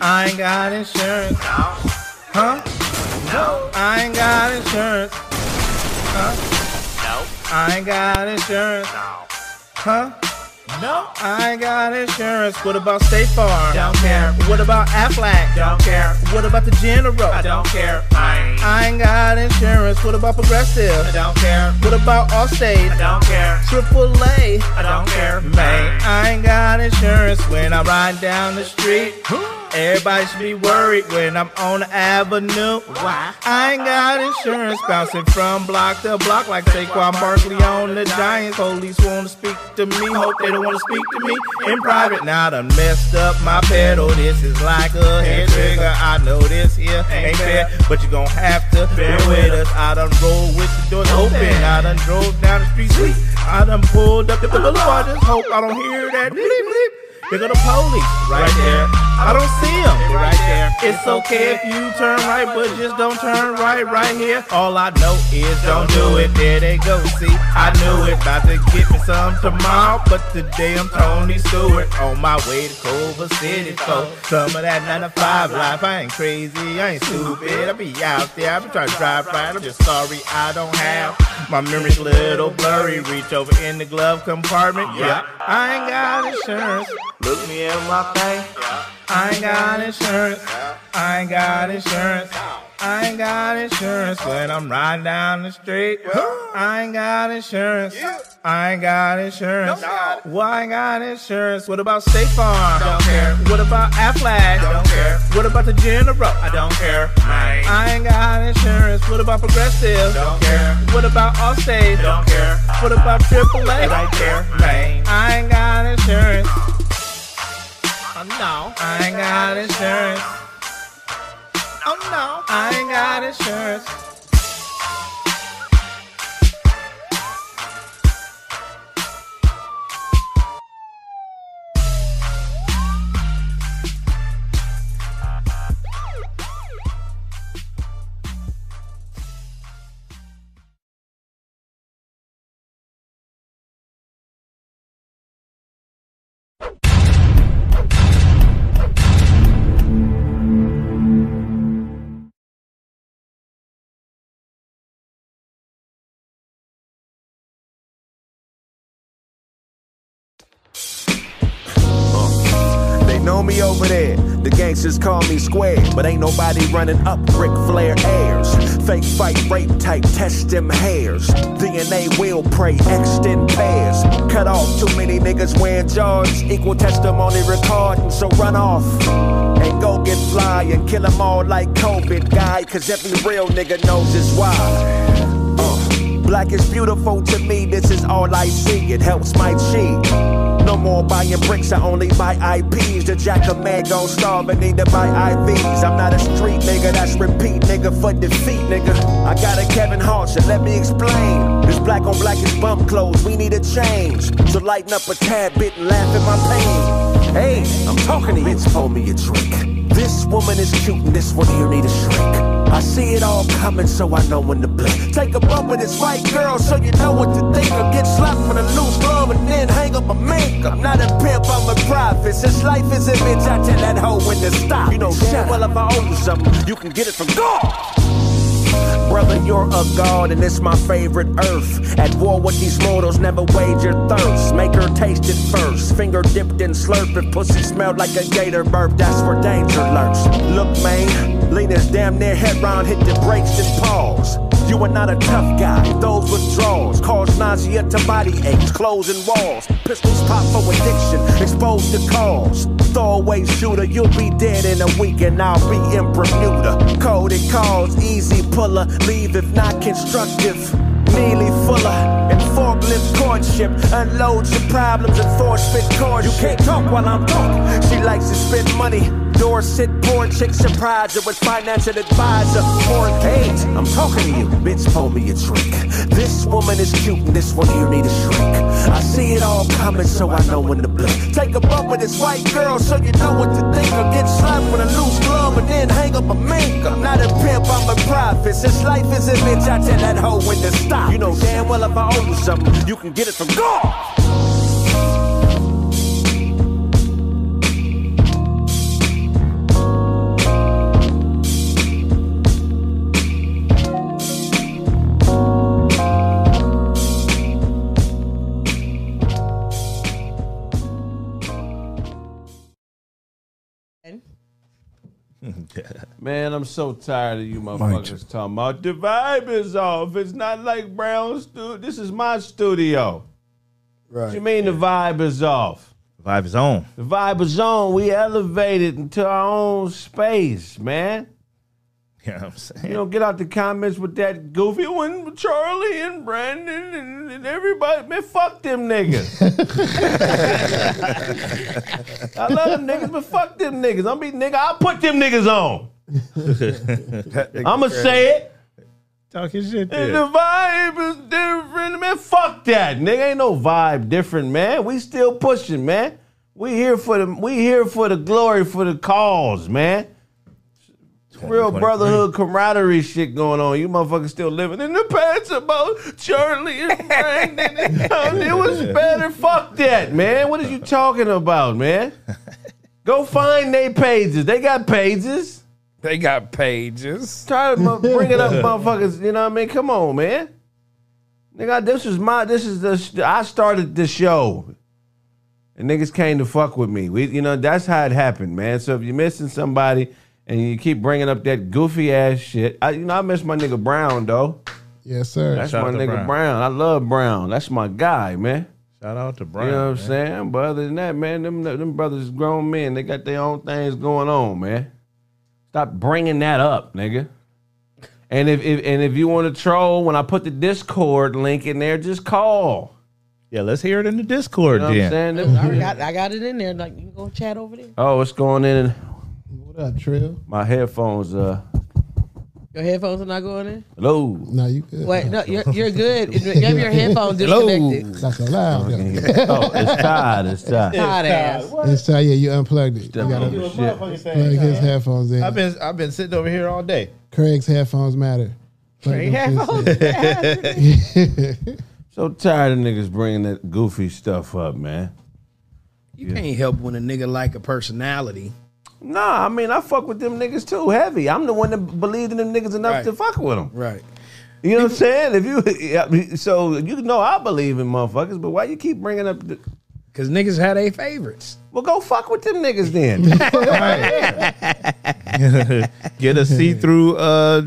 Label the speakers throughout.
Speaker 1: I ain't got insurance. Huh?
Speaker 2: No,
Speaker 1: I ain't got insurance.
Speaker 2: no,
Speaker 1: I ain't got insurance.
Speaker 2: no,
Speaker 1: Huh?
Speaker 2: no.
Speaker 1: I ain't got insurance. What about State Farm?
Speaker 2: Don't care.
Speaker 1: What about Aflac?
Speaker 2: Don't care.
Speaker 1: What about the General?
Speaker 2: I don't care. I
Speaker 1: I ain't got insurance. What about
Speaker 2: I
Speaker 1: Progressive?
Speaker 2: don't care.
Speaker 1: What about Allstate?
Speaker 2: I don't care.
Speaker 1: Triple A.
Speaker 2: I don't care.
Speaker 1: Man, I ain't got insurance when I ride down the street. Everybody should be worried when I'm on the avenue.
Speaker 2: Why?
Speaker 1: I ain't got insurance bouncing from block to block like Saquon Barkley on the Giants. Police wanna speak to me, hope they don't wanna speak to me in private. Now done messed up my pedal. This is like a head trigger. I know this here ain't fair, but you gon' have to bear with us. I done rolled with the doors open. I done drove down the street sweet. I done pulled up the boulevard. Just hope I don't hear that bleep bleep. Here go the police right there. I don't see them right there. It's okay if you turn right, but just don't turn right right here. All I know is don't do it. There they go. See, I knew it. About to get me some tomorrow, but today I'm Tony Stewart on my way to Culver City for some of that 9 to 5 life. I ain't crazy, I ain't stupid. I be out there, I be trying to drive right. I'm just sorry I don't have my memory's little blurry. Reach over in the glove compartment. Yeah, I ain't got insurance.
Speaker 2: Look me in my face.
Speaker 1: I ain't got insurance. I ain't got insurance. I ain't got insurance when I'm riding down the street. I ain't got insurance. I ain't got insurance. Why I ain't got insurance? What about State Farm?
Speaker 2: Don't care.
Speaker 1: What about Aflac?
Speaker 2: Don't care.
Speaker 1: What about the General?
Speaker 2: I don't care. I
Speaker 1: I ain't got insurance. What about Progressive?
Speaker 2: don't care.
Speaker 1: What about Allstate?
Speaker 2: Don't care.
Speaker 1: What about AAA?
Speaker 2: Don't care. Man.
Speaker 1: I ain't got insurance. Oh no. I ain't got insurance. Oh no. I ain't got insurance.
Speaker 3: They know me over there. The gangsters call me square, but ain't nobody running up Ric Flair airs. Fake fight, rape type, test them hairs. DNA will pray, extend pairs. Cut off too many niggas wearing jars. Equal testimony recording, so run off. And go get fly and kill 'em all like COVID guy, cause every real nigga knows it's why. Uh, black is beautiful to me, this is all I see. It helps my cheek. No more buying bricks, I only buy IPs. The jack of man gon' starve and need to buy IVs. I'm not a street nigga, that's repeat nigga for defeat nigga. I got a Kevin Hart, so let me explain. This black on black is bump clothes, we need a change. So lighten up a tad bit and laugh at my pain. Hey, I'm talking to you. Bitch, pour me a drink. This woman is cute and this one here need a shrink. I see it all coming, so I know when to blink. Take a bump with this white girl, so you know what to think. Or get slapped with a loose glove and then hang up a mink. I'm not a pimp, I'm a prophet. Since life is a bitch, I tell that hoe when to stop. You know, shit, well, if I owe you something, you can get it from God. Brother, you're a god, and it's my favorite earth. At war with these mortals, never wage your thirst. Make her taste it first. Finger dipped in slurp, if pussy smelled like a gator burp, that's where danger lurks. Look, man, lean is damn near head round, hit the brakes and pause. You are not a tough guy. Those withdrawals cause nausea to body aches, closing walls. Pistols pop for addiction, exposed to cause. Throwaway shooter, you'll be dead in a week, and I'll be in Bermuda. Code it calls, easy puller. Leave if not constructive. Neely Fuller and forklift courtship. Unload your problems and force fit chords. You can't talk while I'm talking. She likes to spend money. Door sit porn chick surprise her with financial advisor. Foreign page, I'm talking to you. Bitch, pull me a drink. This woman is cute and this one here need a shrink. I see it all coming, so I know when to blink. Take a bump with this white girl, so you know what to think. Or get slapped with a loose glove and then hang up a mink. I'm not a pimp, I'm a prophet. Since life is a bitch, I tell that hoe when to stop. You know damn well if I owe you something, you can get it from God.
Speaker 2: Man, I'm so tired of you motherfuckers talking about the vibe is off. It's not like Brown studio. This is my studio. What you
Speaker 4: Right.
Speaker 2: mean the vibe is off?
Speaker 1: Vibe is on.
Speaker 2: The vibe is on. We elevated into our own space, man.
Speaker 1: You know what I'm saying?
Speaker 2: You don't get out the comments with that goofy one, Charlie and Brandon and, and everybody. Man, fuck them niggas. I love them niggas, but fuck them niggas. I'm be nigga. I'll put them niggas on. I'ma say it.
Speaker 4: Talk your shit
Speaker 2: And
Speaker 4: there.
Speaker 2: the vibe is different, man. Fuck that, nigga. Ain't no vibe different, man. We still pushing, man. We here for the we here for the glory, for the cause, man. Real
Speaker 1: 2023.
Speaker 2: brotherhood camaraderie shit going on. You motherfuckers still living in the past about Charlie and Brandon. and how it was better. Fuck that, man. What are you talking about, man? Go find they pages. They got pages.
Speaker 5: They got pages.
Speaker 2: Tired of mo- bringing up motherfuckers. You know what I mean? Come on, man. Nigga, this is my. This is the. sh- I started the show, and niggas came to fuck with me. We, you know, that's how it happened, man. So if you're missing somebody and you keep bringing up that goofy ass shit, I, you know, I miss my nigga Brown though.
Speaker 4: Yes, sir.
Speaker 2: That's
Speaker 1: Shout out
Speaker 2: my
Speaker 1: to
Speaker 2: nigga
Speaker 1: Brown.
Speaker 2: Brown. I love Brown. That's my guy, man.
Speaker 1: Shout out to
Speaker 2: You
Speaker 1: Brian.
Speaker 2: know what I'm
Speaker 1: man.
Speaker 2: saying? But other than that, man, them them brothers is grown men. They got their own things going on, man. Stop bringing that up, nigga. And if, if and if you want to troll, when I put the Discord link in there, just call.
Speaker 1: Yeah, let's hear it in the Discord
Speaker 2: You know what I'm
Speaker 1: then.
Speaker 2: saying?
Speaker 6: I
Speaker 2: Them-
Speaker 6: already got, I got it in there. Like you can go chat over there.
Speaker 2: oh, what's going in?
Speaker 4: What up, Trill?
Speaker 2: My headphones. Uh,
Speaker 6: Your headphones are not going in.
Speaker 2: hello.
Speaker 4: Nah, you good.
Speaker 6: Wait, no, you're, you're good. You have your headphones
Speaker 2: Hello.
Speaker 6: disconnected.
Speaker 4: Not so loud. though.
Speaker 2: Oh, it's tied. It's tied.
Speaker 6: Hot ass.
Speaker 4: It's time, yeah, you unplugged it. You gotta
Speaker 1: Oh,
Speaker 2: Over shit.
Speaker 4: plug his headphones in.
Speaker 1: I've been I've been sitting over here all day.
Speaker 4: Craig's headphones matter. Plug
Speaker 6: Your
Speaker 4: them shits in.
Speaker 6: headphones matter.
Speaker 2: So tired of niggas bringing that goofy stuff up, man.
Speaker 5: You can't help when a nigga like a personality.
Speaker 2: Nah, I mean I fuck with them niggas too heavy. I'm the one that believed in them niggas enough
Speaker 5: Right.
Speaker 2: to fuck with them.
Speaker 5: Right.
Speaker 2: You know what I'm saying? If you yeah, so you know I believe in motherfuckers, but why you keep bringing up? The,
Speaker 5: Because niggas had their favorites.
Speaker 2: well, go fuck with them niggas then.
Speaker 1: Get a see through uh,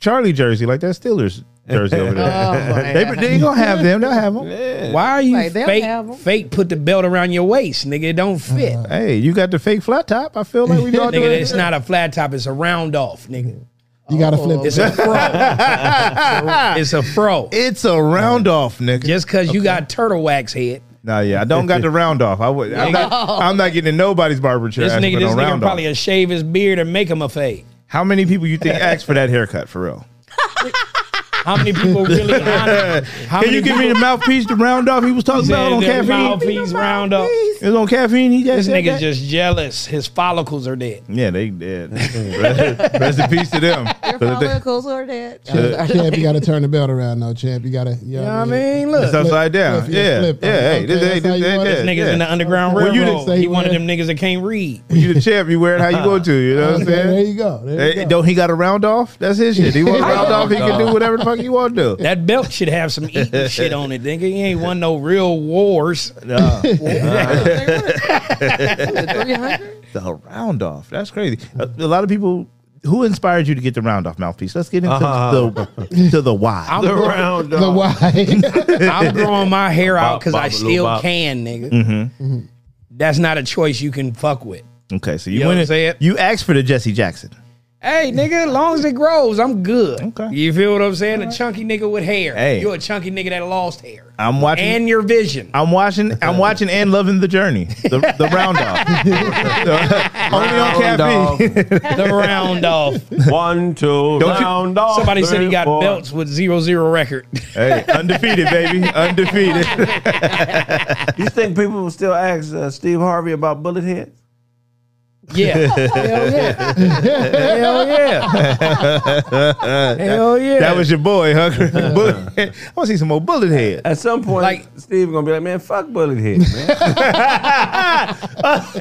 Speaker 1: Charlie jersey like that Steelers jersey over there.
Speaker 6: Oh, my
Speaker 1: they, they ain't gonna have them. They'll have them.
Speaker 5: Why are you
Speaker 6: Like, they'll have 'em. Uh-huh.
Speaker 5: fake? Fake put the belt around your waist, nigga. It don't fit.
Speaker 1: Hey, you got the fake flat top. I feel like we all do
Speaker 5: nigga,
Speaker 1: it.
Speaker 5: it's not a flat top. It's a round off, nigga.
Speaker 4: You gotta flip
Speaker 5: It's
Speaker 4: this.
Speaker 5: a fro. it's a fro.
Speaker 1: It's a round off, nigga.
Speaker 5: Just because you got turtle wax head,
Speaker 1: nah, yeah, I don't got the round off. I would. I'm not, I'm not getting in nobody's barber chair.
Speaker 5: this
Speaker 1: asking
Speaker 5: nigga,
Speaker 1: for
Speaker 5: this
Speaker 1: no
Speaker 5: nigga
Speaker 1: round
Speaker 5: probably
Speaker 1: off.
Speaker 5: a shave his beard and make him a fade.
Speaker 1: How many people you think asked for that haircut for real?
Speaker 5: How many people really? How, how
Speaker 1: Can
Speaker 5: many
Speaker 1: you give me the
Speaker 5: people
Speaker 1: mouthpiece to round off? He was talking about
Speaker 5: said
Speaker 1: on
Speaker 5: that
Speaker 1: caffeine.
Speaker 5: mouthpiece round up?
Speaker 1: It was on caffeine. He just
Speaker 5: This
Speaker 1: said
Speaker 5: nigga
Speaker 1: that.
Speaker 5: just jealous. His follicles are dead.
Speaker 1: Yeah, they did. rest, rest in peace to them.
Speaker 6: Your follicles are dead.
Speaker 4: Champ, you gotta turn the belt around though, champ. You gotta you
Speaker 5: You
Speaker 4: know
Speaker 5: know
Speaker 4: what
Speaker 5: what I mean?
Speaker 1: It's
Speaker 5: Look,
Speaker 1: upside down.
Speaker 4: flip, yeah,
Speaker 1: yeah,
Speaker 4: flip.
Speaker 1: yeah.
Speaker 4: Okay,
Speaker 1: Hey, this,
Speaker 4: that's
Speaker 1: hey,
Speaker 4: how
Speaker 1: this,
Speaker 4: you
Speaker 1: hey,
Speaker 4: want it.
Speaker 1: yeah,
Speaker 5: niggas
Speaker 1: yeah.
Speaker 5: in the underground
Speaker 1: Well, you didn't
Speaker 5: railroad.
Speaker 4: say
Speaker 5: He
Speaker 4: you
Speaker 5: one of
Speaker 4: were-
Speaker 5: them niggas that can't read.
Speaker 1: you the champ. You wear it how you go to. You know what I'm
Speaker 4: There,
Speaker 1: saying?
Speaker 4: you go. There you
Speaker 1: Hey,
Speaker 4: go.
Speaker 1: don't he got a round off? That's his shit. He want a round off. He can do whatever the fuck he want to. do.
Speaker 5: That belt should have some eating shit on it, nigga. He ain't won no real wars.
Speaker 6: Three hundred.
Speaker 1: The round off. That's crazy. A, a lot of people. Who inspired you to get the round off mouthpiece? Let's get into the to the why.
Speaker 5: I'm, growing,
Speaker 2: Round
Speaker 4: the
Speaker 2: dog.
Speaker 4: why?
Speaker 5: I'm growing my hair out
Speaker 2: Bop,
Speaker 5: because I
Speaker 2: bop-a-loo,
Speaker 5: still
Speaker 2: bop.
Speaker 5: can, nigga.
Speaker 1: Mm. Mm-hmm.
Speaker 5: That's not a choice you can fuck with.
Speaker 1: okay, so you,
Speaker 5: You know
Speaker 1: went
Speaker 5: what I'm
Speaker 1: and-
Speaker 5: saying?
Speaker 1: You asked for the Jesse Jackson.
Speaker 5: Hey, nigga, as long as it grows, I'm good.
Speaker 1: Okay.
Speaker 5: You feel what I'm saying? A chunky nigga with hair.
Speaker 1: Hey.
Speaker 5: You're a chunky nigga that lost hair.
Speaker 1: I'm watching.
Speaker 5: and your vision.
Speaker 1: I'm watching. I'm watching and loving the journey. The, the round off. only on
Speaker 2: Round
Speaker 1: caffeine.
Speaker 5: the round off.
Speaker 2: One, two,
Speaker 1: Don't you-
Speaker 2: round off.
Speaker 5: Somebody said he
Speaker 2: three,
Speaker 5: got
Speaker 2: four.
Speaker 5: belts with zero zero record.
Speaker 1: hey, undefeated, baby, undefeated.
Speaker 2: You think people will still ask uh, Steve Harvey about bullet heads?
Speaker 5: Yeah. Hell yeah. Hell yeah. Hell yeah.
Speaker 1: That was your boy, huh? Bullet- I want to see some more bullet head.
Speaker 2: At some point,
Speaker 5: Like-
Speaker 2: Steve gonna be like, "Man, fuck bullet heads, man." And that's where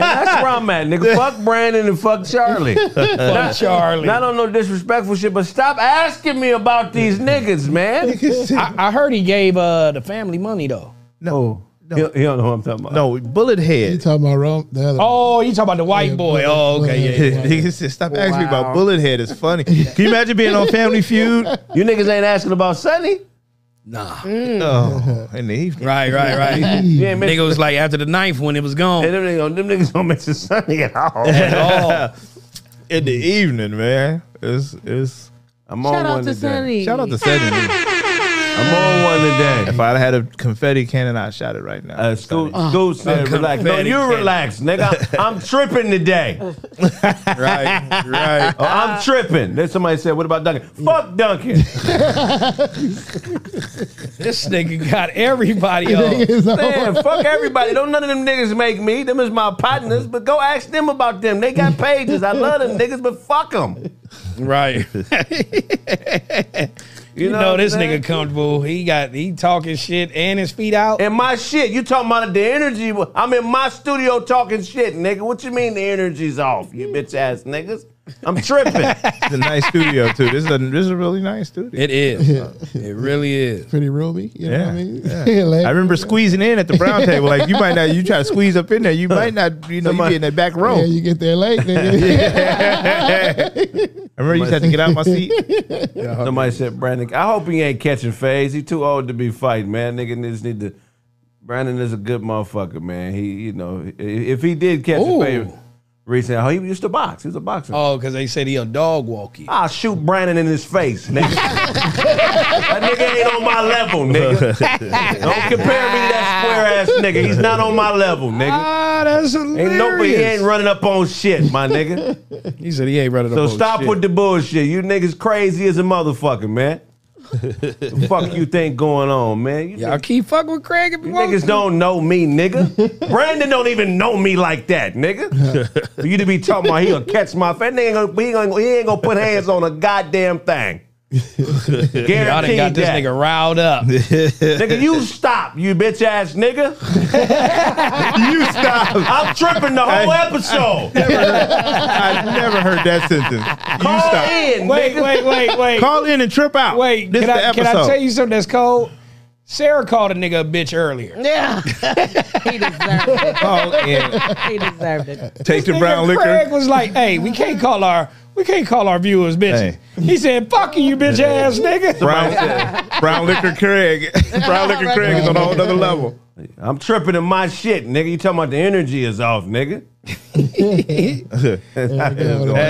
Speaker 2: I'm at, nigga. Fuck Brandon and fuck Charlie.
Speaker 5: Fuck Charlie.
Speaker 2: Not on no disrespectful shit, but stop asking me about these niggas, man.
Speaker 5: I, I heard he gave uh, the family money though.
Speaker 1: No,
Speaker 2: He, he don't know what I'm talking about.
Speaker 1: No, bullet
Speaker 4: You
Speaker 1: head.
Speaker 4: talking about Rome? The other
Speaker 5: Oh, you talking about the white
Speaker 4: Yeah,
Speaker 5: boy?
Speaker 4: boy.
Speaker 5: Oh, okay, yeah, yeah.
Speaker 1: Niggas said, stop asking me about
Speaker 5: Wow.
Speaker 1: bullet head. It's funny. Can you imagine being on Family Feud?
Speaker 2: You niggas ain't asking about Sonny.
Speaker 5: Nah,
Speaker 1: Oh, in the evening.
Speaker 5: Mm. right, right, right.
Speaker 2: You ain't mention-
Speaker 5: Nigga was like after the ninth when it was
Speaker 2: Hey,
Speaker 5: gone.
Speaker 2: them, niggas, don't- them niggas don't mention Sonny at all.
Speaker 5: Oh,
Speaker 1: In the evening, man. It's it's.
Speaker 2: I'm
Speaker 7: Shout
Speaker 2: on one
Speaker 7: out
Speaker 2: today.
Speaker 7: to Sunny.
Speaker 1: Shout out to Sunny.
Speaker 2: I'm on one
Speaker 1: If
Speaker 2: today.
Speaker 1: I'd had a confetti cannon, I'd shot it right now.
Speaker 2: Uh, Scoot, Scoot said, relax. No,
Speaker 5: confetti
Speaker 2: you
Speaker 5: cannon.
Speaker 2: relax, nigga. I'm tripping today.
Speaker 1: right, right.
Speaker 2: Oh, I'm tripping. Then somebody said, "What about Duncan?" Fuck Duncan.
Speaker 5: this nigga got everybody
Speaker 4: Nigga
Speaker 5: on.
Speaker 4: is on-
Speaker 2: Man, fuck everybody. Don't none of them niggas make me. Them is my partners. But go ask them about them. They got pages. I love them niggas, but fuck them.
Speaker 5: Right.
Speaker 2: You,
Speaker 5: You
Speaker 2: know,
Speaker 5: know,
Speaker 2: what
Speaker 5: this
Speaker 2: I'm saying?
Speaker 5: nigga comfortable. He got he talking shit and his feet out.
Speaker 2: And my shit, you talking about the energy? I'm in my studio talking shit, nigga. What you mean the energy's off? You bitch ass niggas. I'm tripping.
Speaker 1: It's a nice studio too. This is a this is a really nice studio.
Speaker 5: It is. It really is.
Speaker 4: Pretty ruby. You know
Speaker 1: yeah,
Speaker 4: what I mean?
Speaker 1: yeah.
Speaker 4: Like,
Speaker 1: I remember squeezing in at the brown table. Like you might not, you try to squeeze up in there, you might not, you know, you be in that back row.
Speaker 4: Yeah, you get there late. Nigga.
Speaker 1: I remember you just had to get out my seat.
Speaker 2: Somebody said Brandon. I hope he ain't catching phase. He too old to be fighting, man. Nigga just need to. Brandon is a good motherfucker, man. He, you know, i- if he did catch
Speaker 5: Ooh.
Speaker 2: a phase recently, oh, he used to box. He was a boxer.
Speaker 5: Oh, because they said he a dog walkie.
Speaker 2: I'll shoot Brandon in his face, nigga. that nigga ain't on my level, nigga. Don't compare me to that square ass nigga. He's not on my level, nigga.
Speaker 5: Ah, that's
Speaker 2: Ain't
Speaker 5: hilarious.
Speaker 2: nobody he ain't running up on shit, my nigga.
Speaker 5: He said he ain't running
Speaker 2: So
Speaker 5: up on
Speaker 2: stop
Speaker 5: shit.
Speaker 2: with the bullshit. You niggas crazy as a motherfucker, man. the fuck you think going on, man? You
Speaker 5: Y'all keep fucking with Craig if you want
Speaker 2: Niggas
Speaker 5: to.
Speaker 2: don't know me, nigga. Brandon don't even know me like that, nigga. For you to be talking about he'll catch my face, nigga ain't gonna, he, ain't gonna, he ain't gonna put hands on a goddamn thing.
Speaker 5: Y'all done
Speaker 2: Guaranteed
Speaker 5: got this
Speaker 2: that.
Speaker 5: nigga riled up.
Speaker 2: Nigga, you stop, you bitch ass nigga.
Speaker 1: You stop.
Speaker 2: I'm tripping the whole episode.
Speaker 1: I've never heard that sentence. You
Speaker 2: Call
Speaker 1: stop.
Speaker 2: in,
Speaker 5: Wait,
Speaker 2: nigga.
Speaker 5: wait, wait, wait.
Speaker 1: Call in and trip out.
Speaker 5: wait,
Speaker 1: this
Speaker 5: can
Speaker 1: the
Speaker 5: I,
Speaker 1: episode.
Speaker 5: can I tell you something that's cold? Sarah called a nigga a bitch earlier.
Speaker 7: Yeah. he deserved it.
Speaker 1: Call in.
Speaker 7: He deserved it.
Speaker 1: Take the
Speaker 5: Nigga
Speaker 1: brown liquor.
Speaker 5: Craig was like, "Hey, we can't call our we can't call our viewers bitches." He said, "Fuck you, you bitch ass nigga."
Speaker 1: Brown, brown liquor Craig. brown liquor Craig is on a whole other level.
Speaker 2: I'm tripping in my shit, nigga. You talking about the energy is off, nigga.
Speaker 1: Going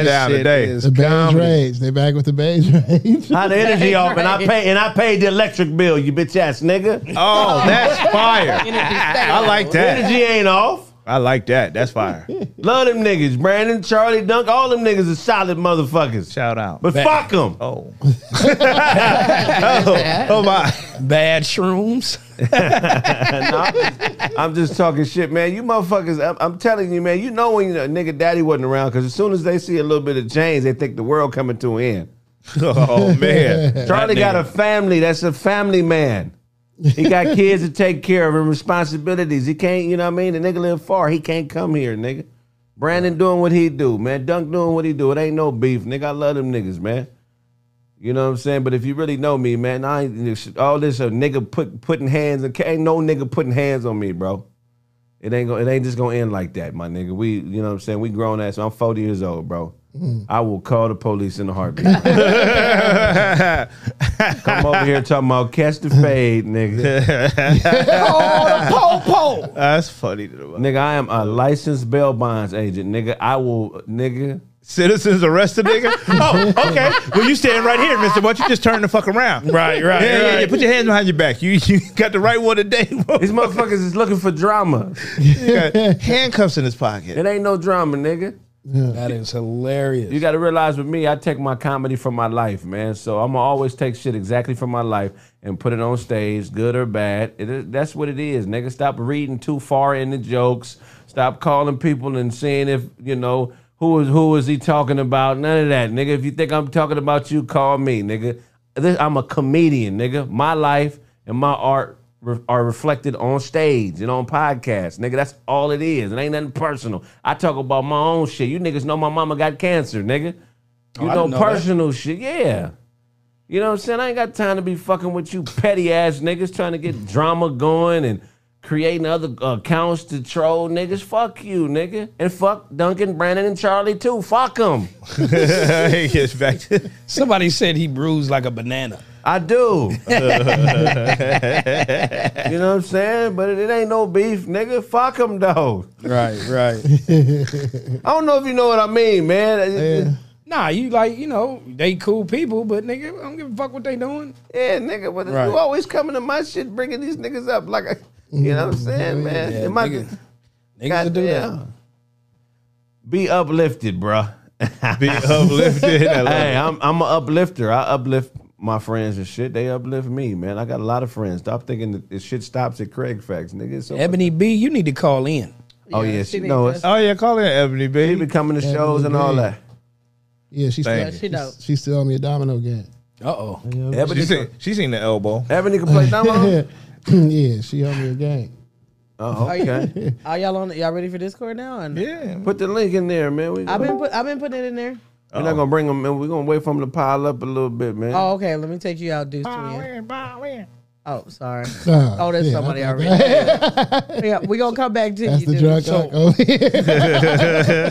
Speaker 1: down
Speaker 5: shit
Speaker 1: today.
Speaker 5: is-
Speaker 4: The beige rage. They back with the beige rage.
Speaker 2: How the energy off, and I pay and I paid the electric bill, you bitch ass nigga.
Speaker 1: Oh, that's fire. I like that.
Speaker 2: Energy ain't off.
Speaker 1: I like that. That's fire.
Speaker 2: Love them niggas, Brandon, Charlie, Dunk, all them niggas are solid motherfuckers.
Speaker 1: Shout out.
Speaker 2: But fuck them.
Speaker 1: Oh. oh. Oh my.
Speaker 5: Bad shrooms.
Speaker 2: I'm just talking shit, man. You motherfuckers, I'm, I'm telling you, man. You know when a nigga daddy wasn't around, because as soon as they see a little bit of change, they think the world coming to an end.
Speaker 1: Oh man.
Speaker 2: Charlie
Speaker 1: That
Speaker 2: got
Speaker 1: nigga.
Speaker 2: a family. That's a family man. He got kids to take care of and responsibilities. He can't, you know what I mean? The nigga live far. He can't come here, nigga. Brandon doing what he do, man. Dunk doing what he do. It ain't no beef, nigga. I love them niggas, man. You know what I'm saying? But if you really know me, man, I ain't all this a nigga put putting hands and ain't no nigga putting hands on me, bro. It ain't go, it ain't just gonna end like that, my nigga. We, you know what I'm saying? We grown ass. I'm 40 years old, bro. I will call the police in a heartbeat. Come over here talking about catch the fade, nigga.
Speaker 5: Oh, the po po.
Speaker 1: That's funny to the world.
Speaker 2: nigga, I am a licensed bail bonds agent, nigga. I will, nigga.
Speaker 1: Citizens arrested, nigga. Oh, okay. Well, you stand right here, Mister. What you just turn the fuck around?
Speaker 5: Right, right,
Speaker 1: Yeah, yeah,
Speaker 5: right.
Speaker 1: yeah. Put your hands behind your back. You you got the right one today. bro.
Speaker 2: These motherfuckers is looking for drama.
Speaker 1: He got handcuffs in his pocket.
Speaker 2: It ain't no drama, nigga.
Speaker 5: That is hilarious.
Speaker 2: You gotta realize with me, I take my comedy from my life, man. So I'm gonna always take shit exactly from my life and put it on stage, good or bad. It is, that's what it is, nigga. Stop reading too far into jokes. Stop calling people and seeing if you know who is who is he talking about. None of that, nigga. If you think I'm talking about you, call me, nigga. This, I'm a comedian, nigga. My life and my art re- are reflected on stage and on podcasts, nigga. That's all it is. It ain't nothing personal. I talk about my own shit. You niggas know my mama got cancer, nigga. You
Speaker 5: Oh, I
Speaker 2: know,
Speaker 5: didn't know that.
Speaker 2: personal shit, yeah. You know what I'm saying? I ain't got time to be fucking with you petty ass niggas trying to get drama going and creating other accounts to troll niggas. Fuck you, nigga, and fuck Duncan, Brandon, and Charlie too. Fuck them.
Speaker 1: he gets back to
Speaker 5: Somebody said he bruised like a banana.
Speaker 2: I do. you know what I'm saying? But it, it ain't no beef, nigga. Fuck them though.
Speaker 1: right, right.
Speaker 2: I don't know if you know what I mean, man. It- it-
Speaker 4: Yeah.
Speaker 5: Nah, you like, you know, they cool people, but nigga, I don't give a fuck what they doing.
Speaker 2: Yeah, nigga, but
Speaker 1: Right.
Speaker 2: you always coming to my shit, bringing these niggas up like, I, you know what I'm saying, man? It might be-
Speaker 5: nigga. Niggas will do that.
Speaker 2: Goddamn. Be uplifted, bruh.
Speaker 1: Be uplifted. I love
Speaker 2: Hey,
Speaker 1: it.
Speaker 2: I'm I'm a uplifter. I uplift my friends and shit. They uplift me, man. I got a lot of friends. Stop thinking that this shit stops at Craig Facts, nigga. It's So
Speaker 5: Ebony B, you need to call in.
Speaker 2: oh
Speaker 6: Yeah,
Speaker 2: yeah,
Speaker 6: she
Speaker 2: she
Speaker 6: need
Speaker 2: know
Speaker 6: to-
Speaker 2: us.
Speaker 1: Oh yeah, call in Ebony
Speaker 2: She
Speaker 1: B.
Speaker 2: be coming to
Speaker 4: Ebony
Speaker 2: shows and all
Speaker 4: B.
Speaker 2: that.
Speaker 4: Yeah, she's still,
Speaker 1: Thank
Speaker 6: you. She dope.
Speaker 4: she's, she's still on me a domino game.
Speaker 5: Uh oh.
Speaker 1: She
Speaker 2: Ebony,
Speaker 1: seen, she seen the elbow.
Speaker 2: Ebony can play domino.
Speaker 4: yeah, she on me a game.
Speaker 2: Oh, okay.
Speaker 6: Are y'all on? Y'all ready for Discord now? Or no?
Speaker 1: Yeah.
Speaker 2: Put the link in there, man. We,
Speaker 6: I've been put, I've been putting it in there.
Speaker 2: we're not gonna bring them, man. We're gonna wait for them to pile up a little bit, man.
Speaker 6: Oh, okay. Let me take you out, Deuce. Twin. Oh, sorry.
Speaker 4: Uh,
Speaker 6: Oh, there's
Speaker 4: yeah,
Speaker 6: somebody
Speaker 4: I-
Speaker 6: already. yeah, we gonna come back to
Speaker 4: That's
Speaker 6: you.
Speaker 4: the
Speaker 6: dude.
Speaker 4: drug
Speaker 6: So-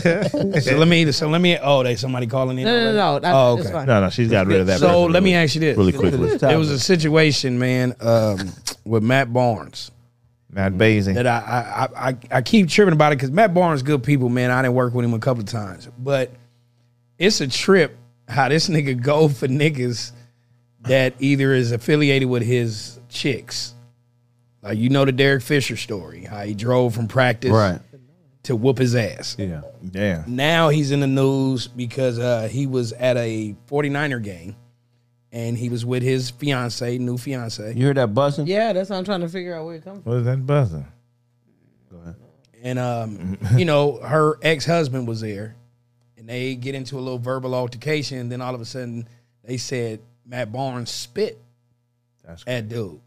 Speaker 4: so, over here.
Speaker 5: So let me so let me oh they somebody calling in.
Speaker 6: no, no,
Speaker 5: already.
Speaker 6: no. no
Speaker 5: Oh,
Speaker 6: It's
Speaker 5: okay.
Speaker 6: fine.
Speaker 1: No, no, she's got rid of that.
Speaker 5: So
Speaker 1: person
Speaker 5: let me
Speaker 1: really-
Speaker 5: ask you this.
Speaker 1: really
Speaker 2: Get to
Speaker 1: quickly.
Speaker 2: this topic.
Speaker 5: It was a situation, man, um, with Matt Barnes
Speaker 1: Matt Basing.
Speaker 5: that I I, I, I, I keep tripping about it because Matt Barnes good people, man. I didn't work with him a couple of times, but it's a trip how this nigga go for niggas that either is affiliated with his chicks, like you know the Derek Fisher story, how he drove from practice
Speaker 2: right.
Speaker 5: to whoop his ass.
Speaker 2: Yeah.
Speaker 1: Yeah.
Speaker 5: Now he's in the news because uh, he was at a 49er game and he was with his fiance, new fiance.
Speaker 2: You hear that buzzing?
Speaker 6: Yeah, that's what I'm trying to figure out where it comes from.
Speaker 1: What is that buzzing?
Speaker 5: and um, you know her ex husband was there, and they get into a little verbal altercation. And then all of a sudden, they said Matt Barnes spit
Speaker 1: That's
Speaker 5: at dude.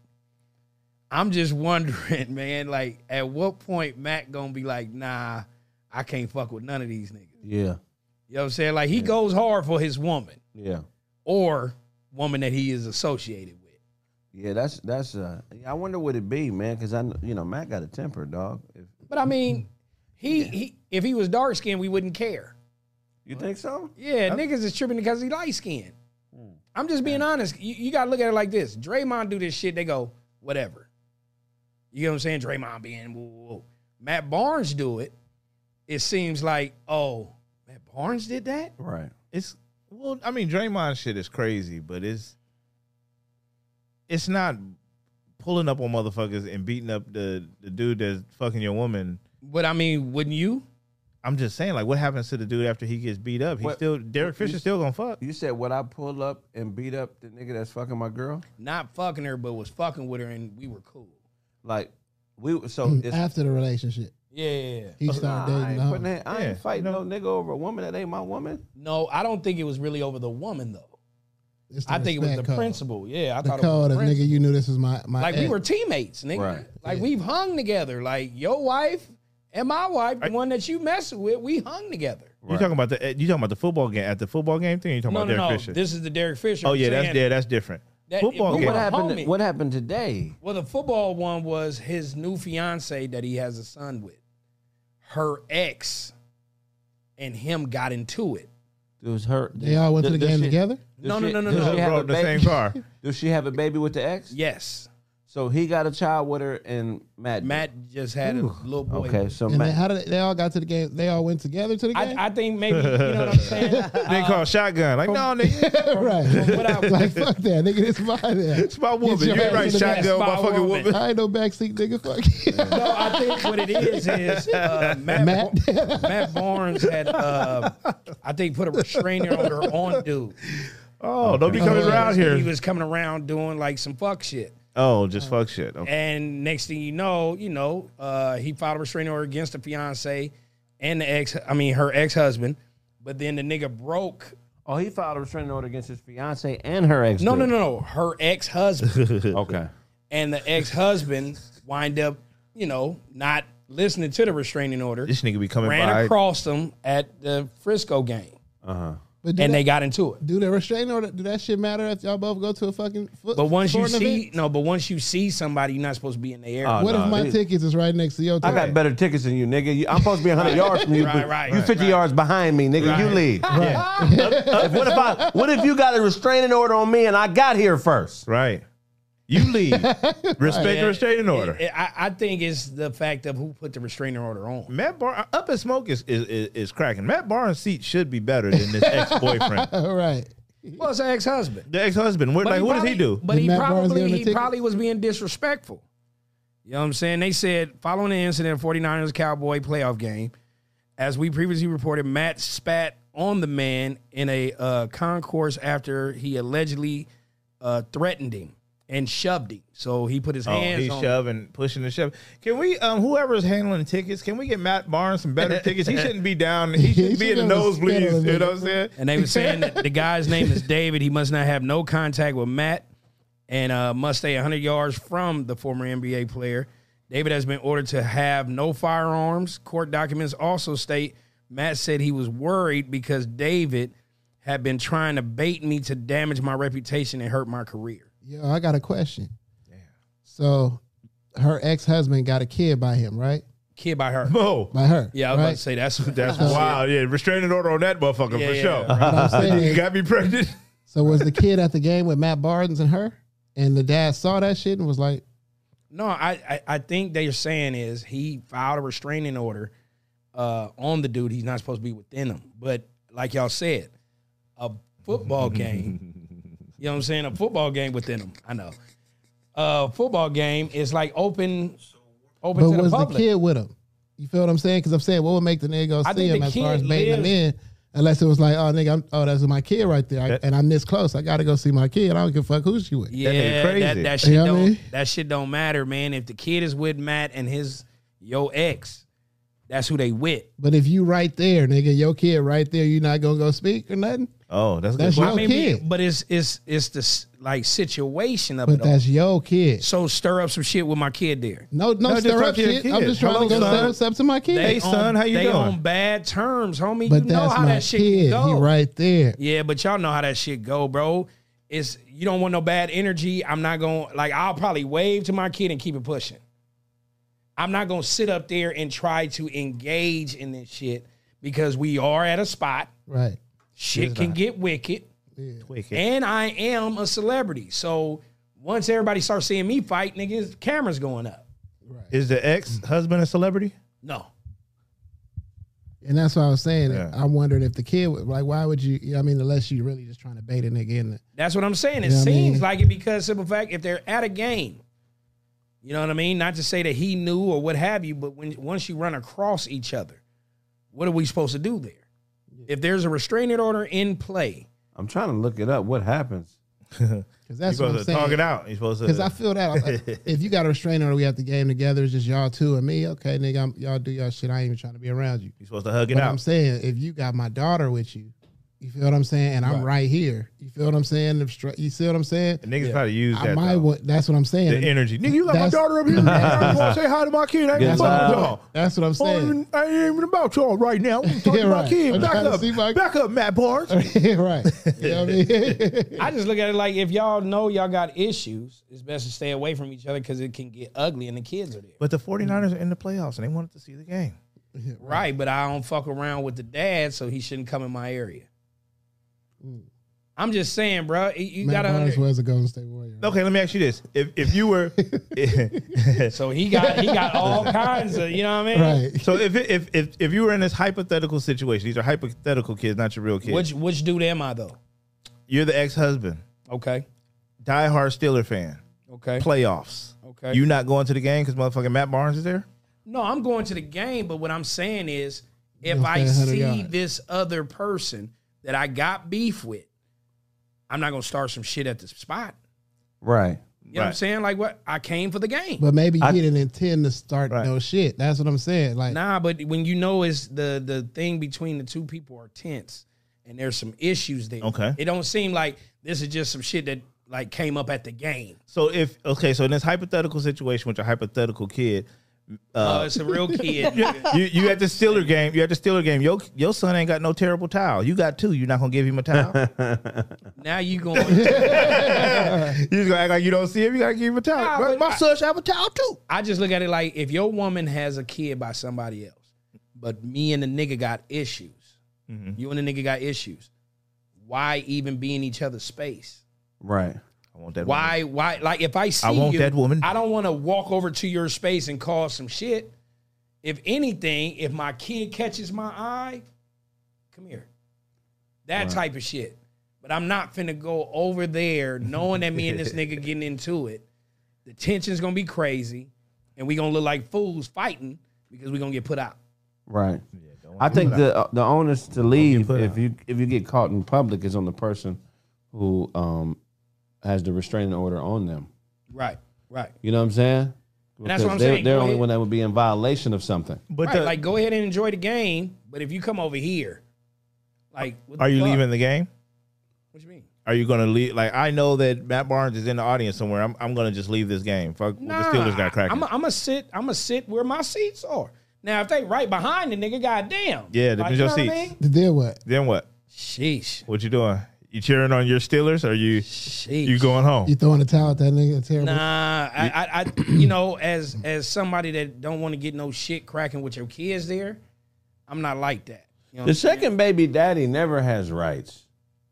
Speaker 5: I'm just wondering, man. Like, at what point Matt gonna be like, nah, I can't fuck with none of these niggas.
Speaker 2: Yeah.
Speaker 5: You know what I'm saying? Like, he goes hard for his woman
Speaker 2: Yeah.
Speaker 5: or woman that he is associated with.
Speaker 2: Yeah, that's that's. Uh, I wonder what it be, man, because I kn- you know Matt got a temper, dog. If,
Speaker 5: But I mean, he, he if he was dark skinned, we wouldn't care.
Speaker 2: you think so? Hmm.
Speaker 5: Yeah, niggas is tripping because he light skinned. I'm just being honest. You, you gotta look at it like this. Draymond do this shit, they go, whatever. You know what I'm saying? Draymond being woo, woo, woo. Matt Barnes do it. It seems like, oh, Matt Barnes did that?
Speaker 2: Right.
Speaker 1: It's well, I mean, Draymond shit is crazy, but it's it's not pulling up on motherfuckers and beating up the the dude that's fucking your woman.
Speaker 5: But I mean, wouldn't you?
Speaker 1: I'm just saying, like, what happens to the dude after he gets beat up? He
Speaker 2: What-
Speaker 1: still Derek Fisher's still gonna fuck.
Speaker 2: You said would I pull up and beat up the nigga that's fucking my girl?
Speaker 5: Not fucking her, but was fucking with her and we were cool.
Speaker 2: Like we so it's.
Speaker 4: Mm, After the relationship,
Speaker 5: Yeah.
Speaker 4: he
Speaker 2: Nah,
Speaker 4: started
Speaker 2: I
Speaker 4: dating.
Speaker 2: ain't,
Speaker 4: the
Speaker 2: putting
Speaker 4: homie.
Speaker 2: that, I ain't
Speaker 1: Yeah,
Speaker 2: fighting no. nigga over a woman that ain't my woman.
Speaker 5: No, I don't think it was really over the woman though.
Speaker 4: It's the
Speaker 5: I think it was
Speaker 4: respect
Speaker 5: the
Speaker 4: code.
Speaker 5: principle. Yeah, I
Speaker 4: The
Speaker 5: thought it was
Speaker 4: code
Speaker 5: the
Speaker 4: of
Speaker 5: principle.
Speaker 4: nigga, you knew this was my my.
Speaker 5: Like we
Speaker 4: ex.
Speaker 5: were teammates, nigga.
Speaker 2: Right.
Speaker 5: Like we've hung together. Like your wife and my wife, the one that you mess with, we hung together.
Speaker 1: You talking about the you talking about the football game at the football game thing? or You talking
Speaker 5: No,
Speaker 1: about
Speaker 5: no,
Speaker 1: Derek
Speaker 5: no.
Speaker 1: Fisher?
Speaker 5: This is the Derek Fisher.
Speaker 1: oh
Speaker 5: I'm
Speaker 1: yeah, that's
Speaker 5: saying.
Speaker 1: there. That's different.
Speaker 5: That-
Speaker 1: football
Speaker 5: if we
Speaker 1: game.
Speaker 2: What
Speaker 5: Yeah.
Speaker 2: happened?
Speaker 5: Homie.
Speaker 2: What happened today?
Speaker 5: Well, the football one was his new fiance that he has a son with. Her ex and him got into it.
Speaker 2: It was her.
Speaker 4: They all went to the
Speaker 2: does
Speaker 4: game
Speaker 2: she-
Speaker 4: together.
Speaker 2: does
Speaker 5: No, no,
Speaker 2: she-
Speaker 5: no, no,
Speaker 2: does
Speaker 5: no.
Speaker 2: she
Speaker 1: They
Speaker 2: have a
Speaker 1: rode the
Speaker 2: ba-
Speaker 1: same car.
Speaker 2: Does she have a baby with the ex?
Speaker 5: Yes.
Speaker 2: So he got a child with her and Matt. did.
Speaker 5: Matt just had
Speaker 2: Ooh.
Speaker 5: a little boy.
Speaker 2: Okay, so
Speaker 4: And then
Speaker 2: Matt.
Speaker 4: how did they, they all got to the game? They all went together to the game.
Speaker 5: I, I think maybe you know what I'm saying.
Speaker 1: They call shotgun. Like, no, nigga,
Speaker 4: right.
Speaker 5: What I-
Speaker 4: like fuck that nigga. This my that.
Speaker 1: it's my woman. You
Speaker 4: your
Speaker 1: ain't
Speaker 4: ass
Speaker 1: right
Speaker 4: in the back.
Speaker 1: shotgun, my
Speaker 5: Spy
Speaker 1: fucking
Speaker 5: woman.
Speaker 1: woman.
Speaker 4: I ain't no backseat nigga. Fuck you.
Speaker 5: No, I think what it is is uh, Matt,
Speaker 4: Matt?
Speaker 5: Ba- Matt Barnes had, uh, I think, put a restraining order on dude.
Speaker 1: Oh, don't be coming
Speaker 4: Oh,
Speaker 1: around
Speaker 5: He
Speaker 1: here.
Speaker 5: was coming around doing like some fuck shit.
Speaker 1: Oh, just fuck shit. Okay.
Speaker 5: And next thing you know, you know, uh, he filed a restraining order against the fiance and the ex, I mean, her ex husband. But then the nigga broke.
Speaker 2: Oh, he filed a restraining order against his fiance and her ex.
Speaker 5: No, no, no, no. Her ex husband
Speaker 2: no. Okay.
Speaker 5: and the ex husband wind up, you know, not listening to the restraining order.
Speaker 1: This nigga be coming
Speaker 5: ran
Speaker 1: by.
Speaker 5: across them at the Frisco game.
Speaker 2: Uh huh.
Speaker 4: But do
Speaker 5: and
Speaker 4: that-
Speaker 5: they got into it.
Speaker 4: Do the restraining order? Do that shit matter if y'all both go to a fucking? Foot,
Speaker 5: But once you
Speaker 4: foreign
Speaker 5: see
Speaker 4: event?
Speaker 5: no, but once you see somebody, you're not supposed to be in the air.
Speaker 1: Ah,
Speaker 8: Oh,
Speaker 4: what
Speaker 8: nah,
Speaker 4: if my
Speaker 8: it-
Speaker 4: tickets is right next to your?
Speaker 8: I
Speaker 4: ticket?
Speaker 8: got better tickets than you, nigga. You- I'm supposed to be 100 yards from you,
Speaker 5: Right,
Speaker 8: but
Speaker 5: right,
Speaker 8: you
Speaker 5: right,
Speaker 8: 50
Speaker 5: right.
Speaker 8: yards behind me, nigga. You leave. If- what if I? What if you got a restraining order on me and I got here first?
Speaker 1: Right. You leave. Respect the restraining order.
Speaker 5: I- I, I think it's the fact of who put the restraining order on.
Speaker 1: Matt Bar up in smoke is is, is, is cracking. Matt Barnes' seat should be better than this ex boyfriend,
Speaker 4: All right.
Speaker 5: Well, it's an ex-husband.
Speaker 1: the ex husband. What
Speaker 5: But
Speaker 1: like
Speaker 5: he
Speaker 1: what does
Speaker 5: probably-
Speaker 1: he do?
Speaker 5: But
Speaker 4: Did
Speaker 5: he
Speaker 4: Matt Barnes give
Speaker 5: probably
Speaker 4: him a
Speaker 5: he
Speaker 4: ticket?
Speaker 5: probably was being disrespectful. You know what I'm saying? They said following the incident of 49ers Cowboy playoff game, as we previously reported, Matt spat on the man in a uh, concourse after he allegedly uh, threatened him and shoved him. So he put his
Speaker 1: Oh,
Speaker 5: hands
Speaker 1: he's
Speaker 5: on.
Speaker 1: shoving, pushing and shoving. Can we, um, whoever's handling tickets, can we get Matt Barnes some better tickets? He shouldn't be down. He should be
Speaker 4: should
Speaker 1: in the
Speaker 4: be on the
Speaker 1: nosebleeds.
Speaker 4: schedule,
Speaker 1: You
Speaker 4: nigga.
Speaker 1: know what I'm saying?
Speaker 5: And they were saying that the guy's name is David. He must not have no contact with Matt and uh, must stay 100 yards from the former NBA player. David has been ordered to have no firearms. Court documents also state Matt said he was worried because David had been trying to bait me to damage my reputation and hurt my career.
Speaker 4: Yo, I got a question. So, her ex husband got a kid by him, right?
Speaker 5: Kid by her.
Speaker 1: Whoa.
Speaker 4: By her.
Speaker 5: Yeah, I was
Speaker 4: right?
Speaker 5: about to say that's
Speaker 1: That's
Speaker 5: that's
Speaker 1: wow. Yeah, restraining order on that motherfucker
Speaker 5: Yeah,
Speaker 1: for
Speaker 5: yeah,
Speaker 1: sure.
Speaker 4: What I'm saying
Speaker 1: You
Speaker 4: is-
Speaker 1: got me pregnant.
Speaker 4: so was the kid at the game with Matt Barnes and her, and the dad saw that shit and was like,
Speaker 5: No, I, I I think they're saying is he filed a restraining order uh, on the dude. He's not supposed to be within him. But like y'all said, a football game. you know what I'm saying? A football game within him. I know. Uh, football game is like open, open
Speaker 4: "But
Speaker 5: to the
Speaker 4: was the,
Speaker 5: public.
Speaker 4: kid with him?" You feel what I'm saying? Because I'm saying, what would make the nigga go
Speaker 5: I
Speaker 4: see
Speaker 5: think
Speaker 4: him
Speaker 5: the
Speaker 4: as far
Speaker 5: kid
Speaker 4: as baiting him
Speaker 5: lives-
Speaker 4: in? Unless it was like, "Oh, nigga, I'm, oh, that's my kid right there, I, and I'm this close. I gotta go see my kid. I don't give a fuck who she with."
Speaker 5: yeah,
Speaker 1: nigga crazy.
Speaker 5: that that
Speaker 4: You
Speaker 5: shit
Speaker 4: know what I
Speaker 5: don't
Speaker 4: mean?
Speaker 5: that shit don't matter, man. If the kid is with Matt and his yo ex, that's who they with.
Speaker 4: But if you right there, nigga, your kid right there, you not gonna go speak or nothing.
Speaker 1: Oh, that's a good.
Speaker 4: That's
Speaker 1: point.
Speaker 4: your kid.
Speaker 5: But it's it's it's the s- like situation of
Speaker 4: But
Speaker 5: it all.
Speaker 4: that's your kid.
Speaker 5: So stir up some shit with my kid there.
Speaker 4: No, no,
Speaker 1: No, just
Speaker 4: stir
Speaker 1: talk
Speaker 4: up
Speaker 1: to your
Speaker 4: shit.
Speaker 1: kid.
Speaker 4: I'm just trying
Speaker 1: Hello,
Speaker 4: to go say
Speaker 1: son.
Speaker 4: what's up to my kid.
Speaker 1: Hey, son, how you
Speaker 5: they
Speaker 1: doing?
Speaker 5: on bad terms, homie.
Speaker 4: but
Speaker 5: you know
Speaker 4: that's
Speaker 5: how
Speaker 4: my
Speaker 5: that shit
Speaker 4: kid.
Speaker 5: can go.
Speaker 4: He right there.
Speaker 5: Yeah, but y'all know how that shit go, bro. It's you don't want no bad energy. I'm not gonna like I'll probably wave to my kid and keep it pushing. I'm not gonna sit up there and try to engage in this shit because we are at a spot.
Speaker 4: Right.
Speaker 5: Shit can get wicked.
Speaker 1: Wicked.
Speaker 5: And I am a celebrity. So once everybody starts seeing me fight, niggas, cameras going up.
Speaker 1: Is the ex husband a celebrity?
Speaker 5: No.
Speaker 4: And that's what I was saying.
Speaker 1: Yeah.
Speaker 4: I'm wondering if the kid would like why would you, you know, what I mean, unless you really just trying to bait a nigga in it.
Speaker 5: That's what I'm saying. It
Speaker 4: You know what I
Speaker 5: seems
Speaker 4: mean?
Speaker 5: like it because simple fact, if they're at a game, you know what I mean. Not to say that he knew or what have you, but when once you run across each other, what are we supposed to do there? If there's a restraining order in play,
Speaker 8: I'm trying to look it up. What happens?
Speaker 4: Because
Speaker 1: You're
Speaker 4: that's what
Speaker 1: supposed
Speaker 4: I'm
Speaker 1: to talk it
Speaker 4: saying.
Speaker 1: out. You're supposed to.
Speaker 4: Because I feel that I'm like, if you got a restraining order, we at the game together. It's just y'all two and me. Okay, nigga, I'm, y'all do y'all shit. I ain't even trying to be around you.
Speaker 1: you're supposed to hug it
Speaker 4: But I'm
Speaker 1: out.
Speaker 4: saying if you got my daughter with you, you feel what I'm saying, and I'm right, here. You feel what I'm saying? The str- You see what I'm saying?
Speaker 1: Niggas try to use
Speaker 4: I
Speaker 1: that.
Speaker 4: might
Speaker 1: though.
Speaker 4: want. That's what I'm saying.
Speaker 1: the energy. Nigga, you got my
Speaker 4: That's-
Speaker 1: daughter up here. You want to say hi to my kid? I ain't
Speaker 8: Get
Speaker 1: fucking
Speaker 8: loud.
Speaker 1: y'all.
Speaker 4: That's what I'm
Speaker 1: I
Speaker 4: saying.
Speaker 1: ain't even- I ain't even about y'all right now. I'm talking
Speaker 4: Yeah,
Speaker 1: about
Speaker 4: right.
Speaker 1: kids.
Speaker 4: I'm
Speaker 1: Back
Speaker 4: trying to
Speaker 1: up,
Speaker 4: see my-
Speaker 1: back up, Matt Barnes.
Speaker 4: right. You know what I mean?
Speaker 5: I just look at it like if y'all know y'all got issues, it's best to stay away from each other because it can get ugly and the kids are there.
Speaker 1: But the 49ers are in the playoffs and they wanted to see the game.
Speaker 5: Right, but I don't fuck around with the dad, so he shouldn't come in my area. I'm just saying, bro. You
Speaker 4: Matt
Speaker 5: got to
Speaker 4: Barnes was a Golden State Warrior.
Speaker 1: Okay, let me ask you this: If if you were,
Speaker 5: So he got he got all kinds of you know what I mean.
Speaker 4: Right.
Speaker 1: so if if if if you were in this hypothetical situation, these are hypothetical kids, not your real kids.
Speaker 5: Which which dude am I though?
Speaker 1: You're the ex-husband,
Speaker 5: Okay.
Speaker 1: diehard Steeler fan,
Speaker 5: Okay.
Speaker 1: playoffs.
Speaker 5: Okay.
Speaker 1: you not going to the game because motherfucking Matt Barnes is there.
Speaker 5: No, I'm going to the game, but what I'm saying is if
Speaker 4: You'll
Speaker 5: I
Speaker 4: stay 100
Speaker 5: see
Speaker 4: yards.
Speaker 5: this other person that I got beef with, I'm not gonna start some shit at the spot.
Speaker 8: Right.
Speaker 5: You know what I'm
Speaker 1: Right.
Speaker 5: saying? Like what I came for the game.
Speaker 4: But maybe he
Speaker 8: I-
Speaker 4: didn't intend to start
Speaker 1: Right.
Speaker 4: no shit. That's what I'm saying. Like,
Speaker 5: Nah, but when you know it's the the thing between the two people are tense and there's some issues there.
Speaker 1: Okay.
Speaker 5: It don't seem like this is just some shit that like came up at the game.
Speaker 1: So if okay, so in this hypothetical situation with your hypothetical kid,
Speaker 5: oh,
Speaker 1: uh,
Speaker 5: it's a real kid. nigga.
Speaker 1: You you at the Steeler game. You at the Steeler game. Your your son ain't got no terrible towel. You got two. You're not gonna give him a towel.
Speaker 5: now you going.
Speaker 1: you just gonna act like you don't see him. You gotta give him a towel. Bro, my son should have a towel too.
Speaker 5: I just look at it like if your woman has a kid by somebody else, but me and the nigga got issues. You and the nigga got issues. Why even be in each other's space?
Speaker 2: Right.
Speaker 1: I want that. woman.
Speaker 5: Why? Why? Like, if I see
Speaker 1: want
Speaker 5: you,
Speaker 1: that woman.
Speaker 5: I don't want to walk over to your space and cause some shit. If anything, if my kid catches my eye, come here. That type of shit. But I'm not finna go over there knowing that me and this nigga getting into it. The tension's gonna be crazy, and we gonna look like fools fighting because we gonna get put out.
Speaker 2: Right. I think the
Speaker 8: uh,
Speaker 2: the onus to leave if you if you get caught in public is on the person who um has the restraining order on them.
Speaker 5: Right. Right.
Speaker 2: You know what I'm saying?
Speaker 5: that's what
Speaker 2: Because
Speaker 5: I'm
Speaker 2: they're,
Speaker 5: saying.
Speaker 2: They're
Speaker 5: Go
Speaker 2: the only
Speaker 5: ahead.
Speaker 2: one that would be in violation of something.
Speaker 1: But
Speaker 5: right.
Speaker 1: the-
Speaker 5: like, go ahead and enjoy the game. But if you come over here, like, what
Speaker 1: are
Speaker 5: the
Speaker 1: you
Speaker 5: fuck?
Speaker 1: leaving the game?
Speaker 5: What you mean?
Speaker 1: Are you gonna leave? Like I know that Matt Barnes is in the audience somewhere. I'm, I'm gonna just leave this game. Fuck,
Speaker 5: Nah,
Speaker 1: the Steelers got cracking.
Speaker 5: I'm gonna sit. I'm gonna sit where my seats are. Now, if they right behind the nigga, goddamn.
Speaker 1: Yeah, them
Speaker 5: like,
Speaker 1: is
Speaker 5: you
Speaker 1: your
Speaker 5: know what I
Speaker 1: seats.
Speaker 5: mean?
Speaker 4: To deal with.
Speaker 1: then what?
Speaker 5: Sheesh.
Speaker 1: What you doing? You cheering on your Steelers? Or you
Speaker 5: Sheesh.
Speaker 1: you going home?
Speaker 4: You throwing a towel at that nigga. Terrible.
Speaker 5: Nah, I, I, I, you know, as as somebody that don't want to get no shit cracking with your kids there, I'm not like that. You know what
Speaker 2: The
Speaker 5: I'm saying?
Speaker 2: second baby daddy never has rights.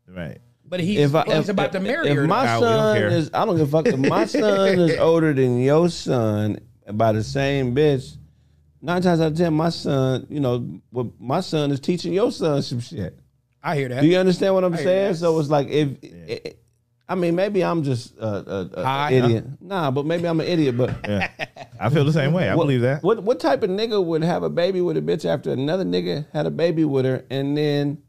Speaker 1: Right.
Speaker 5: but he's,
Speaker 2: If I,
Speaker 5: well, he's
Speaker 2: if,
Speaker 5: about to marry
Speaker 2: if
Speaker 5: her.
Speaker 2: my
Speaker 1: Ah, we don't
Speaker 2: son
Speaker 1: care.
Speaker 2: is, I don't give a fuck. If my son is older than your son by the same bitch, nine times out of ten, my son, you know, well, my son is teaching your son some shit.
Speaker 5: I hear that.
Speaker 2: Do you understand what I'm saying?
Speaker 5: that.
Speaker 2: So it's like if, i I mean, maybe I'm just a, a, a
Speaker 5: High,
Speaker 2: idiot. Nah, but maybe I'm an idiot. But
Speaker 1: I feel the same way. I
Speaker 2: what,
Speaker 1: believe that.
Speaker 2: What what type of nigga would have a baby with a bitch after another nigga had a baby with her, and then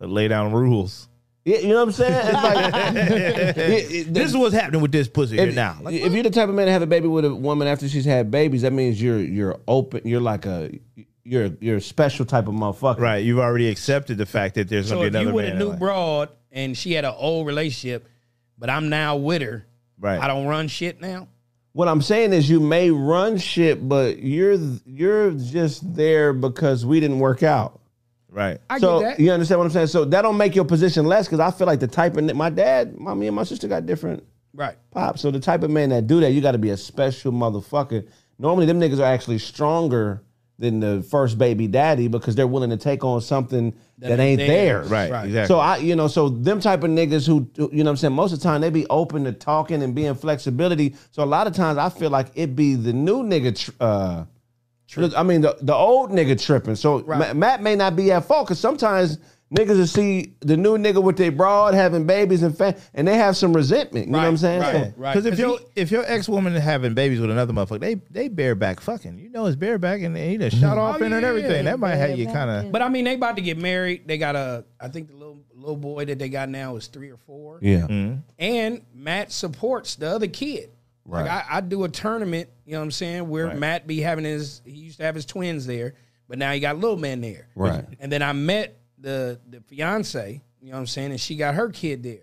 Speaker 1: Lay down rules.
Speaker 2: yeah, you know what I'm saying? It's like it- it-
Speaker 1: This is what's happening with this pussy here
Speaker 2: if,
Speaker 1: now. Like,
Speaker 2: if you're the type of man to have a baby with a woman after she's had babies, that means you're you're open. You're like a you're you're a special type of motherfucker.
Speaker 1: right. You've already accepted the fact that there's
Speaker 5: so
Speaker 1: gonna
Speaker 5: if
Speaker 1: be another
Speaker 5: you with
Speaker 1: man
Speaker 5: a
Speaker 1: in
Speaker 5: new
Speaker 1: life.
Speaker 5: broad and she had an old relationship, but I'm now with her,
Speaker 1: Right.
Speaker 5: I don't run shit now.
Speaker 2: What I'm saying is, you may run shit, but you're you're just there because we didn't work out.
Speaker 1: Right.
Speaker 5: I
Speaker 2: so
Speaker 5: get that.
Speaker 2: you understand what I'm saying? So that don't make your position less because I feel like the type of my dad, my me and my sister got different
Speaker 5: Right.
Speaker 2: pops. So the type of man that do that, you got to be a special motherfucker. Normally, them niggas are actually stronger than the first baby daddy because they're willing to take on something that, ain't theirs.
Speaker 1: Right.
Speaker 5: Right.
Speaker 1: Exactly.
Speaker 2: So I, you know, so them type of niggas who, who- you know, what I'm saying most of the time they be open to talking and being flexibility. So a lot of times I feel like it be the new nigga. Tr- uh, I mean the the old nigga tripping. So Ma- Matt may not be at fault because sometimes niggas will see the new nigga with their broad having babies and fa- and they have some resentment. You know what I'm
Speaker 5: Right,
Speaker 2: saying?
Speaker 5: right.
Speaker 2: So-
Speaker 1: Because if
Speaker 5: Cause
Speaker 1: your if your ex woman having babies with another motherfucker, they they bareback fucking. You know it's bareback and he done
Speaker 5: Mm-hmm.
Speaker 1: shot off
Speaker 5: Oh,
Speaker 2: Oh,
Speaker 1: in and everything. That might have you kind of.
Speaker 5: But I mean, they about to get married. They got a, I think the little little boy that they got now is three or four.
Speaker 2: Yeah.
Speaker 5: And Matt supports the other kid. Right. Like I, I do a tournament. You know what I'm saying? Where Matt be having his, he used to have his twins there, but now he got little man there.
Speaker 2: Right.
Speaker 5: And then I met the the fiance. You know what I'm saying? And she got her kid there.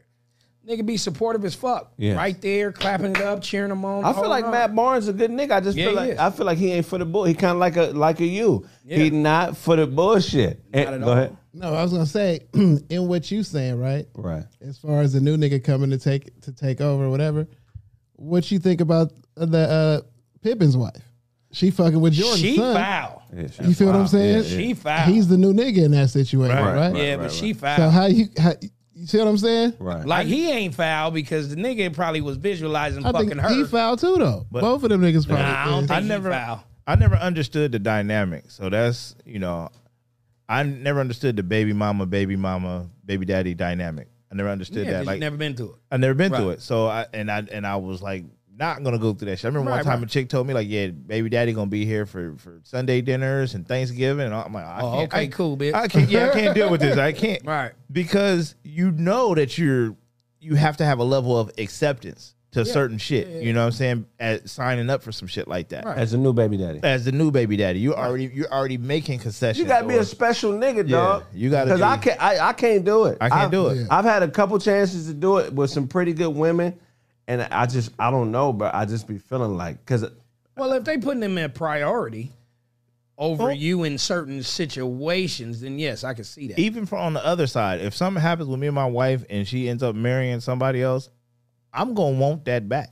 Speaker 5: Nigga be supportive as fuck.
Speaker 2: Yes.
Speaker 5: Right there, clapping it up, cheering them on.
Speaker 2: I feel
Speaker 5: all
Speaker 2: like
Speaker 5: around.
Speaker 2: Matt Barnes a good nigga. I just
Speaker 5: Yeah,
Speaker 2: feel
Speaker 5: he
Speaker 2: like
Speaker 5: is.
Speaker 2: I feel like he ain't for the bull. He kind of like a like a you. He not for the bullshit. And-
Speaker 5: at
Speaker 2: go
Speaker 5: all.
Speaker 2: ahead.
Speaker 4: No, I was gonna say in what you saying, right?
Speaker 2: Right.
Speaker 4: As far as the new nigga coming to take to take over, or whatever. What you think about the uh, Pippin's wife? She fucking with Jordan's
Speaker 5: She
Speaker 4: son.
Speaker 5: foul.
Speaker 4: You feel what I'm saying?
Speaker 5: She foul.
Speaker 4: He's the new nigga in that situation, right?
Speaker 5: yeah, but she foul.
Speaker 4: So how you how, you see what I'm saying?
Speaker 2: Right.
Speaker 5: Like he ain't foul because the nigga probably was visualizing
Speaker 4: I
Speaker 5: fucking
Speaker 4: think
Speaker 5: her.
Speaker 4: he foul too though. Both of them niggas probably.
Speaker 5: Nah, I don't think
Speaker 4: is.
Speaker 5: he
Speaker 1: never-
Speaker 5: foul.
Speaker 1: I never understood the dynamic. So that's you know, I never understood the baby mama, baby mama, baby daddy dynamic. I never understood
Speaker 5: Yeah,
Speaker 1: that.
Speaker 5: 'cause
Speaker 1: Like
Speaker 5: you never been to it.
Speaker 1: I've never been through
Speaker 5: Right.
Speaker 1: it. So I and I and I was like not gonna go through that shit. I remember
Speaker 5: Right,
Speaker 1: one time
Speaker 5: right.
Speaker 1: a chick told me like, "Yeah, baby daddy gonna be here for for Sunday dinners and Thanksgiving." And I'm like, I
Speaker 5: Oh,
Speaker 1: can't,
Speaker 5: okay,
Speaker 1: I-
Speaker 5: cool, bitch.
Speaker 1: I can't, yeah, I can't deal with this. I can't,
Speaker 5: Right.
Speaker 1: Because you know that you're you have to have a level of acceptance to certain shit. You know what I'm saying? At signing up for some shit like that.
Speaker 2: As a new baby daddy.
Speaker 1: As the new baby daddy, you already you're already making concessions.
Speaker 2: You gotta be
Speaker 1: or-
Speaker 2: a special nigga,
Speaker 1: Yeah,
Speaker 2: dog.
Speaker 1: you gotta
Speaker 2: because I
Speaker 1: be-
Speaker 2: can't. I, I can't do it.
Speaker 1: I can't do it.
Speaker 2: I've had a couple chances to do it with some pretty good women, and I just I don't know, but I just be feeling like because
Speaker 5: Well, if they putting him in priority over you in certain situations, then yes, I can see that.
Speaker 1: Even for on the other side, if something happens with me and my wife and she ends up marrying somebody else, I'm gonna want that back.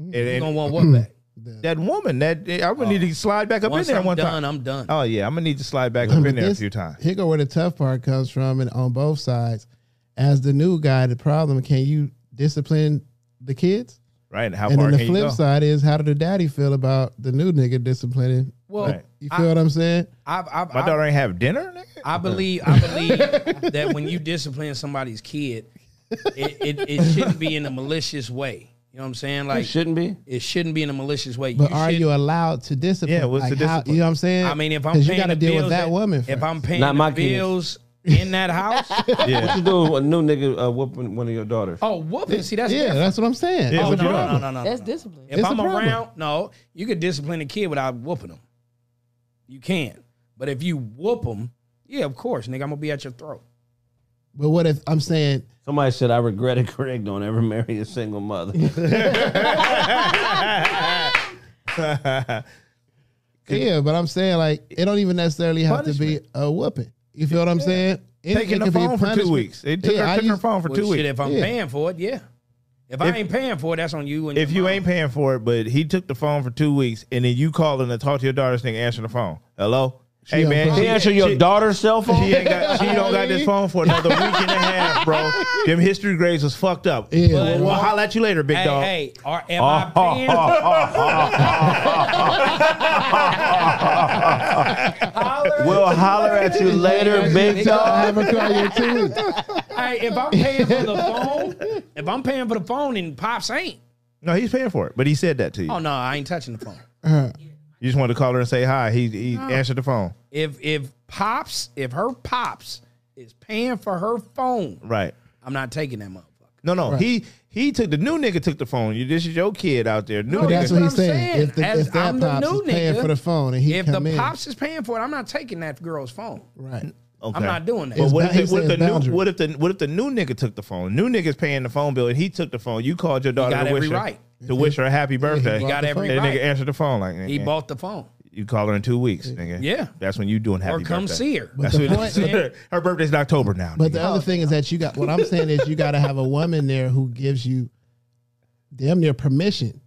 Speaker 4: Mm-hmm.
Speaker 1: And,
Speaker 5: You
Speaker 1: and
Speaker 5: gonna want what back? Oh.
Speaker 1: that woman, that I'm gonna need to slide back up in
Speaker 5: Once
Speaker 1: there
Speaker 5: I'm
Speaker 1: one
Speaker 5: done,
Speaker 1: time.
Speaker 5: I'm done.
Speaker 1: Oh yeah, I'm gonna need to slide back up in there a few times.
Speaker 4: Here go where the tough part comes from, and on both sides, as the new guy, the problem: can you discipline the kids?
Speaker 1: Right? How
Speaker 4: and
Speaker 1: far
Speaker 4: then the
Speaker 1: can you
Speaker 4: flip
Speaker 1: go?
Speaker 4: side is, how did the daddy feel about the new nigga disciplining?
Speaker 5: Well,
Speaker 1: Right.
Speaker 4: You feel what I'm saying?
Speaker 5: I've, I've,
Speaker 1: My
Speaker 5: I've-
Speaker 1: daughter ain't have dinner. Nigga?
Speaker 5: I believe I believe that when you discipline somebody's kid, it, it, it shouldn't be in a malicious way. You know what I'm saying? Like
Speaker 8: Shouldn't be.
Speaker 5: it shouldn't be in a malicious way.
Speaker 4: But are
Speaker 5: should-
Speaker 4: you allowed to discipline?
Speaker 1: Yeah, what's
Speaker 4: Like,
Speaker 1: the
Speaker 4: how-
Speaker 1: discipline?
Speaker 4: you know what I'm saying?
Speaker 5: I mean, if I'm
Speaker 4: 'Cause
Speaker 5: paying
Speaker 4: you got to
Speaker 5: the
Speaker 4: deal
Speaker 5: bills
Speaker 4: with that
Speaker 5: at-
Speaker 4: woman.
Speaker 5: if
Speaker 4: first.
Speaker 5: I'm paying
Speaker 8: Not
Speaker 5: the
Speaker 8: my kids.
Speaker 5: bills in that house,
Speaker 1: Yeah.
Speaker 8: You doing a new nigga uh, whooping one of your daughters?
Speaker 5: oh whooping! See, that's
Speaker 4: yeah,
Speaker 5: different.
Speaker 4: that's what I'm saying.
Speaker 1: Yeah,
Speaker 5: Oh,
Speaker 1: what
Speaker 5: no,
Speaker 1: you
Speaker 5: no,
Speaker 1: doing?
Speaker 5: no, no, no,
Speaker 9: That's
Speaker 5: no.
Speaker 9: discipline.
Speaker 5: If
Speaker 4: It's a
Speaker 5: I'm
Speaker 4: problem.
Speaker 5: around, no, you could discipline a kid without whooping them. You can, but if you whoop them, yeah, of course, nigga, I'm gonna be at your throat.
Speaker 4: But what if I'm saying
Speaker 8: Somebody said, "I regret it, Greg. Don't ever marry a single mother."
Speaker 4: Yeah, but I'm saying like it don't even necessarily have to be a whooping. You feel what I'm saying? It,
Speaker 1: Taking the
Speaker 4: could be
Speaker 1: phone for two
Speaker 4: punishment.
Speaker 1: weeks. It took
Speaker 4: Yeah,
Speaker 1: her,
Speaker 4: I
Speaker 1: took her
Speaker 4: used-
Speaker 1: phone for
Speaker 5: Well,
Speaker 1: two
Speaker 5: shit,
Speaker 1: weeks.
Speaker 5: if I'm
Speaker 4: Yeah.
Speaker 5: paying for it, yeah. If, I
Speaker 1: If-
Speaker 5: ain't paying for it, that's on you. And
Speaker 1: If
Speaker 5: your
Speaker 1: you
Speaker 5: mom.
Speaker 1: ain't paying for it, but he took the phone for two weeks, and then you calling to talk to your daughter's nigga answering the phone. Hello, hey
Speaker 4: on
Speaker 1: man,
Speaker 4: phone.
Speaker 8: They answer your
Speaker 1: she-
Speaker 8: daughter's cell phone.
Speaker 1: She ain't got. She don't got this phone for another week and a half, bro. Them history grades was fucked up.
Speaker 4: Yeah,
Speaker 1: Well,
Speaker 4: well,
Speaker 1: I'll holler at you later, big
Speaker 5: hey,
Speaker 1: dog. Ah,
Speaker 5: hey, are, am I paying?
Speaker 8: We'll holler at you later, big
Speaker 4: I
Speaker 8: dog.
Speaker 4: have a call you too.
Speaker 5: Hey, if I'm paying for the phone, if I'm paying for the phone, and pops ain't.
Speaker 1: No, he's paying for it, but he said that to you.
Speaker 5: Oh no, I ain't touching the phone.
Speaker 4: Uh-huh.
Speaker 1: You just wanted to call her and say hi. He he
Speaker 4: Oh.
Speaker 1: answered the phone.
Speaker 5: If if pops, if her pops is paying for her phone,
Speaker 1: Right.
Speaker 5: I'm not taking that motherfucker.
Speaker 1: No, no. He he took the new nigga took the phone. You this is your kid out there. New
Speaker 5: No,
Speaker 4: But
Speaker 1: nigga.
Speaker 4: that's what
Speaker 5: I'm
Speaker 4: he's saying.
Speaker 5: saying.
Speaker 4: If, the,
Speaker 5: As
Speaker 4: if that
Speaker 5: I'm the
Speaker 4: pops
Speaker 5: new
Speaker 4: is paying
Speaker 5: nigga,
Speaker 4: for the phone and he
Speaker 5: if
Speaker 4: come
Speaker 5: the
Speaker 4: in,
Speaker 5: pops is paying for it, I'm not taking that girl's phone.
Speaker 4: right?
Speaker 1: okay.
Speaker 5: I'm not doing that.
Speaker 1: But
Speaker 4: It's
Speaker 1: what
Speaker 4: ba-
Speaker 1: if, the,
Speaker 4: it's-
Speaker 1: what, if
Speaker 4: it's
Speaker 1: the new,
Speaker 4: boundary.
Speaker 1: what if the what if the new nigga took the phone? New nigga's paying the phone bill and he took the phone. You called your daughter
Speaker 5: got
Speaker 1: to wish
Speaker 5: every
Speaker 1: her
Speaker 5: right.
Speaker 1: to wish her a happy birthday.
Speaker 5: got
Speaker 1: And
Speaker 5: every
Speaker 1: the
Speaker 5: right.
Speaker 1: nigga answered the phone like
Speaker 5: he
Speaker 1: "Eh,
Speaker 5: bought the phone.
Speaker 1: You call her in two weeks, nigga.
Speaker 5: Yeah.
Speaker 1: that's when you doing happy
Speaker 5: Or come
Speaker 1: birthday.
Speaker 5: see her.
Speaker 4: But the point,
Speaker 1: her birthday's in October now.
Speaker 4: but
Speaker 1: nigga.
Speaker 4: the other thing is that you got. What I'm saying is you got to have a woman there who gives you damn near permission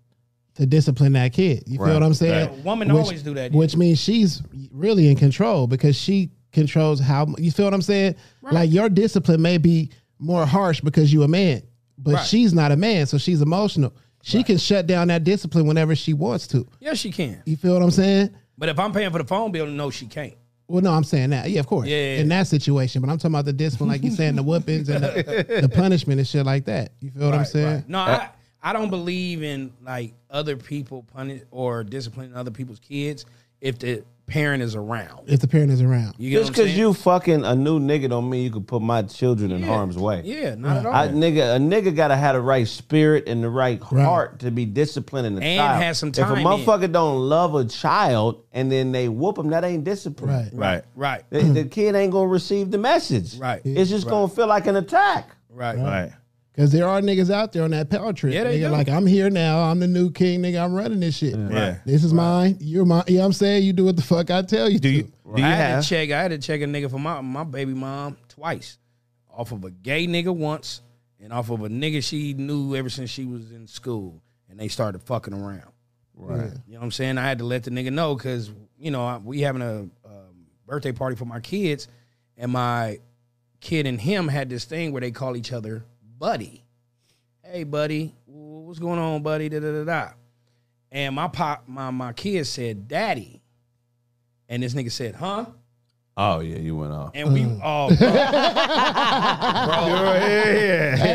Speaker 4: to discipline that kid. You feel
Speaker 1: Right,
Speaker 4: what I'm saying?
Speaker 1: right.
Speaker 5: Women
Speaker 4: Which-
Speaker 5: always do that.
Speaker 4: which means she's really in control because she controls how you feel what I'm saying. Like your discipline may be more harsh because you a man, but
Speaker 5: Right.
Speaker 4: she's not a man, so she's emotional. She can shut down that discipline whenever she wants to.
Speaker 5: yes, she can.
Speaker 4: You feel what I'm saying?
Speaker 5: But if I'm paying for the phone bill, no, she can't.
Speaker 4: Well, no, I'm saying that. Yeah, of course.
Speaker 5: Yeah, yeah, yeah.
Speaker 4: In that situation, but I'm talking about the discipline, like you saying, the whippings and the, the punishment and shit like that. You feel what I'm saying?
Speaker 5: No, I, I don't believe in like other people punish or disciplining other people's kids if the parent is around.
Speaker 4: If the parent is around,
Speaker 5: You get
Speaker 8: Just
Speaker 5: what I'm
Speaker 8: because
Speaker 5: saying?
Speaker 8: you fucking a new nigga don't mean you could put my children in
Speaker 5: Yeah.
Speaker 8: harm's way.
Speaker 5: yeah, not at all,
Speaker 8: I, nigga, a nigga gotta have the right spirit and the right, heart to be disciplining the
Speaker 5: And
Speaker 8: child.
Speaker 5: have some
Speaker 8: If
Speaker 5: time
Speaker 8: a
Speaker 5: in.
Speaker 8: motherfucker don't love a child and then they whoop him, that ain't discipline.
Speaker 1: right.
Speaker 4: right?
Speaker 5: right,
Speaker 8: The, the kid ain't gonna receive the message.
Speaker 5: Right.
Speaker 8: It's just gonna feel like an attack.
Speaker 5: right,
Speaker 1: Right.
Speaker 4: Because there are niggas out there on that power trip.
Speaker 5: Yeah, they
Speaker 4: nigga,
Speaker 5: do.
Speaker 4: like I'm here now. I'm the new king, nigga. I'm running this shit.
Speaker 1: Yeah.
Speaker 4: This is mine. You're mine. You know what I'm saying? You do what the fuck I tell you
Speaker 1: Do
Speaker 4: to.
Speaker 1: you do you
Speaker 5: I had
Speaker 1: have
Speaker 5: to check. I had to check a nigga for my my baby mom twice, off of a gay nigga once, and off of a nigga she knew ever since she was in school, and they started fucking around. Right. You know what I'm saying? I had to let the nigga know because you know I, we having a um, birthday party for my kids, and my kid and him had this thing where they call each other buddy. Hey, buddy, wh- what's going on, buddy? Da da da da. And my pop, my my kid said, "Daddy," and this nigga said, "Huh?"
Speaker 8: Oh yeah, you went off.
Speaker 5: And we
Speaker 1: Mm.
Speaker 5: all bro,
Speaker 4: That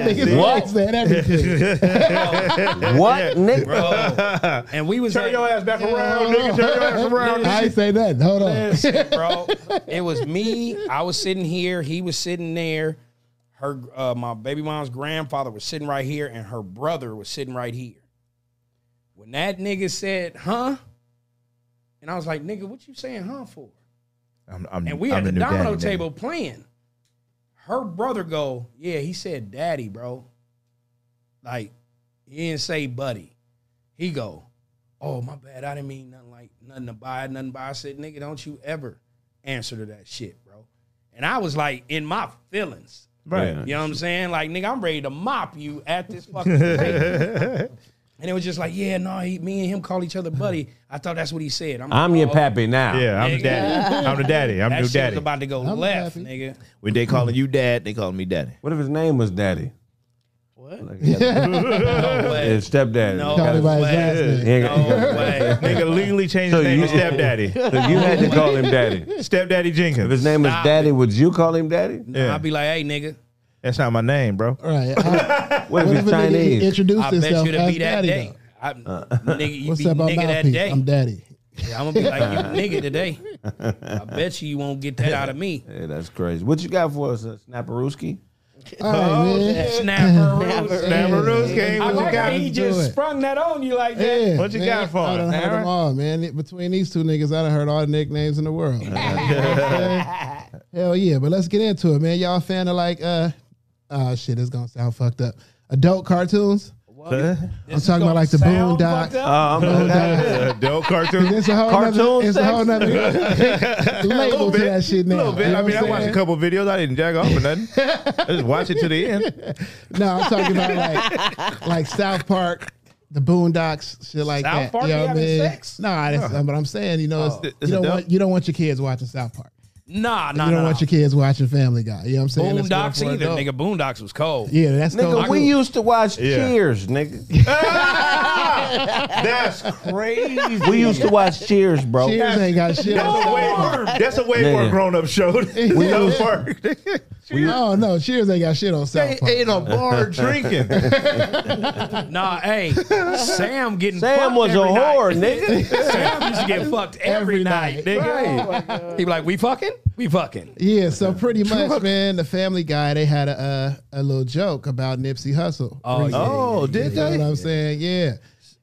Speaker 4: nigga
Speaker 8: What?
Speaker 4: likes that everything.
Speaker 8: What nigga?
Speaker 5: bro. and we was
Speaker 1: Turn
Speaker 5: like,
Speaker 1: your ass back around, nigga. Turn your ass around.
Speaker 4: I ain't say nothing. Hold on.
Speaker 5: bro. It was me. I was sitting here. He was sitting there. Her, uh, my baby mom's grandfather was sitting right here, and her brother was sitting right here. When that nigga said, "Huh," and I was like, "Nigga, what you saying, huh, for?"
Speaker 1: I'm, I'm,
Speaker 5: And we
Speaker 1: I'm
Speaker 5: had the
Speaker 1: new
Speaker 5: domino
Speaker 1: daddy, nigga.
Speaker 5: table playing. Her brother go, yeah, he said daddy, bro. Like, he didn't say buddy. He go, oh my bad, I didn't mean nothing like nothing to buy, nothing to buy. I said, nigga, don't you ever answer to that shit, bro. And I was like in my feelings. You
Speaker 1: Right.
Speaker 5: know what I'm saying? Like, nigga, I'm ready to mop you at this fucking table. and it was just like, yeah, no, he, me and him call each other buddy. I thought that's what he said. I'm,
Speaker 8: I'm your
Speaker 5: oh,
Speaker 8: pappy now.
Speaker 1: Yeah, I'm
Speaker 5: Nigga.
Speaker 1: daddy. I'm the daddy. I'm
Speaker 5: That
Speaker 1: new
Speaker 5: shit was
Speaker 1: daddy.
Speaker 5: about to go
Speaker 4: I'm
Speaker 5: left,
Speaker 4: happy.
Speaker 5: nigga.
Speaker 1: when they calling you dad, they calling me daddy.
Speaker 8: What if his name was Daddy?
Speaker 5: What?
Speaker 8: Like, yeah,
Speaker 5: No way.
Speaker 8: stepdaddy.
Speaker 5: No
Speaker 4: Call him by his
Speaker 5: way.
Speaker 4: last name.
Speaker 8: Yeah.
Speaker 5: No way.
Speaker 1: Nigga legally changed
Speaker 8: So
Speaker 1: his name
Speaker 8: you-
Speaker 1: to stepdaddy.
Speaker 8: So you had to call him Daddy.
Speaker 1: stepdaddy Jenkins.
Speaker 8: If his name was
Speaker 5: Stop
Speaker 8: Daddy, would you call him Daddy?
Speaker 5: Nah,
Speaker 1: Yeah.
Speaker 5: I'd be like, hey, nigga,
Speaker 1: That's not my name, bro.
Speaker 4: Right. I,
Speaker 8: What
Speaker 4: what
Speaker 8: if
Speaker 4: if
Speaker 8: he's
Speaker 4: a nigga
Speaker 8: Chinese?
Speaker 5: I
Speaker 4: introduced
Speaker 5: bet
Speaker 4: himself
Speaker 5: you to
Speaker 4: as
Speaker 5: be that
Speaker 4: daddy?
Speaker 5: day.
Speaker 4: though?
Speaker 5: I, nigga, you
Speaker 4: What's
Speaker 5: be
Speaker 4: up, my
Speaker 5: nigga that
Speaker 4: mouthpiece?
Speaker 5: day.
Speaker 4: I'm daddy.
Speaker 5: Yeah, I'm gonna be like, you nigga today. I bet you you won't get that out of me.
Speaker 8: Yeah, that's crazy. What you got for us, uh, Snapperooski?
Speaker 4: All
Speaker 5: Oh.
Speaker 4: right, man.
Speaker 5: Snapper.
Speaker 1: Snapperooski
Speaker 4: Yeah.
Speaker 1: ain't
Speaker 5: I
Speaker 1: what you
Speaker 5: like how
Speaker 1: got.
Speaker 5: he
Speaker 4: Do
Speaker 5: just
Speaker 4: it.
Speaker 5: sprung that on you like that.
Speaker 4: Yeah,
Speaker 1: What you
Speaker 4: man,
Speaker 1: got for
Speaker 4: I
Speaker 1: him,
Speaker 4: done heard
Speaker 1: Aaron?
Speaker 4: them all, man. It- between these two niggas, I done heard all the nicknames in the world. Hell yeah, but let's get into it, man. Y'all a fan of like, uh, oh shit, it's gonna sound fucked up. Adult cartoons. I'm talking about like the
Speaker 5: Sound fucked
Speaker 4: Boondocks.
Speaker 5: up.
Speaker 1: Oh, Adult cartoons.
Speaker 4: It's a whole
Speaker 8: Cartoon
Speaker 4: nother, it's a whole
Speaker 8: sex?
Speaker 4: nother label to
Speaker 1: bit,
Speaker 4: that shit now.
Speaker 1: little bit.
Speaker 4: You know
Speaker 1: I mean,
Speaker 4: what
Speaker 1: I
Speaker 4: I'm
Speaker 1: watched a
Speaker 4: saying?
Speaker 1: couple videos. I didn't jack off or nothing. I just watched it to the end.
Speaker 4: No, I'm talking about like like South Park, the Boondocks, shit like
Speaker 5: South
Speaker 4: that.
Speaker 5: Park,
Speaker 4: you
Speaker 5: they
Speaker 4: know what I
Speaker 5: having
Speaker 4: mean?
Speaker 5: sex? Oh.
Speaker 4: No, that's but I'm saying, you know, it's,
Speaker 1: It's
Speaker 4: you don't
Speaker 1: adult?
Speaker 4: want you don't want your kids watching South Park.
Speaker 5: Nah, Ah, nah,
Speaker 4: You don't
Speaker 5: nah.
Speaker 4: want your kids watching Family Guy. You know what I'm saying? That's more
Speaker 5: Boondocks
Speaker 4: for
Speaker 5: either,
Speaker 4: adult.
Speaker 5: nigga. Boondocks was cold.
Speaker 4: Yeah, that's
Speaker 8: Nigga,
Speaker 4: cold,
Speaker 8: we
Speaker 4: too.
Speaker 8: used to watch
Speaker 1: Yeah.
Speaker 8: Cheers, nigga.
Speaker 1: That's crazy.
Speaker 8: We used to watch Cheers, bro.
Speaker 4: Cheers ain't got shit.
Speaker 1: That's a way more. That's a way more
Speaker 8: Nigga.
Speaker 1: grown up show. than
Speaker 4: We-
Speaker 1: South Park.
Speaker 4: No, Oh, no, Cheers ain't got shit on South Park.
Speaker 1: ain't a bar drinking.
Speaker 5: Nah, hey, Sam getting
Speaker 8: Sam
Speaker 5: fucked
Speaker 8: was a
Speaker 5: every night.
Speaker 8: whore, nigga.
Speaker 5: Sam used to get fucked every,
Speaker 4: Every
Speaker 5: night,
Speaker 4: night.
Speaker 5: nigga. He be like, we fucking? We fucking.
Speaker 4: Yeah, so pretty much, man, the Family Guy they had a a, a little joke about Nipsey Hussle.
Speaker 5: Oh, yeah.
Speaker 1: Oh, did
Speaker 4: You know
Speaker 1: they?
Speaker 4: what I'm saying? Yeah.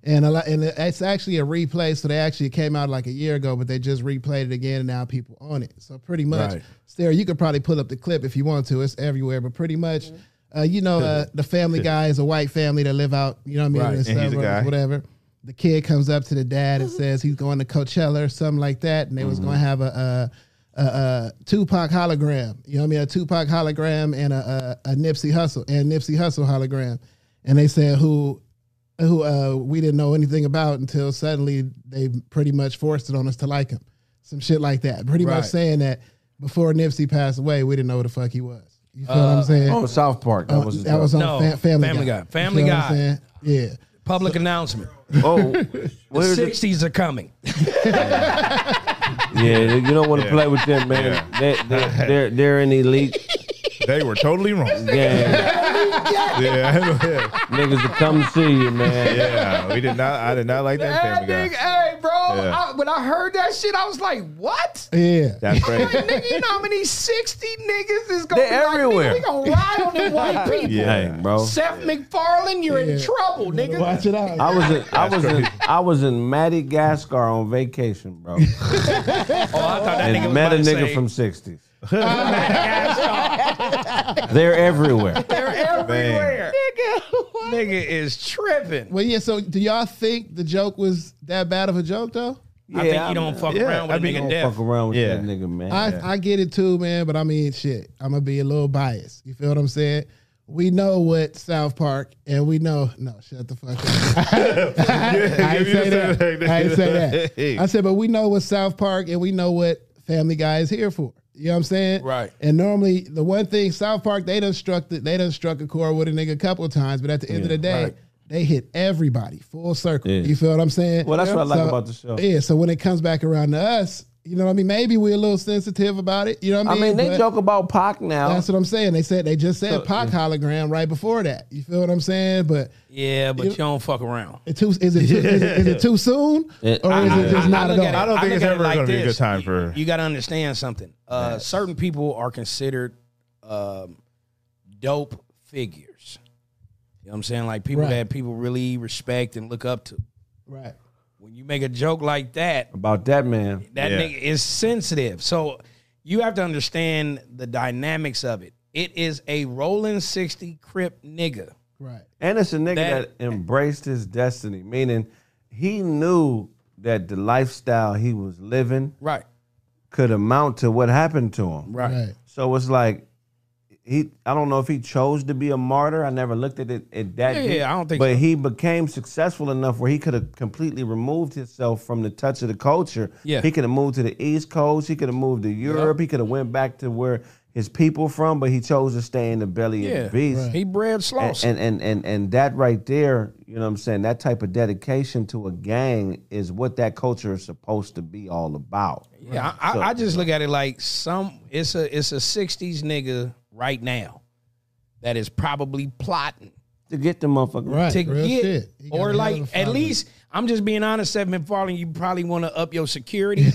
Speaker 4: And a lot, and it's actually a replay. So they actually it came out like a year ago, but they just replayed it again, and now people own it. So pretty much,
Speaker 5: Right.
Speaker 4: Sarah, you could probably pull up the clip if you want to. It's everywhere, but pretty much, uh, you know, uh, the Family Guy is a white family that live out, you know what I mean,
Speaker 5: Right,
Speaker 4: in
Speaker 5: and
Speaker 4: the
Speaker 1: he's a
Speaker 4: suburbs,
Speaker 1: guy.
Speaker 4: whatever. The kid comes up to the dad and says he's going to Coachella or something like that, and they was
Speaker 8: Mm-hmm.
Speaker 4: going to have a. a a, a Tupac hologram, you know what I mean? A Tupac hologram and a, a, a Nipsey Hustle and Nipsey Hustle hologram, and they said who who uh, we didn't know anything about until suddenly they pretty much forced it on us to like him. Some shit like that. Pretty
Speaker 5: Right.
Speaker 4: much saying that before Nipsey passed away, we didn't know who the fuck he was. You feel what I'm saying?
Speaker 8: Oh, South Park. That
Speaker 4: Uh,
Speaker 8: was
Speaker 4: that was on
Speaker 5: Uh, No,
Speaker 4: Fa- Family,
Speaker 5: Family Guy.
Speaker 4: Guy. You
Speaker 5: Family
Speaker 4: feel what I'm
Speaker 5: Guy.
Speaker 4: saying? Yeah.
Speaker 5: Public announcement.
Speaker 8: Oh,
Speaker 5: The
Speaker 8: where's it?
Speaker 5: 60s are coming.
Speaker 8: Yeah, you don't want to play with them, man. They, they, they're they're an elite
Speaker 1: They were totally wrong.
Speaker 8: gang.
Speaker 1: Yeah,
Speaker 8: Niggas to come see you, man.
Speaker 1: yeah. We did not. I did not like that
Speaker 5: That
Speaker 1: Family
Speaker 5: nigga,
Speaker 1: Guy.
Speaker 5: hey, bro.
Speaker 1: Yeah.
Speaker 5: I, when I heard that shit, I was like, what?
Speaker 4: Yeah.
Speaker 1: That's crazy.
Speaker 5: Like, nigga, you know how many 60 niggas is going
Speaker 8: They're
Speaker 5: to be like, nigga,
Speaker 8: everywhere.
Speaker 5: we going to ride on them white people.
Speaker 1: Yeah,
Speaker 8: Dang, bro.
Speaker 5: Seth MacFarlane, you're in
Speaker 4: Yeah.
Speaker 5: trouble, nigga.
Speaker 4: Watch it out.
Speaker 8: I was in, I was in,
Speaker 1: crazy.
Speaker 8: I was in Madagascar on vacation, bro, and
Speaker 5: Oh, I thought that nigga was
Speaker 8: met a
Speaker 5: about to
Speaker 8: nigga
Speaker 5: say,
Speaker 8: from '60s.
Speaker 5: Madagascar.
Speaker 8: They're everywhere.
Speaker 5: They're everywhere. Nigga, nigga is tripping.
Speaker 4: well, yeah, so do y'all think the joke was that bad of a joke, though?
Speaker 5: I think
Speaker 8: Yeah,
Speaker 5: you don't fuck
Speaker 1: yeah,
Speaker 5: around with
Speaker 1: I
Speaker 5: a
Speaker 1: mean,
Speaker 5: nigga
Speaker 8: Don't
Speaker 5: death.
Speaker 8: fuck around with
Speaker 1: Yeah.
Speaker 8: that nigga, man.
Speaker 4: I, I get it too, man, but I mean, shit, I'm gonna be a little biased. You feel what I'm saying? We know what South Park, and we know no, shut the fuck up. I ain't say that. I ain't say that. I said, but we know what South Park, and we know what Family Guy is here for. You know what I'm saying?
Speaker 5: Right.
Speaker 4: And normally, the one thing South Park they done struck the, they done struck a chord with a nigga a couple of times, but at the end of the day. They hit everybody full circle.
Speaker 8: Yeah.
Speaker 4: You feel what I'm saying?
Speaker 8: Well, that's what I like
Speaker 4: So-
Speaker 8: about the show.
Speaker 4: Yeah, so when it comes back around to us, you know what I mean? Maybe we're a little sensitive about it. You know what I
Speaker 8: I
Speaker 4: mean?
Speaker 8: mean, they
Speaker 4: But
Speaker 8: joke about Pac now.
Speaker 4: That's what I'm saying. They said they just said
Speaker 8: So,
Speaker 4: Pac hologram right before that. You feel what I'm saying? But
Speaker 5: Yeah, but you don't fuck around.
Speaker 4: it too, is, it too, is, it, is it too soon or
Speaker 8: It-
Speaker 4: is it just not
Speaker 5: look at
Speaker 4: at all?
Speaker 1: I
Speaker 5: it-
Speaker 1: don't think
Speaker 5: look
Speaker 1: it's
Speaker 5: at it
Speaker 1: ever gonna be a
Speaker 5: this.
Speaker 1: good time
Speaker 5: You-
Speaker 1: for-
Speaker 5: You, got to understand something. Uh, certain people are considered um, dope figures. You know what I'm saying? Like people
Speaker 4: Right.
Speaker 5: that people really respect and look up to.
Speaker 4: Right.
Speaker 5: When you make a joke like that,
Speaker 8: About that man.
Speaker 5: that
Speaker 1: Yeah.
Speaker 5: nigga is sensitive. So you have to understand the dynamics of it. It is a rolling 60 crip nigga.
Speaker 4: Right.
Speaker 8: And it's a nigga that,
Speaker 5: That-
Speaker 8: embraced his destiny, meaning
Speaker 2: he knew that the lifestyle he was living
Speaker 5: Right.
Speaker 2: could amount to what happened to him.
Speaker 5: Right.
Speaker 4: Right.
Speaker 2: So it's like he I don't know if he chose to be a martyr. I never looked at it at that
Speaker 5: Yeah,
Speaker 2: deep,
Speaker 5: yeah, I don't think
Speaker 2: But
Speaker 5: so.
Speaker 2: he became successful enough where he could have completely removed himself from the touch of the culture.
Speaker 5: Yeah.
Speaker 2: He could have moved to the East Coast, he could have moved to Europe, he could have went back to where his people from, but he chose to stay in the belly of
Speaker 5: Yeah.
Speaker 2: the beast.
Speaker 5: He bred sloss.
Speaker 2: And, and and and and that right there, you know what I'm saying, that type of dedication to a gang is what that culture is supposed to be all about.
Speaker 5: Yeah, I, I, I just look at it like some it's a it's a '60s nigga right now that is probably plotting
Speaker 2: To get the motherfucker
Speaker 4: Right.
Speaker 5: to
Speaker 4: real
Speaker 5: get
Speaker 4: shit. You got
Speaker 5: or
Speaker 4: a hell of
Speaker 5: like
Speaker 4: a
Speaker 5: at
Speaker 4: following.
Speaker 5: least I'm just being honest, Seth MacFarlane. You probably want to up your security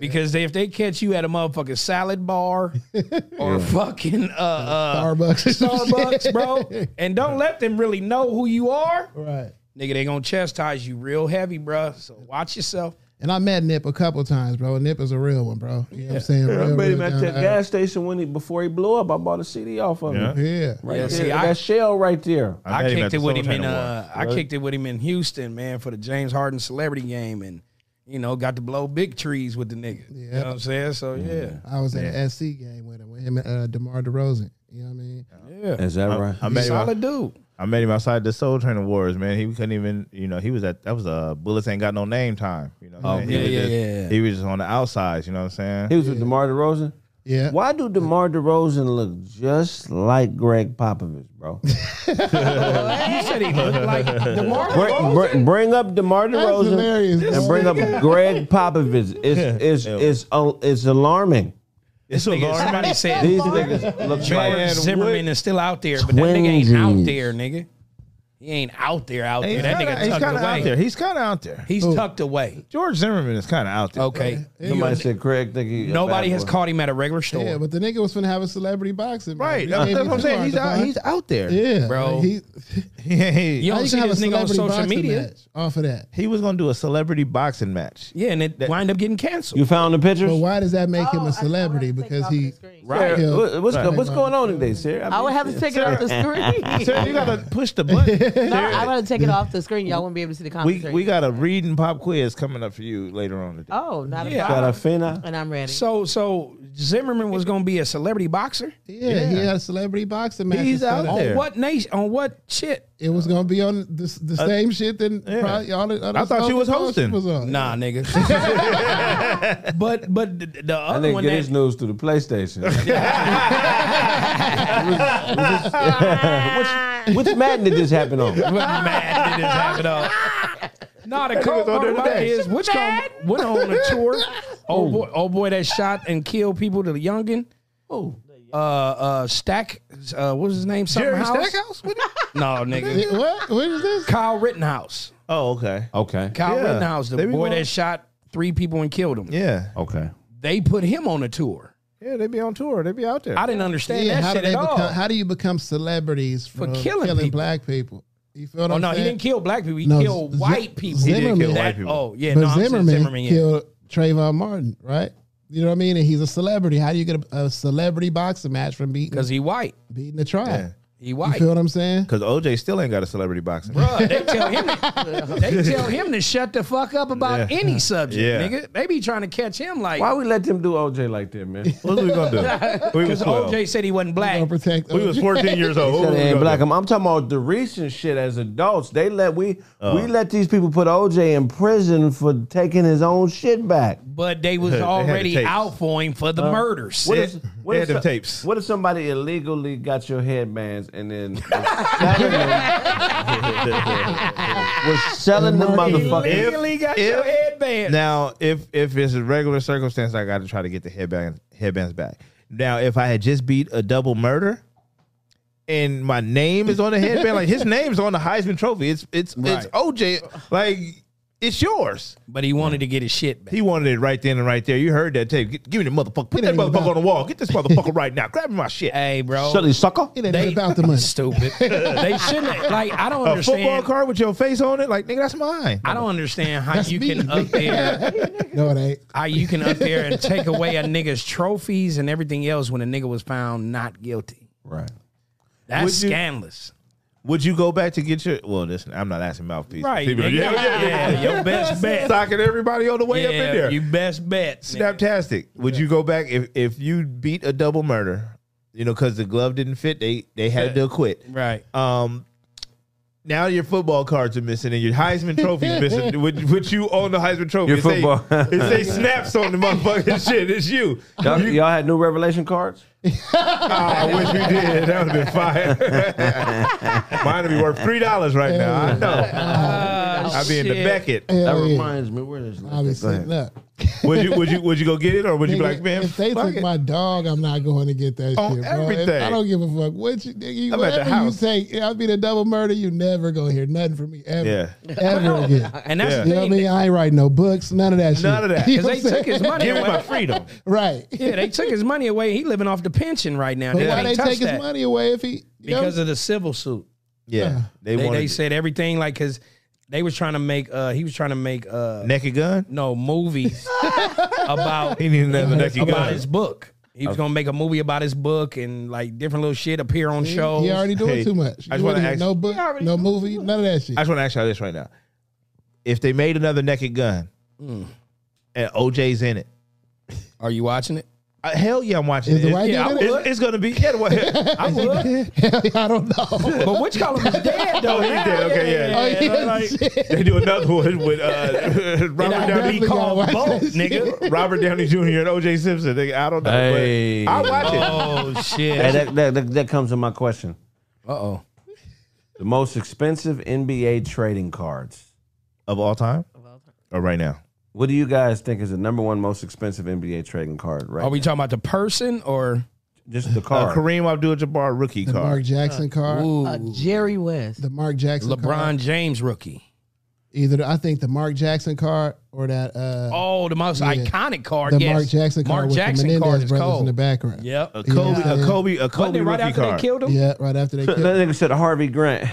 Speaker 5: because they, if they catch you at a motherfucking salad bar or fucking uh, uh,
Speaker 4: Starbucks. or some
Speaker 5: Starbucks,
Speaker 4: shit.
Speaker 5: bro, and don't let them really know who you are,
Speaker 4: Right.
Speaker 5: nigga. They gonna chastise you real heavy, bruh. So watch yourself.
Speaker 4: And I met Nip a couple times, bro. Nip is a real one, bro. You know what I'm saying?
Speaker 2: Yeah, I
Speaker 4: Real,
Speaker 2: met him
Speaker 4: real
Speaker 2: at
Speaker 4: down
Speaker 2: that
Speaker 4: to earth.
Speaker 2: gas station when he before he blew up. I bought a CD off of him.
Speaker 4: Yeah.
Speaker 2: Right
Speaker 5: Yeah,
Speaker 2: there,
Speaker 5: see, I-
Speaker 2: that shell right there.
Speaker 1: met
Speaker 5: I
Speaker 1: him at
Speaker 5: kicked
Speaker 1: the
Speaker 5: it with
Speaker 1: Soul
Speaker 5: him in
Speaker 1: Train
Speaker 5: uh, I kicked it with him in Houston, man, for the James Harden celebrity game, and you know got to blow big trees with the nigga. You know
Speaker 4: Yep.
Speaker 5: what I'm saying? So
Speaker 1: Mm.
Speaker 5: yeah,
Speaker 4: I was at the SC game with him, with him and uh, DeMar DeRozan. You know what I mean?
Speaker 5: yeah,
Speaker 2: Is that
Speaker 1: I,
Speaker 2: right?
Speaker 1: I met him.
Speaker 5: solid dude.
Speaker 1: I met him outside the Soul Train Awards, man. He couldn't even, you know, he was at that was a bullets ain't got no name time. You know, what I'm
Speaker 2: Oh,
Speaker 1: saying? he
Speaker 5: yeah,
Speaker 1: was
Speaker 5: yeah,
Speaker 1: just,
Speaker 5: yeah, yeah.
Speaker 1: He was just on the outsides. You know what I'm
Speaker 2: he
Speaker 1: saying?
Speaker 2: was with DeMar DeRozan.
Speaker 4: Yeah.
Speaker 2: Why do DeMar DeRozan look just like Greg Popovich, bro?
Speaker 5: You said Oh, he looked like DeMar
Speaker 2: bring,
Speaker 5: DeRozan.
Speaker 2: bring, bring up DeMar
Speaker 4: That's
Speaker 2: DeRozan
Speaker 4: hilarious.
Speaker 2: and bring up Greg Popovich. It's it's it's al- it's alarming.
Speaker 1: It's
Speaker 5: Nigga,
Speaker 1: alarming.
Speaker 5: somebody said
Speaker 2: These niggas look
Speaker 5: George
Speaker 2: like
Speaker 5: Zimmerman is still out there, but that nigga ain't
Speaker 2: Twinsies.
Speaker 5: out there, nigga. He ain't out there, out there.
Speaker 1: He's
Speaker 5: That nigga tucked
Speaker 1: kind of out there.
Speaker 5: away.
Speaker 1: He's kind of out there.
Speaker 5: He's tucked away.
Speaker 1: George Zimmerman is kind of out there.
Speaker 5: Okay.
Speaker 2: Somebody said Craig think he a
Speaker 5: Nobody
Speaker 2: bad
Speaker 5: has
Speaker 2: boy.
Speaker 5: caught him at a regular store.
Speaker 4: Yeah, but the nigga was finna have a celebrity boxing. match.
Speaker 1: right.
Speaker 4: We
Speaker 1: That's,
Speaker 4: gave
Speaker 1: that's
Speaker 4: it
Speaker 1: what I'm
Speaker 4: to
Speaker 1: saying.
Speaker 4: Mark
Speaker 1: He's out.
Speaker 4: Devine.
Speaker 1: He's out there.
Speaker 4: Yeah,
Speaker 5: Bro.
Speaker 4: like, he,
Speaker 1: he,
Speaker 5: you
Speaker 4: how
Speaker 5: don't
Speaker 4: you
Speaker 5: see
Speaker 4: can have a
Speaker 5: this nigga on
Speaker 4: celebrity
Speaker 5: social
Speaker 4: boxing
Speaker 5: media.
Speaker 4: match off of that.
Speaker 1: was gonna do a celebrity boxing match.
Speaker 5: Yeah, and it wind up getting canceled.
Speaker 2: You found the pictures?
Speaker 4: But why does that make
Speaker 6: Oh,
Speaker 4: him
Speaker 6: I
Speaker 4: a
Speaker 6: saw
Speaker 4: celebrity?
Speaker 6: that
Speaker 4: Because
Speaker 6: off the
Speaker 4: he
Speaker 6: screen.
Speaker 2: Right.
Speaker 4: Yeah.
Speaker 2: What- What's,
Speaker 1: Right.
Speaker 2: what's going on today, Sarah?
Speaker 6: I would have to take it off the screen.
Speaker 1: Sarah, you gotta push the button.
Speaker 6: no, I gotta take it off the screen. Y'all won't be able to see the
Speaker 1: we
Speaker 6: commentary.
Speaker 1: we got a reading pop quiz coming up for you later on today.
Speaker 6: oh, not
Speaker 5: Yeah.
Speaker 6: a problem.
Speaker 2: Sarafina?
Speaker 6: And I'm ready.
Speaker 5: So so Zimmerman was gonna be a celebrity boxer?
Speaker 4: yeah, he had a celebrity boxing match.
Speaker 1: He's out
Speaker 4: instead of-
Speaker 1: there.
Speaker 5: On what nation on what shit?
Speaker 4: It was gonna be on the, s-
Speaker 2: Uh,
Speaker 5: Uh,
Speaker 4: the same shit. Then
Speaker 1: yeah.
Speaker 4: probably all the other
Speaker 1: I thought you was
Speaker 4: stuff
Speaker 1: hosting.
Speaker 4: Was on.
Speaker 5: Nah, nigga. but but the, the
Speaker 2: I
Speaker 5: other
Speaker 2: didn't
Speaker 5: one
Speaker 2: get
Speaker 5: that,
Speaker 2: his news through the PlayStation. which, which Madden did this happen on?
Speaker 5: What mad did this happen on? Nah, the cold part about it is which guy went on a tour. Oh boy, oh boy, that shot and killed people. The youngin,
Speaker 2: Oh,
Speaker 5: uh, uh, Stack, uh, what was his name? Something
Speaker 1: Jerry
Speaker 5: House?
Speaker 1: Stackhouse?
Speaker 5: No, nigga,
Speaker 4: It- what? What is this?
Speaker 5: Kyle Rittenhouse.
Speaker 1: Oh, okay.
Speaker 2: okay,
Speaker 5: Kyle
Speaker 1: Yeah.
Speaker 5: Rittenhouse, the
Speaker 1: They be
Speaker 5: boy
Speaker 1: going-
Speaker 5: that shot three people and killed them.
Speaker 1: Yeah,
Speaker 2: okay.
Speaker 5: They put him on a tour.
Speaker 1: yeah. They be on tour. They be out there.
Speaker 5: I didn't understand
Speaker 4: Yeah,
Speaker 5: that
Speaker 4: how do
Speaker 5: shit
Speaker 4: they
Speaker 5: at all.
Speaker 4: become? How do you become celebrities for
Speaker 5: killing
Speaker 4: killing,
Speaker 5: people.
Speaker 4: black people? You feel what
Speaker 5: oh
Speaker 4: I'm
Speaker 5: no,
Speaker 4: saying?
Speaker 5: he didn't kill black people. He
Speaker 4: No,
Speaker 5: killed
Speaker 4: Z-
Speaker 5: white people.
Speaker 4: He did kill Zimmerman-
Speaker 1: white people.
Speaker 5: Oh yeah,
Speaker 4: but
Speaker 5: no, I'm
Speaker 4: Zimmerman,
Speaker 5: saying Zimmerman. Yeah.
Speaker 4: killed Trayvon Martin, right? You know what I mean? And he's a celebrity. How do you get a, a celebrity boxing match from beating
Speaker 5: Cause he white.
Speaker 4: beating the tribe?
Speaker 5: He
Speaker 4: You
Speaker 5: white.
Speaker 4: feel what I'm saying?
Speaker 1: because OJ still ain't got a celebrity boxing.
Speaker 5: Bruh, they tell him to, they tell him to shut the fuck up about
Speaker 1: Yeah.
Speaker 5: any subject,
Speaker 1: Yeah.
Speaker 5: nigga. They be trying to catch him like
Speaker 2: Why we let them do OJ like that, man?
Speaker 1: What are we gonna do? We was
Speaker 5: because
Speaker 1: 12.
Speaker 5: OJ said he wasn't black.
Speaker 4: Don't protect.
Speaker 1: We was 14 years old. What
Speaker 2: Said
Speaker 1: we
Speaker 2: it ain't
Speaker 1: gonna
Speaker 2: black.
Speaker 1: do?
Speaker 2: I'm, I'm talking about the recent shit as adults. They let we
Speaker 1: Uh.
Speaker 2: we let these people put OJ in prison for taking his own shit back.
Speaker 5: But they was
Speaker 1: They had the
Speaker 5: already
Speaker 1: tapes.
Speaker 5: out for him for the murders.
Speaker 2: Uh, What
Speaker 1: They-
Speaker 2: if, what
Speaker 1: they
Speaker 2: if
Speaker 1: had them
Speaker 2: so-
Speaker 1: tapes.
Speaker 2: What if somebody illegally got your headbands and then was selling them, was selling the motherfucker?
Speaker 5: Legally got
Speaker 1: if-
Speaker 5: your headband.
Speaker 1: Now, if if it's a regular circumstance, I got to try to get the headband headbands back. Now, if I had just beat a double murder, and my name is on the headband, like his name's on the Heisman Trophy, it's it's it's
Speaker 5: Right.
Speaker 1: OJ, like it's yours.
Speaker 5: but he wanted to get his shit back.
Speaker 1: He wanted it right then and right there. You heard that tape. Get, give me the motherfucker. Put
Speaker 4: It
Speaker 1: that
Speaker 4: ain't
Speaker 1: motherfucker
Speaker 4: about-
Speaker 1: on the wall. Get this motherfucker right now. Grab me my shit.
Speaker 5: hey, bro.
Speaker 2: Silly sucker.
Speaker 4: It ain't
Speaker 5: they
Speaker 4: about the money.
Speaker 5: Stupid. they shouldn't have- like I don't
Speaker 1: A football
Speaker 5: understand.
Speaker 1: card with your face on it, like nigga, that's mine.
Speaker 5: I don't understand how
Speaker 4: That's
Speaker 5: you
Speaker 4: me.
Speaker 5: can up there
Speaker 4: No, it ain't.
Speaker 5: how you can up there and take away a nigga's trophies and everything else when a nigga was found not guilty.
Speaker 2: Right.
Speaker 5: That's
Speaker 1: Would you-
Speaker 5: scandalous.
Speaker 1: Would you go back to get your? Well, listen, I'm not asking mouthpiece.
Speaker 5: Right,
Speaker 1: People,
Speaker 5: nigga.
Speaker 1: yeah, yeah, yeah,
Speaker 5: Yeah, your best bet.
Speaker 1: Socking everybody on the way up
Speaker 5: Yeah,
Speaker 1: in there.
Speaker 5: You best bet. nigga.
Speaker 1: Snaptastic. Would you go back if if you beat a double murder? You know, because the glove didn't fit, they they had to quit.
Speaker 5: Right.
Speaker 1: Um, now your football cards are missing and your Heisman trophy's missing. Would, would you own the Heisman trophy?
Speaker 2: Your
Speaker 1: It say-
Speaker 2: football.
Speaker 1: it say snaps on the motherfucking shit. It's you.
Speaker 2: Y'all, y'all had new revelation cards?
Speaker 1: I wish we did. That would have been fire. Mine would be worth three dollars right now. I know. I'd be in the
Speaker 5: Oh, shit.
Speaker 1: Beckett.
Speaker 2: That
Speaker 4: Hell yeah.
Speaker 2: reminds me where this
Speaker 4: I'll be
Speaker 2: list is.
Speaker 4: sitting up.
Speaker 1: Would you would you would you go get it or would you be
Speaker 4: Nigga,
Speaker 1: like, man,
Speaker 4: if they
Speaker 1: fuck
Speaker 4: took
Speaker 1: it.
Speaker 4: my dog, I'm not going to get that
Speaker 1: On
Speaker 4: shit, bro. If-
Speaker 1: everything.
Speaker 4: I don't give a fuck what you, nigga, you
Speaker 1: I'm at the
Speaker 4: whatever you
Speaker 1: house.
Speaker 4: take. yeah, I'll be the double murder. You never gonna hear nothing from me ever,
Speaker 1: Yeah.
Speaker 4: ever again.
Speaker 5: And that's
Speaker 1: Yeah.
Speaker 5: the
Speaker 4: You know what I
Speaker 5: thing.
Speaker 4: mean? I ain't writing no books, none of that shit.
Speaker 1: None of that.
Speaker 4: You know
Speaker 5: Because
Speaker 4: what
Speaker 5: they
Speaker 4: I'm
Speaker 5: took
Speaker 4: saying?
Speaker 5: his money
Speaker 1: give me
Speaker 5: away.
Speaker 1: my freedom?
Speaker 4: right.
Speaker 5: yeah, they took his money away. He living off the pension right now.
Speaker 4: But
Speaker 5: They
Speaker 4: why
Speaker 5: ain't
Speaker 4: they
Speaker 5: touched
Speaker 4: take his
Speaker 5: that
Speaker 4: money away if he you know?
Speaker 5: Because of the civil suit.
Speaker 1: Yeah, they,
Speaker 5: They,
Speaker 1: wanted
Speaker 5: they said everything like because they was trying to make uh he was trying to make uh
Speaker 1: naked gun.
Speaker 5: no movies about
Speaker 1: He needed another naked
Speaker 5: about
Speaker 1: gun.
Speaker 5: his book. He was gonna make a movie about his book and like different little shit appear on shows.
Speaker 4: he already doing
Speaker 1: Hey,
Speaker 4: too much.
Speaker 1: I just
Speaker 4: You
Speaker 1: wanna
Speaker 4: wouldn't-
Speaker 1: ask-
Speaker 4: no book, no movie, none of that shit.
Speaker 1: I just want to ask y'all this right now: if they made another naked gun and OJ's in it,
Speaker 5: Hmm. Are you watching it?
Speaker 1: uh, hell yeah, I'm watching
Speaker 4: Is
Speaker 1: it.
Speaker 4: the white
Speaker 1: yeah,
Speaker 4: dude
Speaker 1: I
Speaker 4: in it?
Speaker 1: would. it's gonna be yeah. Well, I would.
Speaker 4: Hell, I don't know.
Speaker 5: But which column is dead though?
Speaker 1: Oh, he did. Okay, yeah.
Speaker 4: Oh, yeah,
Speaker 5: like,
Speaker 4: shit.
Speaker 1: They do another one with uh, Robert
Speaker 5: I
Speaker 1: Downey.
Speaker 4: definitely gotta watch
Speaker 5: both,
Speaker 4: that shit.
Speaker 5: nigga.
Speaker 1: Robert Downey Jr. and OJ Simpson. They, I don't know.
Speaker 2: Hey.
Speaker 1: But I watch it.
Speaker 5: Oh
Speaker 2: Hey,
Speaker 5: shit.
Speaker 2: that, that, that, that comes to my question.
Speaker 5: Uh oh.
Speaker 2: The most expensive NBA trading cards.
Speaker 1: Of all time? Or right now?
Speaker 2: What do you guys think is the number one most expensive NBA trading card? Right?
Speaker 5: Are we
Speaker 2: now?
Speaker 5: talking about the person or
Speaker 2: just the
Speaker 1: Uh,
Speaker 2: card?
Speaker 1: Kareem Abdul Jabbar rookie
Speaker 4: The Mark
Speaker 1: card.
Speaker 4: Jackson card.
Speaker 10: Uh, Jerry West.
Speaker 4: The Mark Jackson
Speaker 5: LeBron
Speaker 4: card.
Speaker 5: James rookie?
Speaker 4: Either the- I think the Mark Jackson card or that uh
Speaker 5: Oh, the most
Speaker 4: Yeah.
Speaker 5: iconic card.
Speaker 4: the
Speaker 5: yes.
Speaker 4: Mark Jackson card
Speaker 5: Mark
Speaker 4: with
Speaker 5: Jackson
Speaker 4: the Menendez
Speaker 5: card is
Speaker 4: brothers in
Speaker 5: cold.
Speaker 4: the background.
Speaker 5: Yep.
Speaker 1: A Kobe,
Speaker 4: Yeah.
Speaker 1: a Kobe, a
Speaker 5: Wasn't
Speaker 1: Kobe
Speaker 5: it right
Speaker 1: rookie
Speaker 5: after
Speaker 1: card.
Speaker 5: they killed him?
Speaker 4: Yeah, right after they
Speaker 2: that
Speaker 4: killed
Speaker 2: nigga said Harvey Grant.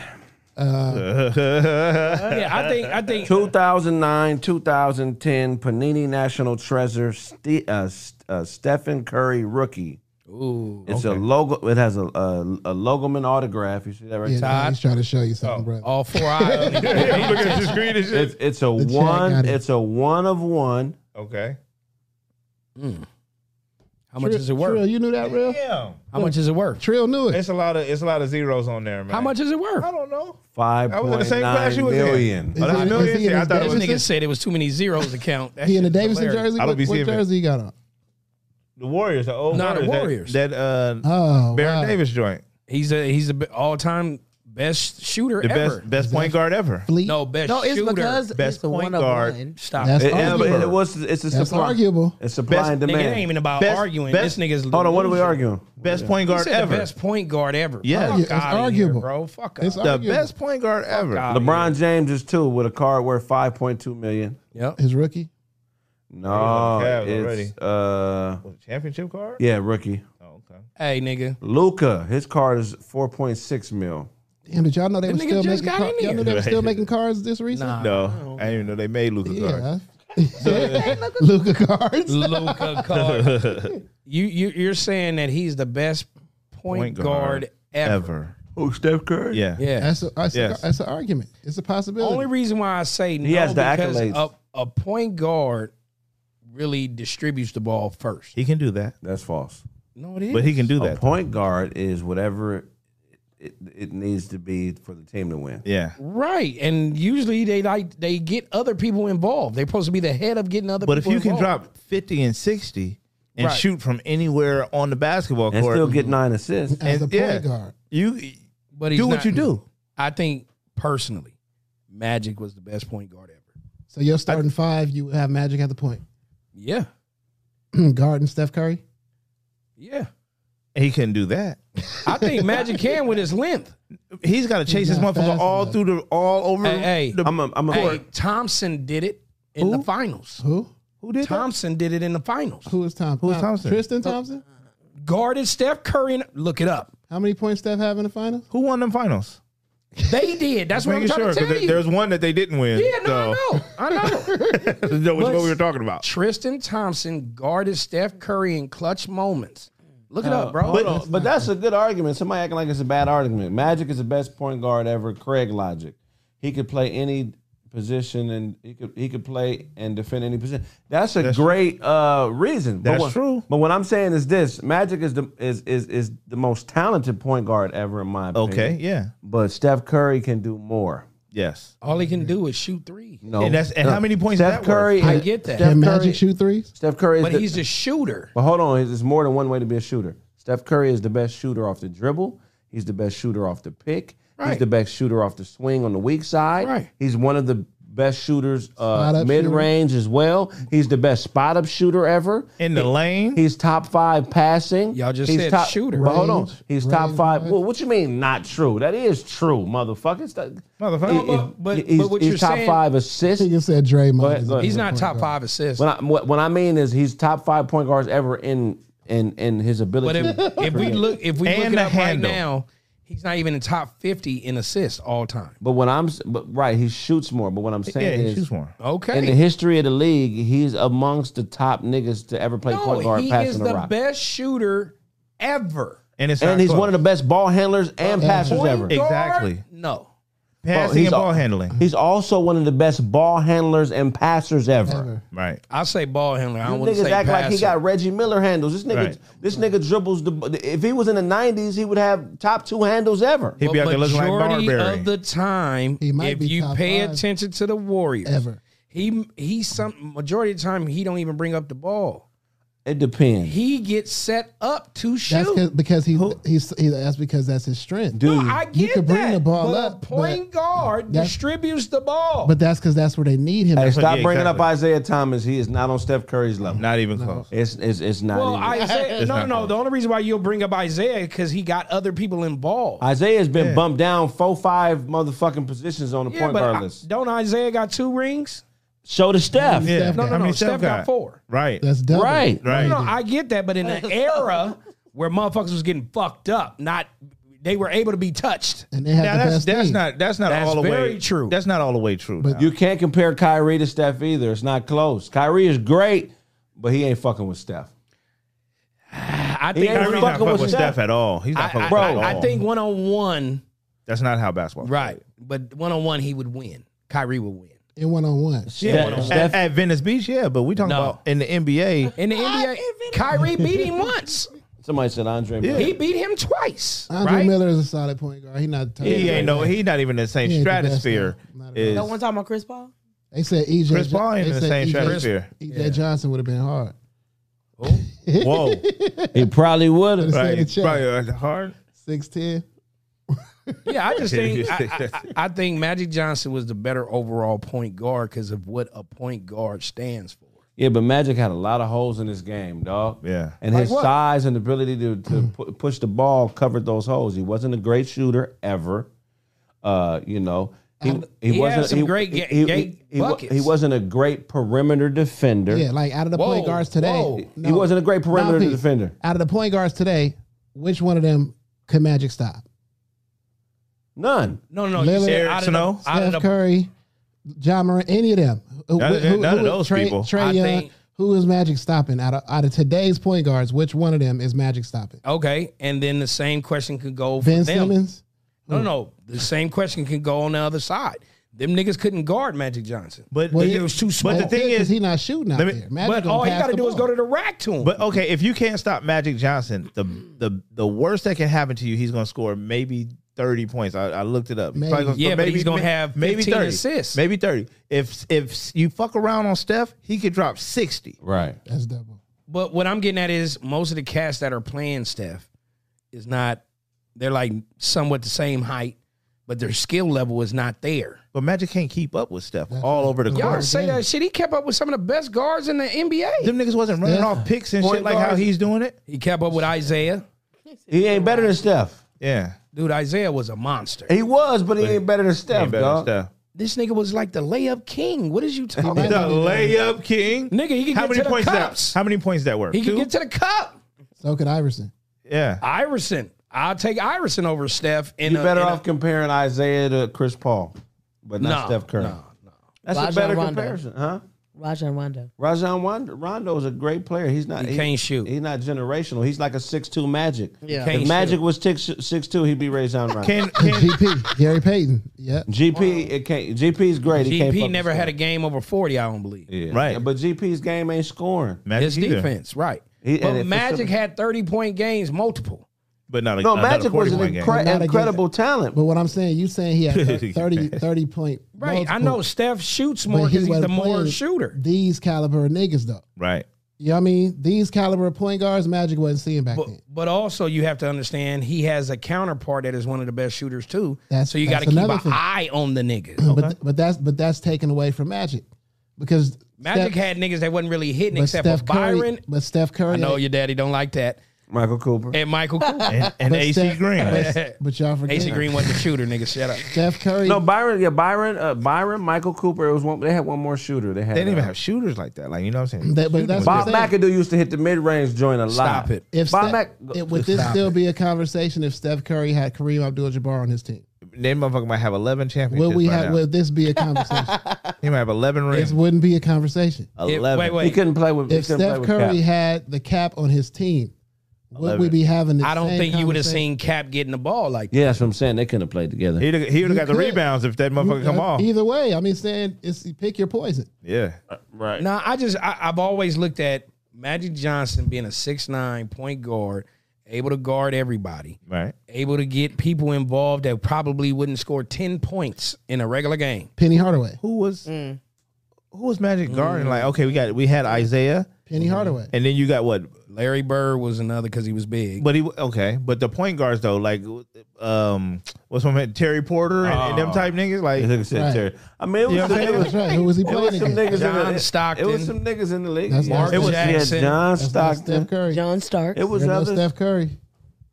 Speaker 5: Uh, Yeah, I think I think
Speaker 2: 2009, 2010, Panini National Treasure, Ste uh, S- uh, Stephen Curry rookie. Ooh, it's a logo. It has a, a a Logoman autograph. You see that right?
Speaker 4: yeah,
Speaker 2: there?
Speaker 4: nah,
Speaker 5: Todd.
Speaker 4: he's trying to show you something, bro.
Speaker 5: Oh, all four eyes.
Speaker 1: I'm looking at the screen and shit.
Speaker 2: It's it's a
Speaker 4: chat
Speaker 2: one.
Speaker 4: got it.
Speaker 2: It's a one of one.
Speaker 1: Okay.
Speaker 5: Mm. How much is it worth?
Speaker 4: Trill, you knew that real?
Speaker 1: Damn.
Speaker 5: How much is it worth?
Speaker 4: Trill knew it.
Speaker 1: It's a lot of it's a lot of zeros on there, man.
Speaker 5: How much is it worth?
Speaker 1: I don't know.
Speaker 2: Five
Speaker 1: I was in the
Speaker 2: point
Speaker 1: same class
Speaker 2: nine
Speaker 1: you was in.
Speaker 2: million.
Speaker 1: Oh, that's
Speaker 4: he-
Speaker 1: million?
Speaker 4: is he in
Speaker 1: Yeah, I
Speaker 4: his
Speaker 1: thought it
Speaker 5: This
Speaker 1: was
Speaker 4: Davidson?
Speaker 5: nigga said it was too many zeros to count. That
Speaker 4: he in
Speaker 5: shit
Speaker 4: the
Speaker 5: is
Speaker 4: Davidson
Speaker 5: hilarious.
Speaker 1: I
Speaker 4: jersey?
Speaker 1: don't
Speaker 4: What,
Speaker 1: be
Speaker 4: what
Speaker 1: seeing it.
Speaker 4: jersey he got on?
Speaker 1: The Warriors, the old
Speaker 5: Nah, the
Speaker 1: Warriors.
Speaker 5: Warriors.
Speaker 1: That, that uh
Speaker 4: Oh,
Speaker 1: Baron
Speaker 4: wow.
Speaker 1: Davis joint.
Speaker 5: He's a he's the all time best shooter
Speaker 1: The
Speaker 5: ever.
Speaker 1: best best point guard ever.
Speaker 4: Fleet.
Speaker 5: No best.
Speaker 10: No, it's
Speaker 5: shooter.
Speaker 10: because
Speaker 1: Best
Speaker 10: it's the
Speaker 1: point
Speaker 10: one of
Speaker 1: guard.
Speaker 10: one.
Speaker 5: stop.
Speaker 4: That's
Speaker 5: That's
Speaker 2: It, yeah, but
Speaker 4: arguable.
Speaker 2: it was it's a
Speaker 4: That's
Speaker 2: supply.
Speaker 4: arguable.
Speaker 2: It's supply
Speaker 1: Best-
Speaker 2: and
Speaker 5: Nigga,
Speaker 2: demand.
Speaker 5: it ain't even about
Speaker 1: Best-
Speaker 5: arguing.
Speaker 1: best-
Speaker 5: this nigga's
Speaker 2: Hold on, what are we
Speaker 5: loser.
Speaker 2: arguing?
Speaker 1: Best point
Speaker 5: He
Speaker 1: guard
Speaker 5: said
Speaker 1: ever.
Speaker 5: the best point guard ever.
Speaker 1: Yeah.
Speaker 5: Fuck
Speaker 1: Yeah,
Speaker 4: it's
Speaker 5: outta here,
Speaker 4: arguable.
Speaker 5: bro. Fuck
Speaker 4: It's
Speaker 5: off.
Speaker 1: The
Speaker 4: arguable.
Speaker 1: best point guard ever.
Speaker 5: out.
Speaker 2: LeBron James is two with a card worth five point two million.
Speaker 5: Yep.
Speaker 4: His rookie.
Speaker 2: No,
Speaker 1: He was on the Cavs
Speaker 2: it's uh,
Speaker 1: Was it championship card?
Speaker 2: yeah, rookie.
Speaker 1: Oh, okay.
Speaker 5: Hey, nigga.
Speaker 2: Luca, his card is four point six mil.
Speaker 4: Damn, did y'all know they
Speaker 5: That
Speaker 4: were
Speaker 5: nigga
Speaker 4: still
Speaker 5: just
Speaker 4: making
Speaker 5: got
Speaker 4: cards?
Speaker 5: in
Speaker 4: Y'all
Speaker 5: here.
Speaker 4: know they were still making cards this recent?
Speaker 5: Nah.
Speaker 1: No. I didn't even know they made Luca
Speaker 4: Yeah.
Speaker 1: card.
Speaker 4: Luca cards.
Speaker 5: Luca Card. you you you're saying that he's the best point,
Speaker 1: Point
Speaker 5: guard,
Speaker 1: guard
Speaker 5: ever.
Speaker 1: Ever.
Speaker 2: Oh, Steph Curry.
Speaker 1: Yeah.
Speaker 5: Yeah.
Speaker 4: That's a, that's,
Speaker 1: Yes.
Speaker 4: a, that's an argument. It's a possibility.
Speaker 5: Only reason why I say no
Speaker 2: has the
Speaker 5: because
Speaker 2: accolades.
Speaker 5: A, a point guard really distributes the ball first.
Speaker 1: He can do that.
Speaker 2: that's false.
Speaker 5: No, it is.
Speaker 1: But he can do
Speaker 2: A
Speaker 1: that.
Speaker 2: point guard is whatever it, it needs to be for the team to win.
Speaker 1: Yeah.
Speaker 5: right, and usually they like they get other people involved. They're supposed to be the head of getting other.
Speaker 1: But if
Speaker 5: people
Speaker 1: you can
Speaker 5: involved.
Speaker 1: drop 50 and 60 and
Speaker 5: Right.
Speaker 1: shoot from anywhere on the basketball
Speaker 2: And
Speaker 1: court,
Speaker 2: still get nine assists.
Speaker 4: As a
Speaker 1: and-
Speaker 4: point
Speaker 1: yeah.
Speaker 4: guard.
Speaker 1: you
Speaker 5: but he's
Speaker 1: do
Speaker 5: not-
Speaker 1: what you do.
Speaker 5: I think personally, Magic was the best point guard ever.
Speaker 4: So you're starting five, you have Magic at the point.
Speaker 5: Yeah,
Speaker 4: guard and Steph Curry.
Speaker 5: yeah.
Speaker 1: He couldn't do that.
Speaker 5: I think Magic can with his length.
Speaker 1: He's got to chase this
Speaker 4: not
Speaker 1: motherfucker
Speaker 4: fast
Speaker 1: all
Speaker 4: enough.
Speaker 1: through the all over.
Speaker 5: Hey, hey.
Speaker 1: the-
Speaker 2: I'm a, I'm a
Speaker 5: Hey, Thompson did it in the finals.
Speaker 4: Who?
Speaker 1: who did that?
Speaker 5: Thompson did it in the finals.
Speaker 4: Who is Thompson?
Speaker 1: Who's Thompson?
Speaker 4: Tristan Thompson?
Speaker 5: Guarded Steph Curry. And, look it up.
Speaker 4: How many points Steph have in the finals?
Speaker 1: Who won them finals?
Speaker 5: They did. That's what I'm
Speaker 1: Making
Speaker 5: trying
Speaker 1: sure
Speaker 5: to tell
Speaker 1: 'cause there-
Speaker 5: you.
Speaker 1: there's one that they didn't win.
Speaker 5: yeah, no, I know. I know.
Speaker 1: so. That was
Speaker 5: But-
Speaker 1: what we were talking about.
Speaker 5: Tristan Thompson guarded Steph Curry in clutch moments.
Speaker 2: Look it up,
Speaker 5: bro.
Speaker 2: Uh, But,
Speaker 5: Hold on.
Speaker 2: but that's a good argument. Somebody acting like it's a bad argument. Magic is the best point guard ever. Craig logic. He could play any position and he could he could play and defend any position. That's a great uh, reason. But
Speaker 1: That's
Speaker 2: what-
Speaker 1: true.
Speaker 2: But what I'm saying is this: Magic is the is is is the most talented point guard ever in my opinion.
Speaker 1: Okay, yeah,
Speaker 2: But Steph Curry can do more.
Speaker 1: yes.
Speaker 5: All he can do is shoot three.
Speaker 2: No.
Speaker 1: And that's- and how many points
Speaker 2: Steph
Speaker 1: is that
Speaker 2: Curry.
Speaker 5: I
Speaker 2: is-
Speaker 5: get that.
Speaker 2: Steph
Speaker 4: Can
Speaker 2: Curry-
Speaker 4: Magic shoot threes?
Speaker 2: Steph Curry is
Speaker 5: But
Speaker 2: the-
Speaker 5: he's a shooter.
Speaker 2: But hold on, there's more than one way to be a shooter. Steph Curry is the best shooter off the dribble. He's the best shooter off the pick. He's
Speaker 5: Right.
Speaker 2: the best shooter off the swing on the weak side.
Speaker 5: Right.
Speaker 2: He's one of the best shooters uh,
Speaker 4: Spot-up
Speaker 2: mid range as well. He's the best spot up shooter ever.
Speaker 1: In the lane,
Speaker 2: He's top five passing.
Speaker 5: Y'all just
Speaker 2: He's
Speaker 5: said
Speaker 2: top,
Speaker 5: shooter.
Speaker 2: But hold on,
Speaker 4: Range,
Speaker 2: he's top
Speaker 4: range,
Speaker 2: five.
Speaker 4: range.
Speaker 2: Well, what you mean not true? That is true, motherfuckers.
Speaker 1: Motherfucker.
Speaker 5: but- but
Speaker 2: he's,
Speaker 5: what
Speaker 2: he's
Speaker 5: you're
Speaker 2: top
Speaker 5: saying-
Speaker 2: five
Speaker 4: I
Speaker 2: assists.
Speaker 4: think it said
Speaker 2: Go ahead,
Speaker 4: Draymond. is
Speaker 2: go
Speaker 4: a
Speaker 2: ahead.
Speaker 5: He's
Speaker 4: good
Speaker 5: not
Speaker 4: point
Speaker 5: top
Speaker 4: guard.
Speaker 5: five assists.
Speaker 2: When I what, what I mean is he's top five point guards ever in in in his
Speaker 5: But
Speaker 2: ability.
Speaker 5: if, if we look, if we
Speaker 1: And
Speaker 5: look it
Speaker 1: the
Speaker 5: up
Speaker 1: handle.
Speaker 5: right now, he's not even in top fifty in assists all time.
Speaker 2: But when I'm, s- but right, he shoots more. But what I'm
Speaker 1: yeah,
Speaker 2: saying
Speaker 1: he
Speaker 2: is,
Speaker 1: shoots more.
Speaker 2: in the
Speaker 5: Okay,
Speaker 2: history of the league, he's amongst the top niggas to ever play point
Speaker 5: no,
Speaker 2: guard
Speaker 5: he is
Speaker 2: passing
Speaker 5: the
Speaker 2: rock.
Speaker 5: best shooter ever.
Speaker 1: And it's
Speaker 2: and
Speaker 1: not
Speaker 2: he's
Speaker 1: close.
Speaker 2: one of the best ball handlers and passers
Speaker 5: Point
Speaker 2: ever.
Speaker 1: Ex-
Speaker 5: guard?
Speaker 1: Exactly.
Speaker 5: No.
Speaker 1: passing
Speaker 2: he's
Speaker 1: and ball
Speaker 2: all-
Speaker 1: handling.
Speaker 2: He's also one of the best ball handlers and passers ever.
Speaker 4: Ever.
Speaker 1: Right.
Speaker 5: I say ball handler. I
Speaker 2: You
Speaker 5: don't want to
Speaker 2: niggas
Speaker 5: say
Speaker 2: act like he
Speaker 5: passer.
Speaker 2: got Reggie Miller handles. This nigga,
Speaker 1: Right.
Speaker 2: this nigga dribbles the. If he was in the '90s, he would have top two handles ever.
Speaker 1: He'd be out there looking like
Speaker 5: majority
Speaker 1: Marbury.
Speaker 5: of the time,
Speaker 4: He might
Speaker 5: if
Speaker 4: be
Speaker 5: you
Speaker 4: top
Speaker 5: pay
Speaker 4: five.
Speaker 5: attention to the Warriors,
Speaker 4: Ever.
Speaker 5: he he some majority of the time he don't even bring up the ball.
Speaker 2: It depends.
Speaker 5: He gets set up to shoot.
Speaker 4: That's 'cause- because he, he's he, that's because that's his strength.
Speaker 2: Dude,
Speaker 5: No, I get
Speaker 4: You could bring
Speaker 5: that,
Speaker 4: the ball
Speaker 5: but
Speaker 4: up,
Speaker 5: A
Speaker 4: but-
Speaker 5: point guard
Speaker 4: That's-
Speaker 5: distributes the ball.
Speaker 4: But that's because that's where they need him.
Speaker 2: Hey,
Speaker 4: at.
Speaker 2: stop
Speaker 1: yeah,
Speaker 2: bringing up
Speaker 1: exactly.
Speaker 2: Isaiah Thomas. He is not on Steph Curry's level.
Speaker 1: Not even close.
Speaker 2: It's it's it's not.
Speaker 5: well,
Speaker 2: even.
Speaker 5: I say, no,
Speaker 1: not
Speaker 5: no.
Speaker 1: close.
Speaker 5: The only reason why you'll bring up Isaiah because he got other people involved.
Speaker 2: Isaiah's been bumped down four, five motherfucking positions on the
Speaker 5: yeah,
Speaker 2: point
Speaker 5: but
Speaker 2: guard
Speaker 5: I-
Speaker 2: list.
Speaker 5: don't Isaiah got two rings?
Speaker 2: Show to Steph.
Speaker 1: Yeah.
Speaker 4: Steph
Speaker 5: No,
Speaker 4: got-
Speaker 5: no,
Speaker 1: I
Speaker 5: no.
Speaker 1: mean,
Speaker 5: Steph, got, four.
Speaker 1: Right.
Speaker 4: That's double.
Speaker 2: Right.
Speaker 1: right.
Speaker 5: No, no, I get that, but in an era where motherfuckers was getting fucked up, not they were able to be touched.
Speaker 4: And they have
Speaker 1: Now
Speaker 4: the
Speaker 1: that's
Speaker 4: best
Speaker 1: that's
Speaker 4: team.
Speaker 1: not that's not
Speaker 5: That's
Speaker 1: all the way
Speaker 5: very true.
Speaker 1: That's not all the way true.
Speaker 4: But-
Speaker 1: now.
Speaker 2: You can't compare Kyrie to Steph either. It's not close. Kyrie is great, but he ain't fucking with Steph.
Speaker 5: I
Speaker 2: He
Speaker 5: think
Speaker 2: ain't
Speaker 5: I,
Speaker 1: Kyrie's not fucking with Steph at all. He's not
Speaker 5: I,
Speaker 1: fucking with Steph
Speaker 2: Bro.
Speaker 5: I, I
Speaker 1: at all.
Speaker 5: think one on one,
Speaker 1: that's not how basketball.
Speaker 5: right? But one on one, he would win. Kyrie would win.
Speaker 4: In one on one.
Speaker 1: Yeah.
Speaker 2: Steph-
Speaker 1: At,
Speaker 2: Steph-
Speaker 1: at Venice Beach, yeah, but we talking
Speaker 5: No.
Speaker 1: about in the NBA.
Speaker 5: In the NBA, Kyrie beat him once.
Speaker 2: somebody said Andre.
Speaker 1: Yeah.
Speaker 2: Miller.
Speaker 5: He beat him twice.
Speaker 4: Andre
Speaker 5: right?
Speaker 4: Miller is a solid point guard. He not. The
Speaker 1: He ain't no. He not even in the same
Speaker 4: He ain't the best,
Speaker 1: stratosphere.
Speaker 4: no. Not at
Speaker 1: Is
Speaker 4: all.
Speaker 6: No one talking about Chris Paul.
Speaker 4: They said EJ.
Speaker 1: Chris Paul ain't
Speaker 4: they
Speaker 1: in the
Speaker 4: said E
Speaker 1: same
Speaker 4: EJ
Speaker 1: stratosphere.
Speaker 4: EJ Johnson would have been hard.
Speaker 1: Whoa,
Speaker 2: He probably would have.
Speaker 4: Right.
Speaker 1: right?
Speaker 4: check.
Speaker 1: Probably uh, hard.
Speaker 4: Six ten.
Speaker 5: Yeah, I just think I, I- I- I think Magic Johnson was the better overall point guard because of what a point guard stands for.
Speaker 2: Yeah, but Magic had a lot of holes in his game, dog.
Speaker 1: Yeah.
Speaker 2: And his size and ability to, to
Speaker 5: Mm.
Speaker 2: pu- push the ball covered those holes. He wasn't a great shooter ever. Uh, you know, he, he,
Speaker 5: he had
Speaker 2: wasn't
Speaker 5: some
Speaker 2: he,
Speaker 5: great
Speaker 2: he,
Speaker 5: ga-
Speaker 2: he,
Speaker 5: ga-
Speaker 2: he wa-
Speaker 5: buckets.
Speaker 2: he wasn't a great perimeter defender.
Speaker 4: Yeah, like out of the
Speaker 5: Whoa,
Speaker 4: point guards today,
Speaker 5: whoa.
Speaker 4: no.
Speaker 2: He wasn't a great perimeter
Speaker 4: Nah, Pete,
Speaker 2: defender.
Speaker 4: Out of the point guards today, which one of them could Magic stop?
Speaker 2: None.
Speaker 5: No, no, you
Speaker 4: Lillard,
Speaker 5: said out of the,
Speaker 1: Snow?
Speaker 5: out of
Speaker 4: Steph
Speaker 5: the-
Speaker 4: Curry, John Moran, any of them? Who,
Speaker 1: None of- none of those
Speaker 4: Trey,
Speaker 1: people.
Speaker 4: Trey
Speaker 5: I
Speaker 4: Young,
Speaker 5: think-
Speaker 4: who is Magic stopping out of out of today's point guards? Which one of them is Magic stopping?
Speaker 5: Okay, and then the same question could go for
Speaker 4: Ben
Speaker 5: them.
Speaker 4: Simmons.
Speaker 5: No, no, no, the same question can go on the other side. Them niggas couldn't guard Magic Johnson.
Speaker 1: But
Speaker 4: Well,
Speaker 1: but-
Speaker 4: he
Speaker 5: was too small.
Speaker 1: But the
Speaker 4: Oh,
Speaker 1: thing
Speaker 4: yeah, 'cause
Speaker 1: is,
Speaker 4: he not shooting out
Speaker 1: let me-
Speaker 4: there. Magic
Speaker 5: But
Speaker 4: gonna
Speaker 5: all you
Speaker 4: pass
Speaker 5: got to
Speaker 4: the
Speaker 5: do is go
Speaker 4: ball.
Speaker 5: to the rack to him.
Speaker 1: But okay, if you can't stop Magic Johnson, the the the worst that can happen to you, he's gonna score maybe thirty points. I, I looked it up. He's
Speaker 4: Maybe.
Speaker 1: probably gonna
Speaker 5: Yeah,
Speaker 1: score
Speaker 5: but he's gonna have 15 assists.
Speaker 1: maybe thirty. If if you fuck around on Steph, he could drop sixty.
Speaker 2: Right.
Speaker 4: That's double.
Speaker 5: But what I'm getting at is most of the cast that are playing Steph is not. They're like somewhat the same height, but their skill level is not there.
Speaker 1: But Magic can't keep up with Steph all over the
Speaker 4: Yeah.
Speaker 5: Y'all
Speaker 1: court.
Speaker 5: say that shit. He kept up with some of the best guards in the NBA.
Speaker 1: Them niggas wasn't running
Speaker 4: Steph.
Speaker 1: off picks and
Speaker 2: Point
Speaker 1: shit like how
Speaker 2: guard.
Speaker 1: he's doing it.
Speaker 5: He kept up with Isaiah.
Speaker 2: He ain't better than Steph.
Speaker 1: Yeah,
Speaker 5: Dude, Isaiah was a monster.
Speaker 2: He was, but he ain't better than Steph,
Speaker 1: ain't better than
Speaker 2: dog.
Speaker 1: Steph.
Speaker 5: This nigga was like the layup king. What is you talking
Speaker 1: The
Speaker 5: about?
Speaker 1: layup king.
Speaker 5: Nigga, he could
Speaker 1: How
Speaker 5: get
Speaker 1: many
Speaker 5: to the
Speaker 1: points
Speaker 5: cups.
Speaker 1: that? How many points that were?
Speaker 5: He could
Speaker 1: Two?
Speaker 5: get to the cup.
Speaker 4: So could Iverson.
Speaker 1: yeah.
Speaker 5: Iverson. I'll take Iverson over Steph. In
Speaker 2: You're
Speaker 5: a-
Speaker 2: better
Speaker 5: in a-
Speaker 2: off comparing Isaiah to Chris Paul, but not
Speaker 5: No,
Speaker 2: Steph Curry.
Speaker 5: no, no.
Speaker 2: That's
Speaker 6: Rajon
Speaker 2: a better
Speaker 6: Rondo.
Speaker 2: comparison, huh?
Speaker 9: Rajon Rondo.
Speaker 8: Rajon Rondo, Rondo's a great player. He's not.
Speaker 5: He can't shoot.
Speaker 8: He's not generational. He's like a six two Magic.
Speaker 9: Yeah.
Speaker 5: Can't
Speaker 8: If Magic
Speaker 5: shoot.
Speaker 8: was six six two, he'd be Rajon Rondo.
Speaker 1: Can, can
Speaker 4: GP Gary Payton. Yep.
Speaker 8: GP it can't. GP's great. He can't
Speaker 5: GP
Speaker 8: fucking
Speaker 5: never
Speaker 8: score.
Speaker 5: had a game over 40, I don't believe.
Speaker 8: Yeah.
Speaker 1: Right.
Speaker 8: But GP's game ain't scoring.
Speaker 1: Magic
Speaker 5: His
Speaker 1: either,
Speaker 5: defense, right.
Speaker 8: He- and
Speaker 5: but
Speaker 8: if it's
Speaker 5: Magic
Speaker 8: a-
Speaker 5: had 30 point games, multiple.
Speaker 1: but not a,
Speaker 8: No,
Speaker 1: not a
Speaker 8: Magic was an
Speaker 1: 41 game.
Speaker 8: incre-
Speaker 4: Not against-
Speaker 8: incredible talent.
Speaker 4: But what I'm saying, you saying he had thir- 30, 30 point.
Speaker 5: Right. I
Speaker 4: multiple,
Speaker 5: know Steph shoots
Speaker 4: but
Speaker 5: more because he's
Speaker 4: wasn't
Speaker 5: the more
Speaker 4: playing
Speaker 5: shooter.
Speaker 4: These caliber of niggas though.
Speaker 1: Right.
Speaker 4: You know what I mean? These caliber of point guards, Magic wasn't seeing back
Speaker 5: But,
Speaker 4: then.
Speaker 5: but also you have to understand he has a counterpart that is one of the best shooters too.
Speaker 4: That's-
Speaker 5: so you got
Speaker 4: that's
Speaker 5: to keep
Speaker 4: another
Speaker 5: an
Speaker 4: thing.
Speaker 5: eye on the niggas.
Speaker 4: But but that's but that's taken away from Magic because
Speaker 5: Magic
Speaker 4: Steph-
Speaker 5: had niggas that wasn't really hitting
Speaker 4: but
Speaker 5: except
Speaker 4: Steph
Speaker 5: for
Speaker 4: Curry.
Speaker 5: Byron.
Speaker 4: But Steph Curry.
Speaker 5: I know your daddy don't like that.
Speaker 8: Michael Cooper.
Speaker 5: And Michael Cooper.
Speaker 1: And, and
Speaker 4: but
Speaker 1: AC
Speaker 4: Steph-
Speaker 1: Green.
Speaker 4: But, but y'all forget
Speaker 5: AC Green wasn't a shooter, nigga. Shut up.
Speaker 4: Steph Curry.
Speaker 8: No, Byron. Yeah, Byron. Uh, Byron. Michael Cooper. It was one. They had one more shooter. They had.
Speaker 1: They didn't even
Speaker 8: uh,
Speaker 1: have shooters like that. Like you know what I'm saying.
Speaker 4: That- but
Speaker 1: Shooting
Speaker 4: that's
Speaker 1: was
Speaker 4: what
Speaker 8: Bob
Speaker 4: I'm saying.
Speaker 8: McAdoo used to hit the mid range joint a lot.
Speaker 5: Stop it.
Speaker 4: If
Speaker 8: Bob
Speaker 4: Steph,
Speaker 8: Mac-
Speaker 4: it, would this
Speaker 8: Stop
Speaker 4: still be a conversation if Steph Curry had Kareem Abdul-Jabbar on his team?
Speaker 1: just- That motherfucker might have 11 championships.
Speaker 4: Would we
Speaker 1: by
Speaker 4: have?
Speaker 1: now.
Speaker 4: Would this be a conversation?
Speaker 1: He might have 11
Speaker 4: this
Speaker 1: rings.
Speaker 4: wouldn't be a conversation.
Speaker 5: If-
Speaker 1: 11.
Speaker 5: wait, wait.
Speaker 8: He couldn't play with. he
Speaker 4: If
Speaker 8: couldn't play
Speaker 4: Steph
Speaker 8: with
Speaker 4: Curry
Speaker 8: Cap.
Speaker 4: had the cap on his team, would
Speaker 1: love
Speaker 4: we
Speaker 1: it.
Speaker 4: be having? The
Speaker 5: I don't
Speaker 4: same
Speaker 5: think you would have
Speaker 4: conversation?
Speaker 5: seen Cap getting the ball like that.
Speaker 8: yeah, that's what I'm saying. They couldn't have played together.
Speaker 1: He'd have, he would
Speaker 4: You
Speaker 1: have got the
Speaker 4: could.
Speaker 1: rebounds if that motherfucker come
Speaker 4: Uh,
Speaker 1: off.
Speaker 4: Either way, I mean, saying it's pick your poison.
Speaker 1: Yeah.
Speaker 8: right.
Speaker 5: No, I just I, I've always looked at Magic Johnson being a six nine point guard, able to guard everybody,
Speaker 1: Right.
Speaker 5: able to get people involved that probably wouldn't score ten points in a regular game.
Speaker 4: Penny Hardaway. Mm.
Speaker 1: Who was
Speaker 8: Mm.
Speaker 1: who was Magic guarding? Like okay, we got we had Isaiah,
Speaker 4: Penny Hardaway.
Speaker 1: and then you got what?
Speaker 5: Larry Bird was another because he was big.
Speaker 1: But he okay, but the point guards though, like um, what's my man Terry Porter and, and them type niggas, like
Speaker 8: Like I said,
Speaker 4: Right.
Speaker 8: Terry. I mean, it was,
Speaker 1: You know what I'm
Speaker 8: it
Speaker 1: saying?
Speaker 8: was,
Speaker 4: That's right. Who was he
Speaker 8: it was
Speaker 4: playing
Speaker 8: some
Speaker 4: again?
Speaker 8: niggas in
Speaker 5: John
Speaker 8: the
Speaker 5: Stockton.
Speaker 8: It was some niggas in the league.
Speaker 4: That's
Speaker 5: Mark
Speaker 8: it was
Speaker 5: Jackson.
Speaker 8: yeah, John
Speaker 4: That's not Steph
Speaker 8: Stockton.
Speaker 4: Curry.
Speaker 9: John Stark.
Speaker 8: It was
Speaker 4: There's no
Speaker 8: other.
Speaker 4: Steph Curry.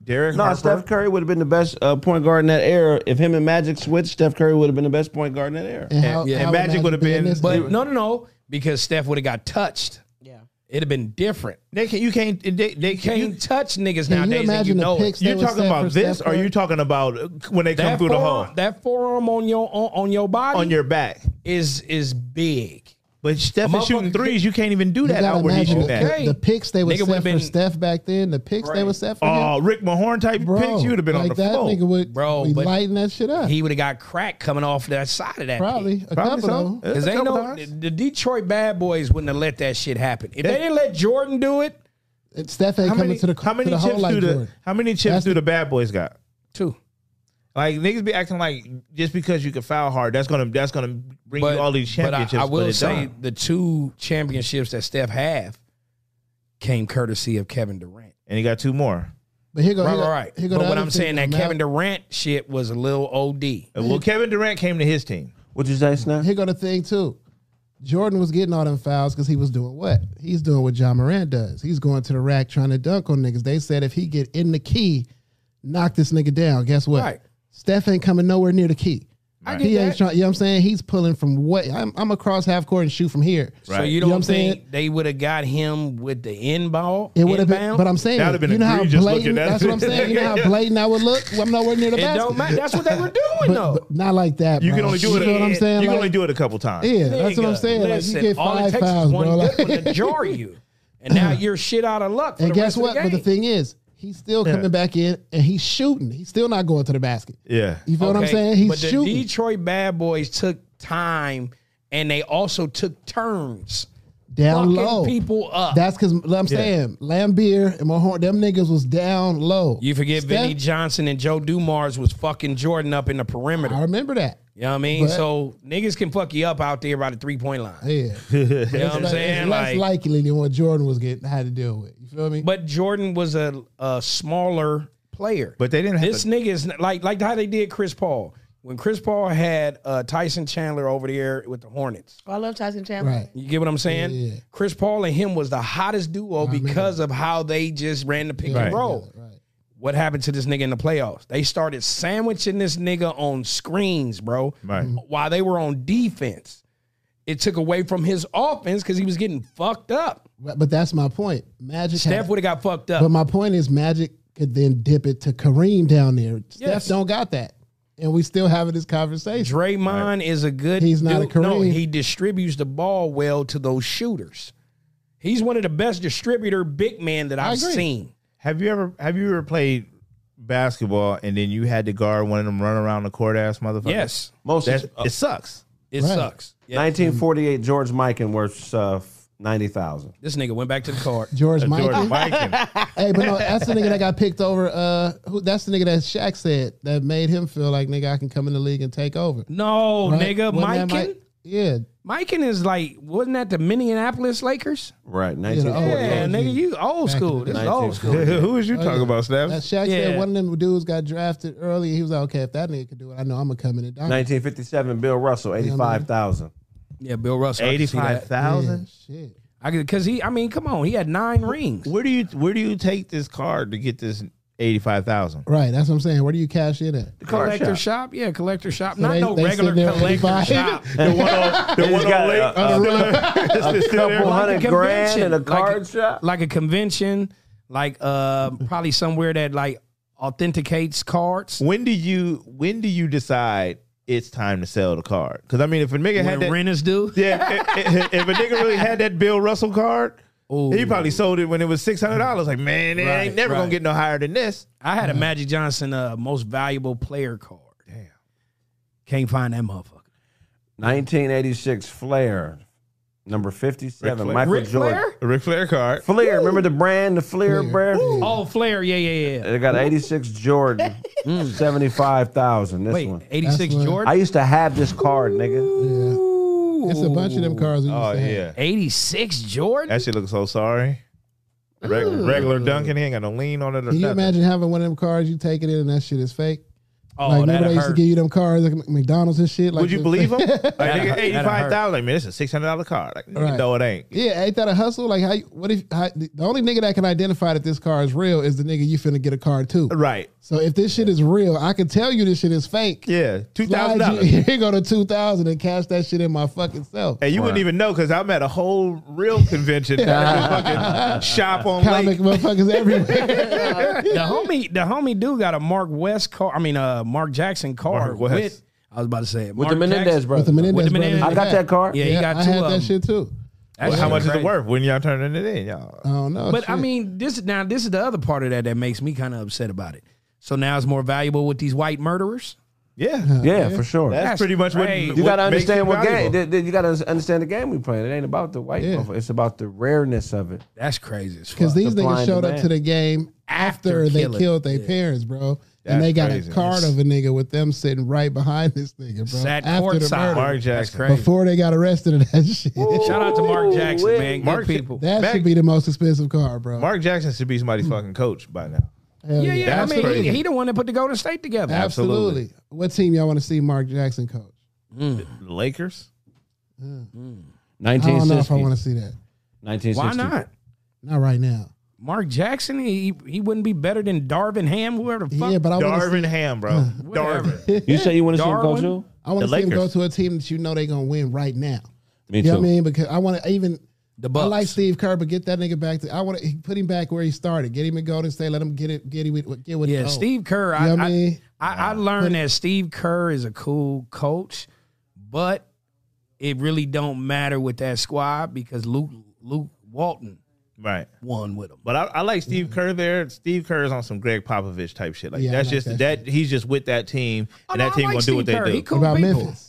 Speaker 1: Derek
Speaker 8: No,
Speaker 1: Harper.
Speaker 8: Steph Curry would have been the best uh, point guard in that era. If him and Magic switched, Steph Curry would have been the best point guard in that era.
Speaker 4: And, how,
Speaker 5: yeah,
Speaker 4: how
Speaker 5: and
Speaker 4: would
Speaker 1: Magic would've
Speaker 4: be in
Speaker 1: been-
Speaker 4: this
Speaker 5: but
Speaker 4: game?
Speaker 5: no, no, no, because Steph would have got touched.
Speaker 9: yeah.
Speaker 5: It'd have been different.
Speaker 1: They can, you can't. They, they
Speaker 5: Can't
Speaker 1: can't. You,
Speaker 5: touch niggas
Speaker 4: Can you
Speaker 5: nowadays. and
Speaker 4: imagine
Speaker 5: you
Speaker 4: the
Speaker 5: know it.
Speaker 4: picks
Speaker 1: you're
Speaker 4: They would
Speaker 1: talking
Speaker 4: stand
Speaker 1: about
Speaker 4: for Steph
Speaker 1: this, or
Speaker 4: Curry?
Speaker 1: you talking about uh, when they come
Speaker 5: That
Speaker 1: through the hole
Speaker 5: forearm, that forearm on your on, on your body
Speaker 1: on your back?
Speaker 5: is is big.
Speaker 1: But Steph
Speaker 5: A
Speaker 1: is shooting
Speaker 5: motherfucker-
Speaker 1: threes. You can't even do
Speaker 4: You
Speaker 1: that
Speaker 4: gotta
Speaker 1: out where he's
Speaker 4: imagine
Speaker 1: shooting
Speaker 4: the,
Speaker 1: that.
Speaker 5: Okay.
Speaker 4: the picks they would
Speaker 5: Nigga
Speaker 4: set for
Speaker 5: would've been-
Speaker 4: Steph back then. The picks they would set for him.
Speaker 1: Oh, Rick Mahorn type
Speaker 4: Bro,
Speaker 1: picks. You'd have been
Speaker 4: like
Speaker 1: on the
Speaker 4: that
Speaker 1: floor.
Speaker 4: nigga would
Speaker 5: Bro,
Speaker 4: be
Speaker 5: but
Speaker 4: lighting that shit up.
Speaker 5: He would have got crack coming off that side of that. pick.
Speaker 4: probably a
Speaker 1: Probably
Speaker 4: couple
Speaker 1: so.
Speaker 4: of them.
Speaker 1: Yeah,
Speaker 5: Because
Speaker 1: a
Speaker 5: they
Speaker 1: couple
Speaker 5: know the,
Speaker 1: times.
Speaker 5: the Detroit Bad Boys wouldn't have let that shit happen. If they didn't let Jordan do it,
Speaker 4: And Steph ain't
Speaker 1: How
Speaker 4: coming
Speaker 1: many,
Speaker 4: to the
Speaker 1: how many
Speaker 4: to the
Speaker 1: chips
Speaker 4: hole like
Speaker 1: do the
Speaker 4: Jordan.
Speaker 1: how many
Speaker 4: That's
Speaker 1: chips do the bad boys got?
Speaker 5: too.
Speaker 1: Like niggas be acting like just because you can foul hard, that's gonna that's gonna bring
Speaker 5: But,
Speaker 1: you all these
Speaker 5: but I-
Speaker 1: championships.
Speaker 5: I,
Speaker 1: but
Speaker 5: will
Speaker 1: it
Speaker 5: say
Speaker 1: don't.
Speaker 5: the two championships that Steph have came courtesy of Kevin Durant.
Speaker 1: and he got two more.
Speaker 4: But here go,
Speaker 5: Right,
Speaker 4: here go,
Speaker 5: right, right.
Speaker 4: Here go
Speaker 5: But
Speaker 4: the
Speaker 5: what
Speaker 4: other
Speaker 5: I'm
Speaker 4: thing,
Speaker 5: saying
Speaker 4: though,
Speaker 5: that
Speaker 4: Mal-
Speaker 5: Kevin Durant shit was a little OD.
Speaker 1: Well, Kevin Durant came to his team.
Speaker 8: What'd you say, Snap?
Speaker 4: Here go the thing too. Jordan was getting all them fouls because he was doing what? He's doing what John Moran does. He's going to the rack trying to dunk on niggas. They said if he get in the key, knock this nigga down. Guess what?
Speaker 5: Right.
Speaker 4: Steph ain't coming nowhere near the key.
Speaker 5: I get
Speaker 4: He ain't
Speaker 5: that.
Speaker 4: trying. You know what I'm saying? He's pulling from what? I'm, I'm across half court and shoot from here.
Speaker 5: So you
Speaker 4: You know
Speaker 5: don't
Speaker 4: what I'm
Speaker 5: think
Speaker 4: saying?
Speaker 5: they would have got him with the end ball?
Speaker 4: It would have been,
Speaker 5: inbound?
Speaker 4: but I'm saying,
Speaker 1: That'd have been
Speaker 4: you know how
Speaker 1: egregious
Speaker 4: blatant.
Speaker 1: looking at
Speaker 4: That's what I'm
Speaker 1: it.
Speaker 4: saying. You know how blatant I would look. I'm nowhere near the
Speaker 5: It
Speaker 4: basket.
Speaker 5: don't matter. That's what they were doing
Speaker 4: but,
Speaker 5: though.
Speaker 4: but not like that.
Speaker 1: You
Speaker 4: bro.
Speaker 1: can only do
Speaker 4: You
Speaker 1: it.
Speaker 4: know what I'm saying?
Speaker 1: You can
Speaker 4: Like-
Speaker 1: only do it a couple times.
Speaker 4: Yeah, that's what I'm
Speaker 5: Nigga,
Speaker 4: saying. like you get
Speaker 5: all it
Speaker 4: five
Speaker 5: takes
Speaker 4: fouls,
Speaker 5: is one
Speaker 4: bro. Like-
Speaker 5: good one to jar you, and now you're shit out of luck. For
Speaker 4: and
Speaker 5: the
Speaker 4: guess
Speaker 5: rest Of
Speaker 4: what?
Speaker 5: the
Speaker 4: but
Speaker 5: game.
Speaker 4: the thing is, he's still coming back in and he's shooting. He's still not going to the basket.
Speaker 1: Yeah.
Speaker 4: You feel what I'm
Speaker 5: Okay,
Speaker 4: saying? He's
Speaker 5: but the
Speaker 4: shooting.
Speaker 5: Detroit Bad Boys took time, and they also took turns
Speaker 4: down
Speaker 5: fucking
Speaker 4: low.
Speaker 5: people up.
Speaker 4: That's because I'm saying Lambeer and Mahorn, them niggas was down low.
Speaker 5: you forget
Speaker 4: Steph-
Speaker 5: Vinny Johnson and Joe Dumars was fucking Jordan up in the perimeter.
Speaker 4: I remember that.
Speaker 5: you know what I mean?
Speaker 4: but-
Speaker 5: so niggas can fuck you up out there by the three point line.
Speaker 4: Yeah,
Speaker 5: You know what I'm saying?
Speaker 4: it's
Speaker 5: Like,
Speaker 4: less likely than what Jordan was getting had to deal with. You feel me?
Speaker 5: but Jordan was a, a smaller player.
Speaker 1: But they didn't have
Speaker 5: this
Speaker 1: to-
Speaker 5: nigga is not- like like how they did Chris Paul when Chris Paul had uh, Tyson Chandler over there with the Hornets.
Speaker 9: Oh, I love Tyson Chandler.
Speaker 4: right.
Speaker 5: You get what I'm saying?
Speaker 4: Yeah, Oh, yeah.
Speaker 5: Chris Paul and him was the hottest duo because of how they just ran the pick
Speaker 1: Right.
Speaker 5: and roll.
Speaker 4: Right.
Speaker 5: What happened to this nigga in the playoffs? They started sandwiching this nigga on screens, bro.
Speaker 1: Right.
Speaker 5: While they were on defense, it took away from his offense because he was getting fucked up.
Speaker 4: But but that's my point. Magic. had-
Speaker 5: Steph would have got fucked up.
Speaker 4: but my point is, Magic could then dip it to Kareem down there. Steph
Speaker 5: Yes.
Speaker 4: don't got that. and we still having this conversation.
Speaker 5: Draymond is a good.
Speaker 4: He's not a
Speaker 5: dude. No,
Speaker 4: Kareem.
Speaker 5: he distributes the ball well to those shooters. He's one of the best distributor big men that I've
Speaker 4: agree.
Speaker 5: seen.
Speaker 1: Have you ever have you ever played basketball and then you had to guard one of them run around the court ass motherfuckers?
Speaker 5: Yes,
Speaker 8: Most
Speaker 1: That's, it sucks.
Speaker 5: it
Speaker 4: Right.
Speaker 5: sucks. Yeah,
Speaker 8: 1948 George Mikan worth uh, ninety thousand.
Speaker 5: this nigga went back to the card.
Speaker 8: Uh,
Speaker 4: George Michael.
Speaker 1: George Mikan.
Speaker 4: Hey, but no, that's the nigga that got picked over. Uh, who? That's the nigga that Shaq said that made him feel like nigga I can come in the league and take over.
Speaker 5: No,
Speaker 4: Right?
Speaker 5: Oh, nigga,
Speaker 4: Wasn't that
Speaker 5: Mikan.
Speaker 4: Mike- Yeah,
Speaker 5: Mikan is like, wasn't that the Minneapolis Lakers?
Speaker 8: Right,
Speaker 4: Yeah,
Speaker 5: Yeah,
Speaker 8: 1948.
Speaker 5: nigga, you old school. This is old school.
Speaker 1: Who is you
Speaker 8: Oh,
Speaker 1: talking about,
Speaker 4: that
Speaker 1: Snaps?
Speaker 4: Shaq
Speaker 5: Yeah.
Speaker 4: said one of them dudes got drafted early. He was like, okay, if that nigga could do it, I know I'm gonna come in and dominate.
Speaker 8: 1957 Bill Russell eighty five thousand.
Speaker 5: Yeah, Bill Russell. I can see
Speaker 1: Eighty-five
Speaker 5: that.
Speaker 4: Yeah,
Speaker 1: thousand.
Speaker 4: shit.
Speaker 5: I could because he. I mean, come on, he had nine rings.
Speaker 1: Where do you where do you take this card to get this eighty-five thousand?
Speaker 4: Right, that's what I'm saying. Where do you cash in at?
Speaker 5: collector shop. yeah, collector shop,
Speaker 4: So
Speaker 5: not
Speaker 4: they-
Speaker 5: no
Speaker 4: they
Speaker 5: regular
Speaker 4: sitting there with
Speaker 5: collector
Speaker 4: 85.
Speaker 5: shop.
Speaker 8: The one got a, a- a couple
Speaker 5: Like
Speaker 8: hundred grand
Speaker 5: convention,
Speaker 8: in a
Speaker 5: like
Speaker 8: card shop.
Speaker 5: like a convention, like uh, probably somewhere that like authenticates cards.
Speaker 1: When do you when do you decide it's time to sell the card? Because I mean, if a nigga
Speaker 5: When
Speaker 1: had that,
Speaker 5: rent is due,
Speaker 1: yeah, i- i- if a nigga really had that Bill Russell card,
Speaker 5: Ooh.
Speaker 1: he probably sold it when it was six hundred dollars. Like man, it
Speaker 5: Right,
Speaker 1: ain't never
Speaker 5: right.
Speaker 1: gonna get no higher than this.
Speaker 5: I had a Magic Johnson uh, most valuable player card. Damn, can't find that motherfucker.
Speaker 8: 1986 Flair number 57
Speaker 1: Ric Flair.
Speaker 8: Michael
Speaker 5: Ric
Speaker 8: Jordan.
Speaker 5: Flair?
Speaker 1: A Ric Flair card.
Speaker 8: Flair, remember the brand, the Flair
Speaker 4: Flair.
Speaker 8: brand?
Speaker 5: Oh, Flair, yeah, yeah, yeah.
Speaker 8: They got 86 Jordan, 75,000 this
Speaker 5: Wait,
Speaker 8: one.
Speaker 5: eighty six
Speaker 4: Mm. That's what-
Speaker 8: I
Speaker 5: Jordan.
Speaker 8: used to have this card, nigga.
Speaker 4: Yeah, it's a bunch of them cars. we used
Speaker 1: Oh
Speaker 4: to have.
Speaker 1: yeah,
Speaker 5: Eighty six Jordan.
Speaker 1: that shit looks so sorry. Reg- regular Duncan, he ain't got no lean on it or
Speaker 4: Can you
Speaker 1: nothing.
Speaker 4: imagine having one of them cars? You take it in and that shit is fake.
Speaker 5: oh,
Speaker 4: like remember
Speaker 5: that
Speaker 4: they used to
Speaker 5: hurt.
Speaker 4: give you them cars like Mc- McDonald's and shit. Like
Speaker 1: Would you
Speaker 4: the-
Speaker 1: believe him? Like,
Speaker 5: That'd
Speaker 1: nigga,
Speaker 5: hurt.
Speaker 1: eighty-five thousand. Like, man, it's a six hundred dollar card. Like,
Speaker 4: Right.
Speaker 1: no, it ain't.
Speaker 4: Yeah, ain't that a hustle? Like, how? you- What if how, the the only nigga that can identify that this car is real is the nigga you finna get a car to?
Speaker 1: Right.
Speaker 4: So if this shit is real, I can tell you this shit is fake.
Speaker 1: Yeah, two thousand
Speaker 4: Slide
Speaker 1: dollars.
Speaker 4: you, here go to two thousand and cash that shit in my fucking self.
Speaker 1: And you wouldn't even know because I'm at a whole real convention. fucking shop on Lake.
Speaker 4: Comic motherfuckers everywhere.
Speaker 5: the homie, the homie dude got a Mark West car. I mean, uh, Mark Jackson car.
Speaker 1: Mark West.
Speaker 5: With, I was about to say it.
Speaker 8: With the
Speaker 5: Mark
Speaker 8: Menendez
Speaker 5: Jackson-
Speaker 8: brothers.
Speaker 4: the Menendez
Speaker 5: With the
Speaker 4: brothers
Speaker 5: Menendez-
Speaker 4: in
Speaker 8: I
Speaker 4: the
Speaker 8: got
Speaker 4: back.
Speaker 8: that card.
Speaker 5: Yeah, he got
Speaker 4: I
Speaker 5: two
Speaker 4: had
Speaker 5: of
Speaker 4: that
Speaker 5: them.
Speaker 4: shit too.
Speaker 5: That shit
Speaker 1: How much is
Speaker 5: crazy.
Speaker 1: it worth when y'all turning it in, y'all?
Speaker 4: I don't know.
Speaker 5: But I
Speaker 4: shit.
Speaker 5: mean, this now this is the other part of that that makes me kind of upset about it. So now it's more valuable with these white murderers.
Speaker 1: Yeah,
Speaker 8: Yeah, for sure.
Speaker 1: that's, pretty much what
Speaker 5: crazy.
Speaker 8: you
Speaker 1: got to
Speaker 8: understand what game. th- th- You got to understand the game we playing. It ain't about the white.
Speaker 4: Yeah.
Speaker 8: motherfucker. It's about the rareness of it.
Speaker 5: That's crazy as fuck.
Speaker 4: Because these
Speaker 8: Supply
Speaker 4: niggas
Speaker 8: and
Speaker 4: showed up
Speaker 8: demand.
Speaker 4: to the game after,
Speaker 5: After
Speaker 4: they
Speaker 5: killing.
Speaker 4: killed their parents, bro.
Speaker 1: That's
Speaker 4: and they got
Speaker 1: crazy.
Speaker 4: a card of a nigga with them sitting right behind this nigga, bro.
Speaker 5: Sat
Speaker 4: after the
Speaker 5: courtside.
Speaker 4: murder,
Speaker 1: Mark Jackson.
Speaker 5: That's crazy.
Speaker 4: before they got arrested and that shit.
Speaker 5: Shout out to Mark Jackson,
Speaker 8: Ooh,
Speaker 5: man. Good
Speaker 1: Mark-
Speaker 5: people.
Speaker 4: that
Speaker 1: Back-
Speaker 4: should be the most expensive car, bro.
Speaker 1: Mark Jackson should be somebody's fucking coach by now.
Speaker 4: Hell
Speaker 5: yeah, yeah. I
Speaker 1: That's
Speaker 5: mean,
Speaker 1: crazy.
Speaker 5: he, he the one that put the Golden State together.
Speaker 4: absolutely. What team y'all want to see Mark Jackson coach?
Speaker 1: Mm. The Lakers.
Speaker 2: Mm.
Speaker 4: I don't know if I want
Speaker 8: 1960.
Speaker 4: to see that.
Speaker 5: Why not?
Speaker 4: Not right now.
Speaker 5: Mark Jackson, he he wouldn't be better than Darvin Ham, whoever the fuck.
Speaker 4: Yeah, but I want to see,
Speaker 1: Darvin Ham, bro.
Speaker 5: whatever.
Speaker 1: Darvin.
Speaker 8: You say you want to see him go
Speaker 5: Darwin?
Speaker 8: to?
Speaker 4: I want to
Speaker 1: The
Speaker 4: see him go
Speaker 1: Lakers.
Speaker 4: to a team that you know they gonna win right now.
Speaker 8: Me
Speaker 4: You know what I
Speaker 8: too.
Speaker 4: mean? Because I want to even.
Speaker 5: The
Speaker 4: I
Speaker 5: Bucks.
Speaker 4: like Steve Kerr, but get that nigga back. To, I want to put him back where he started. Get him in Golden State. Let him get it. Get it. Get what he
Speaker 5: Yeah,
Speaker 4: owed.
Speaker 5: Steve Kerr. I,
Speaker 4: You know what I
Speaker 5: I,
Speaker 4: mean?
Speaker 5: I, I learned that Steve Kerr is a cool coach, but it really don't matter with that squad because Luke Luke Walton
Speaker 1: Right.
Speaker 5: won with him.
Speaker 1: But I, I like Steve Kerr there. Steve Kerr is on some Greg Popovich type shit. Like
Speaker 4: Yeah, I
Speaker 1: that's
Speaker 4: like
Speaker 1: just
Speaker 4: that
Speaker 1: that, he's just with that team,
Speaker 5: Oh,
Speaker 1: and
Speaker 5: no,
Speaker 1: that
Speaker 5: I
Speaker 1: team
Speaker 5: like
Speaker 1: gonna
Speaker 5: Steve
Speaker 1: do what they
Speaker 5: Kerr. He
Speaker 1: do.
Speaker 4: What
Speaker 5: cool
Speaker 4: about
Speaker 5: people.
Speaker 4: Memphis?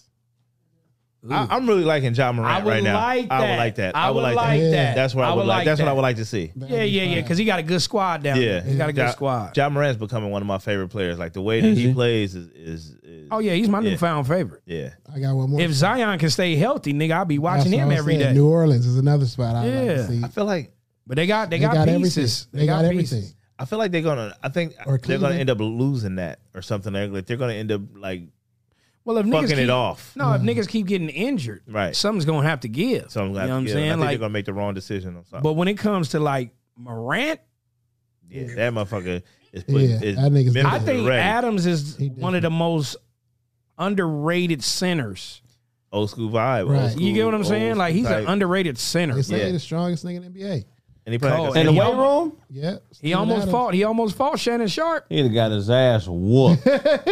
Speaker 1: I, am really liking John
Speaker 5: I
Speaker 1: Morant
Speaker 5: would
Speaker 1: right now.
Speaker 5: like
Speaker 1: I
Speaker 5: that.
Speaker 1: would like that.
Speaker 5: I would like that.
Speaker 1: That's what I,
Speaker 5: I
Speaker 1: would
Speaker 5: would
Speaker 1: like.
Speaker 5: like
Speaker 1: That's what I
Speaker 5: that.
Speaker 1: would like to see.
Speaker 5: Yeah, yeah, yeah. Because he got a good squad down
Speaker 1: Yeah,
Speaker 5: there. He got a good
Speaker 1: Ja-
Speaker 5: squad.
Speaker 1: John Morant's becoming one of my favorite players. Like the way that he plays is, is, is
Speaker 5: oh yeah, he's my newfound favorite.
Speaker 1: yeah.
Speaker 4: I got one more.
Speaker 5: If Zion can stay healthy, nigga, I'll be
Speaker 4: That's
Speaker 5: watching
Speaker 4: what
Speaker 5: him
Speaker 4: I'm
Speaker 5: every
Speaker 4: saying.
Speaker 5: day.
Speaker 4: New Orleans is another spot I like
Speaker 5: Yeah.
Speaker 4: to see.
Speaker 1: I feel like
Speaker 5: But they got they,
Speaker 4: They
Speaker 5: got,
Speaker 4: got everything.
Speaker 5: pieces.
Speaker 4: They got
Speaker 5: pieces.
Speaker 4: everything.
Speaker 1: I feel like they're gonna. I think
Speaker 4: Or
Speaker 1: they're gonna
Speaker 4: Cleveland.
Speaker 1: end up losing that or something. They're, like, they're gonna end up like
Speaker 5: Well, if niggas
Speaker 1: fucking
Speaker 5: keep,
Speaker 1: it off.
Speaker 5: No, if niggas keep getting injured,
Speaker 1: Right.
Speaker 5: something's gonna have to give.
Speaker 1: So I'm
Speaker 5: you
Speaker 1: glad.
Speaker 5: know what I'm
Speaker 1: yeah, I
Speaker 5: saying?
Speaker 1: think
Speaker 5: Like,
Speaker 1: they're gonna make the wrong decision. on something.
Speaker 5: But when it comes to like Morant,
Speaker 1: yeah, that motherfucker is putting.
Speaker 4: Yeah,
Speaker 1: is
Speaker 4: that nigga's
Speaker 1: Memphis
Speaker 5: I
Speaker 1: is
Speaker 5: think
Speaker 1: ready.
Speaker 5: Adams is
Speaker 4: He
Speaker 5: one of the most underrated centers.
Speaker 1: old school vibe.
Speaker 4: Right.
Speaker 1: Old school,
Speaker 5: You get what I'm
Speaker 1: old
Speaker 5: saying? Like
Speaker 1: school
Speaker 5: he's an
Speaker 1: type.
Speaker 5: underrated center.
Speaker 4: They say
Speaker 1: Yeah.
Speaker 4: he's the strongest nigga in the NBA.
Speaker 1: And he probably
Speaker 5: Cold.
Speaker 1: got
Speaker 2: In
Speaker 5: And
Speaker 2: the
Speaker 1: sent
Speaker 5: he
Speaker 2: weight
Speaker 5: almo-
Speaker 2: room,
Speaker 4: Yeah.
Speaker 5: He almost fought. He almost fought Shannon Sharp.
Speaker 2: he'd have got his ass whooped.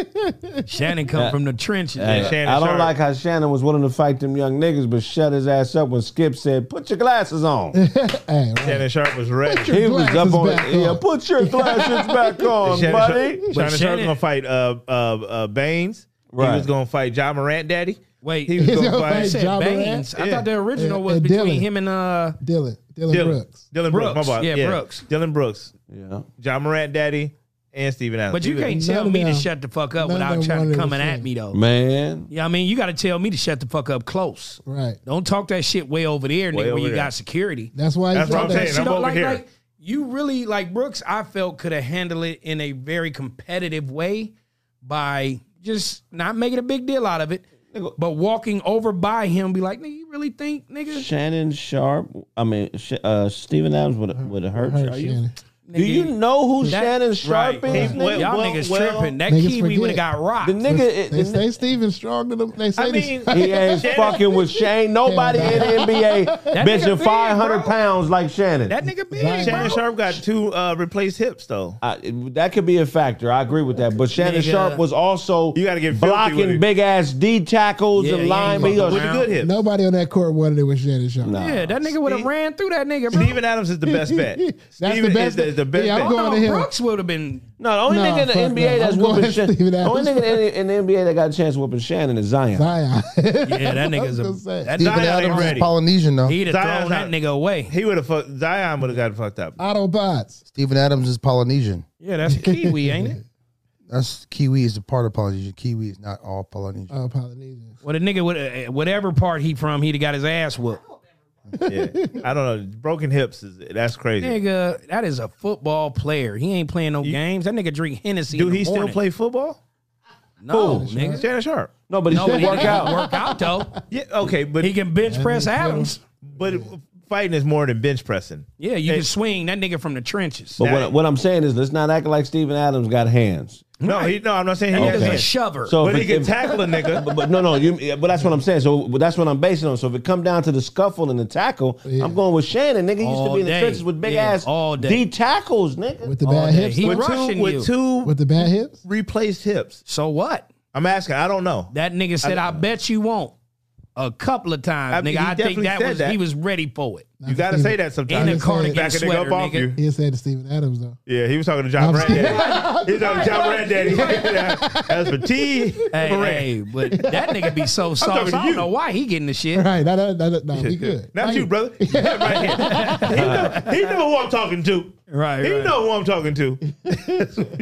Speaker 5: Shannon come from the trenches.
Speaker 2: Hey,
Speaker 1: Yeah, Shannon
Speaker 2: I don't
Speaker 1: Sharp.
Speaker 2: like how Shannon was willing to fight them young niggas, but shut his ass up when Skip said, "Put your glasses on."
Speaker 4: Hey, right.
Speaker 1: Shannon Sharp was ready.
Speaker 4: your-
Speaker 2: He was up
Speaker 4: Glasses
Speaker 2: on it.
Speaker 4: back
Speaker 2: Yeah,
Speaker 4: on.
Speaker 2: put your glasses back on,
Speaker 1: Shannon Sharp,
Speaker 2: buddy.
Speaker 1: Shannon
Speaker 5: But
Speaker 1: Sharp's
Speaker 5: Shannon-
Speaker 1: gonna fight uh, uh, uh, Baines.
Speaker 2: Right.
Speaker 1: He was gonna fight John Morant, Daddy.
Speaker 5: Wait,
Speaker 1: He was
Speaker 4: He's
Speaker 1: gonna
Speaker 4: gonna
Speaker 1: fight
Speaker 4: fight Ja Morant?
Speaker 5: Baines. I
Speaker 1: Yeah.
Speaker 5: thought the original
Speaker 4: And-
Speaker 5: was
Speaker 4: and
Speaker 5: between
Speaker 4: Dylan.
Speaker 5: him and uh.
Speaker 4: Dylan. Dylan.
Speaker 1: Dylan
Speaker 4: Brooks.
Speaker 1: Dylan Brooks.
Speaker 5: Brooks,
Speaker 1: My boy.
Speaker 5: yeah, Brooks.
Speaker 1: Dylan Brooks.
Speaker 2: Yeah.
Speaker 1: John Morant, Daddy, and Steven Adams.
Speaker 5: But you
Speaker 1: He was-
Speaker 5: can't tell
Speaker 4: None
Speaker 5: me
Speaker 4: of
Speaker 5: to
Speaker 4: them-
Speaker 5: shut the fuck up
Speaker 4: none of
Speaker 5: without
Speaker 4: them
Speaker 5: trying
Speaker 4: wanted
Speaker 5: to
Speaker 4: to
Speaker 5: coming
Speaker 4: see
Speaker 5: at
Speaker 4: it.
Speaker 5: me though.
Speaker 2: Man.
Speaker 5: Yeah, I mean, you got to tell me to shut the fuck up close.
Speaker 4: Right.
Speaker 5: Don't talk that shit way over there, nigga.
Speaker 1: Way
Speaker 5: When
Speaker 1: over
Speaker 5: you
Speaker 1: there.
Speaker 5: got security.
Speaker 4: That's why. he
Speaker 1: That's
Speaker 4: said
Speaker 1: what I'm
Speaker 4: that.
Speaker 1: saying.
Speaker 5: She don't-
Speaker 1: over
Speaker 5: like,
Speaker 1: here.
Speaker 5: like, you really like Brooks. I felt could have handled it in a very competitive way by just not making a big deal out of it, but walking over by him, be like, "Nigga, you really think, nigga?
Speaker 11: Shannon Sharp. I mean, Sh- uh, Stephen Adams would would have hurt,
Speaker 4: Hurt
Speaker 11: Are you.
Speaker 4: Shannon.
Speaker 2: Do you
Speaker 5: Nigga,
Speaker 2: know who
Speaker 5: that-
Speaker 2: Shannon
Speaker 1: right.
Speaker 2: Sharp is?
Speaker 1: He
Speaker 2: nigga?
Speaker 1: went-
Speaker 5: y'all
Speaker 1: well,
Speaker 5: niggas
Speaker 1: well,
Speaker 5: tripping? That
Speaker 4: Niggas
Speaker 5: Kiwi would have
Speaker 4: forget.
Speaker 5: got rocked.
Speaker 2: The nigga, it-
Speaker 4: They
Speaker 2: the
Speaker 4: say Steven strong to them. They say
Speaker 1: I
Speaker 4: this-
Speaker 1: mean,
Speaker 2: He ain't
Speaker 1: Shannon-
Speaker 2: fucking with Shane. Nobody in the NBA
Speaker 5: nigga
Speaker 2: benching
Speaker 5: big,
Speaker 2: 500
Speaker 5: bro.
Speaker 2: pounds like Shannon.
Speaker 5: that
Speaker 2: That,
Speaker 5: nigga big, bro.
Speaker 4: Right.
Speaker 1: Shannon Sharp got two uh, replaced hips though.
Speaker 2: that could be a factor. I agree with that. But Shannon
Speaker 5: Nigga.
Speaker 2: Sharp was also
Speaker 1: You gotta get filthy with
Speaker 2: blocking
Speaker 1: it.
Speaker 2: big ass D tackles
Speaker 5: Yeah, he
Speaker 2: and
Speaker 5: ain't
Speaker 2: line.
Speaker 5: fucking
Speaker 2: He was-
Speaker 1: With the good hips.
Speaker 4: Nobody on that court wanted it with Shannon Sharp.
Speaker 5: Yeah, that nigga would have
Speaker 1: Steve-
Speaker 5: ran through that nigga, bro.
Speaker 1: Steven Adams is the best bet.
Speaker 4: That's the
Speaker 1: Steven
Speaker 4: best
Speaker 1: is the,
Speaker 4: bet.
Speaker 1: is the best
Speaker 4: Yeah, I'm
Speaker 1: bet.
Speaker 4: going-
Speaker 5: No,
Speaker 4: to him.
Speaker 5: Brooks would have been.
Speaker 2: No, the only
Speaker 4: Nah,
Speaker 2: nigga in the
Speaker 4: fuck
Speaker 2: NBA
Speaker 4: no.
Speaker 2: that's
Speaker 4: I'm
Speaker 2: whooping
Speaker 4: going Steven
Speaker 2: Shannon. The only
Speaker 4: Adams.
Speaker 2: nigga in the, in the NBA that got a chance whooping Shannon is Zion.
Speaker 4: Zion.
Speaker 5: Yeah, that nigga's
Speaker 4: I was
Speaker 5: a.
Speaker 4: gonna say.
Speaker 5: That
Speaker 1: Zion
Speaker 5: nigga,
Speaker 1: ain't
Speaker 12: Adams
Speaker 1: ready.
Speaker 12: is Polynesian though.
Speaker 5: he'd have
Speaker 1: Zion's
Speaker 5: thrown that
Speaker 1: out.
Speaker 5: nigga away.
Speaker 1: He would have fucked. Zion would have got fucked up.
Speaker 4: Autobots.
Speaker 12: Stephen Adams is Polynesian.
Speaker 5: Yeah, that's Kiwi, ain't it?
Speaker 12: That's Kiwi is a part of Polynesian. Kiwi is not all Polynesian.
Speaker 4: Oh, Polynesian.
Speaker 5: Well, the nigga would whatever part he from, he'd have got his ass whooped.
Speaker 1: Yeah. I don't know. Broken hips is that's crazy.
Speaker 5: Nigga, that is a football player. He ain't playing no games. That nigga drink Hennessy.
Speaker 1: Do
Speaker 5: in the
Speaker 1: he still
Speaker 5: morning.
Speaker 1: play football?
Speaker 5: No,
Speaker 2: Who?
Speaker 5: nigga.
Speaker 1: Shannon Sharp.
Speaker 2: No, but he
Speaker 5: No,
Speaker 2: should
Speaker 5: but
Speaker 2: work
Speaker 5: he can
Speaker 2: out.
Speaker 5: Work out though.
Speaker 1: Yeah. Okay, but
Speaker 5: He can bench press Adams.
Speaker 1: but fighting is more than bench pressing.
Speaker 5: Yeah, you
Speaker 1: Hey.
Speaker 5: can swing that nigga from the trenches.
Speaker 2: But what, what I'm saying is, let's not act like Steven Adams got hands.
Speaker 1: No, he, no, I'm not saying he
Speaker 5: That
Speaker 1: has
Speaker 5: nigga's a
Speaker 1: hands.
Speaker 5: shover.
Speaker 2: So
Speaker 1: but
Speaker 2: if
Speaker 1: he
Speaker 2: it-
Speaker 1: can
Speaker 2: if-
Speaker 1: tackle a nigga.
Speaker 2: But, but no, no, you, yeah, but that's what I'm saying. So but that's what I'm basing on. So if it come down to the scuffle and the tackle, I'm going with Shannon. Nigga used to
Speaker 5: All
Speaker 2: be in the
Speaker 5: day.
Speaker 2: trenches with big
Speaker 5: Yeah,
Speaker 2: ass
Speaker 5: all day.
Speaker 2: D tackles, nigga.
Speaker 4: With the
Speaker 5: All
Speaker 4: bad
Speaker 5: day.
Speaker 4: hips.
Speaker 5: He
Speaker 4: though?
Speaker 1: with two,
Speaker 5: rushing you.
Speaker 1: with two
Speaker 4: with the bad hips.
Speaker 1: replaced hips.
Speaker 5: so what?
Speaker 1: I'm asking. I don't know.
Speaker 5: That nigga said, I, bet you won't. A couple of times,
Speaker 1: I mean,
Speaker 5: nigga.
Speaker 1: he
Speaker 5: I think
Speaker 1: definitely
Speaker 5: that
Speaker 1: said
Speaker 5: was
Speaker 1: that.
Speaker 5: he was ready for it.
Speaker 1: you got to say that sometimes.
Speaker 5: In a cardigan
Speaker 1: Back a nigga
Speaker 5: sweater,
Speaker 1: up off
Speaker 5: nigga.
Speaker 1: you.
Speaker 4: He said to Steven Adams though.
Speaker 1: Yeah, he was talking to John Moran.
Speaker 4: I'm
Speaker 1: Daddy. he was talking to John Moran. Daddy. As for T,
Speaker 5: Hey,
Speaker 1: Moran.
Speaker 5: hey, but that nigga be so soft.
Speaker 1: talking to
Speaker 5: I don't
Speaker 1: you.
Speaker 5: know why he getting the shit.
Speaker 4: Right. No, no, no, no, no, we good.
Speaker 1: Not
Speaker 4: Right.
Speaker 1: you, brother. Yeah, right here. He know, he know who I'm talking to.
Speaker 5: Right,
Speaker 1: He
Speaker 5: right.
Speaker 1: know who I'm talking to.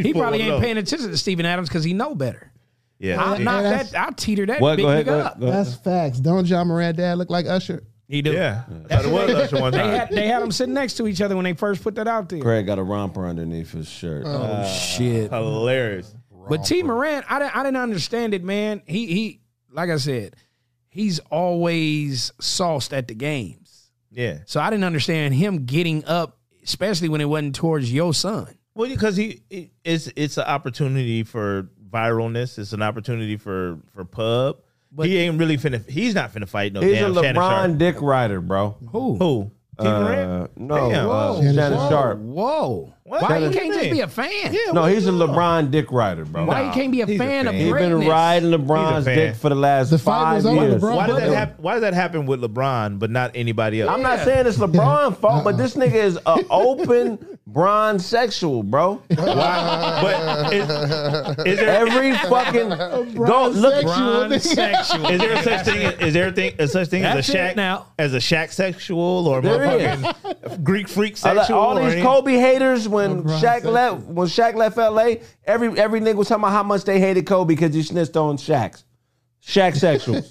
Speaker 5: He probably ain't paying attention to Steven Adams because he know better.
Speaker 1: Yeah.
Speaker 5: I'll knock
Speaker 4: and that's-
Speaker 5: that. I'll teeter that
Speaker 2: What?
Speaker 5: big
Speaker 2: Go ahead,
Speaker 5: nigga
Speaker 2: go
Speaker 5: up.
Speaker 2: ahead, go ahead.
Speaker 4: That's facts. Don't John Moran dad look like Usher?
Speaker 5: He do.
Speaker 1: Yeah. I thought it was Usher one
Speaker 5: They had
Speaker 1: time.
Speaker 5: they had them sitting next to each other when they first put that out there.
Speaker 2: Craig got a romper underneath his shirt. Uh,
Speaker 5: Oh shit!
Speaker 1: Uh, Hilarious.
Speaker 5: But T Moran, I didn't I didn't understand it, man. He he, like I said, he's always sauced at the games,
Speaker 1: Yeah.
Speaker 5: so I didn't understand him getting up, especially when it wasn't towards your son.
Speaker 1: Well, because he, he it's it's an opportunity for viralness. It's an opportunity for for pub. But he ain't really finna. He's not finna fight no
Speaker 2: He's a
Speaker 1: damn Shannon
Speaker 2: LeBron
Speaker 1: Sharp.
Speaker 2: dick rider, bro.
Speaker 5: Who?
Speaker 1: Who? T.
Speaker 2: Uh,
Speaker 1: Moran?
Speaker 2: no,
Speaker 1: Damn.
Speaker 2: uh,
Speaker 1: Whoa.
Speaker 2: Shannon
Speaker 4: Shannon
Speaker 2: Sharp.
Speaker 5: Whoa!
Speaker 1: What?
Speaker 5: Why
Speaker 1: Shannon-
Speaker 5: he can't just be a fan?
Speaker 1: Yeah.
Speaker 2: No,
Speaker 1: what
Speaker 2: he's
Speaker 1: the
Speaker 2: a
Speaker 1: fuck?
Speaker 2: LeBron dick rider, bro.
Speaker 5: Why he can't be a
Speaker 1: he's a
Speaker 5: fan,
Speaker 1: fan.
Speaker 5: of
Speaker 1: He
Speaker 2: He's
Speaker 5: greatness?
Speaker 2: been riding
Speaker 1: He's
Speaker 2: LeBron's
Speaker 1: a fan.
Speaker 2: dick for the last
Speaker 4: The fight
Speaker 2: five
Speaker 4: was over
Speaker 2: years.
Speaker 4: LeBron.
Speaker 1: Why did that
Speaker 4: Brother.
Speaker 1: happen? Why did that happen with LeBron, but not anybody else?
Speaker 2: I'm not saying it's LeBron's fault,
Speaker 1: Uh-uh.
Speaker 2: but this nigga is a open Bron sexual, bro.
Speaker 1: Why? But is, is there
Speaker 2: Every fucking go look.
Speaker 5: Bron sexual.
Speaker 1: is there a such thing? Is there a thing a such thing as
Speaker 5: That's
Speaker 1: a
Speaker 5: it
Speaker 1: Shaq
Speaker 5: now.
Speaker 1: as a Shaq sexual or
Speaker 2: There
Speaker 1: motherfucking Greek freak
Speaker 2: I like
Speaker 1: sexual?
Speaker 2: all
Speaker 1: or
Speaker 2: these
Speaker 1: any-
Speaker 2: Kobe haters when
Speaker 4: LeBron
Speaker 2: Shaq
Speaker 4: sexual.
Speaker 2: left when Shaq left LA, every every nigga was talking about how much they hated Kobe because he snitched on Shaq's. Shaq sexual.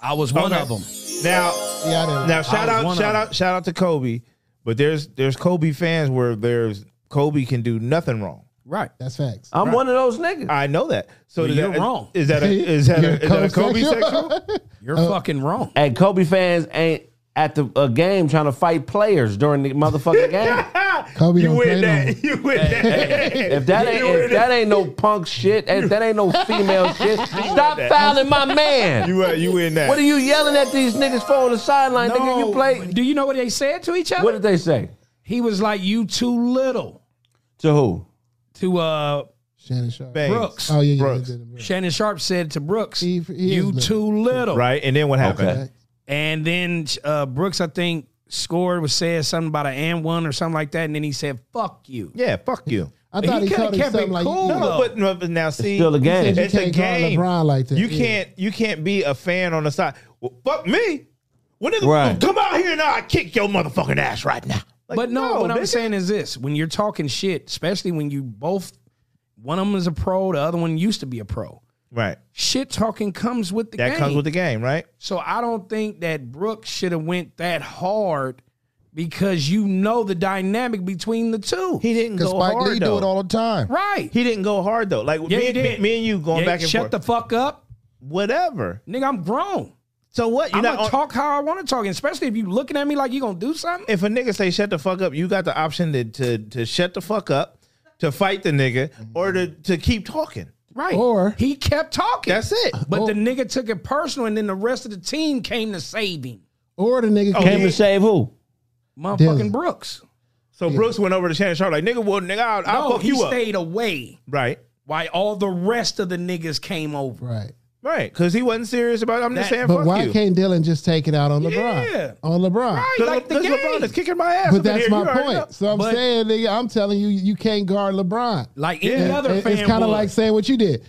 Speaker 5: I was one
Speaker 1: Okay.
Speaker 5: of them.
Speaker 1: now.
Speaker 4: Yeah, I didn't.
Speaker 1: Now shout
Speaker 5: was
Speaker 1: out,
Speaker 5: one of
Speaker 1: shout
Speaker 5: 'em.
Speaker 1: out, shout out to Kobe. But there's there's Kobe fans where there's Kobe can do nothing wrong.
Speaker 5: Right.
Speaker 4: That's facts.
Speaker 2: I'm one of those niggas.
Speaker 1: I know that. So
Speaker 5: Well,
Speaker 1: is
Speaker 5: you're
Speaker 1: that-
Speaker 5: wrong.
Speaker 1: Is that a is that
Speaker 4: You're
Speaker 1: a, is that a Kobe
Speaker 4: homosexual.
Speaker 1: sexual?
Speaker 5: You're fucking wrong.
Speaker 2: And Kobe fans ain't at the a game trying to fight players during the motherfucking game.
Speaker 4: Kobe
Speaker 1: you
Speaker 4: don't play
Speaker 1: win that.
Speaker 4: no.
Speaker 1: You win that.
Speaker 2: If that ain't if that ain't no punk shit, if that ain't no female shit, stop fouling my man.
Speaker 1: you uh, you win that.
Speaker 2: What are you yelling at these niggas for on the sideline? Nigga, you play.
Speaker 5: Do you know what they said to each other?
Speaker 2: What did they say?
Speaker 5: He was like, "You too little
Speaker 8: To who?
Speaker 5: to uh
Speaker 4: Shannon Sharp.
Speaker 1: Bangs.
Speaker 5: Brooks."
Speaker 4: Oh yeah, yeah,
Speaker 1: Brooks.
Speaker 4: they did it.
Speaker 5: Shannon Sharp said to Brooks,
Speaker 4: He- he
Speaker 5: "You
Speaker 4: is
Speaker 5: too little."
Speaker 1: Right? And then what happened?
Speaker 8: Okay.
Speaker 5: And then uh, Brooks, I think, scored was said something about an and one or something like that, and then he said, "Fuck you."
Speaker 1: Yeah, fuck you.
Speaker 4: I thought he,
Speaker 5: coulda
Speaker 4: called him
Speaker 5: kept it
Speaker 4: something like
Speaker 5: cool,
Speaker 4: no,
Speaker 5: though.
Speaker 1: No, but, no, but now see,
Speaker 8: Still a game.
Speaker 4: you
Speaker 1: it's a
Speaker 4: can't call
Speaker 1: game.
Speaker 4: LeBron like that.
Speaker 1: You
Speaker 4: Yeah.
Speaker 1: can't you can't be a fan on the side. Well, fuck me. When nigga
Speaker 8: Right.
Speaker 1: come out here now, I kick your motherfucking ass right now. Like,
Speaker 5: but no, what I'm
Speaker 1: nigga.
Speaker 5: saying is this: when you're talking shit, especially when you both, one of them is a pro, the other one used to be a pro.
Speaker 1: right.
Speaker 5: Shit talking comes with the
Speaker 1: That
Speaker 5: game.
Speaker 1: comes with the game, right?
Speaker 5: so I don't think that Brooks should have went that hard because you know the dynamic between the two.
Speaker 1: He didn't
Speaker 12: Because
Speaker 1: go
Speaker 12: Spike
Speaker 1: hard
Speaker 12: Lee
Speaker 1: though.
Speaker 12: do it all the time.
Speaker 5: right.
Speaker 1: He didn't go hard though. Like
Speaker 5: Yeah,
Speaker 1: me,
Speaker 5: he
Speaker 1: me,
Speaker 5: did.
Speaker 1: me and you going
Speaker 5: Yeah,
Speaker 1: back and
Speaker 5: shut
Speaker 1: forth.
Speaker 5: the fuck up,
Speaker 1: Whatever.
Speaker 5: nigga. I'm grown.
Speaker 1: So what? You
Speaker 5: I'm
Speaker 1: not
Speaker 5: gonna
Speaker 1: on-
Speaker 5: talk how I want to talk, especially if you looking at me like you gonna do something.
Speaker 1: if a nigga say shut the fuck up, you got the option to to, to shut the fuck up, to fight the nigga,
Speaker 4: Mm-hmm.
Speaker 1: or to, to keep talking.
Speaker 5: Right.
Speaker 4: Or-
Speaker 5: he kept talking.
Speaker 1: That's it.
Speaker 5: But the nigga took it personal, and then the rest of the team came to save him.
Speaker 4: Or the nigga
Speaker 1: Oh,
Speaker 4: came
Speaker 1: yeah.
Speaker 2: Came to save who?
Speaker 5: Motherfucking
Speaker 4: Dylan.
Speaker 5: Brooks.
Speaker 1: So Brooks went over to Shannon Sharp like nigga, well nigga, I'll, I'll
Speaker 5: No,
Speaker 1: fuck
Speaker 5: he
Speaker 1: you up.
Speaker 5: stayed away
Speaker 1: Right.
Speaker 5: while all the rest of the niggas came over.
Speaker 4: right.
Speaker 1: Right, because he wasn't serious about it. I'm just
Speaker 5: That-
Speaker 1: saying,
Speaker 4: But
Speaker 1: fuck
Speaker 4: why
Speaker 1: you.
Speaker 4: can't Dylan just take it out on LeBron?
Speaker 5: Yeah.
Speaker 4: On LeBron.
Speaker 1: Because
Speaker 5: Like the
Speaker 1: LeBron
Speaker 5: game.
Speaker 1: is kicking my ass.
Speaker 4: But
Speaker 1: up in
Speaker 4: that's
Speaker 1: here.
Speaker 4: my
Speaker 1: You already know.
Speaker 4: point. So I'm
Speaker 5: But-
Speaker 4: saying, nigga, I'm telling you, you can't guard LeBron.
Speaker 5: Like any
Speaker 4: It-
Speaker 5: other
Speaker 4: it-
Speaker 5: fan.
Speaker 4: it's kind
Speaker 5: would.
Speaker 4: of like saying what you did.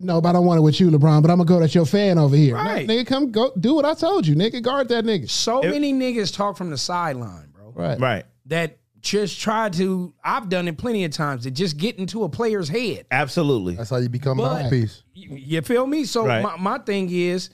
Speaker 4: No, but I don't want it with you, LeBron. But I'm gonna go at your fan over here. No,
Speaker 5: Right.
Speaker 4: nigga, come go do what I told you, nigga. Guard that nigga.
Speaker 5: so many niggas talk from the sideline, bro.
Speaker 4: Right.
Speaker 1: Right,
Speaker 5: That just try to. I've done it plenty of times. To just get into a player's head.
Speaker 1: absolutely.
Speaker 12: That's how you become
Speaker 5: But-
Speaker 12: mouthpiece.
Speaker 5: You, you feel me? So
Speaker 1: Right.
Speaker 5: my, my thing is.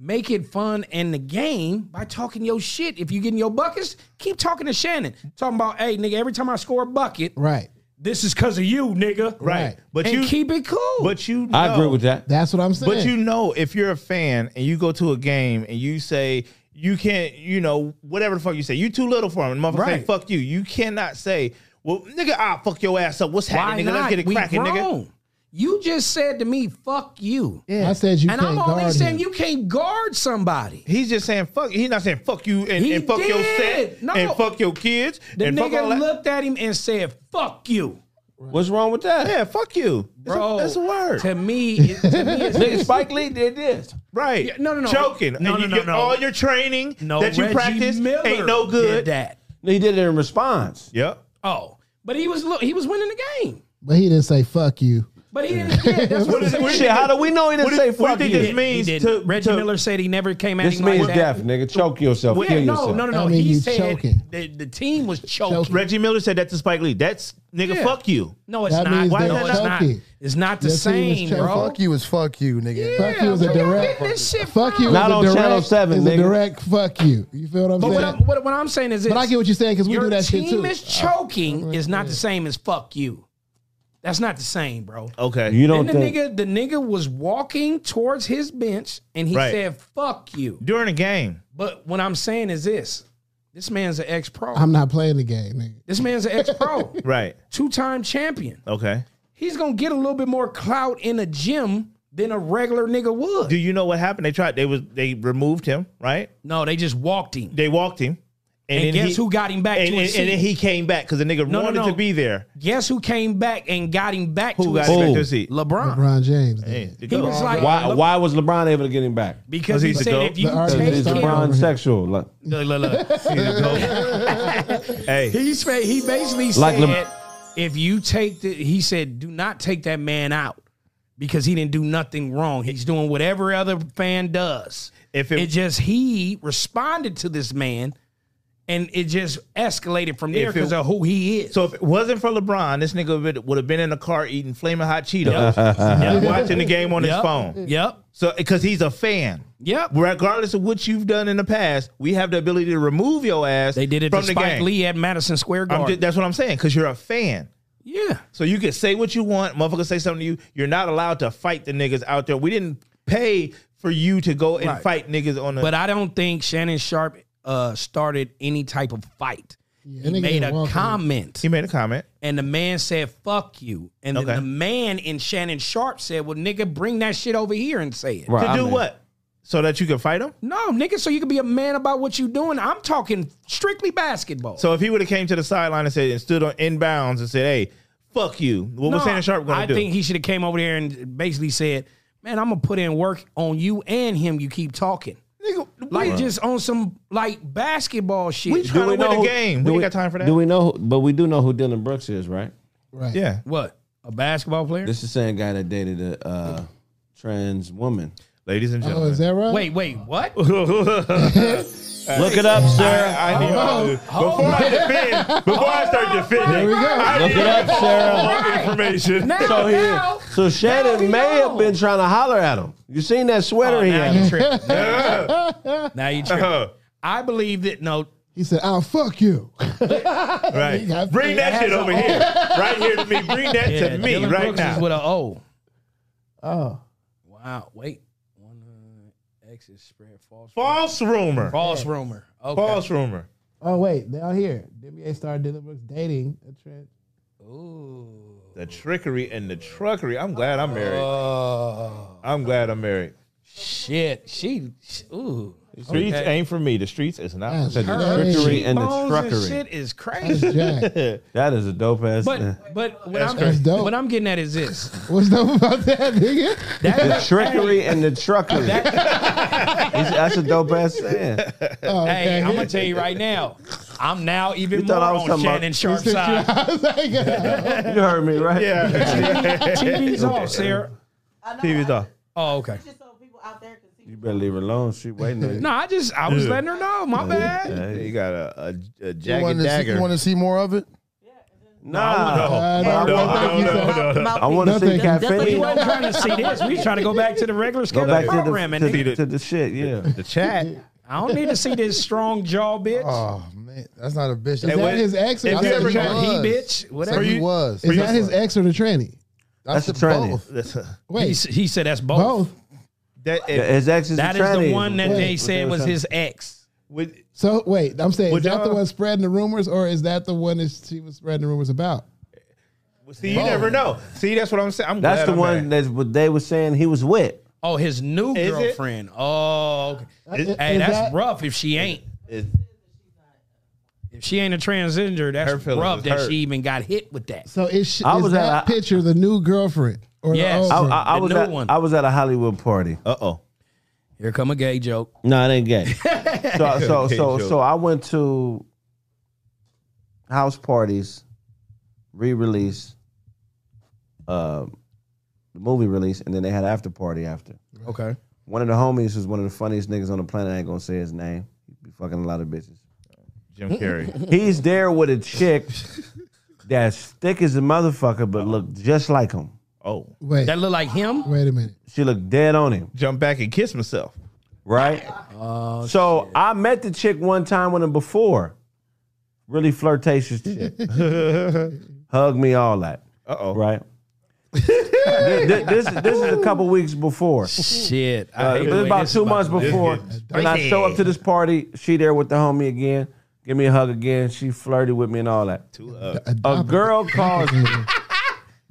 Speaker 5: Make it fun and the game by talking your shit. If you getting your buckets, keep talking to Shannon. Talking about, hey, nigga, every time I score a bucket,
Speaker 4: Right.
Speaker 5: this is because of you, nigga.
Speaker 1: Right,
Speaker 4: Right.
Speaker 1: but
Speaker 5: and
Speaker 1: you,
Speaker 5: keep it cool.
Speaker 1: but you, know,
Speaker 2: I agree with that.
Speaker 4: That's what I'm saying.
Speaker 1: But you know, if you're a fan and you go to a game and you say you can't, you know, whatever the fuck you say, you too little for him. And the motherfucker say
Speaker 5: Right.
Speaker 1: fuck you. You cannot say, well, nigga, I'll fuck your ass up. What's
Speaker 5: why
Speaker 1: happening, nigga?
Speaker 5: not?
Speaker 1: Let's get it
Speaker 5: we
Speaker 1: cracking, nigga.
Speaker 5: grown. You just said to me, "Fuck you,"
Speaker 4: I said you
Speaker 5: and
Speaker 4: can't
Speaker 5: I'm only
Speaker 4: guard
Speaker 5: saying
Speaker 4: him.
Speaker 5: you can't guard somebody.
Speaker 1: He's just saying fuck. He's not saying fuck you and,
Speaker 5: He
Speaker 1: and fuck your
Speaker 5: did.
Speaker 1: set
Speaker 5: No.
Speaker 1: and fuck your kids
Speaker 5: The
Speaker 1: and fuck all
Speaker 5: nigga
Speaker 1: that.
Speaker 5: looked at him and said, "Fuck you,
Speaker 2: What's wrong with that?
Speaker 1: yeah, fuck you, It's a-
Speaker 5: bro."
Speaker 1: That's a, word,
Speaker 5: To me, it- to me it's
Speaker 2: Nigga, Spike Lee did this.
Speaker 1: right?
Speaker 5: Yeah, no, no, no.
Speaker 1: joking.
Speaker 5: No,
Speaker 1: and
Speaker 5: no,
Speaker 1: you
Speaker 5: no,
Speaker 1: get
Speaker 5: no.
Speaker 1: All your training
Speaker 5: no
Speaker 1: that you
Speaker 5: Reggie
Speaker 1: practice
Speaker 5: Miller
Speaker 1: ain't no
Speaker 5: Did
Speaker 1: good.
Speaker 5: that?
Speaker 2: He did it in response.
Speaker 1: Yep.
Speaker 5: Oh, but he was look, he was winning the game,
Speaker 4: but he didn't say fuck you.
Speaker 5: but he didn't. Yeah, that's what,
Speaker 1: What is it? What do you
Speaker 2: Shit,
Speaker 1: think
Speaker 2: how
Speaker 1: it-
Speaker 2: do we know he
Speaker 1: What
Speaker 2: didn't
Speaker 1: do,
Speaker 2: say
Speaker 1: you- what
Speaker 2: fuck
Speaker 1: do you think
Speaker 2: you?
Speaker 1: this means
Speaker 5: he did.
Speaker 1: to
Speaker 5: Reggie
Speaker 1: to-
Speaker 5: Miller said he never came at
Speaker 2: This
Speaker 5: him like
Speaker 2: means
Speaker 5: that.
Speaker 2: death, nigga. Choke yourself.
Speaker 5: Yeah,
Speaker 2: Kill
Speaker 5: no,
Speaker 2: yourself.
Speaker 5: no, no, no.
Speaker 4: I mean,
Speaker 5: he
Speaker 4: you
Speaker 5: said
Speaker 4: choking.
Speaker 5: The, the team was choking.
Speaker 4: Choking.
Speaker 1: Oh, Reggie Miller said that to Spike Lee. That's nigga,
Speaker 5: Yeah.
Speaker 1: fuck you.
Speaker 5: No, it's
Speaker 4: That
Speaker 5: not.
Speaker 4: means
Speaker 5: Why
Speaker 4: they
Speaker 5: no,
Speaker 4: were
Speaker 5: it's not.
Speaker 4: choking.
Speaker 5: It's not the
Speaker 4: Yes, he was
Speaker 5: same,
Speaker 4: choking.
Speaker 5: bro.
Speaker 12: Fuck you is fuck you, nigga.
Speaker 4: Fuck you is a
Speaker 5: Y'all
Speaker 4: direct.
Speaker 5: getting This shit
Speaker 4: Fuck you.
Speaker 5: from?
Speaker 2: Not
Speaker 4: is a
Speaker 2: on
Speaker 4: direct,
Speaker 2: Channel 7,
Speaker 4: is
Speaker 2: nigga.
Speaker 4: A direct fuck you. You feel what I'm
Speaker 5: But what
Speaker 4: saying?
Speaker 5: I'm, what, what I'm saying is this.
Speaker 4: but I get what you're saying because we
Speaker 5: Your
Speaker 4: do that
Speaker 5: team
Speaker 4: shit too. Oh,
Speaker 5: is choking is not the same as fuck you. That's not the same, bro.
Speaker 1: Okay.
Speaker 2: You
Speaker 5: Then
Speaker 2: don't
Speaker 5: the
Speaker 2: think
Speaker 5: nigga, the nigga was walking towards his bench and he
Speaker 1: Right.
Speaker 5: said, fuck you.
Speaker 1: During a game.
Speaker 5: But what I'm saying is this. This man's an ex-pro.
Speaker 4: I'm not playing the game, nigga.
Speaker 5: this man's an ex-pro.
Speaker 1: Right.
Speaker 5: Two-time champion.
Speaker 1: Okay.
Speaker 5: He's going to get a little bit more clout in a gym than a regular nigga would.
Speaker 1: Do you know what happened? They tried they was they removed him, right?
Speaker 5: No, they just walked him.
Speaker 1: They walked him.
Speaker 5: And,
Speaker 1: then
Speaker 5: guess
Speaker 1: he-
Speaker 5: who got him back
Speaker 1: and,
Speaker 5: to his
Speaker 1: and,
Speaker 5: seat?
Speaker 1: and then he came back because the nigga
Speaker 5: No, no,
Speaker 1: wanted
Speaker 5: no.
Speaker 1: to be there.
Speaker 5: Guess who came back and got him back
Speaker 1: Who
Speaker 5: to
Speaker 1: got
Speaker 5: his
Speaker 1: him back
Speaker 5: seat?
Speaker 1: to his seat?
Speaker 5: LeBron.
Speaker 4: LeBron James. nigga.
Speaker 1: Hey,
Speaker 5: He was like,
Speaker 2: why?
Speaker 5: look,
Speaker 2: Why was LeBron able to get him back?
Speaker 5: because he
Speaker 1: he's a
Speaker 5: said
Speaker 1: goat.
Speaker 5: if you
Speaker 4: The artist
Speaker 5: take
Speaker 2: Is
Speaker 4: is
Speaker 5: him,
Speaker 4: LeBron.
Speaker 2: LeBron sexual? Like,
Speaker 5: look, look, look.
Speaker 1: hey,
Speaker 5: he said he basically
Speaker 2: Like
Speaker 5: said,
Speaker 2: Le-
Speaker 5: if you take the, he said, do not take that man out because he didn't do nothing wrong. He's doing whatever other fan does.
Speaker 1: if
Speaker 5: It
Speaker 1: it,
Speaker 5: just he responded to this man, and it just escalated from there
Speaker 1: If it-
Speaker 5: because of who he is.
Speaker 1: so if it wasn't for LeBron, this nigga would, would have been in the car eating flaming hot Cheetos, and watching the game on his
Speaker 5: Yep.
Speaker 1: phone.
Speaker 5: Yep.
Speaker 1: So because he's a fan.
Speaker 5: Yep.
Speaker 1: Regardless of what you've done in the past, we have the ability to remove your ass.
Speaker 5: They did it
Speaker 1: from
Speaker 5: to
Speaker 1: the
Speaker 5: Spike
Speaker 1: game.
Speaker 5: Lee at Madison Square
Speaker 1: I'm
Speaker 5: Garden.
Speaker 1: ju- that's what I'm saying because you're a fan.
Speaker 5: yeah.
Speaker 1: So you can say what you want, motherfucker say something to you. You're not allowed to fight the niggas out there. We didn't pay for you to go and
Speaker 5: Right.
Speaker 1: fight niggas on the
Speaker 5: But I don't think Shannon Sharp uh, started any type of fight.
Speaker 4: that
Speaker 5: he
Speaker 4: nigga
Speaker 5: made
Speaker 4: didn't
Speaker 5: a
Speaker 4: walk in.
Speaker 5: comment,
Speaker 1: He made a comment.
Speaker 5: and the man said "fuck you," and then
Speaker 1: Okay.
Speaker 5: the man in Shannon Sharp said, "Well, nigga, bring that shit over here and say it."
Speaker 2: Right,
Speaker 1: To
Speaker 2: I
Speaker 1: do
Speaker 2: mean,
Speaker 1: what? so that you can fight him.
Speaker 5: No, nigga, so you can be a man about what you doing. I'm talking strictly basketball.
Speaker 1: So if he would have came to the sideline and said and stood on inbounds and said, "Hey, fuck you," what was
Speaker 5: No,
Speaker 1: Shannon Sharp going
Speaker 5: I
Speaker 1: to do?
Speaker 5: think he should have came over there and basically said, "Man, I'm gonna put in work on you and him. You keep talking."
Speaker 1: Nigga,
Speaker 5: Like just on some like basketball shit.
Speaker 1: We trying to win the
Speaker 13: who-
Speaker 1: game.
Speaker 13: do
Speaker 1: We, ain't got time for that.
Speaker 13: Do we know? who- But we do know who Dylan Brooks is, right?
Speaker 4: Right.
Speaker 1: yeah.
Speaker 5: What? A basketball player?
Speaker 13: This is the same guy that dated a uh, trans woman.
Speaker 1: Ladies and
Speaker 4: Oh,
Speaker 1: gentlemen.
Speaker 4: is that right?
Speaker 5: Wait, wait, what?
Speaker 13: Look it up, sir.
Speaker 1: I need
Speaker 5: Oh,
Speaker 1: before I defend, before I start defending, I
Speaker 13: Look
Speaker 1: need
Speaker 13: it up, Sarah.
Speaker 1: information.
Speaker 5: Now,
Speaker 2: So,
Speaker 5: now,
Speaker 2: he, so Shannon may have been trying to holler at him. You seen that sweater
Speaker 5: Oh,
Speaker 2: he
Speaker 5: now
Speaker 2: had?
Speaker 5: you tripping. now you tripping.
Speaker 1: Uh-huh.
Speaker 5: I believe that no,
Speaker 4: He said, "I'll fuck you."
Speaker 1: Right. Bring that shit over here. Right here to me. Bring that
Speaker 5: yeah,
Speaker 1: to me
Speaker 5: Dylan
Speaker 1: right
Speaker 5: Brooks is
Speaker 1: now.
Speaker 5: with an O.
Speaker 4: Oh,
Speaker 5: Wow, wait. One uh, X is spread false.
Speaker 1: False rumor.
Speaker 5: False rumor. Okay.
Speaker 1: False rumor.
Speaker 4: oh wait, down here, NBA star Dylan Brooks dating a trans.
Speaker 5: Ooh.
Speaker 1: The trickery and the truckery. I'm glad I'm married.
Speaker 5: Oh
Speaker 1: I'm glad I'm married.
Speaker 5: shit. She. sh- Ooh.
Speaker 1: Streets ain't for me. The streets is not.
Speaker 4: That's
Speaker 1: for me.
Speaker 4: Her
Speaker 13: Trickery and the
Speaker 5: Bones and
Speaker 13: truckery.
Speaker 5: shit is crazy.
Speaker 4: Jack.
Speaker 2: That is a dope ass.
Speaker 5: But but what
Speaker 1: That's
Speaker 5: I'm
Speaker 1: crazy.
Speaker 4: That's dope.
Speaker 5: what I'm getting at is this.
Speaker 4: What's dope about that, nigga?
Speaker 2: the
Speaker 5: That,
Speaker 2: trickery and the truckery. He's- that's a dope ass saying.
Speaker 4: Oh,
Speaker 5: hey,
Speaker 4: okay.
Speaker 5: I'm gonna tell you right now. I'm now even
Speaker 2: You
Speaker 5: more
Speaker 2: thought I was
Speaker 5: on
Speaker 2: talking about-
Speaker 5: Shannon Sharp's side.
Speaker 4: I was like, uh,
Speaker 2: You heard me, right?
Speaker 5: TV's off, Sarah.
Speaker 14: I know,
Speaker 1: TV's
Speaker 14: I-
Speaker 1: off.
Speaker 5: Oh, okay.
Speaker 14: Just so people out there can see.
Speaker 2: You better leave her alone. She waiting on you.
Speaker 5: No, I just I was letting her know. My bad.
Speaker 2: Hey.
Speaker 1: You got a, a, a
Speaker 12: You
Speaker 1: jagged
Speaker 12: want to see,
Speaker 1: dagger.
Speaker 12: you want to see more of it?
Speaker 2: Nah.
Speaker 4: Uh, no,
Speaker 1: No,
Speaker 4: I
Speaker 1: no,
Speaker 4: think
Speaker 1: no,
Speaker 4: you said-
Speaker 1: no, no.
Speaker 14: Mouthpiece.
Speaker 2: I want to
Speaker 4: Nothing.
Speaker 2: see
Speaker 14: That's what
Speaker 2: Cafe.
Speaker 14: you
Speaker 5: We
Speaker 14: want.
Speaker 5: weren't trying to see this. We trying to go back to the regular
Speaker 2: Go
Speaker 5: schedule
Speaker 2: back to
Speaker 5: programming.
Speaker 2: the, to,
Speaker 5: nigga.
Speaker 2: the, to the shit. Yeah.
Speaker 1: The chat.
Speaker 5: I don't need to see this strong jaw bitch.
Speaker 12: Oh man, that's not a bitch. That's
Speaker 4: Is
Speaker 1: Hey,
Speaker 4: that
Speaker 1: what-
Speaker 4: his ex? Or
Speaker 1: if
Speaker 12: I
Speaker 4: is
Speaker 1: you
Speaker 4: that,
Speaker 12: said
Speaker 1: ever
Speaker 12: he
Speaker 4: the-
Speaker 1: got-
Speaker 12: was.
Speaker 5: He bitch. Whatever.
Speaker 12: Said he
Speaker 1: you-
Speaker 12: was.
Speaker 4: is that his ex or the tranny?
Speaker 12: That's,
Speaker 2: That's a
Speaker 12: the
Speaker 2: tranny.
Speaker 12: both.
Speaker 1: That's a,
Speaker 5: He,
Speaker 4: Wait,
Speaker 5: he said that's both.
Speaker 4: both.
Speaker 1: that,
Speaker 2: His ex is
Speaker 5: That
Speaker 2: a
Speaker 5: is the
Speaker 2: tranny.
Speaker 5: one that
Speaker 4: Wait,
Speaker 5: they
Speaker 2: what
Speaker 5: said
Speaker 2: they
Speaker 5: was
Speaker 2: were
Speaker 5: his ex.
Speaker 1: with,
Speaker 4: So wait, I'm saying
Speaker 1: Would
Speaker 4: is that the
Speaker 1: y'all-
Speaker 4: one spreading the rumors, or is that the one that she was spreading the rumors about?
Speaker 1: see, you never know. See, that's what I'm saying. I'm
Speaker 2: That's
Speaker 1: glad
Speaker 2: the
Speaker 1: I'm
Speaker 2: one
Speaker 1: married.
Speaker 2: that's what they were saying he was with.
Speaker 5: Oh, his new
Speaker 1: Is it?
Speaker 5: girlfriend. Oh, okay.
Speaker 4: Is-
Speaker 5: hey,
Speaker 4: is
Speaker 5: that's
Speaker 4: that-
Speaker 5: rough. If she ain't,
Speaker 1: Is-
Speaker 5: if she ain't a transgender,
Speaker 1: Her
Speaker 5: that's
Speaker 1: feelings
Speaker 5: rough
Speaker 1: is
Speaker 5: that
Speaker 1: hurt.
Speaker 5: she even got hit with that.
Speaker 4: So is, she,
Speaker 2: I
Speaker 4: is
Speaker 2: was at
Speaker 4: that
Speaker 2: a-
Speaker 4: picture the new girlfriend or
Speaker 5: Yes.
Speaker 4: the
Speaker 2: I, I,
Speaker 4: old? one?
Speaker 2: I
Speaker 5: The
Speaker 2: was
Speaker 5: new
Speaker 2: at,
Speaker 5: one.
Speaker 2: I was at a Hollywood party.
Speaker 1: Uh-oh.
Speaker 5: Here come a gay joke.
Speaker 13: No, it ain't gay.
Speaker 2: So so
Speaker 1: Okay, Joe.
Speaker 2: so so I went to house parties, re-release, um, the movie release, and then they had an after party after.
Speaker 5: Okay.
Speaker 2: One of the homies was one of the funniest niggas on the planet. I ain't gonna say his name. He be fucking a lot of bitches.
Speaker 1: Jim Carrey.
Speaker 2: He's there with a chick that's thick as a motherfucker, but look just like him.
Speaker 1: oh.
Speaker 4: Wait,
Speaker 5: That look like him.
Speaker 4: wait a minute.
Speaker 2: She looked dead on him.
Speaker 1: Jump back and kiss myself.
Speaker 2: right? so I met the chick one time with him before. Really flirtatious chick. Hug me, all that,
Speaker 1: Uh-oh.
Speaker 2: right? Th- th- this, this, is a couple weeks before.
Speaker 5: Shit. I
Speaker 2: Uh,
Speaker 5: hate
Speaker 2: it
Speaker 5: the
Speaker 2: was
Speaker 5: way
Speaker 2: about
Speaker 5: this
Speaker 2: two
Speaker 5: is
Speaker 2: months
Speaker 5: about to-
Speaker 2: before. And I show up to this party. She there with the homie again. Give me a hug again. She flirted with me and all that.
Speaker 1: Two hugs.
Speaker 4: A,
Speaker 2: A
Speaker 4: doppel-
Speaker 2: girl calls me.
Speaker 4: doppelganger.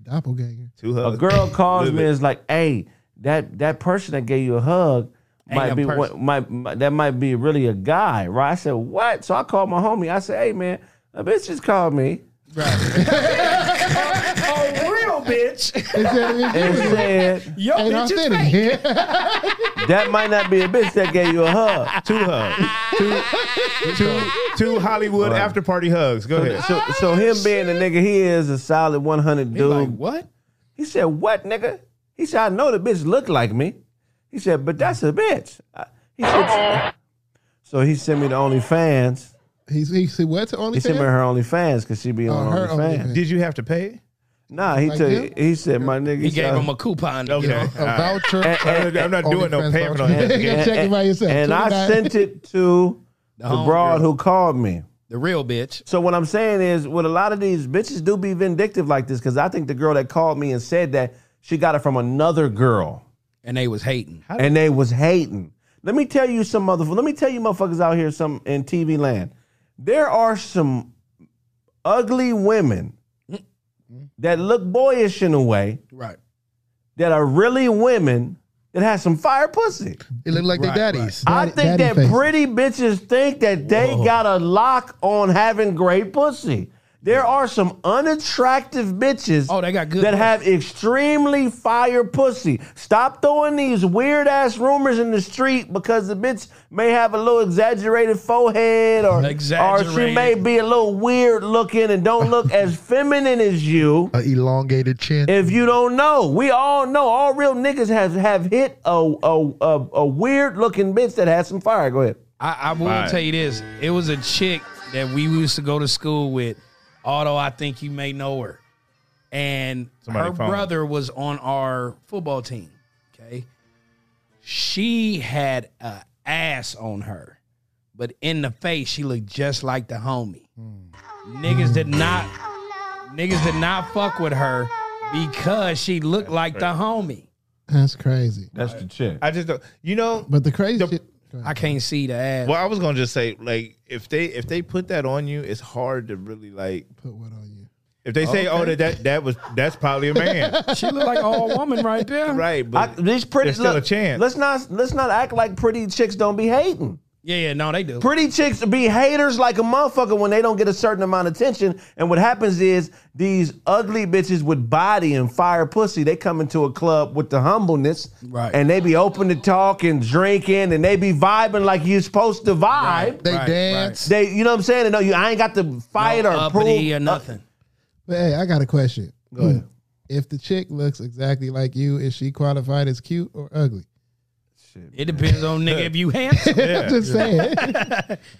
Speaker 4: doppelganger.
Speaker 1: Two
Speaker 2: A
Speaker 1: hugs.
Speaker 2: girl calls
Speaker 1: Live
Speaker 2: me
Speaker 1: it.
Speaker 2: and is like, "Hey, that that person that gave you a hug might
Speaker 5: a
Speaker 2: be
Speaker 5: person.
Speaker 2: what, might, might- that might be really a guy, right?" I said, "What?" So I called my homie. I said, "Hey, man, a bitch just called me
Speaker 5: A Oh, real bitch.
Speaker 4: Is that-
Speaker 2: and said
Speaker 5: Yo,
Speaker 4: ain't
Speaker 5: bitch is
Speaker 4: authentic.
Speaker 5: fake.
Speaker 4: Yeah.
Speaker 2: that might not be a bitch that gave you a hug."
Speaker 1: Two hugs. two, two, two Hollywood
Speaker 2: Right.
Speaker 1: after party hugs. Go ahead.
Speaker 2: So, so him being the nigga he is, a solid one hundred dude.
Speaker 5: Like what?
Speaker 2: He said, "What, nigga?" He said, "I know the bitch look like me." He said, "But that's a bitch." I- He said, so he sent me the OnlyFans.
Speaker 4: He's, he said what to
Speaker 2: He sent me
Speaker 4: OnlyFans?
Speaker 2: her OnlyFans because she be on
Speaker 4: Oh, her
Speaker 2: OnlyFans.
Speaker 4: OnlyFans.
Speaker 1: Did you have to pay?
Speaker 2: Nah, he
Speaker 4: Like
Speaker 2: took.
Speaker 4: him?
Speaker 2: He said, "My nigga."
Speaker 5: He gave him a coupon. to
Speaker 1: Okay.
Speaker 5: get
Speaker 1: All
Speaker 5: on.
Speaker 12: A
Speaker 1: right.
Speaker 12: voucher.
Speaker 1: I'm not- I'm not doing no
Speaker 12: OnlyFans
Speaker 1: payment on
Speaker 12: voucher.
Speaker 1: that.
Speaker 4: You gotta check it by yourself.
Speaker 2: And I
Speaker 4: $29.
Speaker 2: sent it to the,
Speaker 5: homegirl.
Speaker 2: broad who called me.
Speaker 5: The real bitch.
Speaker 2: So what I'm saying is, what a lot of these bitches do be vindictive like this, because I think the girl that called me and said that she got it from another girl,
Speaker 5: And they was hating.
Speaker 2: and they was hating. Let me tell you some motherfuckers. Let me tell you motherfuckers out here, some in TV land. There are some ugly women that look boyish in a way
Speaker 5: Right.
Speaker 2: that are really women that has some fire pussy.
Speaker 4: It looked like their daddies.
Speaker 2: I
Speaker 4: Daddy-
Speaker 2: think
Speaker 4: daddy
Speaker 2: that
Speaker 4: face.
Speaker 2: pretty bitches think that they got a lock on having great pussy. There are some unattractive bitches.
Speaker 5: Oh, they got good
Speaker 2: that
Speaker 5: pussy.
Speaker 2: have extremely fire pussy. Stop throwing these weird ass rumors in the street because the bitch may have a little exaggerated forehead or or she
Speaker 5: Exaggerated.
Speaker 2: may be a little weird looking and don't look as feminine as you.
Speaker 12: A elongated chin.
Speaker 2: If you don't know, we all know all real niggas have have hit a a a, a weird looking bitch that had some fire. Go ahead.
Speaker 5: I, I will
Speaker 2: Right.
Speaker 5: tell you this. It was a chick that we used to go to school with, although I think you may know her. And
Speaker 1: Somebody
Speaker 5: her
Speaker 1: phone.
Speaker 5: brother was on our football team. Okay. She had a ass on her, but in the face, she looked just like the homie. Niggas did not niggas did not fuck with her because she looked like the homie.
Speaker 4: That's crazy.
Speaker 2: That's the chick.
Speaker 1: I just don't. You know,
Speaker 4: But the crazy shit.
Speaker 5: I can't see the ass.
Speaker 1: Well, I was gonna just say, like, if they if they put that on you, it's hard to really like
Speaker 4: put what on you.
Speaker 1: If they say, "Oh,
Speaker 5: Okay.
Speaker 1: that that, that was that's probably a man,"
Speaker 5: she looked like all woman right there.
Speaker 1: right?
Speaker 2: I,
Speaker 1: But
Speaker 2: these pretty
Speaker 1: there's still
Speaker 2: look,
Speaker 1: a chance.
Speaker 2: Let's not let's not act like pretty chicks don't be hating.
Speaker 5: Yeah, yeah, no, they do.
Speaker 2: Pretty chicks be haters like a motherfucker when they don't get a certain amount of attention. And what happens is these ugly bitches with body and fire pussy, they come into a club with the humbleness.
Speaker 5: Right.
Speaker 2: And they be open to talk and drinking and they be vibing like you supposed to vibe.
Speaker 4: They
Speaker 5: Right,
Speaker 4: dance.
Speaker 2: They you know what I'm saying? And no, you I ain't got to fight
Speaker 5: No
Speaker 2: or prove
Speaker 5: uppity or nothing.
Speaker 4: But hey, I got a question. Hmm.
Speaker 2: Go ahead.
Speaker 4: If the chick looks exactly like you, is she qualified as cute or ugly?
Speaker 5: It depends on nigga if you handsome.
Speaker 4: I'm just saying.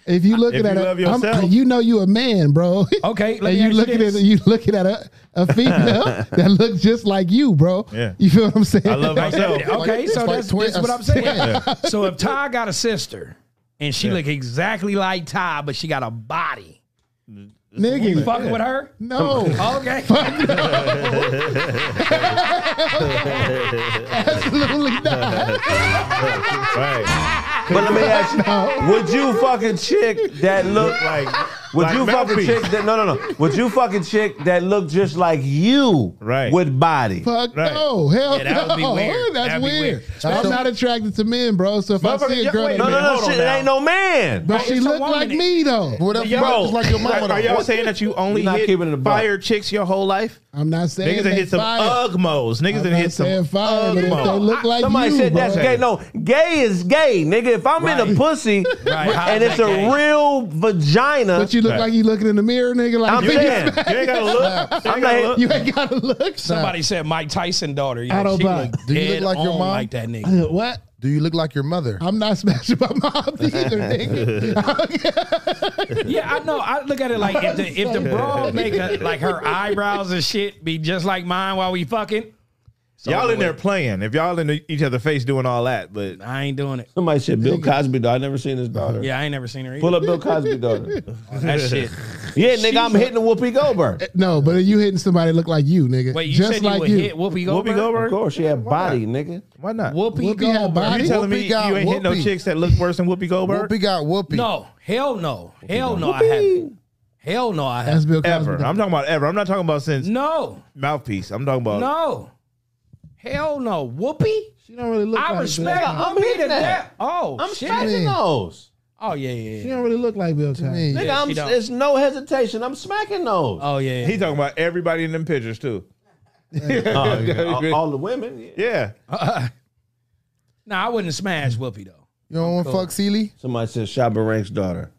Speaker 4: if you looking
Speaker 1: If
Speaker 4: at
Speaker 1: you
Speaker 4: a-
Speaker 1: love
Speaker 4: I'm-
Speaker 1: yourself.
Speaker 4: you know you a man, bro.
Speaker 5: Okay, let
Speaker 4: and
Speaker 5: me
Speaker 4: you
Speaker 5: ask you
Speaker 4: looking
Speaker 5: this.
Speaker 4: at you looking at a, a female that looks just like you, bro.
Speaker 1: Yeah.
Speaker 4: You feel what I'm saying?
Speaker 1: I love myself.
Speaker 5: Okay,
Speaker 4: it's
Speaker 5: so
Speaker 4: like
Speaker 5: that's,
Speaker 4: twin-
Speaker 5: that's what I'm saying. So if Ty got a sister and she look exactly like Ty, but she got a body, you
Speaker 4: nigga.
Speaker 5: fucking with her?
Speaker 4: No.
Speaker 5: Okay.
Speaker 4: Absolutely not.
Speaker 1: right?
Speaker 2: But let me ask you, would you fuck a chick that looked
Speaker 1: Like,
Speaker 2: Would
Speaker 1: like
Speaker 2: you fuck a
Speaker 1: mouthpiece.
Speaker 2: chick that no no no? Would you fuck a chick that look just like you
Speaker 1: Right.
Speaker 2: with body?
Speaker 4: Fuck
Speaker 1: Right.
Speaker 4: no. Oh, Hell
Speaker 5: Yeah, that
Speaker 4: no.
Speaker 5: would be weird.
Speaker 4: That's
Speaker 5: That'd be
Speaker 4: weird.
Speaker 5: weird.
Speaker 4: I'm not attracted to men, bro. So if I
Speaker 1: Motherfucker,
Speaker 4: see a
Speaker 1: yeah,
Speaker 4: girl
Speaker 1: wait,
Speaker 4: that
Speaker 2: No
Speaker 4: look-
Speaker 2: no no
Speaker 1: Hold on
Speaker 2: shit, it
Speaker 1: now.
Speaker 2: ain't no man.
Speaker 4: but
Speaker 5: No,
Speaker 4: she
Speaker 5: it's a
Speaker 4: look
Speaker 5: woman.
Speaker 4: like me though.
Speaker 12: What up, bro? It's like your mama.
Speaker 1: Are y'all
Speaker 12: though.
Speaker 1: saying that you only
Speaker 2: You're not
Speaker 1: hit
Speaker 2: keeping it a buck.
Speaker 1: fire chicks your whole life?
Speaker 4: I'm not saying
Speaker 1: Niggas that
Speaker 4: they
Speaker 1: hit some
Speaker 4: fire.
Speaker 1: ugmos. Niggas
Speaker 4: I'm
Speaker 1: that
Speaker 4: not
Speaker 1: hit some
Speaker 4: saying fire, but if
Speaker 1: ugmos.
Speaker 4: they look like
Speaker 2: Somebody
Speaker 4: you,
Speaker 2: said that's
Speaker 4: bro.
Speaker 2: gay. No, gay is gay, nigga. If I'm in
Speaker 5: Right.
Speaker 2: a pussy
Speaker 5: Right, how
Speaker 2: and
Speaker 5: is
Speaker 2: it's a
Speaker 5: that gay?
Speaker 2: real vagina,
Speaker 4: But you look
Speaker 1: Right.
Speaker 4: like you looking in the mirror, nigga. Like
Speaker 2: I'm
Speaker 4: you,
Speaker 2: saying
Speaker 1: You ain't gotta look. You ain't gotta
Speaker 2: not-
Speaker 1: look.
Speaker 4: you ain't gotta look.
Speaker 5: Somebody said Mike Tyson daughter. Yeah,
Speaker 4: I don't
Speaker 5: she
Speaker 4: buy
Speaker 5: look
Speaker 4: it.
Speaker 12: Do you look
Speaker 5: dead
Speaker 12: like your
Speaker 5: on
Speaker 12: mom? Uh,
Speaker 5: Like that nigga.
Speaker 4: Nah. what?
Speaker 12: Do you look like your mother?
Speaker 4: I'm not smashing my mom either, nigga.
Speaker 5: yeah, I know. I look at it like if the if the broad make a, like her eyebrows and shit be just like mine while we fucking. so
Speaker 1: Y'all in there
Speaker 5: what?
Speaker 1: playing. If y'all in each other's face doing all that, but
Speaker 5: I ain't doing it.
Speaker 15: Somebody said Bill Cosby. Though. I never seen his daughter.
Speaker 5: Yeah, I ain't never seen her. Either.
Speaker 15: Pull up Bill Cosby daughter.
Speaker 5: that shit.
Speaker 2: yeah, nigga, I'm hitting a Whoopi Goldberg.
Speaker 4: no, but you hitting somebody look like you, nigga.
Speaker 5: Wait, you
Speaker 4: Just
Speaker 5: said
Speaker 4: like
Speaker 5: you would
Speaker 4: you.
Speaker 5: hit Whoopi Goldberg?
Speaker 1: Whoopi
Speaker 2: Of
Speaker 1: Goldberg,
Speaker 2: course, she had body, nigga.
Speaker 1: why not?
Speaker 5: Whoopi,
Speaker 4: Whoopi had
Speaker 5: Goldberg.
Speaker 4: body?
Speaker 1: You telling me
Speaker 12: Whoopi got
Speaker 1: you ain't hitting no
Speaker 12: Whoopi.
Speaker 1: chicks that look worse than Whoopi Goldberg?
Speaker 12: Whoopi got Whoopi.
Speaker 5: No, hell no, hell no, I haven't. Hell no, I
Speaker 4: That's
Speaker 5: haven't.
Speaker 4: Bill Cosby.
Speaker 1: Ever. I'm talking about ever. I'm not talking about since
Speaker 5: No,
Speaker 1: mouthpiece. I'm talking about
Speaker 5: no, hell no. Whoopi,
Speaker 4: She don't really look.
Speaker 5: I
Speaker 4: like
Speaker 5: respect.
Speaker 4: Bill.
Speaker 5: I'm
Speaker 2: hitting
Speaker 5: hitting
Speaker 2: that.
Speaker 5: that. Oh shit.
Speaker 2: smacking those.
Speaker 5: Oh yeah, yeah,
Speaker 4: She
Speaker 5: yeah.
Speaker 4: don't really look like Bill Cosby.
Speaker 2: Nigga,
Speaker 5: Yeah,
Speaker 2: I'm,
Speaker 5: she don't.
Speaker 2: it's no hesitation. I'm smacking those.
Speaker 5: Oh yeah. yeah.
Speaker 1: He talking about everybody in them pictures too.
Speaker 2: Oh, yeah. all, all the women. yeah.
Speaker 1: Yeah.
Speaker 5: nah, I wouldn't smash Whoopi though.
Speaker 12: You don't want to fuck Sealy?
Speaker 15: Somebody said Shabba Rank's daughter.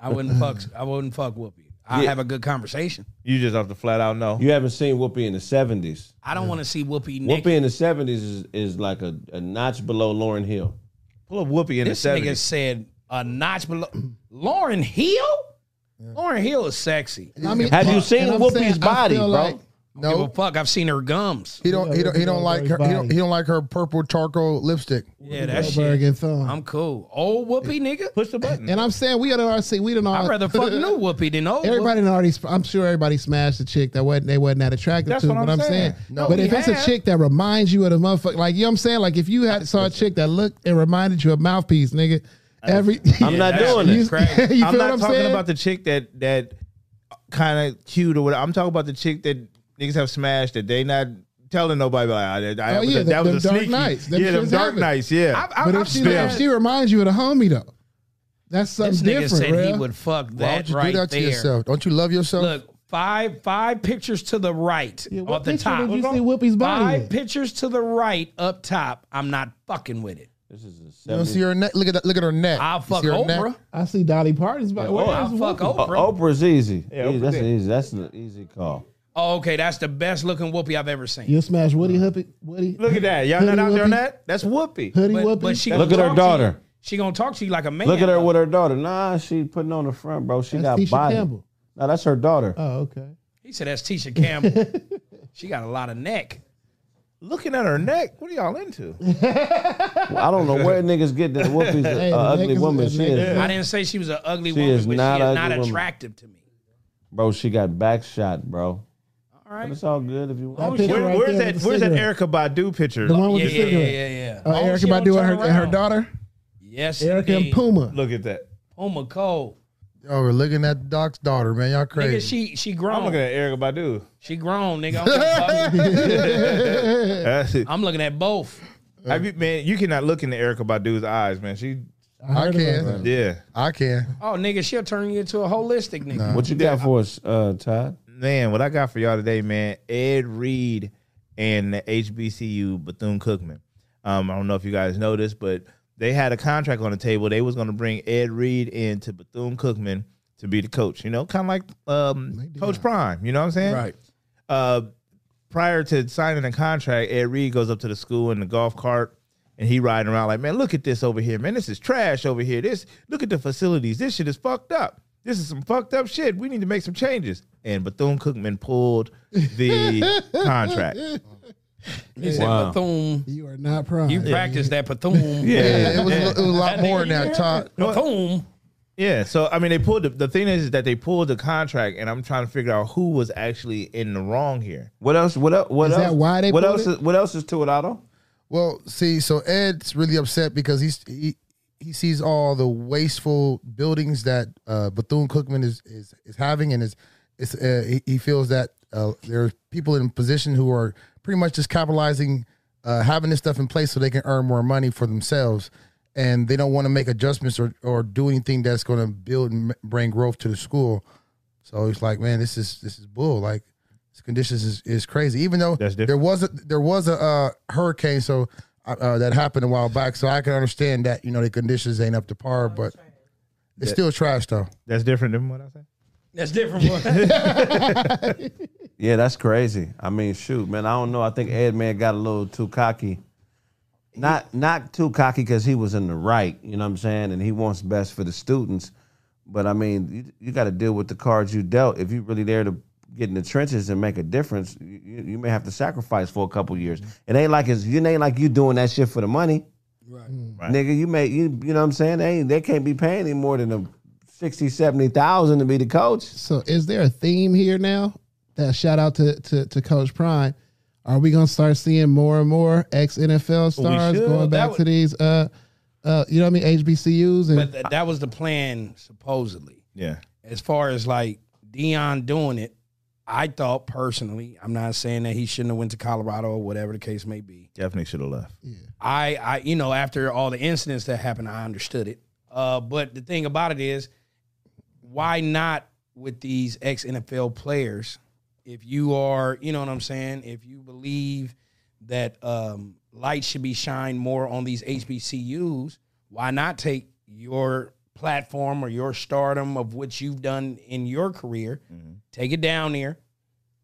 Speaker 5: I wouldn't fuck. I wouldn't fuck Whoopi. I
Speaker 2: Yeah.
Speaker 5: have a good conversation.
Speaker 1: You just off the flat out no.
Speaker 15: You haven't seen Whoopi in the seventies.
Speaker 5: I don't want to see Whoopi.
Speaker 15: Whoopi
Speaker 5: Naked.
Speaker 15: in the seventies is, is like a, a notch below Lauren Hill.
Speaker 1: Pull up Whoopi in
Speaker 5: This
Speaker 1: the
Speaker 5: nigga
Speaker 1: 70s.
Speaker 5: said a notch below. Lauren Hill. Lauren Hill is sexy.
Speaker 4: I mean,
Speaker 15: Have you
Speaker 4: and
Speaker 15: seen
Speaker 4: I'm
Speaker 15: Whoopi's
Speaker 4: saying, I
Speaker 15: body,
Speaker 4: feel
Speaker 15: bro?
Speaker 4: Like,
Speaker 5: Give a
Speaker 12: No,
Speaker 5: fuck. I've seen her gums.
Speaker 12: he don't. He don't. He don't like her. He don't, he don't like her purple charcoal lipstick.
Speaker 5: Yeah, that
Speaker 4: Goldberg
Speaker 5: shit.
Speaker 4: and Thumb.
Speaker 5: I'm cool. Old Whoopi, nigga.
Speaker 1: Push the button.
Speaker 4: and I'm saying we at RC. We didn't.
Speaker 5: I'd rather fuck new Oh, Whoopi than old.
Speaker 4: Everybody done already. I'm sure everybody smashed the chick that wasn't they wasn't that attractive
Speaker 1: That's
Speaker 4: to.
Speaker 1: what I'm
Speaker 4: but I'm saying,
Speaker 1: saying.
Speaker 4: but
Speaker 5: we
Speaker 4: if it's
Speaker 5: have.
Speaker 4: a chick that reminds you of the motherfucker, like you know what I'm saying, like if you had saw a chick that looked and reminded you of mouthpiece, nigga, every
Speaker 15: I'm not
Speaker 5: that's-
Speaker 15: doing
Speaker 4: you,
Speaker 15: it.
Speaker 4: you
Speaker 5: That's crazy.
Speaker 4: feel
Speaker 1: I'm
Speaker 4: what
Speaker 1: not
Speaker 4: I'm
Speaker 1: talking
Speaker 4: saying?
Speaker 1: about the chick that that kind of cute or whatever. I'm talking about the chick that niggas have smashed that they not telling nobody like I, I,
Speaker 4: Oh, yeah,
Speaker 1: that, that
Speaker 4: them
Speaker 1: was a
Speaker 4: dark
Speaker 1: sneaky.
Speaker 4: nights. Them
Speaker 1: yeah, them
Speaker 4: shits
Speaker 1: dark
Speaker 4: happen.
Speaker 1: nights. Yeah,
Speaker 4: but if she, if she reminds you of the homie though, that's
Speaker 5: This
Speaker 4: something
Speaker 5: nigga
Speaker 4: different.
Speaker 5: said
Speaker 4: real.
Speaker 5: he would fuck
Speaker 12: Why
Speaker 5: that
Speaker 12: would you do
Speaker 5: right
Speaker 12: that to
Speaker 5: there.
Speaker 12: yourself? Don't you love yourself?
Speaker 5: Look, five five pictures to the right
Speaker 4: what
Speaker 5: off the
Speaker 4: picture
Speaker 5: top.
Speaker 4: did you see Whoopi's body
Speaker 5: Five
Speaker 4: with?
Speaker 5: pictures to the right up top. I'm not fucking with it.
Speaker 2: This is
Speaker 12: you don't see her neck. Look at that. Look at her neck.
Speaker 5: I'll
Speaker 12: You
Speaker 5: fuck
Speaker 12: see her
Speaker 5: Oprah.
Speaker 12: neck?
Speaker 4: I see Dolly Parton's body.
Speaker 2: Oh,
Speaker 4: Where
Speaker 5: I'll
Speaker 4: is
Speaker 5: fuck
Speaker 4: Whoopi?
Speaker 5: Oprah.
Speaker 2: Oprah's easy.
Speaker 1: Yeah,
Speaker 2: Easy,
Speaker 1: Oprah's
Speaker 2: that's
Speaker 1: it.
Speaker 2: an easy. That's an easy call.
Speaker 5: Oh, okay, that's the best looking whoopee I've ever seen.
Speaker 4: You'll smash Woody Hoopy. Woody.
Speaker 1: Look at that. Y'all
Speaker 4: Hoodie
Speaker 1: not out there on
Speaker 4: whoopee.
Speaker 1: that? That's whoopee.
Speaker 4: Hoodie
Speaker 5: But,
Speaker 4: Whoopi.
Speaker 5: but she
Speaker 2: Look
Speaker 5: gonna
Speaker 2: at her
Speaker 5: talk to you-
Speaker 2: daughter.
Speaker 5: She gonna talk to you like a man.
Speaker 2: Look at her
Speaker 5: though.
Speaker 2: with her daughter. Nah, she putting on the front, bro. She
Speaker 4: That's
Speaker 2: got
Speaker 4: Tisha
Speaker 2: body.
Speaker 4: Campbell.
Speaker 2: Nah, that's her daughter.
Speaker 4: Oh, okay.
Speaker 5: He said that's Tisha Campbell. she got a lot of neck.
Speaker 1: Looking at her neck. What are y'all into?
Speaker 2: I don't know where niggas get that Whoopi's a
Speaker 4: Hey,
Speaker 2: a
Speaker 4: the
Speaker 2: ugly
Speaker 4: niggas-
Speaker 2: woman.
Speaker 4: the
Speaker 2: She
Speaker 4: niggas-
Speaker 2: is,
Speaker 5: I didn't say she was an ugly
Speaker 2: She
Speaker 5: woman,
Speaker 2: is
Speaker 5: but
Speaker 2: not
Speaker 5: she
Speaker 2: a
Speaker 5: is not
Speaker 2: ugly woman.
Speaker 5: attractive to me.
Speaker 2: bro. She got back shot, bro.
Speaker 5: All right.
Speaker 2: But it's all good if you want.
Speaker 4: That picture
Speaker 1: Where,
Speaker 4: right
Speaker 1: where's
Speaker 4: there
Speaker 1: that?
Speaker 4: with the
Speaker 1: Where's that
Speaker 4: cigarette.
Speaker 1: Erica Badu picture?
Speaker 4: The one with
Speaker 5: Oh, Yeah,
Speaker 4: the
Speaker 5: yeah,
Speaker 4: cigarette.
Speaker 5: yeah, yeah, yeah.
Speaker 4: Uh,
Speaker 5: Oh,
Speaker 4: Erica
Speaker 5: she don't
Speaker 4: Badu and
Speaker 5: turn
Speaker 4: her, and her
Speaker 5: around.
Speaker 4: daughter.
Speaker 5: Yes,
Speaker 4: Erica and Puma.
Speaker 1: Look at that.
Speaker 5: Puma Cole.
Speaker 12: Y'all were looking at Doc's daughter, man. Y'all crazy.
Speaker 5: Nigga, she she
Speaker 1: I'm looking
Speaker 5: grown.
Speaker 1: at Erica Badu.
Speaker 5: She grown, nigga. I don't give a fuck.
Speaker 1: That's it.
Speaker 5: I'm looking at both.
Speaker 1: Have you, man, you cannot look into Erica Badu's eyes, man. She,
Speaker 12: I
Speaker 4: heard about
Speaker 12: can.
Speaker 1: yeah,
Speaker 12: I can.
Speaker 5: Oh, nigga, she'll turn you into a holistic nigga.
Speaker 2: What you got for us, uh, Todd?
Speaker 1: man. What I got for y'all today, man. Ed Reed and the HBCU Bethune Cookman. Um, I don't know if you guys know this, but they had a contract on the table. They was going to bring Ed Reed into Bethune Cookman to be the coach. You know, kind of like um, Coach Prime. You know what I'm saying?
Speaker 5: Right.
Speaker 1: uh, prior to signing the contract, Ed Reed goes up to the school in the golf cart and he riding around like, man, look at this over here, man. This is trash over here. This look at the facilities. This shit is fucked up. This is some fucked up shit. We need to make some changes. And Bethune Cookman pulled the contract.
Speaker 5: He said
Speaker 2: Wow.
Speaker 5: Bethune.
Speaker 4: You are not proud.
Speaker 5: You practice that Bethune.
Speaker 1: Yeah.
Speaker 12: Yeah, it was, a li- it was a lot more than that, Todd.
Speaker 5: Bethune.
Speaker 1: Yeah. So I mean they pulled the, the thing is, is that they pulled the contract and I'm trying to figure out who was actually in the wrong here.
Speaker 2: What else? What else? What
Speaker 4: Is
Speaker 2: else?
Speaker 4: that why they
Speaker 2: what
Speaker 4: pulled
Speaker 2: else? Is,
Speaker 4: it?
Speaker 2: what else is to it, Otto?
Speaker 12: Well, see, so Ed's really upset because he's he, he sees all the wasteful buildings that uh, Bethune Cookman is, is is having, and is it's uh, he, he feels that uh, there are people in position who are pretty much just capitalizing uh, having this stuff in place so they can earn more money for themselves, and they don't want to make adjustments or or do anything that's going to build and m- bring growth to the school. So he's like, man, this is this is bull. Like, this conditions is, is crazy. Even though
Speaker 1: That's different.
Speaker 12: there was a there was a uh, hurricane, so uh, uh, that happened a while back. So I can understand that you know the conditions ain't up to par, but it's still trash though.
Speaker 1: That's different than what I said.
Speaker 5: That's different. One.
Speaker 2: Yeah, that's crazy. I mean, shoot, man, I don't know. I think Ed man got a little too cocky. Not not too cocky because he was in the right, you know what I'm saying, and he wants best for the students. But I mean, you, you got to deal with the cards you dealt. If you're really there to get in the trenches and make a difference, you, you you may have to sacrifice for a couple years. It ain't like it's you ain't like you doing that shit for the money,
Speaker 1: Right.
Speaker 2: nigga. You may you you know what I'm saying. They ain't- they can't be paying any more than a 60, 70,000 to be the coach.
Speaker 4: So is there a theme here now? That shout out to to, to Coach Prime. Are we gonna start seeing more and more ex NFL stars
Speaker 1: should.
Speaker 4: going
Speaker 1: That
Speaker 4: back
Speaker 1: would-
Speaker 4: to these uh uh you know what I mean HBCUs and
Speaker 5: but th- that was the plan, supposedly.
Speaker 1: Yeah.
Speaker 5: As far as like Dion doing it, I thought personally, I'm not saying that he shouldn't have went to Colorado or whatever the case may be.
Speaker 1: Definitely should have left.
Speaker 5: I, I, you know, after all the incidents that happened, I understood it. Uh, but the thing about it is, why not with these ex NFL players? If you are, you know what I'm saying. If you believe that um, light should be shined more on these HBCUs, why not take your platform or your stardom of what you've done in your career, take it down there,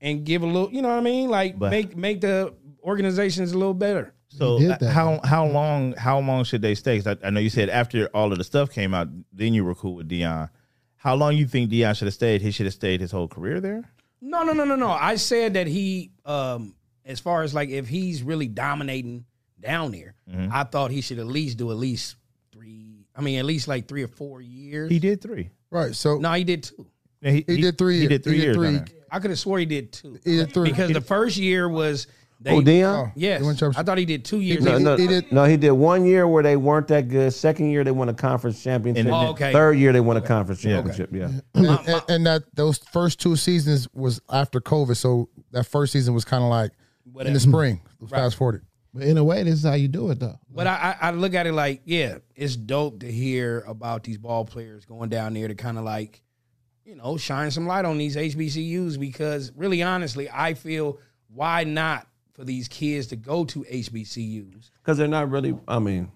Speaker 5: and give a little. You know what I mean? Like
Speaker 1: But-
Speaker 5: make make the organizations a little better.
Speaker 1: So
Speaker 4: did
Speaker 1: uh,
Speaker 4: that.
Speaker 1: how how long how long should they stay? 'Cause I, I know you said after all of the stuff came out, then you were cool with Dion. How long you think Dion should have stayed? He should have stayed his whole career there.
Speaker 5: No, no, no, no, no. I said that he, um, as far as like if he's really dominating down there, I thought he should at least do at least three. I mean, at least like three or four years.
Speaker 1: He did three.
Speaker 12: Right. So
Speaker 5: No, he did two.
Speaker 1: Yeah, He,
Speaker 12: he, did three.
Speaker 1: He did three years. down there.
Speaker 5: I could have swore he did two
Speaker 12: He did three.
Speaker 5: because the first year was they.
Speaker 2: Oh, Dion.
Speaker 5: Yes,
Speaker 12: He went to-
Speaker 5: I thought he did two years.
Speaker 2: No,
Speaker 12: He-
Speaker 2: no,
Speaker 12: he did-
Speaker 2: no, he did one year where they weren't that good. Second year they won a conference championship.
Speaker 1: And-
Speaker 5: Oh, okay.
Speaker 2: Third year they won a conference championship. Yeah.
Speaker 12: and, and- and that those first two seasons was after COVID, so that first season was kind of like in the spring. Fast forwarded.
Speaker 4: But in a way, this is how you do it, though.
Speaker 5: But I, I I look at it like, yeah, it's dope to hear about these ball players going down there to kind of like, you know, shine some light on these HBCUs because really honestly, I feel why not for these kids to go to HBCUs?
Speaker 2: Because they're not really. I mean,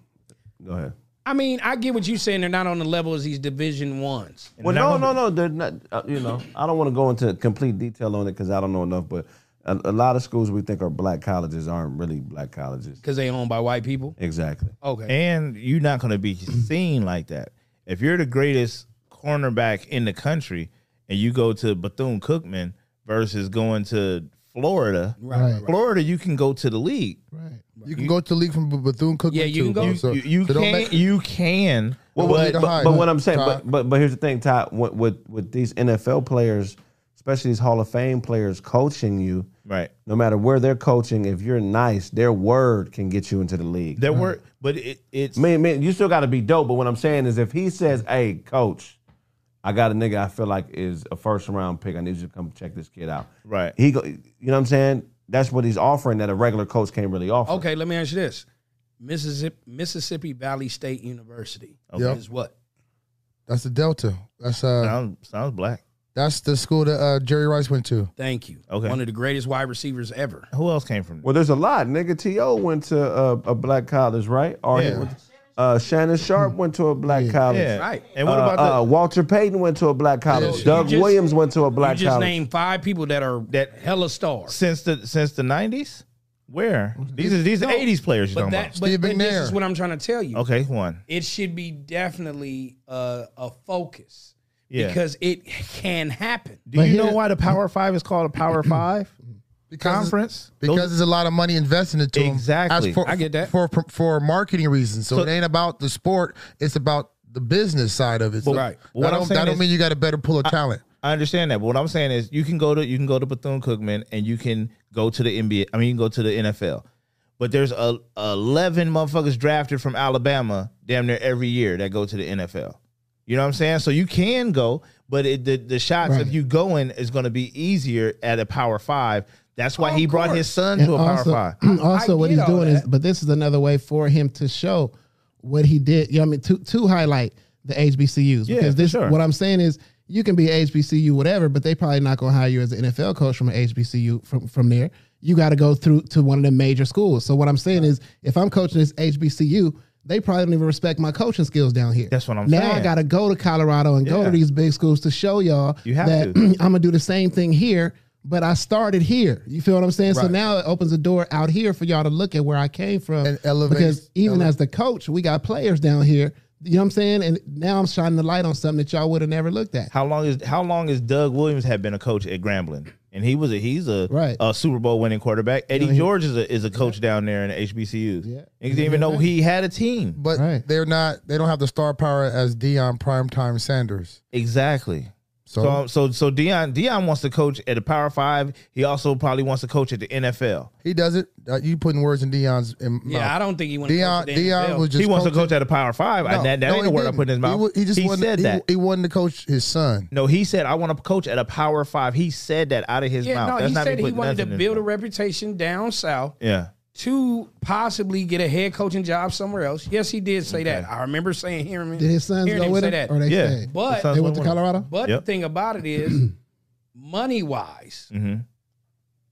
Speaker 2: go ahead.
Speaker 5: I mean, I get what you're saying. They're not on the level as these Division ones.
Speaker 2: Well, no, no, no. They're not. Uh, you know, I don't want to go into complete detail on it because I don't know enough. But a, a lot of schools we think are black colleges aren't really black colleges.
Speaker 5: because they owned by white people.
Speaker 2: Exactly.
Speaker 5: Okay.
Speaker 1: And you're not going to be seen like that. If you're the greatest cornerback in the country and you go to Bethune Cookman versus going to Florida,
Speaker 5: Right, right, right.
Speaker 1: Florida, you can go to the league.
Speaker 12: You can go to the league from Bethune Cookman.
Speaker 5: Yeah, you can
Speaker 12: too,
Speaker 5: go-
Speaker 12: bro.
Speaker 5: You-
Speaker 12: So,
Speaker 1: you you
Speaker 12: so don't
Speaker 1: can
Speaker 12: make-
Speaker 1: you can.
Speaker 2: Well,
Speaker 12: Well,
Speaker 2: but,
Speaker 12: the
Speaker 2: but,
Speaker 12: high-
Speaker 2: but what I'm saying,
Speaker 12: Todd.
Speaker 2: but, but but here's the thing, Todd. With, with with these NFL players, especially these Hall of Fame players, coaching you,
Speaker 1: Right.
Speaker 2: no matter where they're coaching, if you're nice, their word can get you into the league.
Speaker 1: There were, but it, it's
Speaker 2: Man, man, you still got to be dope. But what I'm saying is, if he says, "Hey, coach, I got a nigga I feel like is a first round pick. I need you to come check this kid out."
Speaker 1: Right.
Speaker 2: He go. You know what I'm saying? That's what he's offering that a regular coach can't really offer.
Speaker 5: Okay, let me ask you this: Mississippi, Mississippi Valley State University
Speaker 12: Yep.
Speaker 5: is what?
Speaker 12: That's the Delta. That's uh,
Speaker 1: sounds sounds black.
Speaker 12: that's the school that uh, Jerry Rice went to.
Speaker 5: Thank you.
Speaker 1: Okay.
Speaker 5: One of the greatest wide receivers ever.
Speaker 1: Who else came from?
Speaker 2: Well, there's a lot. Nigga, T.O. went to a, a black college, right? Or he
Speaker 1: Yeah.
Speaker 2: went- uh, Shannon Sharp went to a black college.
Speaker 1: yeah.
Speaker 5: Right.
Speaker 1: And what
Speaker 2: Uh,
Speaker 1: about the
Speaker 2: uh, Walter Payton went to a black college.
Speaker 12: Yeah.
Speaker 2: Doug
Speaker 5: You just-
Speaker 2: Williams went to a black
Speaker 5: you just
Speaker 2: college.
Speaker 5: named five people that are
Speaker 1: That-
Speaker 5: hella stars.
Speaker 1: since the since the nineties? Where these are these are eighties players you're
Speaker 5: Mm-hmm. But
Speaker 1: talking
Speaker 5: that,
Speaker 1: about?
Speaker 5: but,
Speaker 12: Steve
Speaker 5: but this
Speaker 12: McNair.
Speaker 5: is what I'm trying to tell you.
Speaker 1: Okay, one.
Speaker 5: It should be definitely uh, a focus
Speaker 1: Yeah.
Speaker 5: because it can happen.
Speaker 1: Do you know why the Power Five is called a Power Five
Speaker 12: Because
Speaker 1: conference?
Speaker 12: because
Speaker 1: Those-
Speaker 12: there's a lot of money invested into 'em
Speaker 1: Exactly.
Speaker 12: as for,
Speaker 5: I get that.
Speaker 12: for for, for marketing reasons. So,
Speaker 1: So-
Speaker 12: it ain't about the sport; it's about the business side of it. So
Speaker 1: Right.
Speaker 12: That
Speaker 1: What I'm
Speaker 12: don't,
Speaker 1: saying
Speaker 12: that don't
Speaker 1: is-
Speaker 12: mean you got a better pool of talent.
Speaker 1: I understand that, but what I'm saying is you can go to you can go to Bethune Cookman and you can go to the NBA. I mean, you can go to the NFL. But there's a eleven motherfuckers drafted from Alabama damn near every year that go to the NFL. You know what I'm saying? So you can go, but it, the the shots of you going is going to be easier at a Power Five. That's why he brought his son
Speaker 4: And
Speaker 1: to a
Speaker 4: also,
Speaker 1: Power Five.
Speaker 4: also
Speaker 5: I
Speaker 4: what
Speaker 5: get
Speaker 4: he's
Speaker 5: all
Speaker 4: doing is,
Speaker 5: that.
Speaker 4: but this is another way for him to show what he did. You know, what I mean, to to highlight the HBCUs
Speaker 1: Yeah,
Speaker 4: because
Speaker 1: for
Speaker 4: this,
Speaker 1: sure.
Speaker 4: what I'm saying is, you can be a HBCU whatever, but they probably not gonna hire you as an NFL coach from an HBCU from from there. You got to go through to one of the major schools. So what I'm saying is, if I'm coaching this HBCU. They probably don't even respect my coaching skills down here.
Speaker 1: That's what I'm
Speaker 4: now I
Speaker 1: saying.
Speaker 4: got to go to Colorado and go
Speaker 1: Yeah.
Speaker 4: to these big schools to show y'all
Speaker 1: You have
Speaker 4: that
Speaker 1: to.
Speaker 4: I'm gonna do the same thing here, but I started here. You feel what I'm saying? So
Speaker 5: Right.
Speaker 4: now it opens a door out here for y'all to look at where I came from
Speaker 12: And elevate-
Speaker 4: Because even
Speaker 12: elevate.
Speaker 4: as the coach, we got players down here. You know what I'm saying? And now I'm shining the light on something that y'all would have never looked at.
Speaker 1: How long is how long has Doug Williams had been a coach at Grambling? And he was a he's a,
Speaker 4: Right.
Speaker 1: a Super Bowl winning quarterback. Eddie George is a is a coach down there in the HBCUs.
Speaker 4: Yeah.
Speaker 1: And he didn't even know he had a team.
Speaker 12: But
Speaker 4: Right.
Speaker 12: they're not; they don't have the star power as Dion Primetime Sanders.
Speaker 1: Exactly.
Speaker 12: So,
Speaker 1: So um, so so Dion Dion wants to coach at the Power Five. He also probably wants to coach at the NFL.
Speaker 12: he does it. Uh, you putting words in Dion's in
Speaker 5: Yeah, I don't think he went.
Speaker 12: Dion
Speaker 5: to
Speaker 12: Dion was just
Speaker 1: he wants to
Speaker 12: coaching-
Speaker 1: coach at the Power Five. I, that that
Speaker 12: no,
Speaker 1: ain't
Speaker 12: he
Speaker 1: the word I
Speaker 12: didn't.
Speaker 1: put in his mouth.
Speaker 12: He, wa- he just wanted,
Speaker 1: said
Speaker 12: he-
Speaker 1: that.
Speaker 12: he wanted to coach his son.
Speaker 1: no, he said I want to coach at a Power Five. He said that out of his
Speaker 5: yeah,
Speaker 1: mouth.
Speaker 5: no,
Speaker 1: That's
Speaker 5: he
Speaker 1: not me
Speaker 5: said he
Speaker 1: putting
Speaker 5: wanted to
Speaker 1: nothing in his
Speaker 5: build a
Speaker 1: mouth.
Speaker 5: reputation down south
Speaker 1: Yeah.
Speaker 5: to possibly get a head coaching job somewhere else. Yes, he did say that. I remember saying hearing him.
Speaker 4: Did his sons
Speaker 5: hearing
Speaker 4: go
Speaker 5: him
Speaker 4: with
Speaker 5: say
Speaker 4: him,
Speaker 5: that.
Speaker 4: or they
Speaker 1: Yeah.
Speaker 4: stayed?
Speaker 5: But-
Speaker 1: That
Speaker 4: They
Speaker 1: sounds
Speaker 4: went to
Speaker 1: wonderful.
Speaker 4: Colorado.
Speaker 5: But
Speaker 1: Yep.
Speaker 5: the thing about it is, money wise,
Speaker 1: Mhm.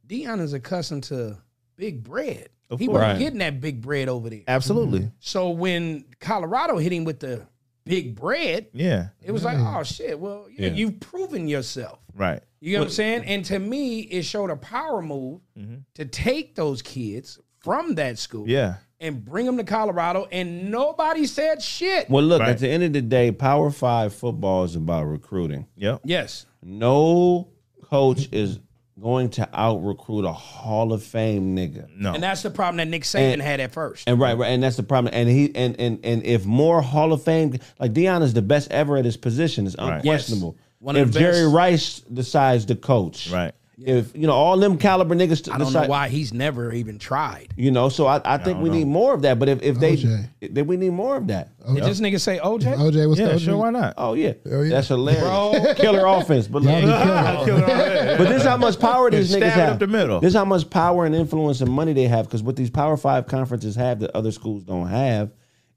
Speaker 5: Dion is accustomed to big bread.
Speaker 1: Of
Speaker 5: he
Speaker 1: course.
Speaker 5: was
Speaker 1: Right.
Speaker 5: getting that big bread over there.
Speaker 1: Absolutely.
Speaker 12: Mm-hmm.
Speaker 5: So when Colorado hit him with the big bread,
Speaker 1: Yeah.
Speaker 5: it was like, oh shit, well, you
Speaker 1: Mm. Yeah.
Speaker 5: you've proven yourself.
Speaker 1: Right.
Speaker 5: You know what I'm saying? And to me, it showed a power move
Speaker 1: Mm-hmm.
Speaker 5: to take those kids from that school
Speaker 1: Yeah.
Speaker 5: and bring them to Colorado, and nobody said shit.
Speaker 2: Well, look,
Speaker 1: Right.
Speaker 2: at the end of the day, Power Five football is about recruiting.
Speaker 1: Yep.
Speaker 5: yes.
Speaker 2: No coach is going to out recruit a Hall of Fame nigga.
Speaker 1: No.
Speaker 5: And that's the problem that Nick Saban
Speaker 2: And-
Speaker 5: had at first.
Speaker 2: And right, right, and that's the problem. And he and and and if more Hall of Fame like Deion is the best ever at his position, it's
Speaker 1: Right.
Speaker 2: unquestionable.
Speaker 5: Yes. One of
Speaker 2: If
Speaker 5: the
Speaker 2: Jerry
Speaker 5: best.
Speaker 2: Rice decides to coach,
Speaker 1: Right.
Speaker 2: If you know all them caliber niggas,
Speaker 5: I don't know why he's never even tried.
Speaker 2: You know, so I, I think
Speaker 5: don't
Speaker 2: we
Speaker 5: know.
Speaker 2: need more of that. But if, if they,
Speaker 5: OJ.
Speaker 2: then we need more of that.
Speaker 5: Did this nigga say OJ?
Speaker 4: OJ was
Speaker 2: Yeah,
Speaker 4: the OJ.
Speaker 2: sure, why
Speaker 1: not?
Speaker 2: Oh yeah, that's hilarious. killer offense, but
Speaker 4: Y'all be
Speaker 2: but this is how much power these
Speaker 1: Stab
Speaker 2: niggas
Speaker 1: it
Speaker 2: have.
Speaker 1: up the middle.
Speaker 2: This is how much power and influence and money they have. Because what these Power Five conferences have that other schools don't have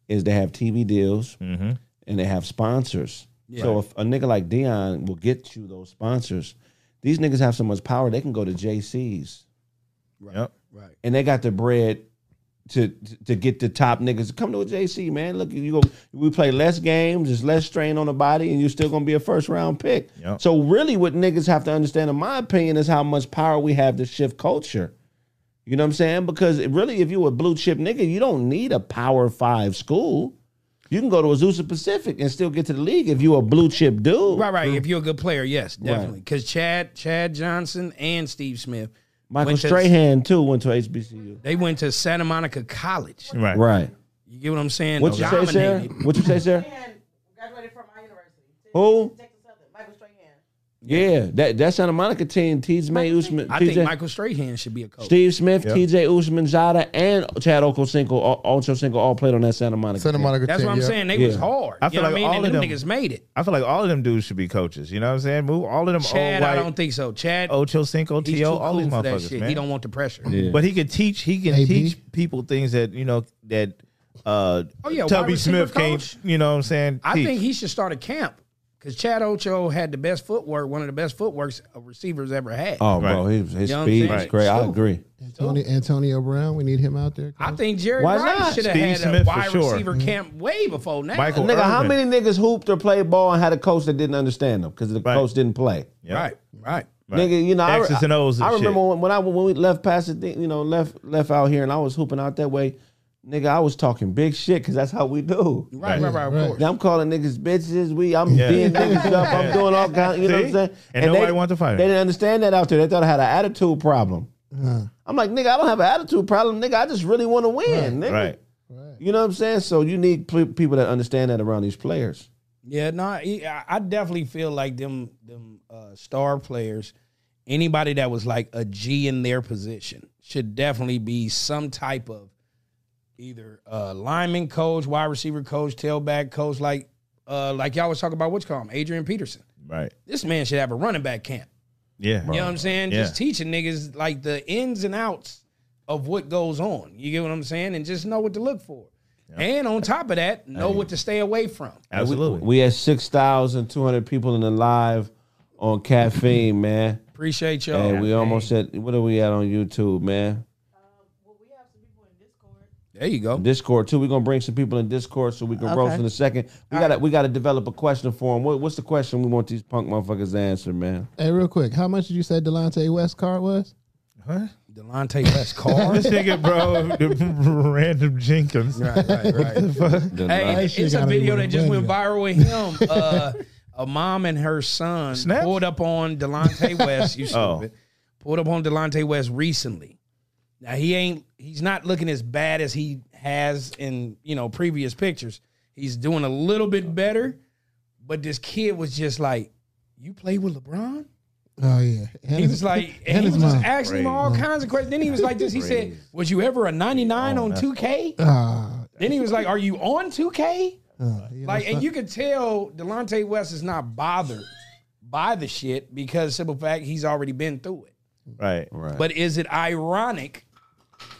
Speaker 2: is they have TV deals
Speaker 1: Mm-hmm.
Speaker 2: and they have sponsors.
Speaker 1: Yeah.
Speaker 2: So if a nigga like Dion will get you those sponsors, these niggas have so much power they can go to JC's.
Speaker 1: Yep.
Speaker 5: Right.
Speaker 2: And they got the bread to to get the top niggas. Come to a JC, man. Look, you go. We play less games. There's less strain on the body, and you're still gonna be a first round pick.
Speaker 1: Yep.
Speaker 2: So really, what niggas have to understand, in my opinion, is how much power we have to shift culture. You know what I'm saying? Because it- really, if you a blue chip nigga, you don't need a power five school. You can go to Azusa Pacific and still get to the league if you a blue chip dude.
Speaker 5: Right, right. If you're a good player, yes,
Speaker 2: Right.
Speaker 5: definitely. Because Chad, Chad Johnson, and Steve Smith,
Speaker 2: Michael
Speaker 5: went to-
Speaker 2: Strahan too went to HBCU.
Speaker 5: they went to Santa Monica College.
Speaker 1: Right.
Speaker 2: Right.
Speaker 5: You get what I'm saying?
Speaker 2: What you say, Sarah?
Speaker 5: Dominated.
Speaker 2: What you say, Sarah?
Speaker 7: Graduated from my university.
Speaker 2: Who?
Speaker 7: Texas Southern. Michael Strahan.
Speaker 2: Yeah, that that Santa Monica team, Tees May Usman,
Speaker 5: I
Speaker 2: TJ
Speaker 5: think Michael Strahan should be a coach.
Speaker 2: Steve Smith,
Speaker 1: Yeah.
Speaker 2: TJ Usman Jada, and Chad Okosinko, all- Ocho Cinco, all played on that Santa Monica.
Speaker 12: Santa
Speaker 2: team.
Speaker 12: Monica
Speaker 5: That's
Speaker 12: team,
Speaker 5: what I'm
Speaker 12: yeah.
Speaker 5: saying. They
Speaker 2: Yeah.
Speaker 5: was hard.
Speaker 1: I
Speaker 5: you
Speaker 1: feel
Speaker 5: know what
Speaker 1: like
Speaker 5: I mean?
Speaker 1: all
Speaker 5: And
Speaker 1: of
Speaker 5: them
Speaker 1: them-
Speaker 5: niggas made it.
Speaker 1: I feel like all of them dudes should be coaches. You know what I'm saying? Move all of them
Speaker 5: Chad,
Speaker 1: old
Speaker 5: I
Speaker 1: white
Speaker 5: don't think so. Chad,
Speaker 1: Ocho Cinco,
Speaker 5: he's
Speaker 1: To,
Speaker 5: too
Speaker 1: all these
Speaker 5: cool for that
Speaker 1: motherfuckers,
Speaker 5: shit.
Speaker 1: man.
Speaker 5: He don't want the pressure.
Speaker 2: Yeah.
Speaker 1: But he can teach. He can
Speaker 4: AB.
Speaker 1: teach people things that you know that. Uh,
Speaker 5: Oh, yeah, wide
Speaker 1: Tubby
Speaker 5: receiver
Speaker 1: Smith can't.
Speaker 5: coach.
Speaker 1: You know what I'm saying?
Speaker 5: I
Speaker 1: teach.
Speaker 5: think he should start a camp because Chad Ocho had the best footwork, one of the best footworks a receiver's ever had.
Speaker 2: Oh, bro,
Speaker 1: Right.
Speaker 2: his, his
Speaker 5: You know what I'm
Speaker 2: speed
Speaker 5: saying?
Speaker 2: is great. I
Speaker 5: Sure.
Speaker 2: agree.
Speaker 4: Antonio, Antonio Brown, we need him out there.
Speaker 5: I think Jerry
Speaker 2: Why
Speaker 5: Rice
Speaker 2: not?
Speaker 5: should have
Speaker 1: Steve
Speaker 5: had
Speaker 1: Smith
Speaker 5: a
Speaker 1: for
Speaker 5: wide
Speaker 1: sure. Mm-hmm.
Speaker 5: receiver camp way before now.
Speaker 1: Michael
Speaker 2: Nigga, how
Speaker 1: Irvin.
Speaker 2: many niggas hooped or played ball and had a coach that didn't understand them because the
Speaker 1: Right.
Speaker 2: coach didn't play?
Speaker 1: Yeah.
Speaker 5: Right, right.
Speaker 1: Right.
Speaker 2: Nigga, you know, I,
Speaker 1: X's and O's. And
Speaker 2: I
Speaker 1: shit.
Speaker 2: remember when, when I when we left Pasadena, you know, left left out here, and I was hooping out that way. Nigga, I was talking big shit because that's how we do.
Speaker 5: Right, right, right, of course.
Speaker 2: Now I'm calling niggas bitches. We, I'm
Speaker 1: Yeah.
Speaker 2: being niggas up. I'm doing all kinds. You know what I'm
Speaker 1: See?
Speaker 2: saying?
Speaker 1: And nobody
Speaker 2: they,
Speaker 1: wanted to fight him.
Speaker 2: They didn't understand that out there. They thought I had an attitude problem. I'm like, nigga, I don't have an attitude problem, nigga. I just really want to win, nigga.
Speaker 1: Right.
Speaker 2: You know what I'm saying? So you need pl- people that understand that around these players.
Speaker 5: Yeah, no, he- I I definitely feel like them them uh, star players, anybody that was like a G in their position should definitely be some type of either uh, lineman coach, wide receiver coach, tailback coach, like uh, like y'all was talking about what's called him, Adrian Peterson.
Speaker 1: Right.
Speaker 5: This man should have a running back camp.
Speaker 1: Yeah.
Speaker 5: You know what I'm saying?
Speaker 1: Yeah.
Speaker 5: Just teaching niggas like the ins and outs of what goes on. You get what I'm saying? And just know what to look for. And on top of that, know what to stay away from.
Speaker 1: Absolutely.
Speaker 2: We had six thousand two hundred people in the live on caffeine, man.
Speaker 5: Appreciate y'all.
Speaker 2: And we almost at what are we at on YouTube, man?
Speaker 5: There you go.
Speaker 2: Discord too. We're gonna bring some people in Discord so we can roast in a second. We gotta we gotta develop a question for them. What, what's the question we want these punk motherfuckers to answer, man?
Speaker 4: Hey, real quick, how much did you say Delonte West card was?
Speaker 5: Delonte West Carr.
Speaker 1: This nigga, bro, the random Jenkins.
Speaker 5: right, right, right. Hey,
Speaker 2: Delonte-
Speaker 5: it's a
Speaker 4: gotta
Speaker 5: video
Speaker 4: be
Speaker 5: that just
Speaker 4: winning.
Speaker 5: went viral with him. Uh, a mom and her son
Speaker 1: Snaps?
Speaker 5: pulled up on Delonte West. You stupid.
Speaker 1: Oh.
Speaker 5: Pulled up on Delonte West recently. Now he ain't. He's not looking as bad as he has in you know previous pictures. He's doing a little bit better, but this kid was just like, "You play with LeBron."
Speaker 4: Oh yeah, and
Speaker 5: He
Speaker 4: his-
Speaker 5: was like, and
Speaker 4: and
Speaker 5: he
Speaker 4: his
Speaker 5: was just
Speaker 4: mom.
Speaker 5: asking him all kinds of questions. Then he was like, this. He said, "Was you ever a 99 on 2K?"
Speaker 4: Ah,
Speaker 5: Then he was like, "Are you on 2K?"
Speaker 4: ah, you know,
Speaker 5: Like, and
Speaker 4: so-
Speaker 5: you could tell Delonte West is not bothered by the shit because simple fact he's already been through it.
Speaker 1: Right. Right.
Speaker 5: But is it ironic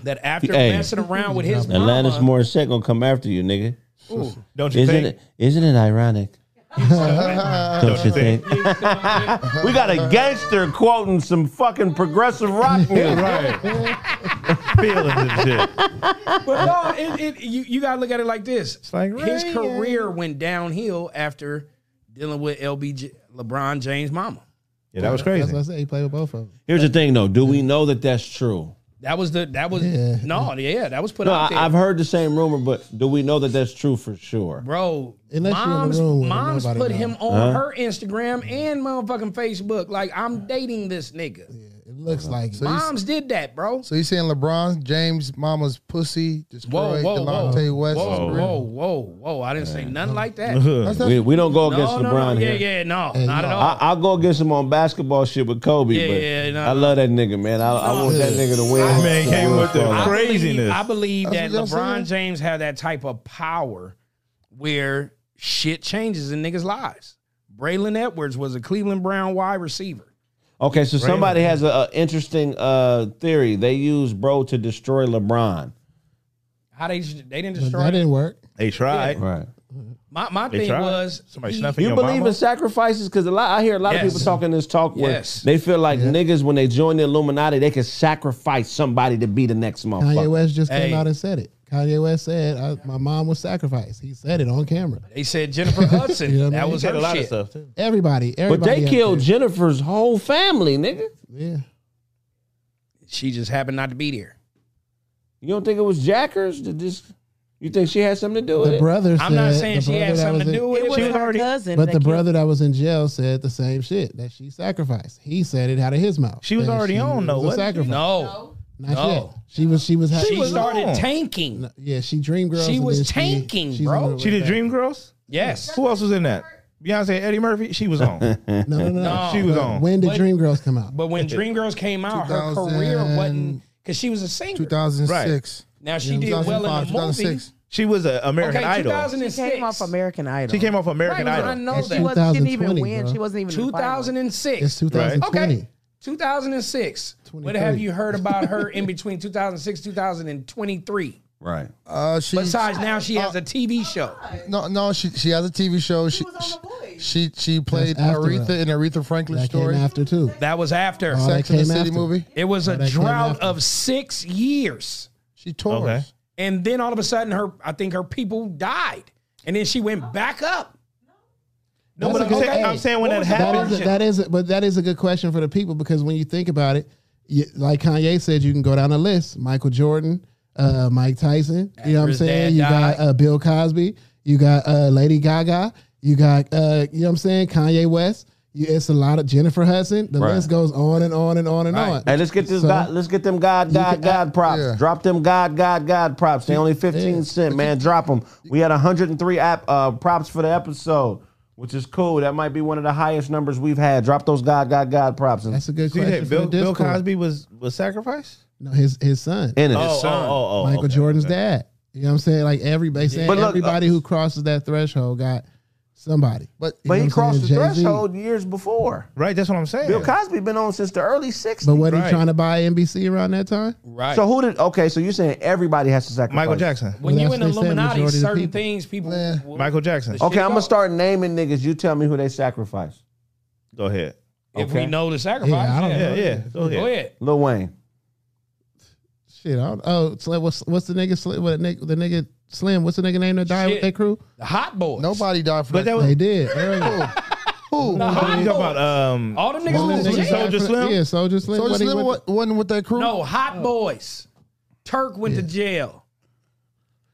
Speaker 5: that after
Speaker 2: Hey.
Speaker 5: messing around with his
Speaker 2: Atlantis
Speaker 5: mama,
Speaker 2: Morissette gonna come after you, nigga.
Speaker 1: Don't you
Speaker 2: Isn't
Speaker 1: think?
Speaker 2: it isn't it ironic? Don't you think? we got a gangster quoting some fucking progressive rock music.
Speaker 1: Right. Feelings and shit.
Speaker 5: but no, it, it, you you gotta look at it like this.
Speaker 1: like,
Speaker 5: his
Speaker 1: right,
Speaker 5: career went downhill after dealing with LBJ, LeBron James' mama.
Speaker 1: Yeah, that was
Speaker 4: That's
Speaker 1: crazy.
Speaker 4: what I said. He played with both of them.
Speaker 2: Here's the thing though, do we know that that's true?
Speaker 5: That was the that was
Speaker 4: Yeah.
Speaker 5: no yeah that was put
Speaker 2: No,
Speaker 5: out there.
Speaker 2: I, I've heard the same rumor, but do we know that that's true for sure?
Speaker 5: Bro,
Speaker 4: Unless you're in the
Speaker 5: Oh, moms,
Speaker 4: room with him,
Speaker 5: moms
Speaker 4: nobody
Speaker 5: put
Speaker 4: knows.
Speaker 5: him on her Instagram and motherfucking Facebook. Like, I'm dating this nigga.
Speaker 4: Yeah, looks like it.
Speaker 12: So he's-
Speaker 5: Moms did that, bro.
Speaker 12: So you saying LeBron James' mama's pussy
Speaker 5: Whoa,
Speaker 12: destroyed
Speaker 5: whoa, whoa,
Speaker 12: Delonte West?
Speaker 5: whoa,
Speaker 12: career?
Speaker 5: whoa, whoa, whoa! I didn't say nothing like that.
Speaker 2: we, we don't go against
Speaker 5: no, no,
Speaker 2: LeBron
Speaker 5: no.
Speaker 2: here.
Speaker 5: Yeah, yeah, no, not at all.
Speaker 2: I, I'll go against him on basketball shit with Kobe.
Speaker 5: Yeah,
Speaker 2: but
Speaker 5: yeah, no,
Speaker 2: I love that nigga, man. I, I want that nigga to win.
Speaker 1: That man
Speaker 2: So
Speaker 1: came
Speaker 2: we'll
Speaker 1: with the
Speaker 2: follow.
Speaker 5: I believe-
Speaker 1: Craziness.
Speaker 5: I believe that
Speaker 12: That's what y'all
Speaker 5: LeBron
Speaker 12: saying?
Speaker 5: James have that type of power where shit changes in niggas' lives. Braylon Edwards was a Cleveland Brown wide receiver.
Speaker 2: Okay, so somebody has an interesting uh, theory. They use bro to destroy LeBron.
Speaker 5: How they they didn't
Speaker 4: But
Speaker 5: destroy
Speaker 4: that
Speaker 5: him.
Speaker 4: didn't work.
Speaker 1: They tried.
Speaker 2: Right.
Speaker 5: My my
Speaker 1: They
Speaker 5: thing
Speaker 1: tried.
Speaker 5: was
Speaker 1: Somebody
Speaker 5: he-
Speaker 1: snuffing
Speaker 2: You
Speaker 1: your
Speaker 2: believe
Speaker 1: mama?
Speaker 2: in sacrifices? Because a lot I hear a lot
Speaker 5: Yes.
Speaker 2: of people talking this talk where
Speaker 5: Yes.
Speaker 2: they feel like niggas when they join the Illuminati, they can sacrifice somebody to be the next
Speaker 4: Kanye
Speaker 2: motherfucker.
Speaker 4: West just
Speaker 5: Hey.
Speaker 4: came out and said it. Kanye West said, I, "My mom was sacrificed." He said it on camera.
Speaker 5: They said Jennifer Hudson.
Speaker 4: You know what I
Speaker 5: that
Speaker 4: mean?
Speaker 5: was
Speaker 1: Said
Speaker 5: her
Speaker 1: a lot
Speaker 5: shit.
Speaker 1: of stuff too.
Speaker 4: Everybody,
Speaker 2: But
Speaker 4: everybody.
Speaker 2: they
Speaker 4: up
Speaker 2: killed
Speaker 4: there.
Speaker 2: Jennifer's whole family, nigga.
Speaker 4: Yeah,
Speaker 5: She just happened not to be there.
Speaker 2: You don't think it was Jackers? Did this? You think she had something to do with
Speaker 4: the
Speaker 2: it?
Speaker 4: brother.
Speaker 5: I'm
Speaker 4: said-
Speaker 5: not saying
Speaker 4: the
Speaker 5: she
Speaker 4: brother
Speaker 5: had
Speaker 4: that
Speaker 5: something
Speaker 4: was
Speaker 5: to
Speaker 4: in-
Speaker 5: do with it.
Speaker 9: It was
Speaker 5: but-
Speaker 9: her cousin.
Speaker 4: But
Speaker 9: that
Speaker 4: the
Speaker 9: killed-
Speaker 4: brother that was in jail said the same shit that she sacrificed. He said it out of his mouth.
Speaker 1: She was
Speaker 4: that
Speaker 1: already on, though,
Speaker 4: was a
Speaker 1: wasn't
Speaker 4: sacrifice.
Speaker 5: No,
Speaker 4: Not
Speaker 5: No.
Speaker 4: yet. She was. She was.
Speaker 5: she
Speaker 1: was
Speaker 5: started
Speaker 1: on.
Speaker 5: tanking.
Speaker 4: Yeah, she dreamed girls.
Speaker 5: She
Speaker 4: and
Speaker 5: was
Speaker 4: then she-
Speaker 5: tanking,
Speaker 4: she's
Speaker 5: bro.
Speaker 4: on her
Speaker 1: She
Speaker 4: way
Speaker 1: did
Speaker 4: back.
Speaker 1: Dream Girls.
Speaker 5: Yes,
Speaker 1: Who else was in that? Beyonce, Eddie Murphy. She was on.
Speaker 4: No, no, no.
Speaker 5: No.
Speaker 1: she was on.
Speaker 4: When did
Speaker 5: But-
Speaker 4: Dream Girls come out?
Speaker 5: but when Dreamgirls came out, her
Speaker 12: 2000
Speaker 5: career wasn't because she was a singer.
Speaker 12: 2006.
Speaker 5: Now she did well in the movie.
Speaker 1: She was an American
Speaker 5: okay,
Speaker 1: Idol.
Speaker 5: 2006.
Speaker 9: She came off American Idol.
Speaker 1: She came off American
Speaker 5: Right, I
Speaker 1: Idol.
Speaker 5: know
Speaker 9: And she,
Speaker 5: that.
Speaker 9: was, she didn't even
Speaker 4: 2020,
Speaker 9: win.
Speaker 4: bro.
Speaker 9: She wasn't even in the final.
Speaker 4: It's
Speaker 5: 2006.
Speaker 4: 2020.
Speaker 5: Okay. 2006. What have
Speaker 4: 23.
Speaker 5: you heard about her in between 2006 2023?
Speaker 2: Right.
Speaker 12: Uh, she,
Speaker 5: Besides, now she
Speaker 4: uh,
Speaker 5: has a TV show.
Speaker 12: no, no, she she has a TV show. She
Speaker 7: was on The Boys.
Speaker 12: she she played
Speaker 4: That's after
Speaker 12: Aretha
Speaker 4: that.
Speaker 12: in Aretha Franklin
Speaker 4: That
Speaker 12: story.
Speaker 4: came after too.
Speaker 5: That was after.
Speaker 4: Oh,
Speaker 12: Sex
Speaker 4: that
Speaker 12: in the
Speaker 4: came
Speaker 12: City
Speaker 4: after. Oh,
Speaker 12: movie.
Speaker 5: It was a
Speaker 4: that came
Speaker 5: drought
Speaker 4: after.
Speaker 5: of six years.
Speaker 12: She tours.
Speaker 1: Okay.
Speaker 5: And then all of a sudden, her I think her people died. And then she went back up.
Speaker 1: No, but I'm
Speaker 4: That's a good
Speaker 1: saying,
Speaker 4: age.
Speaker 1: I'm saying when
Speaker 5: What
Speaker 1: that
Speaker 5: was the
Speaker 1: happened,
Speaker 4: That is a, that is a, but that is a good question for the people because when you think about it, you, like Kanye said, you can go down a list: Michael Jordan, uh, Mike Tyson. you know what I'm
Speaker 5: his dad
Speaker 4: saying? You got
Speaker 5: died.
Speaker 4: uh, Bill Cosby. You got uh, Lady Gaga. You got uh, you know what I'm saying? Kanye West. You, it's a lot of Jennifer Hudson. The
Speaker 2: Right.
Speaker 4: list goes on and on and on and on.
Speaker 2: Hey, let's get this.
Speaker 4: So-
Speaker 2: God, let's get them God, God,
Speaker 4: can-
Speaker 2: God props.
Speaker 12: yeah.
Speaker 2: Drop them God, God, God props. They only fifteen cent, man. Drop them. We had 103 app uh, props for the episode, which is cool. That might be one of the highest numbers we've had. Drop those God, God, God props. And
Speaker 4: That's a good
Speaker 1: you
Speaker 4: question.
Speaker 1: think Bill,
Speaker 4: for the
Speaker 1: Bill
Speaker 4: Discord.
Speaker 1: Cosby was was sacrificed?
Speaker 4: no, his his son,
Speaker 2: in it.
Speaker 1: Oh, oh, oh, oh,
Speaker 4: Michael
Speaker 1: okay.
Speaker 4: Jordan's dad. You know what I'm saying? Like everybody saying,
Speaker 2: But look, uh,
Speaker 4: everybody who crosses that threshold got somebody.
Speaker 12: But
Speaker 2: But
Speaker 4: You know
Speaker 2: he
Speaker 4: what I'm
Speaker 2: crossed the
Speaker 4: saying? Jay-Z.
Speaker 2: threshold years before.
Speaker 1: Right, that's what I'm saying.
Speaker 2: Bill Cosby been on since the early 60s.
Speaker 4: But what
Speaker 1: Right.
Speaker 4: he trying to buy NBC around that time?
Speaker 5: Right.
Speaker 2: so who did? Okay, so you're saying everybody has to sacrifice.
Speaker 1: Michael Jackson.
Speaker 5: when
Speaker 4: Well,
Speaker 5: you
Speaker 4: that's
Speaker 5: in
Speaker 4: what they said,
Speaker 5: Illuminati,
Speaker 4: majority of the
Speaker 5: certain
Speaker 4: people.
Speaker 5: things people.
Speaker 12: Yeah.
Speaker 5: will-
Speaker 1: Michael Jackson.
Speaker 5: the
Speaker 2: Okay,
Speaker 5: shit
Speaker 2: I'm
Speaker 5: go.
Speaker 2: gonna start naming niggas. You tell me who they sacrifice.
Speaker 1: Go ahead.
Speaker 5: If
Speaker 2: Okay.
Speaker 5: we know the sacrifice,
Speaker 4: Yeah, I don't
Speaker 1: Yeah,
Speaker 4: know.
Speaker 1: yeah. Go
Speaker 5: Go
Speaker 1: ahead.
Speaker 5: ahead.
Speaker 2: Lil Wayne.
Speaker 4: Shit, I don't, oh, Slim, what's what's the nigga Slim? What the nigga, the nigga Slim? What's the nigga name that died
Speaker 5: Shit.
Speaker 4: with that crew?
Speaker 5: The Hot Boys.
Speaker 12: nobody died for
Speaker 1: But that
Speaker 12: that.
Speaker 1: was
Speaker 4: They did. earlier.
Speaker 12: Who?
Speaker 5: The
Speaker 1: you
Speaker 5: Hot
Speaker 1: talking
Speaker 5: Boys.
Speaker 1: about um
Speaker 5: All them
Speaker 4: Who
Speaker 5: niggas was
Speaker 4: was the
Speaker 5: in
Speaker 4: nigga
Speaker 5: jail.
Speaker 1: Soldier
Speaker 4: that-
Speaker 1: Slim?
Speaker 4: Yeah, Soldier Slim.
Speaker 12: So
Speaker 4: What he
Speaker 12: Slim
Speaker 4: went-
Speaker 12: wa- wasn't with that crew.
Speaker 5: No, Hot
Speaker 1: Oh.
Speaker 5: Boys. Turk went to jail.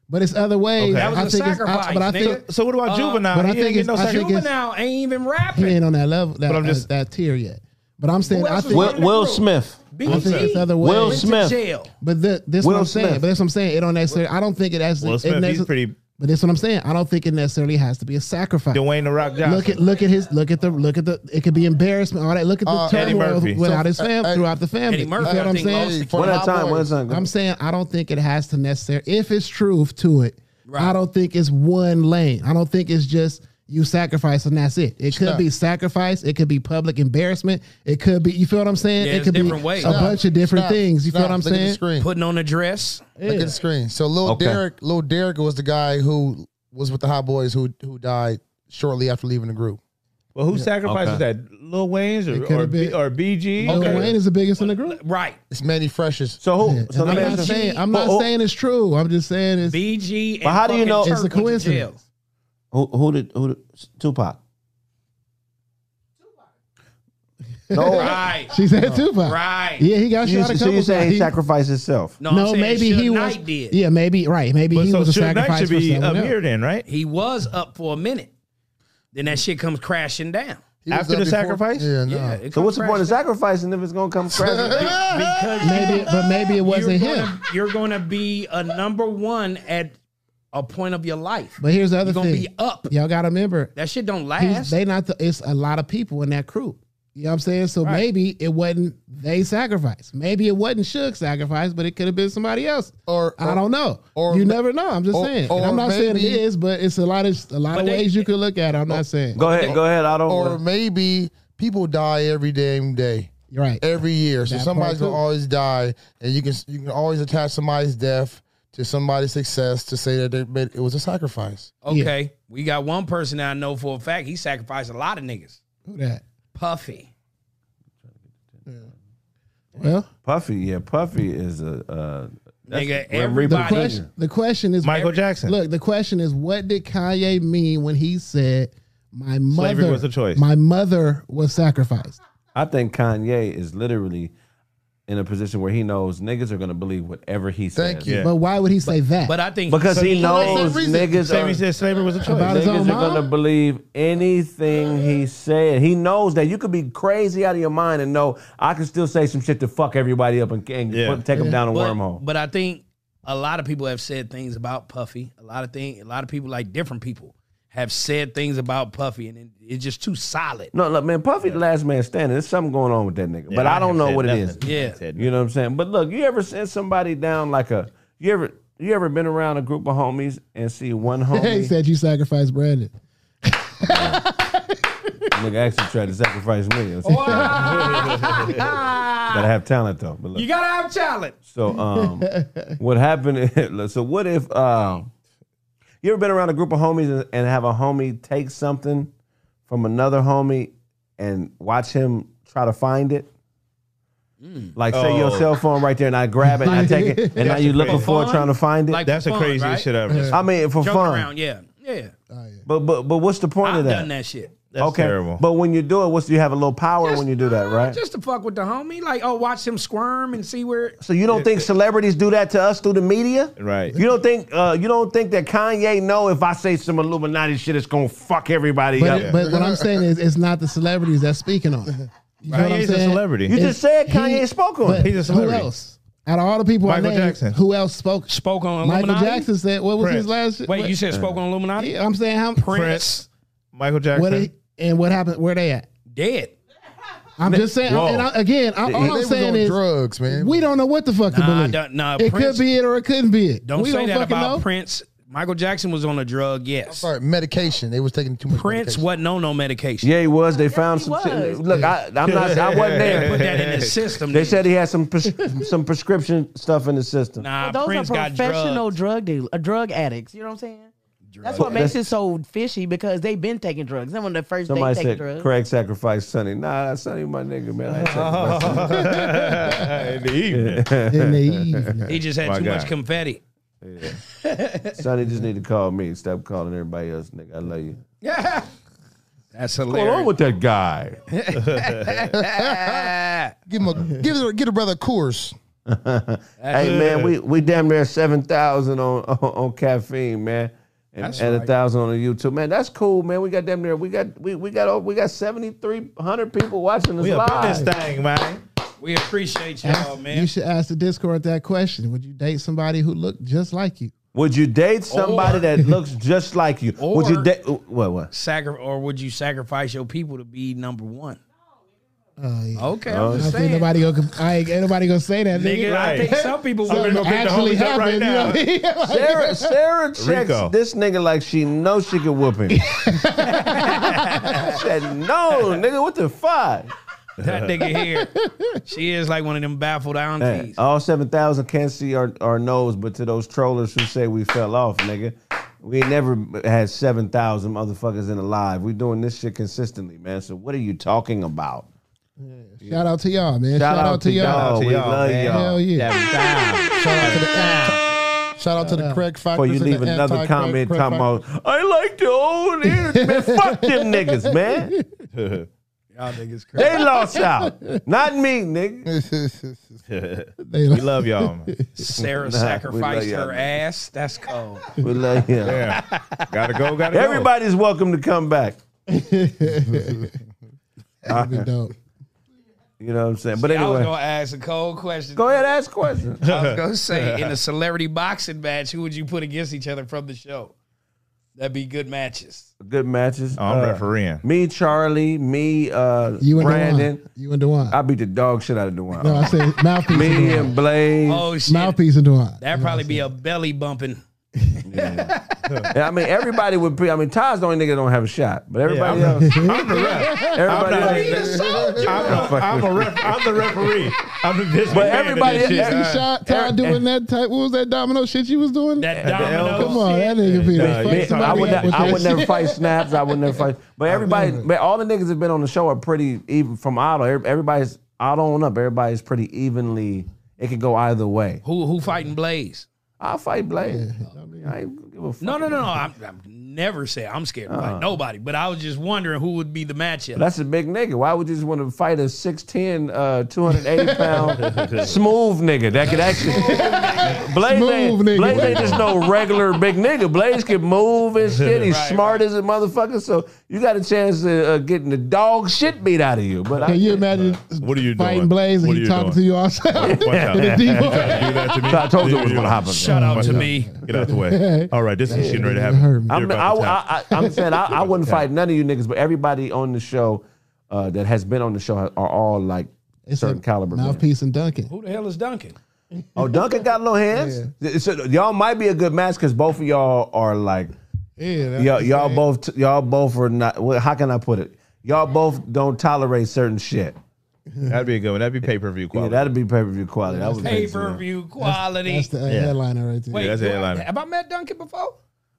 Speaker 4: but it's other ways.
Speaker 1: Okay. Uh,
Speaker 5: That was
Speaker 4: I
Speaker 5: a
Speaker 4: think it's-
Speaker 5: sacrifice.
Speaker 4: I, but
Speaker 5: nigga.
Speaker 4: I
Speaker 5: Uh,
Speaker 4: think
Speaker 1: so what about juvenile?
Speaker 4: but I
Speaker 1: he didn't
Speaker 4: think
Speaker 1: get no
Speaker 4: it's- I think
Speaker 1: sacrifice.
Speaker 4: it's-
Speaker 5: Juvenile ain't even
Speaker 4: he
Speaker 5: rapping.
Speaker 4: ain't on that level, that,
Speaker 1: But I'm
Speaker 4: uh,
Speaker 1: just-
Speaker 4: that tier yet. But I'm saying,
Speaker 5: Who
Speaker 4: I
Speaker 5: else
Speaker 4: think,
Speaker 5: was
Speaker 2: Will,
Speaker 5: in the
Speaker 2: Will
Speaker 5: crew?
Speaker 2: Smith.
Speaker 5: BG
Speaker 4: I think it's other ways.
Speaker 2: Will
Speaker 5: went
Speaker 2: Smith.
Speaker 5: to jail.
Speaker 4: But the, this
Speaker 2: Will
Speaker 4: what I'm saying.
Speaker 2: Smith.
Speaker 4: But that's what I'm saying. It don't necessarily. I don't think it has.
Speaker 1: Will
Speaker 4: it
Speaker 1: Smith, he's
Speaker 4: necessar-
Speaker 1: pretty
Speaker 4: But that's what I'm saying. I don't think it necessarily has to be a sacrifice.
Speaker 1: Dwayne the Rock Johnson.
Speaker 4: Look at look at his look at the look at the. It could be embarrassment. All that. Look at the
Speaker 12: Uh,
Speaker 1: Eddie
Speaker 4: turmoil
Speaker 1: Murphy.
Speaker 4: without
Speaker 12: So,
Speaker 4: his fam
Speaker 12: uh, uh,
Speaker 4: throughout the family.
Speaker 5: Eddie Murphy,
Speaker 4: You know
Speaker 5: I
Speaker 4: what I'm
Speaker 5: think,
Speaker 4: saying?
Speaker 5: lost the
Speaker 12: for
Speaker 2: One
Speaker 12: the
Speaker 2: at a
Speaker 12: Hot
Speaker 2: time.
Speaker 12: Boys.
Speaker 2: One at a time.
Speaker 4: I'm saying I don't think it has to necessarily. If it's truth to it, I don't think it's one lane. I don't think it's just you sacrifice and that's it. It could
Speaker 12: Stop.
Speaker 4: be sacrifice. It could be public embarrassment. It could be. You feel what I'm saying?
Speaker 5: Yeah,
Speaker 4: it
Speaker 5: it's
Speaker 4: could be
Speaker 5: different ways.
Speaker 4: a bunch of different
Speaker 12: Stop,
Speaker 4: things. You
Speaker 12: stop.
Speaker 4: feel what I'm
Speaker 12: Look At the
Speaker 4: saying?
Speaker 12: screen.
Speaker 5: Putting on a dress.
Speaker 12: Look at the screen. So Lil
Speaker 2: Okay.
Speaker 12: Derek, Lil Derek was the guy who was with the Hot Boys who who died shortly after leaving the group.
Speaker 1: well, who sacrifices
Speaker 2: Okay.
Speaker 1: that? Lil Wayne's or
Speaker 4: It could've
Speaker 1: or, B,
Speaker 4: been-
Speaker 1: or BG?
Speaker 4: Lil Wayne is the biggest in the group.
Speaker 5: Right.
Speaker 12: It's Manny Fresh's.
Speaker 2: So who? So let
Speaker 4: I'm
Speaker 2: me
Speaker 4: not
Speaker 2: ask you.
Speaker 4: saying I'm
Speaker 2: Who-
Speaker 4: not
Speaker 1: Oh,
Speaker 2: who-
Speaker 4: saying it's true. I'm just saying it's
Speaker 5: BG. And
Speaker 2: But how do you
Speaker 5: fucking
Speaker 2: know-
Speaker 5: Turk
Speaker 4: It's a
Speaker 5: went to
Speaker 4: coincidence.
Speaker 5: jail.
Speaker 2: Who, who did who did, Tupac? No,
Speaker 5: Right.
Speaker 4: she said Tupac.
Speaker 5: Right.
Speaker 4: Yeah, he got
Speaker 2: you,
Speaker 4: shot a
Speaker 2: so
Speaker 4: couple
Speaker 2: you saying
Speaker 4: times.
Speaker 2: he sacrificed himself?
Speaker 5: No, I'm
Speaker 4: no,
Speaker 5: saying
Speaker 4: maybe
Speaker 5: Suge
Speaker 4: he was.
Speaker 5: Knight did.
Speaker 4: Yeah, maybe right. Maybe
Speaker 1: But
Speaker 4: he
Speaker 1: so
Speaker 4: was a
Speaker 1: Suge Knight
Speaker 4: sacrifice
Speaker 1: should
Speaker 4: for
Speaker 1: be
Speaker 4: someone
Speaker 1: up
Speaker 4: else.
Speaker 1: here then, right?
Speaker 5: He was up for a minute. Then that shit comes crashing down.
Speaker 12: He was
Speaker 2: After
Speaker 12: up
Speaker 2: the
Speaker 12: before-
Speaker 2: sacrifice?
Speaker 12: Yeah, no.
Speaker 2: Yeah, so what's the point of sacrificing if it's gonna come crashing?
Speaker 5: because
Speaker 4: Maybe- but maybe it wasn't
Speaker 5: you're
Speaker 4: him.
Speaker 5: gonna- You're going to be a number one at a point of your life.
Speaker 4: But here's the other
Speaker 5: you're
Speaker 4: thing.
Speaker 5: Gonna be up.
Speaker 4: Y'all got to remember,
Speaker 5: That shit don't
Speaker 4: he's-
Speaker 5: last.
Speaker 4: they not. The, it's a lot of people in that crew. You know what I'm saying? So
Speaker 5: Right.
Speaker 4: maybe it wasn't they sacrifice. Maybe it wasn't Suge sacrifice, but it could have been somebody else.
Speaker 12: Or,
Speaker 4: I don't know.
Speaker 12: or-
Speaker 4: you never know. I'm just
Speaker 12: or-
Speaker 4: saying. And I'm
Speaker 12: or
Speaker 4: not saying it
Speaker 12: maybe-
Speaker 4: is, but it's a lot of a lot
Speaker 5: But
Speaker 4: of
Speaker 5: they-
Speaker 4: ways you could look at. it. I'm not saying.
Speaker 2: go ahead, go ahead. I don't.
Speaker 12: Or maybe people die every damn day.
Speaker 4: You're right.
Speaker 12: every year. So
Speaker 4: That
Speaker 12: somebody's
Speaker 4: part
Speaker 12: gonna
Speaker 4: too.
Speaker 12: always die, and you can you can always attach somebody's death to somebody's success to say that they made, it was a sacrifice.
Speaker 5: okay, we got one person that I know for a fact. He sacrificed a lot of niggas.
Speaker 4: Who that?
Speaker 5: Puffy.
Speaker 4: Well,
Speaker 2: Puffy, yeah, Puffy is a uh, that's
Speaker 5: Nigga,
Speaker 2: grim
Speaker 5: everybody-
Speaker 4: the
Speaker 2: reaper.
Speaker 4: question, the question is
Speaker 1: Michael Jackson.
Speaker 4: Look, the question is, what did Kanye mean when he said, "My mother
Speaker 1: Slavery was a choice."
Speaker 4: My mother was sacrificed."
Speaker 2: I think Kanye is literally in a position where he knows niggas are gonna believe whatever he says.
Speaker 12: Thank you.
Speaker 1: Yeah.
Speaker 4: But why would he say that?
Speaker 5: But I think
Speaker 2: Because he knows
Speaker 12: same reason.
Speaker 2: niggas
Speaker 1: Same, he
Speaker 2: are,
Speaker 1: said slavery was a choice.
Speaker 4: About his
Speaker 2: niggas
Speaker 4: own
Speaker 2: are gonna
Speaker 4: mom.
Speaker 2: believe anything he said. He knows that you could be crazy out of your mind and know I can still say some shit to fuck everybody up and, and
Speaker 1: Yeah.
Speaker 2: put- take them down a
Speaker 5: but,
Speaker 2: wormhole.
Speaker 5: But I think a lot of people have said things about Puffy. A lot of thing, a lot of people like different people have said things about Puffy, and it- it's just too solid.
Speaker 2: No, look, man, Puffy the last man standing. There's something going on with that nigga. but I, don't know what it is.
Speaker 5: Yeah.
Speaker 2: You know what I'm saying? But look, you ever send somebody down like a you ever you ever been around a group of homies and see one
Speaker 4: he
Speaker 2: homie
Speaker 4: said you sacrificed Brandon.
Speaker 2: nigga actually tried to sacrifice me. Gotta have talent though. But look.
Speaker 5: You gotta have talent.
Speaker 2: So um, what happened? is- So what if um, you ever been around a group of homies and, and have a homie take something from another homie and watch him try to find it?
Speaker 5: Mm.
Speaker 2: Like say your
Speaker 1: Oh.
Speaker 2: cell phone right there, and I grab it, and I take it, and now
Speaker 1: That's
Speaker 2: you looking
Speaker 1: crazy.
Speaker 2: for it,
Speaker 5: Fun?
Speaker 2: trying to find it.
Speaker 5: Like-
Speaker 1: That's the
Speaker 5: Fun,
Speaker 1: craziest
Speaker 5: right?
Speaker 1: shit ever.
Speaker 2: I mean, for
Speaker 5: Joke
Speaker 2: fun.
Speaker 5: around, yeah, yeah.
Speaker 2: But but but what's the point
Speaker 5: I've
Speaker 2: of that?
Speaker 5: done that shit.
Speaker 1: That's
Speaker 2: okay,
Speaker 1: terrible.
Speaker 2: but when you do it, what's you have a little power when you do that,
Speaker 5: Uh,
Speaker 2: right?
Speaker 5: Just to fuck with the homie, like oh, watch him squirm and see where.
Speaker 2: So you don't think celebrities do that to us through the media?
Speaker 1: Right.
Speaker 2: You don't think uh, you don't think that Kanye know if I say some Illuminati shit, it's gonna fuck everybody
Speaker 4: But,
Speaker 2: up.
Speaker 4: but what I'm saying is, it's not the celebrities that's speaking on. it. You know what I'm
Speaker 1: Kanye's a
Speaker 4: saying?
Speaker 1: celebrity.
Speaker 2: you just said Kanye
Speaker 4: he-
Speaker 2: spoke on
Speaker 4: But
Speaker 2: it.
Speaker 1: He's a celebrity.
Speaker 4: Who else? Out of all the people, I
Speaker 1: Michael
Speaker 4: named,
Speaker 1: Jackson.
Speaker 4: Who else spoke?
Speaker 5: Spoke on
Speaker 4: Michael
Speaker 5: Illuminati?
Speaker 4: Jackson said, "What was his
Speaker 1: Prince.
Speaker 4: last?"
Speaker 5: Wait,
Speaker 4: what-
Speaker 5: you said spoke on Illuminati?
Speaker 4: Yeah, I'm saying how
Speaker 5: Prince
Speaker 1: Michael Jackson.
Speaker 4: What did- and what happened? Where they at?
Speaker 5: dead.
Speaker 4: I'm just saying.
Speaker 2: Whoa.
Speaker 4: And I, again, I, all
Speaker 12: They
Speaker 4: I'm
Speaker 12: was on
Speaker 4: saying is
Speaker 12: drugs, man.
Speaker 4: we don't know what the fuck to
Speaker 5: Nah,
Speaker 4: believe.
Speaker 5: don't- nah,
Speaker 4: it
Speaker 5: Prince-
Speaker 4: could be it or it couldn't be it.
Speaker 5: Don't
Speaker 4: we
Speaker 5: say
Speaker 4: don't
Speaker 5: that
Speaker 4: fucking
Speaker 5: about
Speaker 4: know.
Speaker 5: Prince. Michael Jackson was on a drug. Yes,
Speaker 12: Sorry, medication. They was taking too much.
Speaker 5: Prince
Speaker 12: medication.
Speaker 5: wasn't on no medication.
Speaker 2: Yeah, he was. They found
Speaker 9: he
Speaker 2: some. shit.
Speaker 9: was.
Speaker 2: Look, I, I'm not. I wasn't
Speaker 5: Put
Speaker 2: there.
Speaker 5: that in his system.
Speaker 2: They
Speaker 5: nigga.
Speaker 2: said he had some pres- some prescription stuff in the system.
Speaker 5: nah,
Speaker 9: those
Speaker 5: Prince
Speaker 9: are
Speaker 5: got
Speaker 9: professional
Speaker 5: drugs.
Speaker 9: drug deal, uh, drug addicts. You know what I'm saying? That's what makes it so fishy because they've been taking drugs. Then when the first day
Speaker 2: Somebody
Speaker 9: taking
Speaker 2: said
Speaker 9: drugs,
Speaker 2: Craig sacrificed Sonny. Nah, Sonny my nigga, man. I ain't sacrificing
Speaker 1: In the evening.
Speaker 4: In the evening.
Speaker 5: He just had
Speaker 1: My
Speaker 5: too
Speaker 1: God.
Speaker 5: much confetti.
Speaker 2: Sonny just need to call me. Stop calling everybody else, nigga. I love you.
Speaker 5: That's
Speaker 2: What's
Speaker 5: hilarious.
Speaker 2: going on with that guy?
Speaker 12: Give him a give a, get a brother a course.
Speaker 2: Hey man, we, we damn near seven thousand on, on on caffeine, man, and,
Speaker 5: That's
Speaker 2: and a
Speaker 5: right.
Speaker 2: thousand on the YouTube, man. That's cool, man. We got damn near we got we, we got over- we got seventy three hundred people watching this
Speaker 1: We up in this
Speaker 2: live.
Speaker 1: thing, man.
Speaker 5: We appreciate y'all, man.
Speaker 4: You should ask the Discord that question. Would you date somebody who looked just like you?
Speaker 2: Would you date somebody
Speaker 5: Or-
Speaker 2: that looks just like you? Would you
Speaker 5: Or-
Speaker 2: date? What what?
Speaker 5: Sacri- or would you sacrifice your people to be number one?
Speaker 4: Oh yeah.
Speaker 5: Okay, I'm
Speaker 4: I
Speaker 5: just
Speaker 4: don't
Speaker 5: saying.
Speaker 4: think nobody gonna. I ain't, ain't nobody gonna say that, nigga.
Speaker 5: Nigga, I think some people
Speaker 4: Something
Speaker 5: would.
Speaker 1: gonna pick the
Speaker 4: actually
Speaker 1: homies up right
Speaker 4: happened. you know what I mean? Like-
Speaker 2: Sarah Sarah checks
Speaker 1: Rico.
Speaker 2: this nigga like she knows she can whoop him. she said, "No, nigga, what the fuck?"
Speaker 5: That nigga here, she is like one of them baffled
Speaker 2: Hey,
Speaker 5: aunties.
Speaker 2: all 7,000 can't see our, our nose, but to those trollers who say we fell off, nigga, we ain't never had 7,000 motherfuckers in the live. We doing this shit consistently, man. So what are you talking about?
Speaker 4: Shout out to y'all, man. Shout, out, to y'all.
Speaker 1: Shout out to
Speaker 2: Oh, We
Speaker 1: y'all,
Speaker 2: love
Speaker 1: man.
Speaker 2: y'all.
Speaker 4: Hell
Speaker 2: 7,000.
Speaker 4: yeah.
Speaker 12: Shout out to the shout out to the Craig Factor.
Speaker 2: Before you leave another comment talking about, I like the old ears, man. Fuck them niggas, man.
Speaker 5: Y'all niggas crazy.
Speaker 2: They lost out. Not me, nigga.
Speaker 4: They
Speaker 1: We love y'all. Man.
Speaker 5: Sarah
Speaker 2: Nah, we
Speaker 5: sacrificed
Speaker 2: love y'all,
Speaker 5: her
Speaker 2: man.
Speaker 5: ass. That's cold.
Speaker 2: We love y'all.
Speaker 1: Yeah. Gotta go, gotta go.
Speaker 2: Everybody's welcome to come back.
Speaker 4: That'd be dope.
Speaker 2: You know what I'm saying? But
Speaker 5: I was
Speaker 2: anyway,
Speaker 5: gonna ask a cold question.
Speaker 2: go ahead, ask questions.
Speaker 5: I was gonna say in a celebrity boxing match, who would you put against each other from the show? That'd be good matches.
Speaker 2: Good matches.
Speaker 1: Oh, I'm
Speaker 2: Uh,
Speaker 1: refereeing.
Speaker 2: Me, Charlie, me, uh,
Speaker 4: You and
Speaker 2: Brandon.
Speaker 4: Dewan. You and Dewan.
Speaker 2: I beat the dog shit out of Dewan.
Speaker 4: no, I said mouthpiece. and
Speaker 2: me
Speaker 4: Dewan.
Speaker 2: and Blaze.
Speaker 5: Oh shit,
Speaker 4: Mouthpiece and Dewan.
Speaker 5: that'd probably be a belly bumping.
Speaker 2: Yeah, I mean, everybody would. Pre- I mean, Todd's the only nigga that don't have a shot, but everybody
Speaker 1: I'm-
Speaker 2: else,
Speaker 1: I'm the ref.
Speaker 2: everybody
Speaker 1: not-
Speaker 2: else,
Speaker 1: I'm, the, I'm, a ref, I'm the referee. I'm the business
Speaker 2: But
Speaker 1: man of
Speaker 2: everybody-
Speaker 1: this shit.
Speaker 2: every-
Speaker 4: Every shot Todd
Speaker 2: Eric-
Speaker 4: doing that type. What was that domino shit you was doing?
Speaker 5: That
Speaker 1: elbow.
Speaker 5: domino.
Speaker 4: Come on,
Speaker 5: shit.
Speaker 4: that nigga be
Speaker 1: Nah,
Speaker 4: the
Speaker 1: you
Speaker 4: fuck
Speaker 1: talking-
Speaker 2: I would,
Speaker 4: somebody
Speaker 2: not,
Speaker 4: with
Speaker 2: I
Speaker 4: that
Speaker 2: would never
Speaker 4: shit.
Speaker 2: fight snaps. I would never fight. But everybody,
Speaker 4: love it.
Speaker 2: but all the niggas that's been on the show are pretty even from Otto. every- Everybody's Otto on up. Everybody's pretty evenly. It could go either way.
Speaker 5: Who who fighting Blaze?
Speaker 2: I'll fight Blaze. I ain't give a fuck. Uh-uh.
Speaker 5: No, no, no, no. I'm, I'm never say I'm scared of fighting nobody, but I was just wondering who would be the matchup.
Speaker 2: That's a big nigga. Why would you just want to fight a 6'10", uh, 280 pound smooth nigga that could actually Blaze ain't,
Speaker 4: Smooth nigga.
Speaker 2: Blaze ain't just no regular big nigga. Blaze can move and shit. He's
Speaker 5: Right,
Speaker 2: smart as a motherfucker. So you got a chance of uh, getting the dog shit beat out of you. But I,
Speaker 4: Can you imagine
Speaker 1: What are you
Speaker 4: fighting
Speaker 1: doing?
Speaker 4: Blaze and
Speaker 1: What are
Speaker 4: he
Speaker 1: you
Speaker 4: talking
Speaker 1: doing?
Speaker 4: to you all sound?
Speaker 1: Watch out.
Speaker 4: in a
Speaker 1: You
Speaker 4: deep
Speaker 1: tried to do that to me.
Speaker 2: I told you it was gonna happen.
Speaker 5: Shout out to me.
Speaker 1: Get out the way. All right, this is getting ready to
Speaker 4: hurt
Speaker 1: happen.
Speaker 4: me.
Speaker 2: I'm,
Speaker 1: You're
Speaker 2: I,
Speaker 1: about to tap.
Speaker 2: I, I, am saying I, I wouldn't fight none of you niggas, but everybody on the show uh, that has been on the show are all like certain caliber. men.
Speaker 4: Mouthpiece and Duncan.
Speaker 5: Who the hell is Duncan?
Speaker 2: Oh, Duncan got little hands. So y'all might be a good match because both of y'all are like
Speaker 4: Yeah, that's
Speaker 2: y'all,
Speaker 4: the
Speaker 2: y'all
Speaker 4: same.
Speaker 2: both y'all both are not. Well, how can I put it? Y'all both don't tolerate certain shit.
Speaker 1: That'd be a good one. That'd be pay per view
Speaker 2: Yeah,
Speaker 1: quality.
Speaker 2: that'd be pay per view quality. That would
Speaker 5: Pay
Speaker 2: pay
Speaker 5: per view quality.
Speaker 4: That's the uh,
Speaker 1: Yeah.
Speaker 4: headliner right there.
Speaker 5: Wait,
Speaker 1: Yeah, that's the
Speaker 5: do I-
Speaker 1: headliner.
Speaker 5: have I met Duncan before?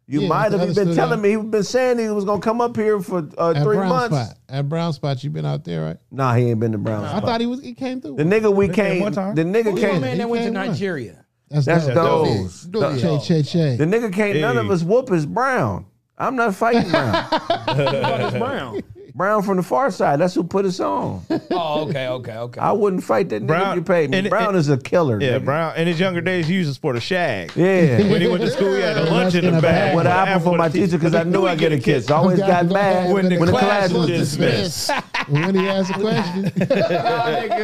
Speaker 2: You
Speaker 4: Yeah,
Speaker 2: might
Speaker 4: that's
Speaker 2: have
Speaker 4: the
Speaker 2: been
Speaker 4: other
Speaker 2: telling me he been saying he was gonna come up here for uh,
Speaker 4: At
Speaker 2: three
Speaker 4: Brown
Speaker 2: months.
Speaker 4: Spot. At Brown Spot, you been out there, right?
Speaker 2: Nah, he ain't been to Brown.
Speaker 4: I thought he was. He came through.
Speaker 2: the nigga we
Speaker 1: came
Speaker 2: came.
Speaker 1: one time.
Speaker 2: The nigga
Speaker 5: Who's the
Speaker 2: came.
Speaker 5: man that went to
Speaker 4: came one.
Speaker 5: Nigeria?
Speaker 2: That's
Speaker 4: dope.
Speaker 2: those.
Speaker 12: Dooley.
Speaker 4: Che che che.
Speaker 2: The nigga can't. None of
Speaker 1: Hey.
Speaker 2: us whoop is Brown. I'm not fighting Brown.
Speaker 5: Curtis Brown.
Speaker 2: Brown from the far side. That's who put us on.
Speaker 5: Oh, okay, okay, okay.
Speaker 2: I wouldn't fight that nigga if
Speaker 1: Brown-
Speaker 2: you paid me.
Speaker 1: and-
Speaker 2: Brown
Speaker 1: and-
Speaker 2: is a killer.
Speaker 1: yeah,
Speaker 2: nigga.
Speaker 1: Brown. In his younger days, he used to sport a shag.
Speaker 2: Yeah.
Speaker 1: When he went to school, he had a lunch in
Speaker 4: in
Speaker 1: the
Speaker 4: a
Speaker 1: bag.
Speaker 4: bag.
Speaker 2: What happened for my teacher because I knew I'd get a kiss. I always got mad when the class was dismissed.
Speaker 4: when he asked a question, can I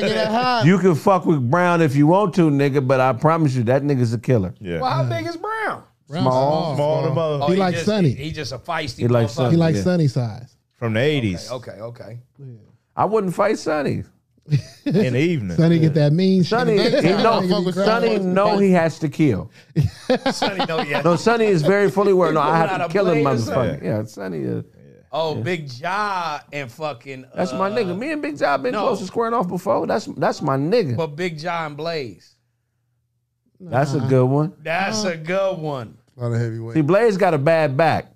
Speaker 4: get a high?
Speaker 2: You can fuck with Brown if you want to, nigga, but I promise you that nigga's a killer.
Speaker 1: Yeah.
Speaker 5: well, how big is Brown?
Speaker 4: Brown
Speaker 2: Small,
Speaker 1: Small to
Speaker 4: small.
Speaker 1: mother-
Speaker 4: He likes
Speaker 5: just,
Speaker 4: Sonny.
Speaker 5: He, he just a feisty.
Speaker 2: He likes
Speaker 5: motherfucker.
Speaker 2: Sonny.
Speaker 4: He likes
Speaker 2: Yeah.
Speaker 4: sunny size.
Speaker 1: From the 80s
Speaker 5: Okay, okay.
Speaker 2: I wouldn't fight Sonny.
Speaker 1: in the evening.
Speaker 4: Sonny get that mean shit.
Speaker 2: Sonny, he know, Sonny know he has to kill.
Speaker 5: Sonny, no, yeah.
Speaker 2: No, Sonny is very fully aware. No, I
Speaker 5: Pulling
Speaker 2: have
Speaker 5: out
Speaker 2: to
Speaker 5: a
Speaker 2: kill him,
Speaker 5: blade or
Speaker 2: motherfucker. Yeah, Sonny is.
Speaker 5: Oh, Big Ja and fucking.
Speaker 2: That's my
Speaker 5: uh,
Speaker 2: nigga. Me and Big Job been
Speaker 5: no.
Speaker 2: close to squaring off before. That's that's my nigga.
Speaker 5: But Big Ja and Blaze.
Speaker 2: that's a good one.
Speaker 5: That's a good one.
Speaker 12: A lot of heavyweight.
Speaker 2: See, Blaze got a bad back.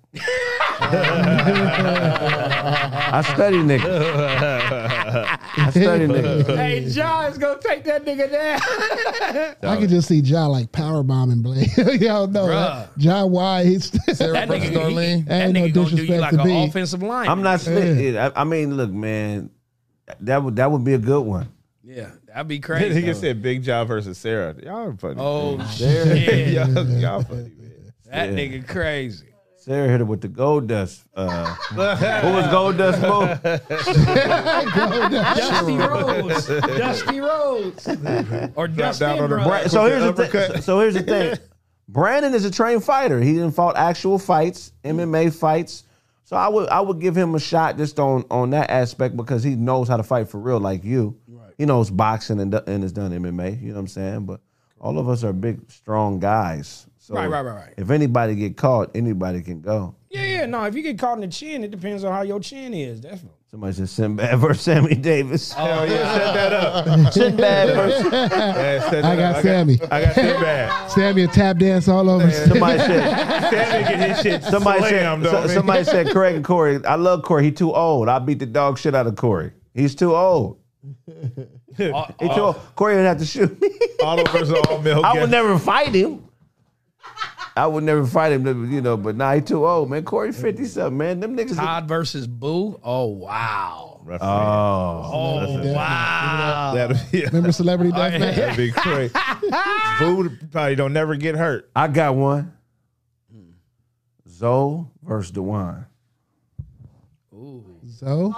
Speaker 2: I study niggas. I study niggas.
Speaker 5: hey, Ja is gonna take that nigga down.
Speaker 4: I could just see John like power bombing Blade. Y'all know that.
Speaker 5: Bruh.
Speaker 4: John White. He's
Speaker 12: Sarah
Speaker 5: that nigga,
Speaker 12: Brooks
Speaker 5: he-
Speaker 12: Darlene.
Speaker 5: that
Speaker 4: Ain't no
Speaker 5: nigga gonna do you
Speaker 4: disrespect
Speaker 5: like
Speaker 4: to
Speaker 5: an
Speaker 4: me.
Speaker 5: offensive line.
Speaker 2: I'm not slick. I, I mean, look, man, that would that would be a good one.
Speaker 5: Yeah, that'd be
Speaker 1: Then
Speaker 5: crazy.
Speaker 1: he just said Big Job versus Sarah. Y'all are funny.
Speaker 5: oh shit,
Speaker 1: y'all, y'all funny, man.
Speaker 5: that nigga crazy.
Speaker 2: Sarah hit her with the gold dust. Uh, what was gold dust move?
Speaker 5: Dusty Rhodes, Dusty Rhodes, or Dusty
Speaker 1: down on the
Speaker 5: Rhodes.
Speaker 2: Bra- so here's the thing. So here's the thing. Brandon is a trained fighter. He didn't fought actual fights, MMA fights. So I would I would give him a shot just on on that aspect because he knows how to fight for real, like you. He knows boxing and do- and has done MMA. You know what I'm saying? But all of us are big, strong guys. So
Speaker 5: Right, right, right, right.
Speaker 2: If anybody get caught, anybody can go.
Speaker 5: Yeah, yeah, no. If you get caught in the chin, it depends on how your chin is. Definitely.
Speaker 2: Somebody said Sinbad versus Sammy Davis.
Speaker 1: Hell yeah, set that up.
Speaker 2: Sinbad versus
Speaker 1: Yeah, set that
Speaker 4: I got
Speaker 1: up.
Speaker 4: Sammy.
Speaker 1: I got Sinbad.
Speaker 4: Sammy a tap dance all over.
Speaker 2: somebody said
Speaker 1: Sammy get his shit
Speaker 2: somebody
Speaker 1: slammed,
Speaker 2: said
Speaker 1: don't
Speaker 2: so-
Speaker 1: he?
Speaker 2: somebody said Craig and Corey. I love Corey. He too old. I beat the dog shit out of Corey. He's too old.
Speaker 5: Uh,
Speaker 2: He too old. Corey would have to shoot me.
Speaker 1: All versus all milk.
Speaker 2: I would never fight him. I would never fight him, you know. But now nah, he too old, man. Corey fifty something, man. Them niggas.
Speaker 5: Todd versus Boo. Oh wow.
Speaker 2: oh,
Speaker 5: Oh wow. Oh,
Speaker 1: That'd be,
Speaker 4: Remember Celebrity Deathmatch?
Speaker 1: that'd be crazy. Food probably don't never get hurt.
Speaker 2: I got one. Zoe versus Dewan.
Speaker 4: So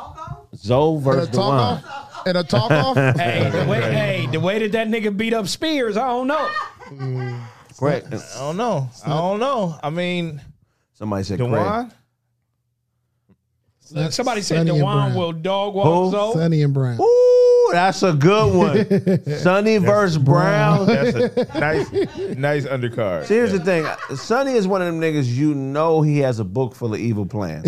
Speaker 2: Zoe versus
Speaker 4: And a talk
Speaker 2: Dewan.
Speaker 4: off?
Speaker 12: And a talk off?
Speaker 5: Hey, the way, hey, the way that that nigga beat up Spears, I don't know.
Speaker 2: Craig.
Speaker 1: I don't know. I don't know. Oh, I mean,
Speaker 2: Somebody said Craig.
Speaker 1: Dewan.
Speaker 5: Somebody said
Speaker 4: Sonny and
Speaker 5: Dewan
Speaker 4: Brown.
Speaker 5: will dog walk
Speaker 2: Who?
Speaker 5: Zoe.
Speaker 4: Sunny and Brown.
Speaker 2: Ooh, that's a good one. Sonny versus Brown.
Speaker 1: That's a nice, nice undercard.
Speaker 2: See, here's the thing. Sonny is one of them niggas you know he has a book full of evil plans.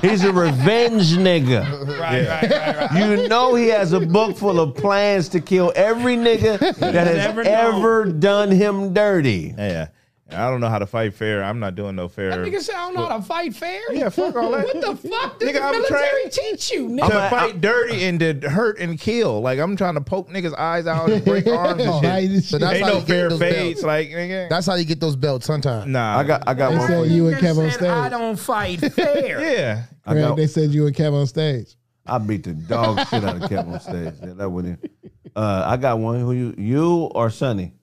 Speaker 2: He's a revenge nigga.
Speaker 5: Right, right, right, right.
Speaker 2: You know he has a book full of plans to kill every nigga that has
Speaker 5: Never know.
Speaker 2: ever done him dirty.
Speaker 1: Yeah. I don't know how to fight fair. I'm not doing no fair.
Speaker 5: That nigga said, I don't know how to fight fair.
Speaker 1: Yeah, fuck all that.
Speaker 5: What the fuck did
Speaker 1: Nigga,
Speaker 5: the
Speaker 1: I'm
Speaker 5: military
Speaker 1: trained-
Speaker 5: teach you,
Speaker 1: to
Speaker 5: nigga?
Speaker 2: a-
Speaker 1: fight dirty and to hurt and kill. Like I'm trying to poke niggas' eyes out and break arms and
Speaker 4: Right?
Speaker 1: shit.
Speaker 12: So that's
Speaker 1: Oh, Ain't
Speaker 12: how
Speaker 1: no
Speaker 12: you get
Speaker 1: fair
Speaker 12: those
Speaker 1: fades.
Speaker 12: belts.
Speaker 1: Like nigga,
Speaker 12: That's how you get those belts sometimes.
Speaker 1: nah.
Speaker 2: I got I got
Speaker 4: They
Speaker 2: one for
Speaker 4: said
Speaker 2: you.
Speaker 4: you and Kev on
Speaker 5: Said, I
Speaker 4: stage.
Speaker 5: don't fight fair.
Speaker 1: yeah.
Speaker 2: I,
Speaker 4: Craig,
Speaker 2: got,
Speaker 4: they said you and Kev on stage.
Speaker 2: I beat the dog shit out of Kevin on stage. Yeah, that wouldn't. Uh, I got one. Who you you or Sonny?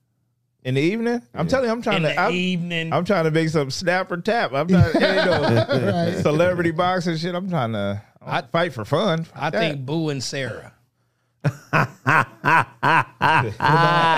Speaker 1: In the evening, I'm telling you, I'm trying
Speaker 5: In
Speaker 1: to.
Speaker 5: the
Speaker 1: I'm,
Speaker 5: evening.
Speaker 1: I'm trying to make some snap or tap. I'm trying to, you know,
Speaker 4: Right.
Speaker 1: celebrity boxing shit. I'm trying to. I fight for fun.
Speaker 5: I think Boo and Sarah.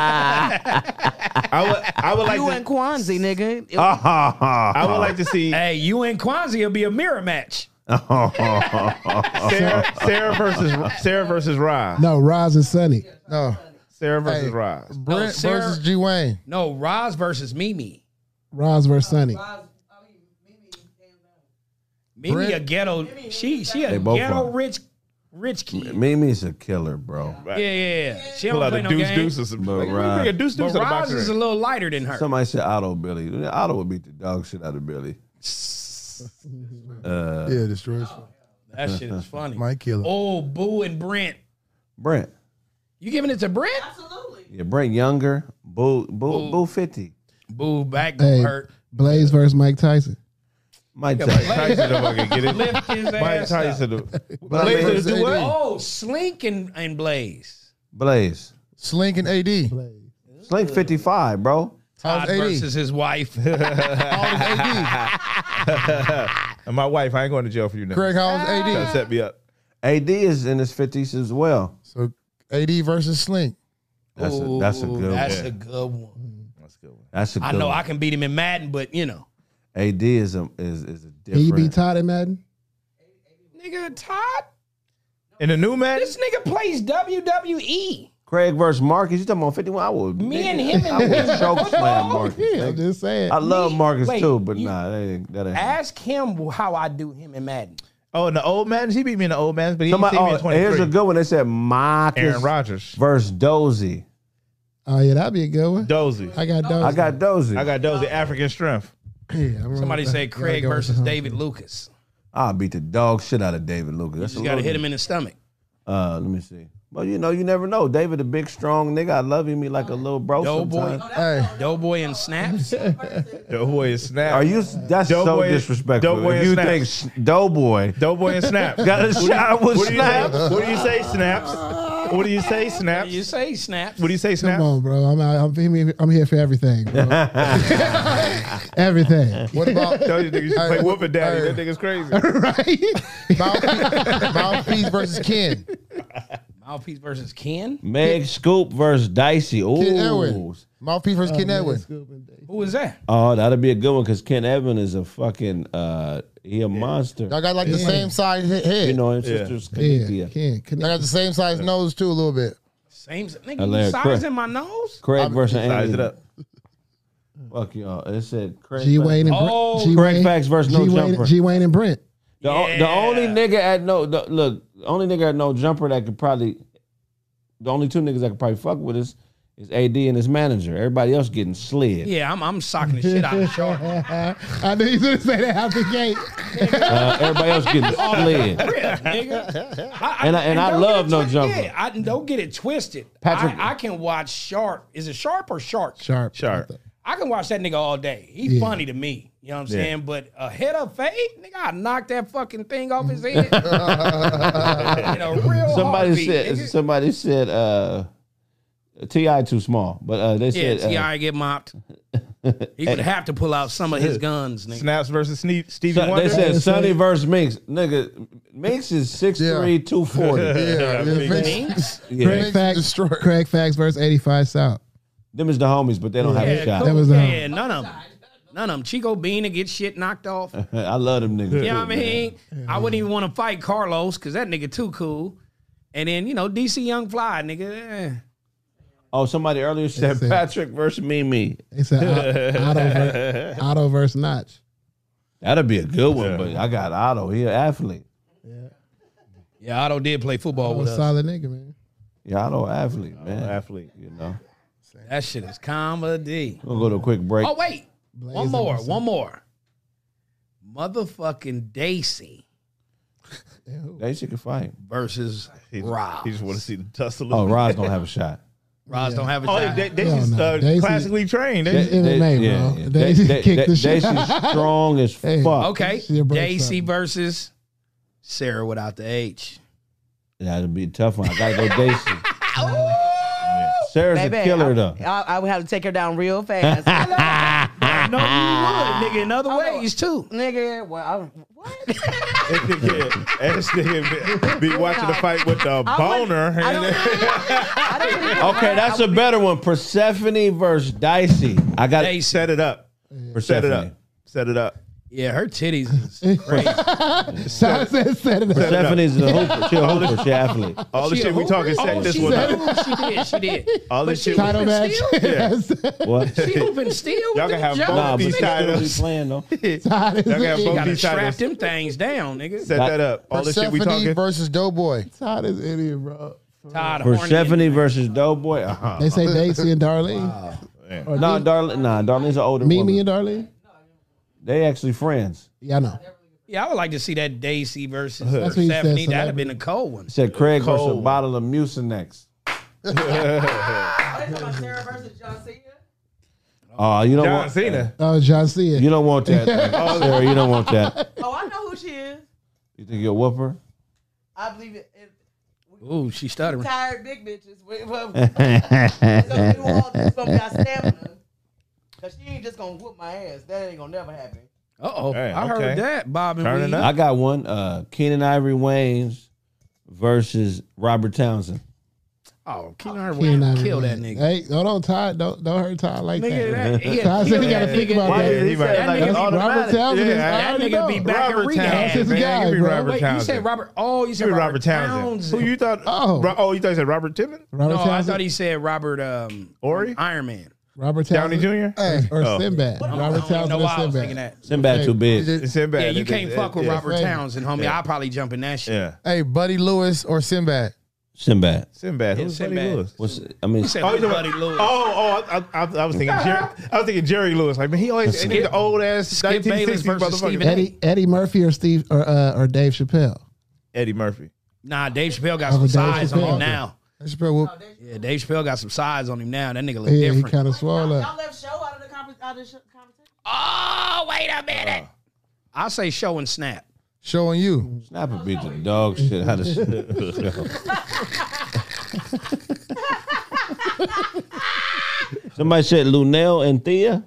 Speaker 1: I would. I would like.
Speaker 9: You
Speaker 1: To, Ah.
Speaker 9: and Kwanzaa, nigga. It-
Speaker 1: I would like to see
Speaker 5: Hey, you and Kwanzaa will be a mirror match.
Speaker 1: Sarah, Sarah versus Sarah versus Rob.
Speaker 4: No, Roz and Sunny.
Speaker 12: No.
Speaker 1: Sarah versus
Speaker 12: Hey.
Speaker 1: Rob.
Speaker 12: Brent
Speaker 5: Sarah-
Speaker 12: versus G Wayne.
Speaker 5: No, Roz versus Mimi.
Speaker 4: Roz versus Sunny.
Speaker 5: Mimi
Speaker 12: Brent-
Speaker 5: a ghetto. She she a
Speaker 2: They both
Speaker 5: ghetto
Speaker 2: are.
Speaker 5: rich rich kid.
Speaker 2: Mimi's a killer, bro.
Speaker 5: Yeah, yeah, yeah. She
Speaker 1: Pull
Speaker 5: don't
Speaker 1: out
Speaker 5: play
Speaker 1: a
Speaker 5: no
Speaker 1: deuce
Speaker 5: game.
Speaker 1: deuce or some.
Speaker 2: But
Speaker 1: Like,
Speaker 2: Rob-
Speaker 1: bring a deuce deuce
Speaker 5: But
Speaker 1: to the
Speaker 5: Roz
Speaker 1: boxing
Speaker 5: is
Speaker 1: ring.
Speaker 5: a little lighter than her.
Speaker 2: Somebody said Otto Billy. Otto would beat the dog shit out of Billy.
Speaker 12: yeah, destroys him.
Speaker 5: That shit is funny.
Speaker 12: Might kill him.
Speaker 5: Oh, Boo and Brent.
Speaker 2: Brent.
Speaker 5: You giving it to Brent?
Speaker 2: Yeah, Brent Younger. Boo Boo Boo 50.
Speaker 5: Boo back gonna
Speaker 4: Hey,
Speaker 5: hurt.
Speaker 4: Blaze versus Mike Tyson.
Speaker 2: Mike
Speaker 5: Yeah,
Speaker 2: Tyson.
Speaker 1: Tyson don't fucking get it.
Speaker 5: Lift his
Speaker 1: Mike
Speaker 5: ass up.
Speaker 1: Tyson. do-
Speaker 2: But I mean,
Speaker 12: Blaze
Speaker 1: do
Speaker 12: AD.
Speaker 1: what?
Speaker 5: Oh, Slink and, and Blaze.
Speaker 2: Blaze.
Speaker 12: Slink and AD.
Speaker 4: Blaze.
Speaker 2: Slink 55, bro.
Speaker 12: How's
Speaker 5: Todd
Speaker 12: AD?
Speaker 5: versus his wife.
Speaker 12: How's AD?
Speaker 1: And my wife, I ain't going to jail for you now.
Speaker 12: Greg, how's
Speaker 1: Trying to
Speaker 12: AD?
Speaker 1: set me up.
Speaker 2: AD is in his 50s as well.
Speaker 12: So AD versus Slink.
Speaker 2: That's a, that's a
Speaker 5: Ooh,
Speaker 2: good
Speaker 5: That's
Speaker 2: one.
Speaker 5: a good one.
Speaker 1: That's a good one.
Speaker 2: That's a good
Speaker 5: I know
Speaker 2: one.
Speaker 5: I can beat him in Madden, but you know,
Speaker 2: AD is a, is, is a
Speaker 4: Can
Speaker 2: different.
Speaker 4: you beat Todd and Madden?
Speaker 5: nigga, Todd,
Speaker 1: In the new match,
Speaker 5: this nigga plays E. WWE.
Speaker 2: Craig versus Marcus. You talking about 51? I would.
Speaker 5: Me
Speaker 2: nigga,
Speaker 5: and him
Speaker 2: I
Speaker 5: and
Speaker 2: would choke slam Marcus.
Speaker 4: Yeah, I'm
Speaker 2: nigga.
Speaker 4: just saying.
Speaker 2: I love
Speaker 5: Me-
Speaker 2: Marcus
Speaker 5: wait,
Speaker 2: too, but
Speaker 5: you-
Speaker 2: nah, that ain't. That ain't
Speaker 5: Ask him how I do him in Madden.
Speaker 1: oh, in the old match, he beat me in the old match, but he
Speaker 2: Somebody,
Speaker 1: beat me
Speaker 2: oh,
Speaker 1: in 23.
Speaker 2: here's a good one. They said
Speaker 1: Aaron
Speaker 2: Marcus
Speaker 1: Rodgers,
Speaker 2: versus Dozy.
Speaker 4: Oh yeah, that'd be a good one.
Speaker 1: Dozy.
Speaker 4: I got those.
Speaker 2: I got Dozy.
Speaker 1: I got Dozy African strength.
Speaker 5: Somebody say Craig versus
Speaker 4: uh,
Speaker 5: David Lucas.
Speaker 2: I'll beat the dog shit out of David Lucas. That's
Speaker 5: You
Speaker 2: a
Speaker 5: got to
Speaker 2: little-
Speaker 5: hit him in the stomach.
Speaker 2: Uh, let me see. Well, you know, you never know. David, a big, strong nigga. I love him. He like a little bro.
Speaker 5: Dope boy.
Speaker 2: sometimes.
Speaker 12: Hey,
Speaker 5: Oh, Doughboy and snaps.
Speaker 1: Doughboy and Snap.
Speaker 2: Are you? That's so
Speaker 1: Doughboy-
Speaker 2: disrespectful.
Speaker 1: Doughboy
Speaker 2: if
Speaker 1: and
Speaker 2: you
Speaker 1: Snap.
Speaker 2: think s- Doughboy
Speaker 1: Doughboy and Snap?
Speaker 2: got a shot with
Speaker 1: what do you say?
Speaker 2: Snap?
Speaker 1: What do you say, Snaps? What do you say, Snaps?
Speaker 5: you say snaps.
Speaker 1: What do you say,
Speaker 4: Come
Speaker 1: Snaps?
Speaker 4: on, bro. I'm out. I'm here, I'm here for everything. Bro. everything.
Speaker 12: what about
Speaker 1: Tell you niggas should play
Speaker 12: Hey,
Speaker 1: Whoopin' Daddy.
Speaker 12: hey.
Speaker 1: That nigga's crazy.
Speaker 12: mouthpiece,
Speaker 4: right?
Speaker 12: mouthpiece versus Ken?
Speaker 5: Mouthpiece versus Ken.
Speaker 2: Meg Scoop versus Dicey.
Speaker 12: Ken
Speaker 2: Ooh.
Speaker 12: Edwin. Mouthpiece
Speaker 5: Oh,
Speaker 12: versus Ken Edwin.
Speaker 5: Who is that?
Speaker 2: Oh, that'll be a good one because Ken Evan is a fucking uh, he a monster.
Speaker 12: Y'all got like the same size he- head.
Speaker 2: You know, his sister's
Speaker 4: Yeah,
Speaker 2: Canada.
Speaker 4: can
Speaker 12: Y'all got the same size nose too a little bit.
Speaker 5: Same nigga.
Speaker 2: Hilarious.
Speaker 5: You
Speaker 2: Correct.
Speaker 5: sizing my nose.
Speaker 2: Craig versus
Speaker 1: Size
Speaker 2: Andy.
Speaker 1: it up.
Speaker 2: Fuck y'all. It said Craig.
Speaker 4: G
Speaker 2: Fax-
Speaker 4: Wayne and Brent.
Speaker 5: Oh,
Speaker 4: G
Speaker 2: Craig
Speaker 4: Wayne-
Speaker 2: Fax versus No
Speaker 4: G Wayne-
Speaker 2: Jumper.
Speaker 4: G Wayne and Brent.
Speaker 2: The, o- the only nigga at no the, look, the only nigga at no jumper that could probably, the only two niggas that could probably fuck with us is AD and his manager. Everybody else getting slid.
Speaker 5: Yeah, I'm, I'm socking the shit out of Shark.
Speaker 4: I knew you was gonna say that out the gate.
Speaker 2: Uh, everybody else getting slid.
Speaker 5: Real, nigga.
Speaker 2: And I- and I
Speaker 5: don't get
Speaker 2: love
Speaker 5: it
Speaker 2: No
Speaker 5: twi-
Speaker 2: Jumper.
Speaker 5: Yeah, I, don't get it twisted.
Speaker 2: Patrick-
Speaker 5: I, I can watch Sharp. Is it Sharp or Shark?
Speaker 4: Sharp.
Speaker 1: Sharp.
Speaker 5: I can watch that nigga all day. He's
Speaker 4: Yeah.
Speaker 5: funny to me. You know what I'm saying? But a head up fade, nigga, I knocked that fucking thing off his head. you know, real
Speaker 2: Somebody
Speaker 5: heartbeat,
Speaker 2: said
Speaker 5: nigga.
Speaker 2: somebody said uh Ti too small, but uh, they
Speaker 5: yeah,
Speaker 2: said uh,
Speaker 5: T.I. get mopped. He would have to pull out some of his guns, nigga.
Speaker 1: Snaps versus Sne- Stevie
Speaker 2: So-
Speaker 1: Wonder.
Speaker 2: they said Sonny versus Minx. Nigga, Minx is 6'3", 240.
Speaker 12: Yeah, yeah, Vince-
Speaker 2: Yeah.
Speaker 12: Vince
Speaker 4: Craig Facts,
Speaker 12: destroyed.
Speaker 4: Craig Facts versus 85 South.
Speaker 2: Them is the homies, but they don't have
Speaker 5: Yeah,
Speaker 2: a shot.
Speaker 5: cool.
Speaker 4: That was,
Speaker 5: yeah,
Speaker 4: um,
Speaker 5: yeah, none of them. None of them. Chico Bean to get shit knocked off. You
Speaker 2: I love them niggas.
Speaker 5: know what I
Speaker 2: too, man.
Speaker 5: mean? I wouldn't even want to fight Carlos because that nigga too cool. And then, you know, DC Young Fly, nigga. eh.
Speaker 2: Oh, somebody earlier said
Speaker 4: That's it.
Speaker 2: Patrick versus Mimi.
Speaker 4: They said Otto- Otto, ver- Otto versus Notch.
Speaker 2: That'd be a good one, but I got Otto. He an athlete.
Speaker 5: Yeah, Otto did play football
Speaker 4: That
Speaker 5: with
Speaker 4: was
Speaker 5: us.
Speaker 4: solid nigga, man.
Speaker 2: Yeah, Otto athlete, man.
Speaker 1: athlete.
Speaker 2: You know.
Speaker 5: That shit is comedy.
Speaker 2: We'll go to a quick break.
Speaker 5: Oh, wait. one
Speaker 4: Blazing
Speaker 5: more.
Speaker 4: us up.
Speaker 5: One more. Motherfucking Daisy
Speaker 2: They should can fight.
Speaker 5: versus
Speaker 1: He
Speaker 5: Roz.
Speaker 1: just, he just want to see the tussle.
Speaker 2: Oh, Rod's don't have a shot.
Speaker 5: Roz don't have a
Speaker 1: Oh,
Speaker 5: shot.
Speaker 1: they, they
Speaker 4: Hell
Speaker 1: just
Speaker 4: no.
Speaker 1: uh,
Speaker 4: They-
Speaker 1: classically trained. They,
Speaker 4: They- It's MMA, bro. They kick the shit.
Speaker 2: she's strong as
Speaker 4: Hey.
Speaker 2: fuck.
Speaker 5: okay.
Speaker 4: She a brother
Speaker 5: Daisy
Speaker 4: something.
Speaker 5: versus Sarah without the H.
Speaker 2: That'd be a tough one. I gotta go Daisy. Sarah's a
Speaker 9: Baby,
Speaker 2: killer
Speaker 9: I,
Speaker 2: though.
Speaker 9: I, I would have to take her down real fast. Hello,
Speaker 5: No, you would, nigga. In other
Speaker 9: Hold on.
Speaker 5: ways, too.
Speaker 9: nigga, well, I, what?
Speaker 1: That nigga- that nigga be, be watching the fight with the
Speaker 9: I wouldn't-
Speaker 1: boner.
Speaker 9: I
Speaker 1: and
Speaker 9: don't, I don't even-
Speaker 2: Okay, that's a better one. Persephone versus Dicey. I got
Speaker 1: they set it up. Set it up. Set it up.
Speaker 5: Yeah, her titties is crazy.
Speaker 4: I said, said it. up.
Speaker 2: Persephone's a hooper. She a hooper. She an athlete.
Speaker 1: All the
Speaker 5: She a
Speaker 1: shit we
Speaker 5: hooper?
Speaker 1: talking set
Speaker 5: Oh,
Speaker 1: this
Speaker 5: she
Speaker 1: one
Speaker 5: said-
Speaker 1: up.
Speaker 5: She did. She did.
Speaker 1: All
Speaker 5: But
Speaker 1: this
Speaker 5: she
Speaker 1: shit.
Speaker 4: Title
Speaker 5: hooping
Speaker 4: match.
Speaker 5: still.
Speaker 4: Yes.
Speaker 2: What?
Speaker 5: She hooping steel.
Speaker 1: Y'all
Speaker 5: with
Speaker 1: can have
Speaker 5: them
Speaker 1: both
Speaker 2: Nah,
Speaker 5: jokers,
Speaker 2: but
Speaker 1: these
Speaker 5: nigga.
Speaker 1: titles.
Speaker 2: she's playing though.
Speaker 4: Tight as
Speaker 1: Y'all can
Speaker 4: a-
Speaker 1: have both
Speaker 5: Gotta
Speaker 1: these
Speaker 5: strap
Speaker 1: titles.
Speaker 5: them things down, nigga.
Speaker 1: Set that up. All the shit we
Speaker 12: Persephone
Speaker 1: talking.
Speaker 12: versus Doughboy.
Speaker 4: tight as idiot, bro.
Speaker 5: Todd Horning.
Speaker 2: Persephone versus Doughboy. Uh-huh.
Speaker 4: They say Daisy and Darlene. Or
Speaker 2: No,
Speaker 4: Mimi-
Speaker 2: Darlene. Nah, Darlene's an older
Speaker 4: Mimi
Speaker 2: woman.
Speaker 4: and Darlene?
Speaker 2: They actually friends.
Speaker 4: Yeah, I know.
Speaker 5: Yeah, I would like to see that Daisy versus
Speaker 4: what he said,
Speaker 5: Persephone. That'd have
Speaker 4: celebrity.
Speaker 5: been a cold one.
Speaker 2: Said Craig versus a
Speaker 1: Cold.
Speaker 2: bottle of Mucinex.
Speaker 7: Are they talking about Sarah versus John Cena?
Speaker 2: Oh, you don't
Speaker 1: John
Speaker 2: want
Speaker 1: Cena.
Speaker 4: Oh, John Cena.
Speaker 2: You don't want that, Sarah. You don't want that.
Speaker 7: Oh, I know who she is.
Speaker 2: You think you'll whoop her?
Speaker 7: I believe it. it
Speaker 5: Ooh, she stuttering.
Speaker 7: tired big bitches. We- Well, so do all this from got stamina. Cause she ain't just gonna whoop my ass. That ain't gonna never happen.
Speaker 5: Uh oh,
Speaker 1: Hey,
Speaker 5: I
Speaker 1: okay.
Speaker 5: heard that. Bob and
Speaker 1: Turning
Speaker 5: Reed.
Speaker 1: up.
Speaker 2: I got one. Uh, Keenan Ivory Wayne's versus Robert Townsend.
Speaker 5: Oh, Keenan Ivory
Speaker 4: Keenan
Speaker 5: Wayne
Speaker 4: Ivory
Speaker 5: kill that
Speaker 4: Wayne.
Speaker 5: nigga.
Speaker 4: Hey, hold on, Todd. Don't don't hurt Todd like
Speaker 5: Nigga,
Speaker 4: that.
Speaker 5: that, he had-
Speaker 4: Todd said he got to think about
Speaker 1: Why
Speaker 4: that.
Speaker 1: did he say
Speaker 4: That
Speaker 1: like
Speaker 4: nigga-
Speaker 1: it's
Speaker 4: Robert
Speaker 1: automatic?
Speaker 4: Townsend is
Speaker 1: Yeah,
Speaker 4: I
Speaker 5: that
Speaker 4: already
Speaker 5: nigga be
Speaker 4: know.
Speaker 5: back in
Speaker 1: Robert
Speaker 5: rehab.
Speaker 4: That's his
Speaker 1: Townsend, man.
Speaker 4: guy,
Speaker 1: You be
Speaker 4: bro.
Speaker 1: Robert
Speaker 5: Wait, you said
Speaker 1: Townsend.
Speaker 5: Robert? Oh, you said
Speaker 1: You be
Speaker 5: Robert,
Speaker 1: Robert Townsend. Who you thought?
Speaker 4: Oh.
Speaker 1: Ro- Oh, you thought he said Robert Timmons?
Speaker 4: Robert
Speaker 5: no, I
Speaker 4: Townsend?
Speaker 5: thought he said Robert um,
Speaker 1: Ori?
Speaker 5: Iron Man.
Speaker 4: Robert
Speaker 1: Downey
Speaker 4: Townsend
Speaker 1: Jr.?
Speaker 12: Hey,
Speaker 4: or
Speaker 1: Oh.
Speaker 4: Sinbad.
Speaker 5: I
Speaker 4: Robert
Speaker 5: don't even know
Speaker 4: Townsend
Speaker 5: why
Speaker 4: or
Speaker 5: I was thinking
Speaker 4: Sinbad.
Speaker 5: that.
Speaker 2: Sinbad too big.
Speaker 12: is it-
Speaker 1: Sinbad.
Speaker 5: Yeah, you can't
Speaker 1: It-
Speaker 5: fuck
Speaker 1: it-
Speaker 5: with
Speaker 1: yeah.
Speaker 5: Robert Townsend, homie. I'll probably jump in that shit.
Speaker 1: Yeah.
Speaker 12: hey, Buddy Lewis or Sinbad?
Speaker 2: Sinbad.
Speaker 1: Sinbad.
Speaker 5: Yeah,
Speaker 1: Who's Buddy
Speaker 5: Sinbad.
Speaker 1: Lewis?
Speaker 2: What's I mean?
Speaker 5: He said
Speaker 1: Oh,
Speaker 5: oh,
Speaker 1: he's a-
Speaker 5: Buddy Lewis.
Speaker 1: Oh, oh, I, I, I was thinking Jerry. I was thinking Jerry Lewis. Like man, he always and he's the old ass
Speaker 5: Skip Bayless
Speaker 1: 1960s
Speaker 5: versus Stephen
Speaker 1: motherfucker.
Speaker 5: A.
Speaker 4: Eddie Eddie Murphy or Steve or uh, or Dave Chappelle.
Speaker 1: Eddie Murphy.
Speaker 5: Nah, Dave Chappelle got
Speaker 4: Oh,
Speaker 5: some
Speaker 4: Dave
Speaker 5: size on
Speaker 4: Chappelle.
Speaker 5: him now.
Speaker 12: That's probably what-
Speaker 5: Yeah, Dave Chappelle got some size on him now. That nigga look
Speaker 4: Yeah, he
Speaker 5: different.
Speaker 4: kind of swole
Speaker 7: Y'all
Speaker 4: up.
Speaker 7: left show out of the comp- out of the sh- competition.
Speaker 5: oh, wait a minute. I say show and snap.
Speaker 12: showing you.
Speaker 2: Snapper beat the dog shit out of Somebody said Lunel and Thea.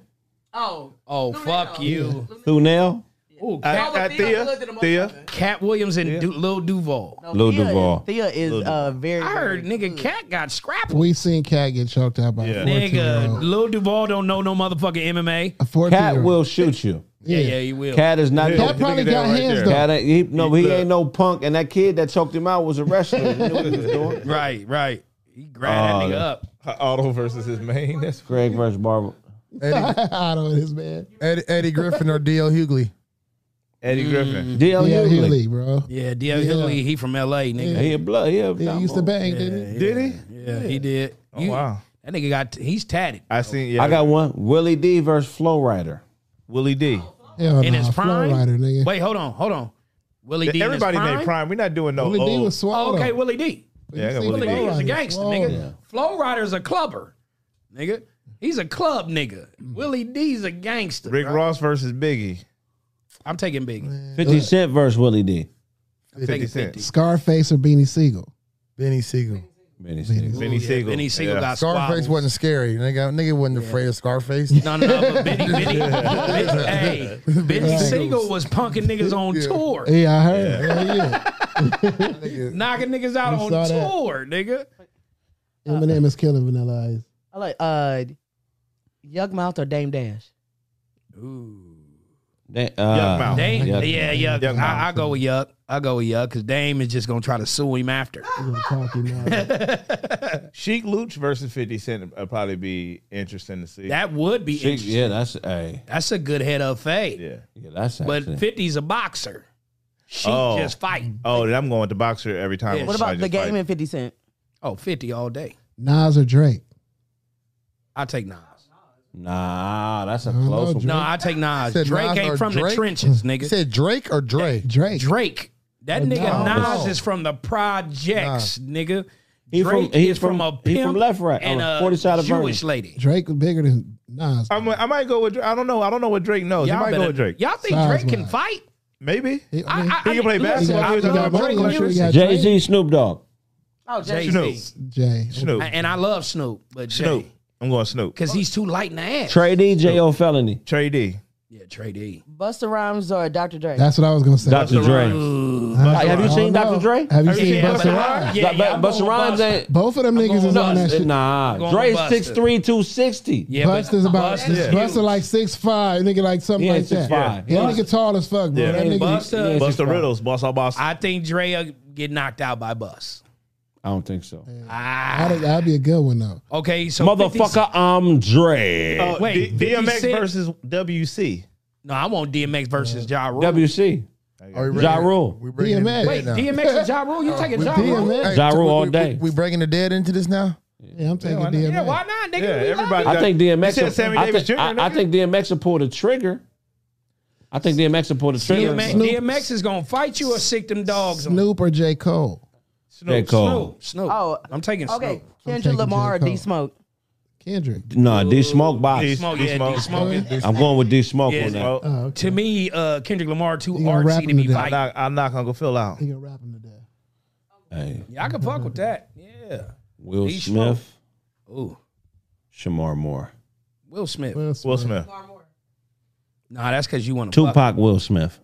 Speaker 7: Oh,
Speaker 5: Oh,
Speaker 7: Lunello.
Speaker 5: fuck you.
Speaker 2: Lunel.
Speaker 5: Ooh,
Speaker 1: I,
Speaker 5: Cat, uh,
Speaker 1: I,
Speaker 7: Thea
Speaker 1: Thea.
Speaker 7: good than the
Speaker 1: Thea.
Speaker 7: motherfucker.
Speaker 5: Cat Williams and du- Lil Duval.
Speaker 7: No,
Speaker 2: Lil
Speaker 7: Thea is-
Speaker 2: Duval.
Speaker 9: Thea is uh, very.
Speaker 5: I
Speaker 9: very
Speaker 5: heard nigga
Speaker 9: good.
Speaker 5: Cat got scrappled.
Speaker 4: We seen Cat get choked out by a
Speaker 1: Yeah.
Speaker 4: 14 year
Speaker 5: Nigga,
Speaker 4: old.
Speaker 5: Lil Duval don't know no motherfucking MMA.
Speaker 4: A 14
Speaker 2: Cat will shoot you.
Speaker 5: Yeah, yeah, he will.
Speaker 2: Cat is not.
Speaker 4: Cat
Speaker 2: No,
Speaker 4: probably
Speaker 1: Look at
Speaker 4: got
Speaker 1: that right
Speaker 4: hands
Speaker 1: there.
Speaker 4: though.
Speaker 2: cat ain't, he, no, he
Speaker 1: Look.
Speaker 2: ain't no punk. And that kid that choked him out was a wrestler. He knew what he was doing.
Speaker 5: Right, right. He grabbed
Speaker 2: Oh,
Speaker 5: that nigga
Speaker 2: that-
Speaker 5: up.
Speaker 1: Otto versus his main. That's
Speaker 2: Greg versus Barbara.
Speaker 12: Eddie,
Speaker 4: I don't know this man.
Speaker 12: Eddie, Eddie Griffin or D.L. Hughley?
Speaker 5: Mm.
Speaker 1: Eddie Griffin.
Speaker 2: D.L.
Speaker 4: Yeah,
Speaker 2: Mm. Hughley.
Speaker 4: Hughley, bro.
Speaker 5: Yeah, DL Hughley, he from LA, nigga.
Speaker 2: He a blood. He a
Speaker 4: He used to bang, didn't he?
Speaker 1: Did he?
Speaker 5: Yeah, he did.
Speaker 1: Oh,
Speaker 5: You-
Speaker 1: wow.
Speaker 5: That nigga got, he's tatted.
Speaker 1: I seen. Yeah,
Speaker 2: I got one. Willie D versus Flow Rider.
Speaker 1: Willie D.
Speaker 4: Hell
Speaker 5: in
Speaker 4: nah,
Speaker 5: his prime.
Speaker 4: Flow Rider, nigga.
Speaker 5: Wait, hold on, hold on. Willie D. in his
Speaker 1: Everybody named Prime. We're not doing no
Speaker 4: Willie D
Speaker 1: old.
Speaker 4: was swole.
Speaker 5: Oh, okay,
Speaker 4: though.
Speaker 5: Willie D.
Speaker 1: yeah, I got
Speaker 4: seen
Speaker 1: Willie
Speaker 5: Willie D
Speaker 1: D.
Speaker 5: is a
Speaker 4: Flowrider.
Speaker 5: gangster, nigga. Flow Rider's a clubber, nigga. He's a club nigga. Willie D's a gangster.
Speaker 1: Rick
Speaker 5: bro.
Speaker 1: Ross versus Biggie.
Speaker 5: I'm taking Biggie.
Speaker 2: Fifty Cent versus Willie D.
Speaker 5: Taking
Speaker 1: 50 Cent.
Speaker 4: Scarface or Beanie Siegel.
Speaker 12: Benny Siegel.
Speaker 2: Benny Siegel.
Speaker 1: Benny Siegel.
Speaker 5: Benny Siegel
Speaker 1: Yeah.
Speaker 5: got
Speaker 12: Scarface
Speaker 5: squabbles.
Speaker 12: wasn't scary. Nigga, nigga wasn't afraid of Scarface.
Speaker 5: No, no, no. But Benny, Benny, Benny, hey, Benny Siegel was punking niggas on tour,
Speaker 4: Yeah, I heard. Yeah, yeah.
Speaker 5: knocking niggas out
Speaker 4: You
Speaker 5: on
Speaker 4: saw that.
Speaker 5: tour, nigga.
Speaker 4: Eminem is killing Vanilla Ice.
Speaker 9: I like uh, Yuck Mouth or Dame Dash.
Speaker 2: They-
Speaker 1: Yuck
Speaker 2: Uh,
Speaker 1: mouth.
Speaker 5: Dame,
Speaker 2: Yuck.
Speaker 5: yeah, yuck.
Speaker 1: Yuck
Speaker 5: I, I go with yuck. I go with yuck because Dame is just gonna try to sue him after.
Speaker 4: You know, talking now.
Speaker 1: Sheik Luch versus 50 Cent would probably be interesting to see.
Speaker 5: That would be
Speaker 2: She-
Speaker 5: interesting.
Speaker 2: yeah, that's a.
Speaker 5: That's a good head of fate.
Speaker 1: yeah.
Speaker 2: Yeah, that's
Speaker 5: But
Speaker 2: actually-
Speaker 5: 50's a boxer. She
Speaker 1: Oh.
Speaker 5: just fight.
Speaker 1: Oh, then I'm going with the boxer every time.
Speaker 5: Yeah.
Speaker 9: What
Speaker 1: Somebody
Speaker 9: about the
Speaker 1: just
Speaker 9: game
Speaker 1: fight.
Speaker 9: and Fifty Cent?
Speaker 5: Oh, 50 all day.
Speaker 4: Nas or Drake?
Speaker 5: I take Nas.
Speaker 2: Nah, that's a
Speaker 4: don't know,
Speaker 2: close one.
Speaker 4: Drake.
Speaker 5: No, I take Nas.
Speaker 12: Said
Speaker 5: Drake
Speaker 12: Nas
Speaker 5: ain't
Speaker 12: or
Speaker 5: from the
Speaker 12: Drake?
Speaker 5: trenches,
Speaker 12: You
Speaker 5: nigga.
Speaker 12: said Drake or Drake?
Speaker 4: Drake.
Speaker 5: Drake. That nigga
Speaker 12: no.
Speaker 5: Nas is from the projects, nigga.
Speaker 2: He from-
Speaker 5: Drake
Speaker 2: he
Speaker 5: is from,
Speaker 2: from-
Speaker 5: a
Speaker 2: he
Speaker 5: pimp
Speaker 2: from Left Rack,
Speaker 5: and
Speaker 1: Oh,
Speaker 2: uh,
Speaker 5: a
Speaker 2: 40 side of
Speaker 5: Jewish lady.
Speaker 4: Drake was bigger than Nas.
Speaker 1: I'm, I might go with Drake. I don't know. I don't know what Drake knows. I might go
Speaker 5: better-
Speaker 1: with Drake.
Speaker 5: Y'all think
Speaker 4: Size
Speaker 5: Drake can
Speaker 4: wise.
Speaker 5: fight?
Speaker 1: Maybe.
Speaker 4: He- I
Speaker 5: I,
Speaker 4: mean,
Speaker 5: I,
Speaker 1: He
Speaker 5: I
Speaker 1: can play
Speaker 5: mean,
Speaker 4: he
Speaker 5: listen,
Speaker 1: basketball.
Speaker 4: got,
Speaker 1: I
Speaker 4: he
Speaker 1: was
Speaker 4: got
Speaker 1: talking about
Speaker 4: money.
Speaker 1: Drake
Speaker 4: I'm sure he
Speaker 1: lyrics.
Speaker 4: got
Speaker 2: Jay
Speaker 4: Drake.
Speaker 2: Z, Snoop Dogg.
Speaker 9: Oh, Jay
Speaker 1: Snoop.
Speaker 9: Z.
Speaker 4: Jay.
Speaker 1: Snoop.
Speaker 5: And I love Snoop, but
Speaker 1: Snoop.
Speaker 5: Snoop
Speaker 1: I'm going Snoop.
Speaker 5: because he's too light in the ass.
Speaker 2: Trey D, J.O. Felony.
Speaker 1: Trey D.
Speaker 5: yeah, Trey D.
Speaker 9: Busta Rhymes or Dr. Dre?
Speaker 4: That's what I was gonna say.
Speaker 2: Dr. Dre.
Speaker 5: Ooh.
Speaker 2: Hey, Have you
Speaker 4: I
Speaker 2: seen
Speaker 4: don't
Speaker 2: Dr.
Speaker 4: know.
Speaker 2: Dre?
Speaker 4: Have you
Speaker 5: Have you
Speaker 4: seen
Speaker 5: seen
Speaker 4: Busta
Speaker 5: Busta
Speaker 4: Rhymes?
Speaker 5: Rhymes? Yeah, yeah, I'm
Speaker 2: Busta
Speaker 5: going
Speaker 2: Rhymes
Speaker 5: Busta.
Speaker 2: ain't.
Speaker 4: Both of them niggas is on that shit.
Speaker 2: Nah,
Speaker 5: I'm going
Speaker 2: Dre's
Speaker 5: Busta.
Speaker 2: 6'3", 260.
Speaker 5: Yeah, but
Speaker 4: Busta's about
Speaker 5: Busta's
Speaker 4: Busta,
Speaker 5: huge.
Speaker 4: like six five, nigga like something
Speaker 2: He
Speaker 4: like
Speaker 2: ain't
Speaker 4: that.
Speaker 2: 6'5".
Speaker 4: Yeah, that nigga tall as fuck, bro.
Speaker 1: Yeah.
Speaker 4: That nigga,
Speaker 5: Busta-
Speaker 2: Yeah,
Speaker 1: Bust
Speaker 2: 6'5".
Speaker 1: the riddles. Boss all boss.
Speaker 5: I think Drea get knocked out by Bus.
Speaker 2: I don't think so.
Speaker 5: Ah,
Speaker 4: that'd, that'd be a good one though.
Speaker 5: okay, so 50
Speaker 2: Motherfucker, I'm um, Dre.
Speaker 1: Oh,
Speaker 5: wait,
Speaker 1: D-
Speaker 5: 50
Speaker 1: DMX
Speaker 5: Cent?
Speaker 1: versus WC.
Speaker 5: No, I want DMX versus Ja Rule.
Speaker 2: WC.
Speaker 12: Are we
Speaker 2: Ja
Speaker 12: bringing-
Speaker 2: Rule.
Speaker 12: We bringing the
Speaker 4: DMX.
Speaker 12: dead
Speaker 5: Wait,
Speaker 12: now.
Speaker 5: DMX and Ja
Speaker 12: Uh,
Speaker 5: Rule?
Speaker 4: Uh,
Speaker 5: You taking
Speaker 12: We-
Speaker 5: Ja
Speaker 12: we-
Speaker 5: Rule?
Speaker 4: DMX.
Speaker 12: hey,
Speaker 2: Ja
Speaker 12: so
Speaker 2: Rule
Speaker 12: we-
Speaker 2: all
Speaker 12: we-
Speaker 2: day.
Speaker 12: We bringing the dead into this now.
Speaker 4: Yeah, I'm taking
Speaker 1: why not?
Speaker 4: DMX.
Speaker 5: Yeah, why not, nigga?
Speaker 1: Yeah,
Speaker 5: We love
Speaker 1: everybody.
Speaker 5: it.
Speaker 2: I think DMX.
Speaker 1: You said Sammy
Speaker 2: I,
Speaker 1: Davis
Speaker 2: think,
Speaker 1: Jr.,
Speaker 2: I, I
Speaker 1: nigga?
Speaker 2: think DMX will pull the trigger. I think DMX will pull the trigger.
Speaker 5: DMX, DMX is gonna fight you or sick them dogs. on-
Speaker 4: Snoop or J Cole?
Speaker 2: J. Cole.
Speaker 5: Snoop, Snoop.
Speaker 9: Oh,
Speaker 5: I'm taking
Speaker 9: okay.
Speaker 5: Snoop.
Speaker 9: Kendrick
Speaker 4: taking
Speaker 9: Lamar or
Speaker 4: J. Cole.
Speaker 9: D Smoke?
Speaker 4: Kendrick.
Speaker 2: No, D Smoke box.
Speaker 1: D-
Speaker 5: Smoke,
Speaker 1: D-
Speaker 5: yeah,
Speaker 1: Smoke.
Speaker 5: D Smoke. is-
Speaker 2: I'm going with D Smoke
Speaker 5: Yeah,
Speaker 2: on that.
Speaker 1: Well,
Speaker 4: Oh, okay.
Speaker 5: To me, uh, Kendrick Lamar too
Speaker 4: You gonna rap
Speaker 5: artsy to
Speaker 4: him
Speaker 5: be
Speaker 4: to death.
Speaker 1: I'll
Speaker 5: fighting.
Speaker 1: knock, I'll knock Uncle Phil out.
Speaker 4: He gonna rap him to death.
Speaker 2: Hey,
Speaker 5: Yeah, I can fuck with that. Yeah.
Speaker 2: Will
Speaker 5: D. Smoke.
Speaker 2: Smith,
Speaker 5: Ooh,
Speaker 2: Shamar Moore,
Speaker 5: Will Smith.
Speaker 4: Will
Speaker 1: Will
Speaker 4: Smith,
Speaker 1: Smith.
Speaker 5: Nah, that's because you want to Fuck.
Speaker 2: Tupac, Will Smith.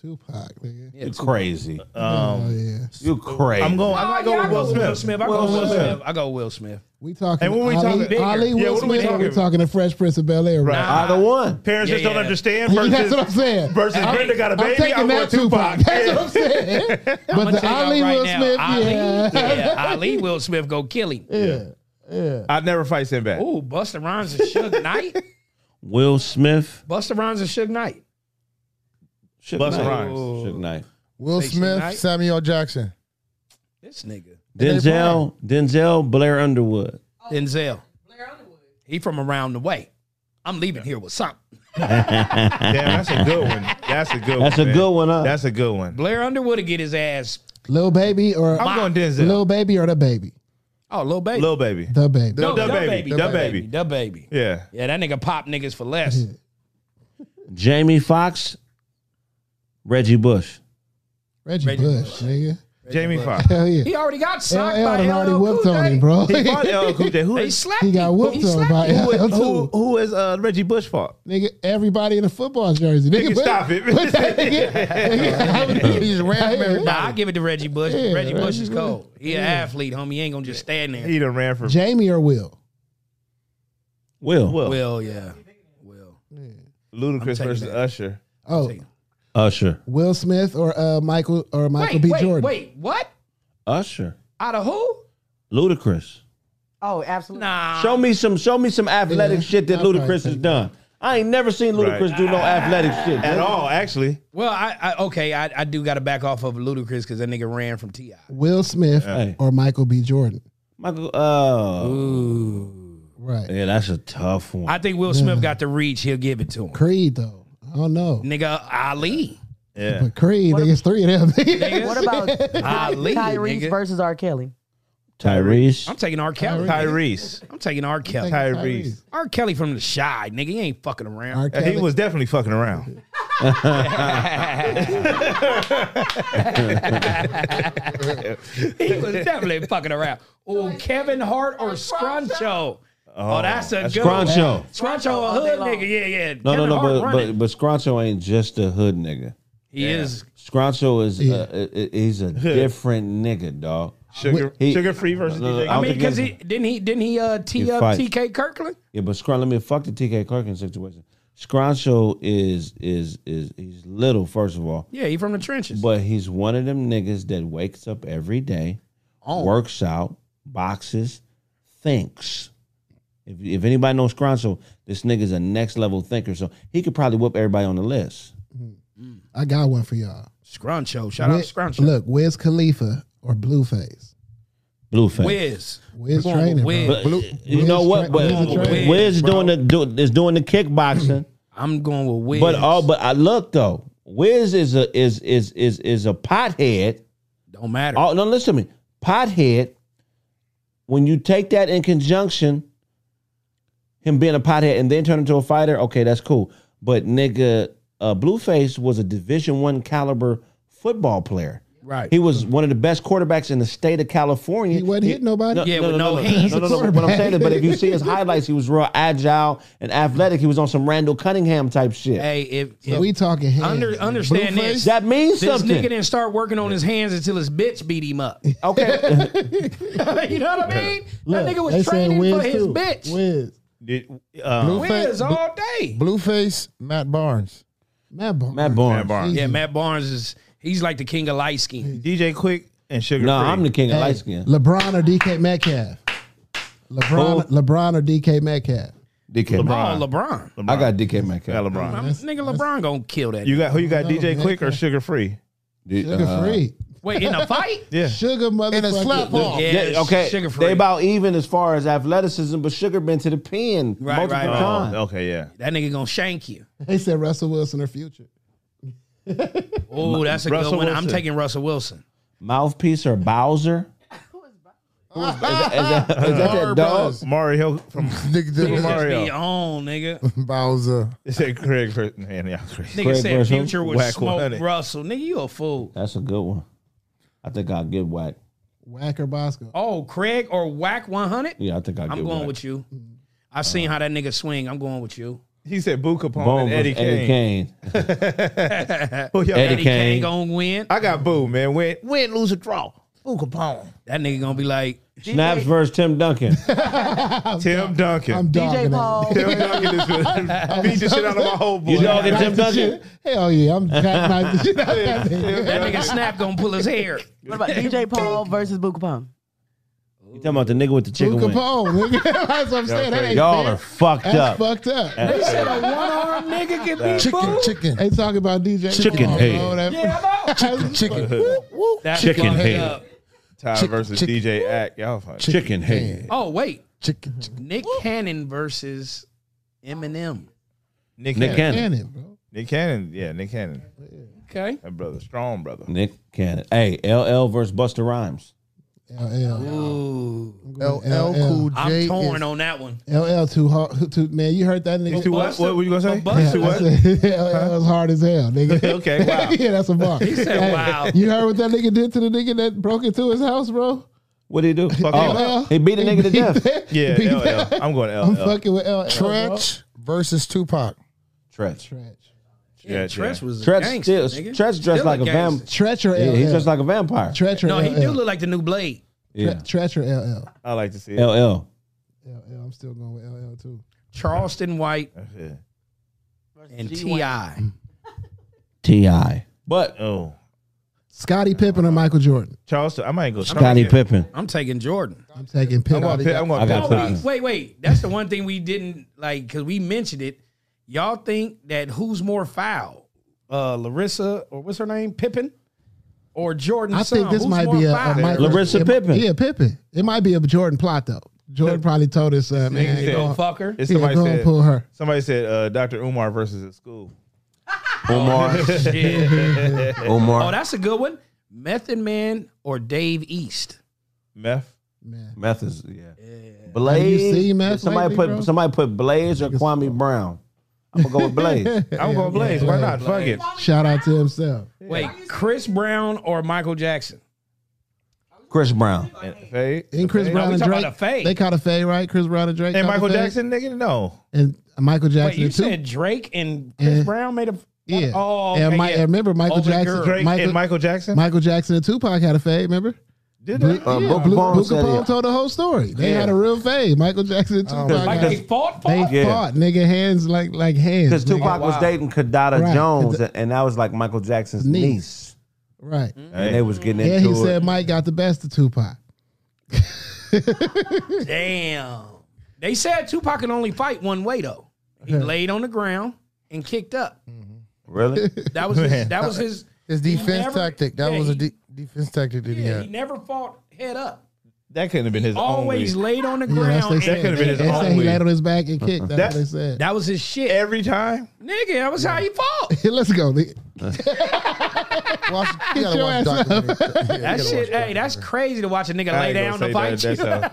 Speaker 4: Tupac, nigga.
Speaker 5: Yeah,
Speaker 2: You
Speaker 5: Tupac.
Speaker 2: crazy?
Speaker 1: Um,
Speaker 4: oh yeah.
Speaker 2: You crazy?
Speaker 1: I'm going. Oh, I might go
Speaker 5: Yeah, I
Speaker 1: with Will Smith.
Speaker 5: I go
Speaker 1: Will
Speaker 5: Will
Speaker 1: Smith.
Speaker 5: Smith. I go Will Smith.
Speaker 4: We talking.
Speaker 1: And what we
Speaker 4: Ali,
Speaker 1: talking-
Speaker 4: Ali
Speaker 1: Yeah,
Speaker 4: Will
Speaker 1: what are we
Speaker 4: Smith. or
Speaker 1: talking?
Speaker 4: we talking the Fresh Prince of Bel Air. Right.
Speaker 2: Either one.
Speaker 1: Parents
Speaker 5: Yeah,
Speaker 1: just
Speaker 5: yeah.
Speaker 1: don't understand. Versus,
Speaker 4: That's what I'm saying.
Speaker 1: versus
Speaker 5: I'm-
Speaker 1: Brenda got a
Speaker 4: I'm
Speaker 1: baby.
Speaker 4: taking
Speaker 1: I'm,
Speaker 4: that
Speaker 1: with Tupac.
Speaker 4: Tupac. That's what I'm saying. but the Ali Will Smith,
Speaker 5: Ali,
Speaker 4: yeah.
Speaker 5: Ali Will Smith go kill him.
Speaker 1: I'd never fight Sinbad.
Speaker 5: Ooh, Busta Rhymes and Suge Knight.
Speaker 2: Will Smith,
Speaker 5: Busta Rhymes and Suge Knight.
Speaker 2: Suge
Speaker 1: Busta
Speaker 2: Knight.
Speaker 1: Rhymes.
Speaker 2: Suge Knight.
Speaker 12: Will
Speaker 5: Station
Speaker 12: Smith,
Speaker 5: Night.
Speaker 12: Samuel Jackson.
Speaker 5: This nigga.
Speaker 2: Denzel, Denzel, Blair Underwood.
Speaker 9: Oh,
Speaker 5: Denzel. He from around the way. I'm leaving here with something.
Speaker 1: Damn, that's a good one. That's a good one.
Speaker 2: That's a
Speaker 1: man.
Speaker 2: good one, huh?
Speaker 1: That's a good one.
Speaker 5: Blair Underwood to get his ass.
Speaker 4: Lil baby or
Speaker 1: I'm going Denzel.
Speaker 4: Lil baby or the baby.
Speaker 5: Oh, little baby.
Speaker 1: Lil baby.
Speaker 4: The baby.
Speaker 1: No, Da Baby. Da Baby.
Speaker 5: Da baby.
Speaker 1: Yeah.
Speaker 5: Yeah, that nigga pop niggas for less.
Speaker 2: Jamie Foxx, Reggie Bush.
Speaker 4: Reggie,
Speaker 5: Reggie
Speaker 4: Bush, nigga.
Speaker 1: Jamie Foxx.
Speaker 4: Hell yeah.
Speaker 5: He already got
Speaker 4: LL
Speaker 5: socked by
Speaker 4: done already
Speaker 5: LL
Speaker 4: whooped
Speaker 5: Cool
Speaker 4: on
Speaker 5: J.
Speaker 4: him, bro.
Speaker 1: He fought LL Cool J. Who
Speaker 5: They
Speaker 1: is,
Speaker 5: slapped
Speaker 4: He got
Speaker 5: him.
Speaker 4: whooped on
Speaker 5: slapped
Speaker 4: by
Speaker 5: him.
Speaker 1: who, is,
Speaker 4: LL
Speaker 1: who,
Speaker 4: too.
Speaker 1: who is uh, Reggie Bush fought?
Speaker 4: Nigga, everybody in a football jersey. Nigga,
Speaker 1: Nigga,
Speaker 4: put-
Speaker 1: stop it.
Speaker 4: put that nigga- nigga,
Speaker 12: He just ran from everybody.
Speaker 5: Nah, I give it to Reggie Bush.
Speaker 4: Yeah,
Speaker 5: Reggie Bush is
Speaker 4: Reggie
Speaker 5: cold. He an athlete, homie. He ain't gonna just stand there.
Speaker 1: He done ran for
Speaker 4: Jamie or Will?
Speaker 2: Will.
Speaker 1: Will.
Speaker 5: Will, yeah. Will.
Speaker 1: Ludacris
Speaker 5: taking
Speaker 1: versus
Speaker 5: that.
Speaker 1: Usher.
Speaker 4: Oh,
Speaker 2: Usher.
Speaker 4: Will Smith or uh, Michael or Michael
Speaker 5: Wait,
Speaker 4: B.
Speaker 5: wait,
Speaker 4: Jordan?
Speaker 5: wait. What?
Speaker 2: Usher.
Speaker 5: Out of who?
Speaker 2: Ludacris.
Speaker 9: Oh, absolutely.
Speaker 5: Nah.
Speaker 2: Show me some show me some athletic
Speaker 4: Yeah.
Speaker 2: shit that
Speaker 4: I'll probably
Speaker 2: Ludacris has
Speaker 4: take
Speaker 2: done. I ain't never seen Ludacris
Speaker 1: Right.
Speaker 2: do no athletic shit.
Speaker 1: At
Speaker 2: nigga.
Speaker 1: all, actually.
Speaker 5: Well, I, I okay, I, I do got to back off of Ludacris because that nigga ran from Ti.
Speaker 4: Will Smith
Speaker 2: Hey.
Speaker 4: or Michael B. Jordan?
Speaker 2: Michael
Speaker 1: oh.
Speaker 2: uh,
Speaker 4: Right.
Speaker 2: Yeah, that's a tough one.
Speaker 5: I think Will Smith got the reach. He'll give it to him.
Speaker 4: Creed though. I don't know.
Speaker 5: Nigga, Ali,
Speaker 1: Yeah.
Speaker 4: But Creed, nigga, it's three of them.
Speaker 5: nigga.
Speaker 9: What about
Speaker 5: Ali,
Speaker 9: Tyrese
Speaker 5: nigga.
Speaker 9: versus R. Kelly?
Speaker 2: Tyrese.
Speaker 5: I'm taking R. Kelly.
Speaker 1: Tyrese.
Speaker 5: I'm taking R. Kelly.
Speaker 1: Tyrese.
Speaker 5: R. Kelly from the shy, nigga. He ain't fucking around.
Speaker 4: R.
Speaker 1: He
Speaker 4: Kelly.
Speaker 1: was definitely fucking around.
Speaker 5: he was definitely fucking around. Oh, Kevin Hart or Scruncho. Oh, that's a
Speaker 2: That's
Speaker 5: good
Speaker 2: Scruncho.
Speaker 5: One. Scruncho, a hood nigga. Yeah, yeah.
Speaker 2: No, no,
Speaker 5: Kevin
Speaker 2: no,
Speaker 5: Hart
Speaker 2: but,
Speaker 5: running.
Speaker 2: but but Scroncho ain't just a hood nigga.
Speaker 5: He is.
Speaker 2: Scroncho is uh uh, he's a different nigga, dog.
Speaker 1: Sugar-
Speaker 2: He-
Speaker 1: sugar-free versus DJ.
Speaker 2: don't
Speaker 5: I mean,
Speaker 2: think
Speaker 5: because
Speaker 2: it's-
Speaker 5: he didn't he didn't he uh tee
Speaker 2: He
Speaker 5: up
Speaker 2: fight.
Speaker 5: TK Kirkland?
Speaker 2: Yeah, but Scruncho, let me fuck the TK Kirkland situation. Scroncho is is is he's little first of all,
Speaker 5: Yeah, he from the trenches.
Speaker 2: but he's one of them niggas that wakes up every day,
Speaker 5: Oh.
Speaker 2: works out, boxes, thinks. If if anybody knows Scroncho, this nigga's a next level thinker, so he could probably whoop everybody on the list.
Speaker 4: I got one for y'all.
Speaker 5: Scruncho, shout out
Speaker 4: Wiz-
Speaker 5: Scruncho.
Speaker 4: Look, Wiz Khalifa or Blueface.
Speaker 2: Blueface.
Speaker 5: Wiz,
Speaker 4: Wiz
Speaker 5: Come on,
Speaker 4: training.
Speaker 5: Wiz.
Speaker 4: bro.
Speaker 2: But you know what? But
Speaker 4: Wiz a train.
Speaker 2: Wiz is doing the do, is doing the kickboxing.
Speaker 5: I'm going with Wiz.
Speaker 2: But all but I look though. Wiz is a is is is is a pothead.
Speaker 5: don't matter.
Speaker 2: Oh no, listen to me. Pothead. When you take that in conjunction, him being a pothead and then turn into a fighter, okay, that's cool. But nigga, uh, Blueface was a Division One caliber football player.
Speaker 5: Right.
Speaker 2: He was one of the best quarterbacks in the state of California.
Speaker 4: He wasn't hitting nobody.
Speaker 5: Yeah, with no hands.
Speaker 2: No, no, no, What I'm saying is, but if you see his highlights, he was real agile and athletic. He was on some Randall Cunningham type shit.
Speaker 5: hey, if, if
Speaker 4: So we talking hands.
Speaker 5: under understand this,
Speaker 2: that means
Speaker 5: this nigga
Speaker 2: something.
Speaker 5: didn't start working on his hands until his bitch beat him up.
Speaker 2: Okay.
Speaker 5: you know what I mean?
Speaker 4: Look,
Speaker 5: that nigga
Speaker 4: they
Speaker 5: was
Speaker 4: saying
Speaker 5: training for
Speaker 4: Wiz
Speaker 5: his
Speaker 4: too.
Speaker 5: bitch. Wiz,
Speaker 4: Wiz.
Speaker 1: Did, uh,
Speaker 12: Blueface,
Speaker 5: all day.
Speaker 12: Blueface, Matt Barnes.
Speaker 4: Matt Barnes.
Speaker 2: Matt Barnes.
Speaker 1: Barnes.
Speaker 5: yeah, Matt Barnes is he's like the king of light skin.
Speaker 1: DJ Quick and Sugar
Speaker 2: No,
Speaker 1: Free.
Speaker 2: I'm the king of light
Speaker 4: Hey,
Speaker 2: skin.
Speaker 4: LeBron or DK Metcalf. LeBron, LeBron or DK Metcalf.
Speaker 2: DK.
Speaker 5: Oh, LeBron.
Speaker 2: I got DK
Speaker 1: Yeah,
Speaker 2: Metcalf.
Speaker 1: LeBron.
Speaker 5: I'm, nigga, LeBron gonna kill that.
Speaker 1: You got who? You got
Speaker 4: No,
Speaker 1: DJ
Speaker 4: man.
Speaker 1: Quick or Sugar Free?
Speaker 4: Sugar
Speaker 2: uh,
Speaker 4: free.
Speaker 5: Wait, in a fight?
Speaker 1: Yeah.
Speaker 4: Sugar motherfucker.
Speaker 12: And a slap on.
Speaker 5: Yeah,
Speaker 2: Yeah, okay.
Speaker 5: Sugar free.
Speaker 2: They about even as far as athleticism, but Sugar been to the pen
Speaker 5: Right,
Speaker 2: multiple
Speaker 5: right, right.
Speaker 2: times.
Speaker 1: Oh, okay, yeah.
Speaker 5: that nigga gonna shank you.
Speaker 4: They said Russell Wilson or future.
Speaker 5: Oh, that's a
Speaker 1: Russell
Speaker 5: good one. I'm
Speaker 1: Wilson.
Speaker 5: taking Russell Wilson.
Speaker 2: Mouthpiece or Bowser? Who is Bowser? Is that, is that that dog?
Speaker 1: Mario from
Speaker 12: Nigga did
Speaker 1: Yeah.
Speaker 12: Lamar
Speaker 1: Mario.
Speaker 5: Be on, nigga.
Speaker 12: Bowser.
Speaker 1: Is that Craig first? Man, yeah.
Speaker 5: Nigga
Speaker 2: Craig
Speaker 5: said
Speaker 2: Russell?
Speaker 5: Future would
Speaker 1: Whack
Speaker 5: smoke
Speaker 1: 100.
Speaker 5: Russell. Nigga, you a fool.
Speaker 2: That's a good one. I think I'll get whacked.
Speaker 4: Whacker Bosco.
Speaker 5: Oh, Craig or Whack 100?
Speaker 2: Yeah, I think I'll get
Speaker 5: I'm going
Speaker 2: whacked.
Speaker 5: with you. I seen how that nigga swing. I'm going with you.
Speaker 1: Mm-hmm. Uh-huh. He said Boo Capone
Speaker 2: Bone
Speaker 1: and
Speaker 2: versus
Speaker 1: Eddie, Kane. Who y'all
Speaker 2: Eddie
Speaker 1: got?
Speaker 5: Eddie Kane,
Speaker 2: Kane.
Speaker 5: gonna win.
Speaker 1: I got Boo, man. Win, win, lose, or draw. Boo Capone.
Speaker 5: That nigga gonna be like,
Speaker 2: Snaps versus Tim Duncan.
Speaker 1: Tim Duncan.
Speaker 4: I'm
Speaker 9: DJ
Speaker 4: dogging it.
Speaker 9: Paul.
Speaker 1: Tim Duncan is gonna beat the shit out of my whole boy.
Speaker 2: You dogging Tim Duncan?
Speaker 4: Hell yeah, I'm jackknifing shit out that nigga.
Speaker 5: that nigga Snap gonna pull his hair.
Speaker 9: What about DJ Paul versus Bukapong?
Speaker 2: You talking about the nigga with the
Speaker 4: Lou
Speaker 2: chicken wing?
Speaker 4: Capone, nigga. That's what I'm saying. That ain't
Speaker 2: Y'all
Speaker 4: fair.
Speaker 2: are fucked
Speaker 4: That's
Speaker 2: up.
Speaker 4: fucked up.
Speaker 5: They said a one arm nigga can beat
Speaker 12: Chicken,
Speaker 5: Boo.
Speaker 12: chicken,
Speaker 4: They talking about DJ
Speaker 2: Chicken
Speaker 4: Paul,
Speaker 2: head.
Speaker 4: bro. That-
Speaker 5: Yeah, I know.
Speaker 12: chicken, chicken.
Speaker 5: That's
Speaker 2: Chicken
Speaker 5: fucked
Speaker 2: head.
Speaker 5: up.
Speaker 1: Ty
Speaker 12: Chick-
Speaker 1: versus
Speaker 12: chick-
Speaker 1: DJ Ack. Y'all fuck.
Speaker 2: Chicken head.
Speaker 5: Oh wait,
Speaker 12: chicken,
Speaker 4: Mm-hmm.
Speaker 12: chicken.
Speaker 5: Nick Cannon versus Eminem.
Speaker 1: Nick, Cannon.
Speaker 2: Nick Cannon.
Speaker 4: Cannon, bro.
Speaker 1: Nick Cannon. Yeah, Nick Cannon.
Speaker 5: Okay,
Speaker 1: That brother, strong brother.
Speaker 2: Nick Cannon. Hey, LL versus Buster Rhymes.
Speaker 4: LL.
Speaker 12: LL Cool J.
Speaker 5: I'm torn
Speaker 12: is-
Speaker 5: on that one.
Speaker 4: LL too hard. Too, man, you heard that
Speaker 1: These
Speaker 4: nigga.
Speaker 1: two what?
Speaker 5: Buster-
Speaker 1: What were you gonna say?
Speaker 5: Buster-
Speaker 1: These two
Speaker 4: I
Speaker 1: what?
Speaker 4: said, LL is hard as hell, nigga.
Speaker 1: Okay, wow.
Speaker 4: yeah, that's a bar. He
Speaker 5: said, wow.
Speaker 4: You heard what that nigga did to the nigga that broke into his house, bro?
Speaker 2: What did he do?
Speaker 4: LL.
Speaker 2: Oh, he beat a nigga to death.
Speaker 1: Yeah,
Speaker 4: Beat
Speaker 1: LL.
Speaker 4: that.
Speaker 1: I'm going LL.
Speaker 4: I'm fucking with LL. bro.
Speaker 12: Trench versus Tupac.
Speaker 2: Tretch.
Speaker 4: Tretch.
Speaker 1: Yeah, yeah.
Speaker 5: Tretch was a
Speaker 2: Tretch
Speaker 5: gangster.
Speaker 2: still.
Speaker 5: nigga.
Speaker 2: Tretch
Speaker 5: Still
Speaker 2: dressed like a
Speaker 5: gangster.
Speaker 2: vampire.
Speaker 4: Tretch or LL?
Speaker 2: Yeah, he dressed like a vampire.
Speaker 4: Tretch or
Speaker 5: No,
Speaker 4: LL?
Speaker 5: he do look like the new Blade.
Speaker 2: Yeah.
Speaker 4: Tretch or LL?
Speaker 1: I like to see it.
Speaker 2: LL.
Speaker 4: LL. I'm still going with LL too.
Speaker 5: Charleston White
Speaker 1: Yeah.
Speaker 5: and Ti.
Speaker 2: Ti. But
Speaker 1: Oh,
Speaker 4: Scottie Pippen or Michael Jordan?
Speaker 1: Charleston. I might go.
Speaker 2: Scottie
Speaker 1: Pippen.
Speaker 2: Pippen.
Speaker 5: I'm taking Jordan.
Speaker 4: I'm taking
Speaker 1: I'm
Speaker 4: Pippen.
Speaker 1: going. Pitt- I'm
Speaker 2: I
Speaker 1: going.
Speaker 2: got
Speaker 5: Oh,
Speaker 1: Pitt.
Speaker 2: Pippen.
Speaker 5: wait, wait, wait. That's the one thing we didn't like because we mentioned it. Y'all think that who's more foul, uh, Larissa or what's her name, Pippen, or Jordan?
Speaker 4: I think this
Speaker 5: who's
Speaker 4: might
Speaker 5: more
Speaker 4: be a, a
Speaker 5: foul?
Speaker 4: Michael,
Speaker 2: Larissa
Speaker 4: it-
Speaker 2: Pippen.
Speaker 4: Yeah, Pippen. It might be a Jordan plot though. Jordan probably told us, uh, man,
Speaker 1: Nigga said,
Speaker 4: go,
Speaker 5: Fuck her.
Speaker 1: It's
Speaker 4: yeah,
Speaker 1: somebody
Speaker 4: go and
Speaker 1: said.
Speaker 4: pull her.
Speaker 1: Somebody said uh, Dr. Umar versus at school.
Speaker 2: Omar.
Speaker 5: Yeah. oh,
Speaker 2: Omar.
Speaker 5: that's a good one. Method Man or Dave East.
Speaker 1: Meth.
Speaker 4: Man,
Speaker 2: Meth is yeah.
Speaker 4: Have you
Speaker 2: Blaze.
Speaker 4: seen Meth
Speaker 2: somebody
Speaker 4: lately,
Speaker 2: put
Speaker 4: bro?
Speaker 2: somebody put Blaze or Kwame Brown. I'm gonna go with Blaze.
Speaker 1: I'm going Blaze. Why not? Fuck it.
Speaker 4: Shout out to himself.
Speaker 5: Wait, Chris Brown or Michael Jackson?
Speaker 2: Chris Brown.
Speaker 1: Fade.
Speaker 4: And Chris
Speaker 1: Fade.
Speaker 4: Brown
Speaker 5: we
Speaker 4: and
Speaker 5: talking
Speaker 4: Drake.
Speaker 5: about a fade.
Speaker 4: They caught a fade, right? Chris Brown and Drake.
Speaker 1: And
Speaker 4: caught a
Speaker 1: Michael
Speaker 4: fade?
Speaker 1: Jackson, nigga, no.
Speaker 4: And Michael
Speaker 5: Wait,
Speaker 4: Jackson
Speaker 5: you
Speaker 4: too.
Speaker 5: said Drake and Chris
Speaker 4: Yeah.
Speaker 5: Brown made a
Speaker 4: yeah.
Speaker 5: Oh, okay,
Speaker 4: and Mi-
Speaker 5: yeah.
Speaker 4: remember Michael
Speaker 5: Over the
Speaker 4: Jackson.
Speaker 5: girl.
Speaker 1: Drake
Speaker 4: Michael,
Speaker 1: and Michael Jackson.
Speaker 4: Michael Jackson and Tupac had a fade. Remember?
Speaker 1: Did they?
Speaker 2: Uh, Book
Speaker 4: Blue,
Speaker 2: Bone
Speaker 4: Blue
Speaker 2: said
Speaker 4: Capone
Speaker 2: it.
Speaker 4: told the whole story. They had a real fade. Michael Jackson and
Speaker 1: Oh,
Speaker 4: Tupac.
Speaker 5: like
Speaker 4: had-
Speaker 5: they fought for.
Speaker 4: they
Speaker 5: it?
Speaker 2: Yeah.
Speaker 4: fought, nigga, hands like like hands.
Speaker 2: Because
Speaker 4: nigga.
Speaker 2: Tupac was dating Kadada
Speaker 4: Right.
Speaker 2: Jones, and that was like Michael Jackson's
Speaker 4: Niece.
Speaker 2: niece.
Speaker 4: Right.
Speaker 2: And they was getting into
Speaker 4: Yeah, he
Speaker 2: it.
Speaker 4: said Mike got the best of Tupac.
Speaker 5: Damn. They said Tupac could only fight one way though. He laid on the ground and kicked up.
Speaker 2: really?
Speaker 5: That was his, that was his
Speaker 12: His
Speaker 5: he
Speaker 12: defense
Speaker 5: never-
Speaker 12: tactic. That
Speaker 5: yeah,
Speaker 12: was a
Speaker 5: he-
Speaker 12: de- defense tactic that he
Speaker 5: yeah, he
Speaker 12: had.
Speaker 5: never fought head up.
Speaker 1: That couldn't have been his
Speaker 5: Always
Speaker 1: only.
Speaker 5: laid on the
Speaker 4: Yeah, that's
Speaker 5: ground.
Speaker 4: what they
Speaker 5: and-
Speaker 4: said.
Speaker 1: could've been his
Speaker 4: they said
Speaker 1: own
Speaker 4: he
Speaker 1: way.
Speaker 4: laid on his back and kicked. That's
Speaker 1: That-
Speaker 4: what they said.
Speaker 5: that was his shit.
Speaker 1: Every time.
Speaker 5: Nigga, that was how he fought.
Speaker 4: Let's go. nigga.
Speaker 12: Watch, you gotta
Speaker 4: your
Speaker 12: watch
Speaker 4: ass up.
Speaker 12: documentary. Yeah, you gotta
Speaker 5: That shit,
Speaker 12: watch
Speaker 5: hey, that's crazy to watch a nigga
Speaker 1: I
Speaker 5: lay
Speaker 1: ain't
Speaker 5: down
Speaker 1: gonna
Speaker 5: to
Speaker 1: say
Speaker 5: fight
Speaker 1: that.
Speaker 5: you.
Speaker 1: That sounds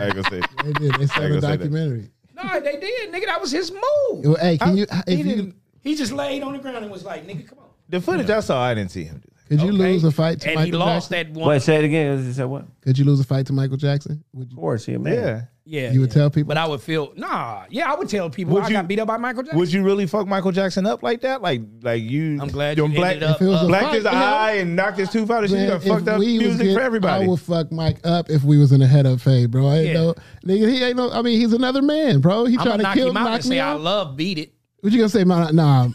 Speaker 1: I ain't gonna say.
Speaker 4: They did.
Speaker 1: gonna
Speaker 4: They said a
Speaker 1: say that.
Speaker 4: documentary.
Speaker 5: no, they did, nigga. That was his move.
Speaker 4: Well, Hey, can you if you
Speaker 1: didn't-
Speaker 5: He just laid on the ground and was like, nigga, come on.
Speaker 1: The footage I saw, I didn't see him do that.
Speaker 4: could you lose a fight to
Speaker 5: And he
Speaker 4: Michael
Speaker 5: lost
Speaker 4: Jackson?
Speaker 5: that one.
Speaker 2: Wait, say it again. You said what? Of
Speaker 4: Could you lose a fight to Michael Jackson? Would you,
Speaker 2: course, he a man.
Speaker 1: Yeah.
Speaker 5: yeah,
Speaker 4: you would
Speaker 5: yeah.
Speaker 4: tell people?
Speaker 5: But I would feel nah. Yeah, I would tell people
Speaker 1: Would
Speaker 5: I
Speaker 1: you-
Speaker 5: got beat up by Michael Jackson.
Speaker 1: Would you really fuck Michael Jackson up like that? Like, like you?
Speaker 5: I'm glad
Speaker 1: you
Speaker 5: you
Speaker 1: black,
Speaker 5: ended up- uh,
Speaker 4: If it was a
Speaker 1: blacked
Speaker 4: fight,
Speaker 1: his
Speaker 4: you know,
Speaker 1: eye and knocked his tooth out. And shit,
Speaker 4: man,
Speaker 1: done fucked up
Speaker 4: was
Speaker 1: music
Speaker 4: get-
Speaker 1: for everybody.
Speaker 4: I would fuck Mike up if we was in a head up fade, bro. I ain't
Speaker 5: Yeah.
Speaker 4: no nigga. He ain't no. I mean, he's another man, bro. He
Speaker 5: I'm
Speaker 4: trying
Speaker 5: gonna
Speaker 4: to
Speaker 5: knock
Speaker 4: kill,
Speaker 5: him out
Speaker 4: knock
Speaker 5: and
Speaker 4: me
Speaker 5: say I
Speaker 4: out.
Speaker 5: love beat it.
Speaker 4: What you gonna say, man? Nah,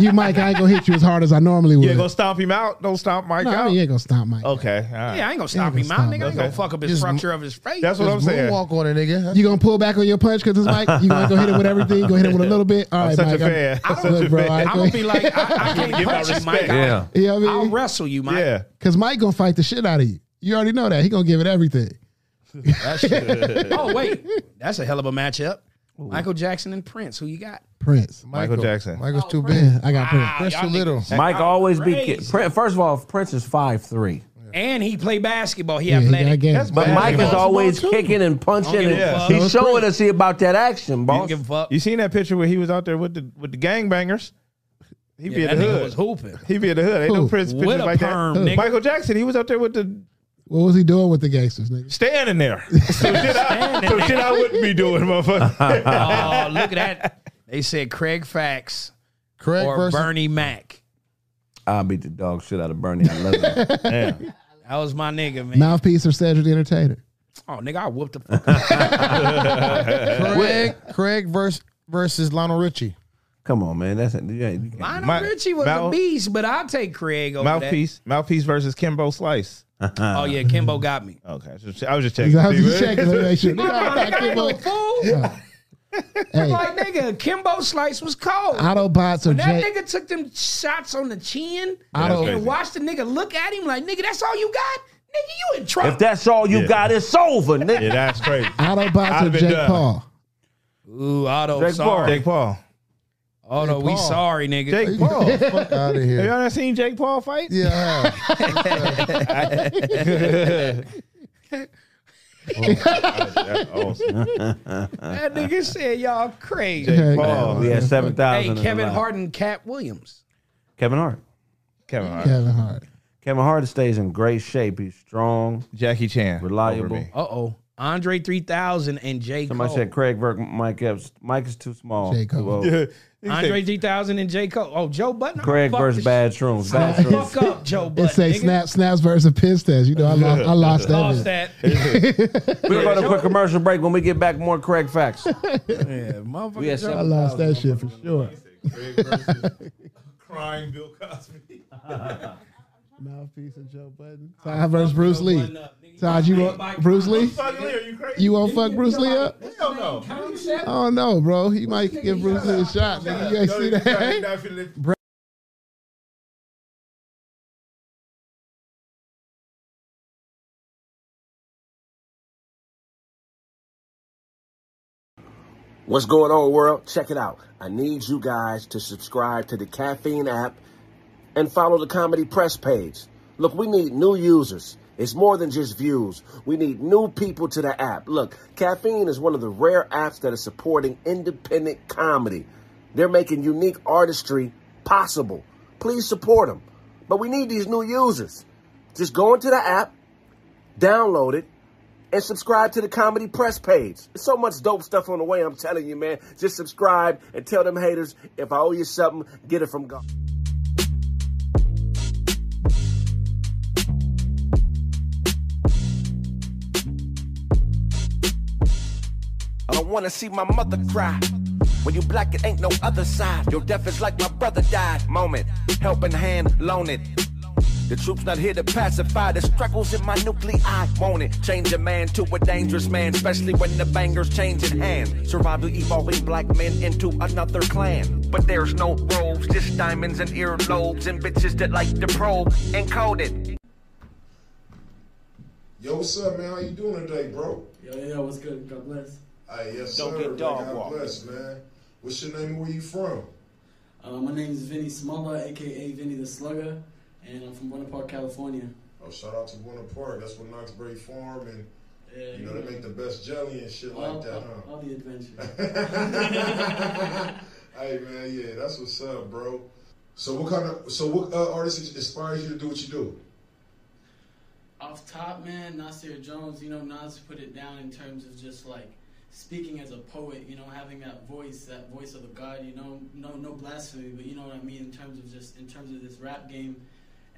Speaker 4: you Mike. I ain't gonna hit you as hard as I normally would.
Speaker 1: You ain't gonna stomp him out? Don't stomp Mike
Speaker 4: nah, I
Speaker 1: out.
Speaker 4: mean, you ain't gonna stop Mike.
Speaker 1: Okay. All right.
Speaker 5: Yeah, I ain't gonna stop
Speaker 4: Yeah,
Speaker 5: him out,
Speaker 4: stop.
Speaker 5: nigga. I ain't gonna fuck up his
Speaker 12: Just-
Speaker 5: structure of his face.
Speaker 1: That's what I'm
Speaker 12: Just
Speaker 1: saying.
Speaker 12: moonwalk on it, nigga.
Speaker 4: You gonna pull back on your punch because it's Mike. You gonna go hit it with everything? You gonna hit it with a little bit? All right,
Speaker 1: such a
Speaker 4: Mike.
Speaker 1: fan. I'm such
Speaker 4: look,
Speaker 1: a
Speaker 4: bro,
Speaker 1: fan.
Speaker 4: I ain't
Speaker 5: I'm
Speaker 4: gonna-
Speaker 5: gonna be like, I, I can't
Speaker 1: Give my
Speaker 5: punch you, Mike.
Speaker 1: respect.
Speaker 5: I'll-
Speaker 2: Yeah.
Speaker 4: You know what I
Speaker 5: I'll
Speaker 4: mean?
Speaker 5: wrestle you, Mike.
Speaker 1: Yeah.
Speaker 4: Cause Mike gonna fight the shit out of you. You already know that. He gonna give it everything.
Speaker 5: Oh wait, that's a hell of a matchup. Michael Jackson and Prince. Who you got?
Speaker 4: Prince.
Speaker 1: Michael Jackson.
Speaker 12: Michael's too big.
Speaker 4: Yeah, I got Prince.
Speaker 5: Wow,
Speaker 12: That's
Speaker 5: Ah, y'all
Speaker 12: too
Speaker 5: niggas-
Speaker 12: little.
Speaker 2: Mike
Speaker 5: Y'all
Speaker 2: always be.
Speaker 5: crazy.
Speaker 2: Prin- First of all, Prince is five three,
Speaker 5: And he played basketball. He
Speaker 4: Yeah, he got
Speaker 5: athletic.
Speaker 4: game.
Speaker 1: That's
Speaker 2: but
Speaker 1: Yeah.
Speaker 2: Mike is
Speaker 1: Basketball
Speaker 2: always kicking and punching.
Speaker 5: Don't give
Speaker 2: And
Speaker 5: a fuck.
Speaker 2: He's showing us he about that action,
Speaker 5: Don't
Speaker 2: boss.
Speaker 5: give a fuck.
Speaker 1: You seen that picture where he was out there with the with the gangbangers? He be
Speaker 5: Yeah, that
Speaker 1: in the
Speaker 5: nigga
Speaker 1: hood.
Speaker 5: was hooping.
Speaker 1: he be in the hood. Ain't no
Speaker 4: Who?
Speaker 1: Prince
Speaker 5: With
Speaker 1: pictures
Speaker 5: a
Speaker 1: like
Speaker 5: perm,
Speaker 1: that.
Speaker 5: nigga.
Speaker 1: Michael Jackson, he was out there with the
Speaker 4: What was he doing with the gangsters, nigga?
Speaker 1: standing there. So shit, I,
Speaker 5: Standing
Speaker 1: so
Speaker 5: there.
Speaker 1: shit I wouldn't be doing, motherfucker.
Speaker 5: Oh, look at that. They said Craig Fax
Speaker 12: Craig
Speaker 5: or
Speaker 12: versus
Speaker 5: Bernie Mac.
Speaker 2: I beat the dog shit out of Bernie. I love it.
Speaker 5: That was my nigga, man.
Speaker 4: Mouthpiece or Cedric the Entertainer?
Speaker 5: Oh, nigga, I whooped the fuck out.
Speaker 12: Craig, Craig versus versus Lionel Richie.
Speaker 2: Come on, man. That's you ain't, you can't-
Speaker 5: Lionel
Speaker 1: My-
Speaker 5: Richie was a
Speaker 1: mouth-
Speaker 5: beast, but I'll take Craig over
Speaker 1: Mouthpiece. Mouthpiece versus Kimbo Slice.
Speaker 5: that. Oh, yeah, Kimbo got me.
Speaker 1: Okay. I was just- I was just
Speaker 4: I was
Speaker 1: checking.
Speaker 4: just checking. Let me make sure.
Speaker 5: Ain't no fool.
Speaker 4: Hey,
Speaker 5: Like, nigga, Kimbo Slice was cold.
Speaker 4: Autobots or
Speaker 5: When that
Speaker 4: J.
Speaker 5: nigga took them shots on the chin
Speaker 4: Auto-
Speaker 5: and watched the nigga look at him like, nigga, that's all you got? Nigga, you in trouble.
Speaker 2: If that's all you
Speaker 1: Yeah.
Speaker 2: got, it's over, nigga.
Speaker 1: Yeah, that's crazy.
Speaker 4: Autobots
Speaker 1: I'd've
Speaker 4: or
Speaker 1: been
Speaker 4: Jake
Speaker 1: done.
Speaker 4: Paul?
Speaker 5: Ooh, Otto,
Speaker 2: Jake
Speaker 5: sorry.
Speaker 1: Jake Paul.
Speaker 5: Otto, we sorry, nigga.
Speaker 1: Jake Paul. Have
Speaker 12: Fuck out of
Speaker 1: y'all
Speaker 12: here.
Speaker 1: not seen Jake Paul fight?
Speaker 12: Yeah.
Speaker 1: That's awesome.
Speaker 5: That nigga said y'all crazy.
Speaker 4: Okay.
Speaker 1: Paul.
Speaker 2: We had seven
Speaker 5: Hey,
Speaker 2: thousand.
Speaker 5: Kevin Hart and Cat Williams.
Speaker 2: Kevin Hart.
Speaker 1: Kevin Hart.
Speaker 4: Kevin Hart.
Speaker 2: Kevin Hart stays in great shape. He's strong.
Speaker 1: Jackie Chan.
Speaker 2: Reliable.
Speaker 1: over me.
Speaker 5: Uh oh. Andre 3000 and J.
Speaker 2: Somebody
Speaker 5: Cole.
Speaker 2: said Craig Burke, Mike Epps. Mike is too small.
Speaker 4: J. Cole.
Speaker 2: Too old.
Speaker 1: He
Speaker 5: Andre
Speaker 1: said,
Speaker 5: 3000 and J. Cole. Oh, Joe Button.
Speaker 2: Craig
Speaker 5: Fuck
Speaker 2: versus
Speaker 5: the
Speaker 2: Bad Shrooms. Bad
Speaker 5: shit.
Speaker 2: Shrooms.
Speaker 5: Fuck up, Joe Button.
Speaker 4: It say
Speaker 5: Oh, nigga.
Speaker 4: snap, snaps versus piss test. You know, I lost, I lost that.
Speaker 5: Lost
Speaker 4: bit.
Speaker 5: that.
Speaker 2: We're going to a quick commercial break. When we get back, more Craig facts.
Speaker 5: Yeah, motherfucker.
Speaker 2: We had
Speaker 4: I
Speaker 2: seven.
Speaker 4: lost that shit for sure.
Speaker 16: Crying Bill Cosby.
Speaker 4: Mouthpiece and Joe Budden. Todd versus Bruce Lee. Todd, you want Bruce Lee?
Speaker 16: Are you crazy?
Speaker 4: You won't fuck Bruce Lee up?
Speaker 16: Hell no.
Speaker 4: I don't know, bro. He might give Bruce Lee a shot. nigga. You ain't see that?
Speaker 17: What's going on, world? Check it out. I need you guys to subscribe to the Caffeine app and follow the Comedy Press page. Look, we need new users. It's more than just views. We need new people to the app. Look, Caffeine is one of the rare apps that is supporting independent comedy.
Speaker 18: They're making unique artistry possible. Please support them. But we need these new users. Just go into the app, download it, and subscribe to the Comedy Press page. There's so much dope stuff on the way, I'm telling you, man. Just subscribe and tell them haters if I owe you something, get it from God.
Speaker 3: I wanna see my mother cry. When you black, it ain't no other side. Your death is like my brother died. Moment, helping hand, loan it. The troops not here to pacify the struggles in my nuclei. Won't it change a man to a dangerous man, especially when the bangers changing hands? Survival evolving black men into another clan. But there's no robes, just diamonds and earlobes and bitches that like to probe and code it.
Speaker 19: Yo, what's up, man? How you doing today, bro?
Speaker 6: Yeah, yeah, what's good? God bless.
Speaker 19: Hey, yes,
Speaker 6: Don't
Speaker 19: sir.
Speaker 6: get dog
Speaker 19: man. God
Speaker 6: walked.
Speaker 19: bless, man. What's your name? and Where you from?
Speaker 6: Uh, my name is Vinny Smuller, aka Vinny the Slugger, and I'm from Winter Park, California.
Speaker 19: Oh, shout out to Winter Park. That's where Knoxbury Farm and
Speaker 6: Yeah,
Speaker 19: you know
Speaker 6: yeah.
Speaker 19: they make the best jelly and shit
Speaker 6: all,
Speaker 19: like that,
Speaker 6: all,
Speaker 19: huh?
Speaker 6: all the adventures.
Speaker 19: hey man, yeah, that's what's up, bro. So what kind of so what uh, artist inspires you to do what you do?
Speaker 6: Off top, man, Nasir Jones, you know, Nas put it down in terms of just like speaking as a poet, you know, having that voice, that voice of a god, you know, no, no blasphemy, but you know what I mean in terms of just in terms of this rap game,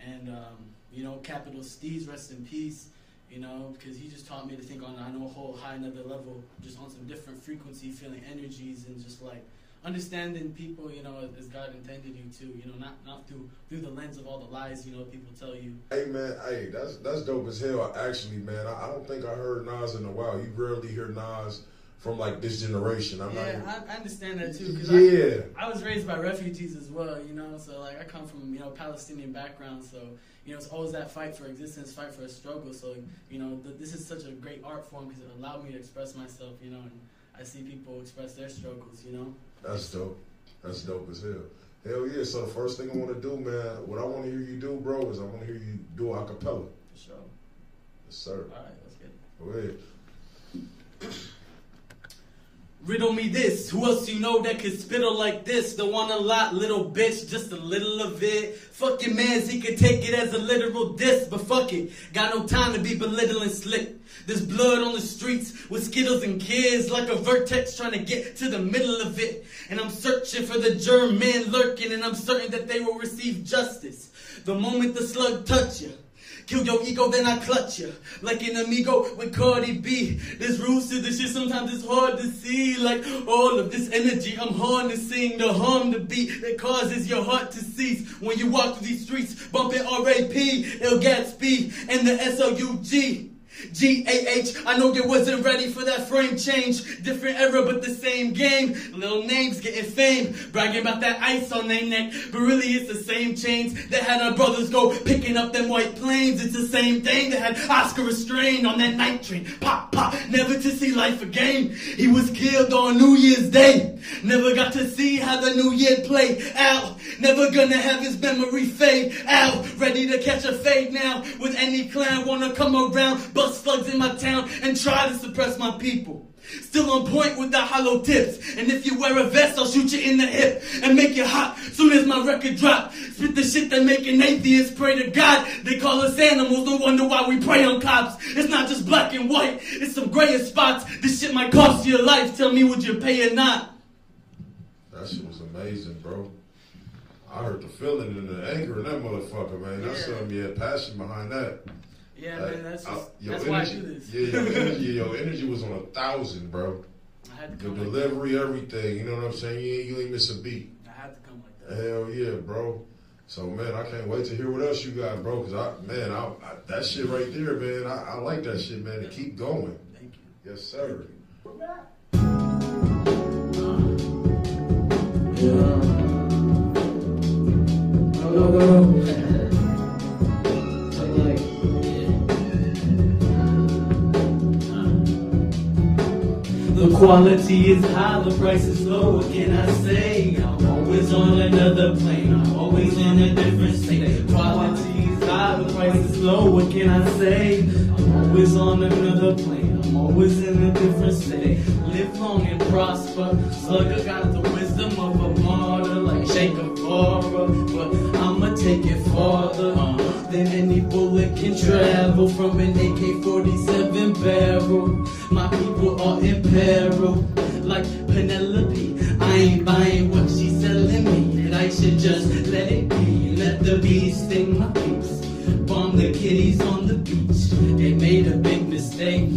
Speaker 6: and um, you know, Capital Steez, rest in peace, you know, because he just taught me to think on on a whole high another level, just on some different frequency, feeling energies, and just like understanding people, you know, as God intended you to, you know, not not through through the lens of all the lies, you know, people tell you.
Speaker 19: Hey man, hey, that's that's dope as hell. Actually, man, I, I don't think I heard Nas in a while. You rarely hear Nas from like this generation. I'm not.
Speaker 6: Yeah,
Speaker 19: even-
Speaker 6: I, I understand that too. Cause
Speaker 19: Yeah.
Speaker 6: I, I was raised by refugees as well, you know. So like, I come from you know Palestinian background, so you know it's always that fight for existence, fight for a struggle. So you know th- this is such a great art form because it allowed me to express myself, you know, and I see people express their struggles, you know.
Speaker 19: That's dope. That's dope as hell. Hell yeah. So the first thing I want to do, man, what I want to hear you do, bro, is I want to hear you do a cappella.
Speaker 6: For sure.
Speaker 19: Yes, sir. All
Speaker 6: right, let's get
Speaker 19: it. Go ahead.
Speaker 6: Riddle me this. Who else you know that could spittle like this? Don't want a lot, little bitch, just a little of it. Fuck your mans, he could take it as a literal diss, but fuck it. Got no time to be belittling slick. There's blood on the streets with skittles and kids, like a vertex trying to get to the middle of it. And I'm searching for the germ men lurking, and I'm certain that they will receive justice. The moment the slug touch ya. Kill your ego, then I clutch ya. Like an amigo with Cardi B. There's rules to this shit, sometimes it's hard to see. Like all of this energy I'm harnessing, the harm to beat that causes your heart to cease. When you walk through these streets, bumping R.A.P., El Gatsby, and the S.O.U.G. G-A-H, I know you wasn't ready for that frame change. Different era, but the same game. Little names getting fame. Bragging about that ice on their neck. But really, it's the same chains that had our brothers go picking up them white planes. It's the same thing that had Oscar restrained on that night train. Pop, pop, never to see life again. He was killed on New Year's Day. Never got to see how the new year played out. Never gonna have his memory fade out. Ready to catch a fade now. With any clown wanna come around, bust slugs in my town and try to suppress my people. Still on point with the hollow tips. And if you wear a vest, I'll shoot you in the hip and make you hot soon as my record drop. Spit the shit that make an atheist pray to God. They call us animals, no wonder why we prey on cops. It's not just black and white, it's some grayer spots. This shit might cost you your life. Tell me would you pay or not.
Speaker 19: That shit was amazing, bro. I heard the feeling and the anger in that motherfucker, man. That's
Speaker 6: Yeah.
Speaker 19: something, yeah, passion behind that.
Speaker 6: Yeah,
Speaker 19: Like,
Speaker 6: man, that's
Speaker 19: I-
Speaker 6: just,
Speaker 19: your
Speaker 6: that's why I
Speaker 19: energy,
Speaker 6: do this.
Speaker 19: Yeah, your energy, your energy was on a thousand, bro.
Speaker 6: I had to
Speaker 19: Your
Speaker 6: come like
Speaker 19: delivery, everything. You know what I'm saying? You ain't, you ain't miss a beat.
Speaker 6: I had to come like
Speaker 19: that. Hell yeah, bro. So man, I can't wait to hear what else you got, bro. Cause I, man, I, I that shit right there, man. I, I like that shit, man. To keep going.
Speaker 6: Thank
Speaker 19: you. Yes, sir.
Speaker 6: No, no, no. The quality is high, the price is low. What can I say? I'm always on another plane. I'm always in a different state. Quality is high, the price is low. What can I say? I'm always on another plane. I'm always in a different state. Live long
Speaker 20: strong and prosper. Slugger got the wisdom of a martyr, like Jacob Farrer. But I'ma take it farther than any bullet can travel from an AK 47 barrel. My people are in peril, like Penelope. I ain't buying what she's selling me, and I should just let it be. Let the bees sting my peeps. Bomb the kitties on the beach. They made a big mistake.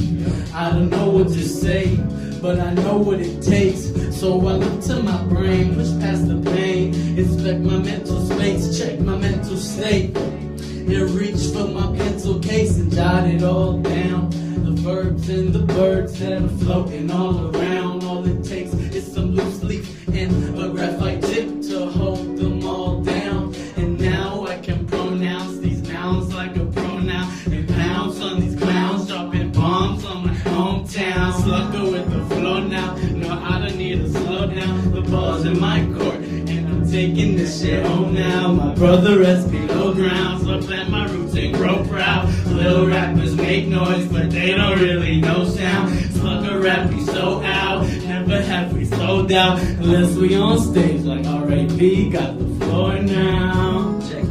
Speaker 20: I don't know what to say, but I know what it takes. So I look to my brain, push past the pain, inspect my mental space, check my mental state. Then reach for my pencil case and jot it all down. The verbs and the birds that are floating all around. All it takes is some loose leaf and a graphite tip to hold them all down. And now I can pronounce these nouns like a pronoun and pounce on these clowns, dropping bombs on my hometown. Slugger with the flow now. No, I don't need to slow down. The ball's in my court, and I'm taking this shit home now. My brother is below ground, so plant my roots and grow proud. Little rappers make noise, but they don't really know sound. Slugger rap, we so out. Never have we sold out unless we on stage like R.A.P. Got the floor now. Check.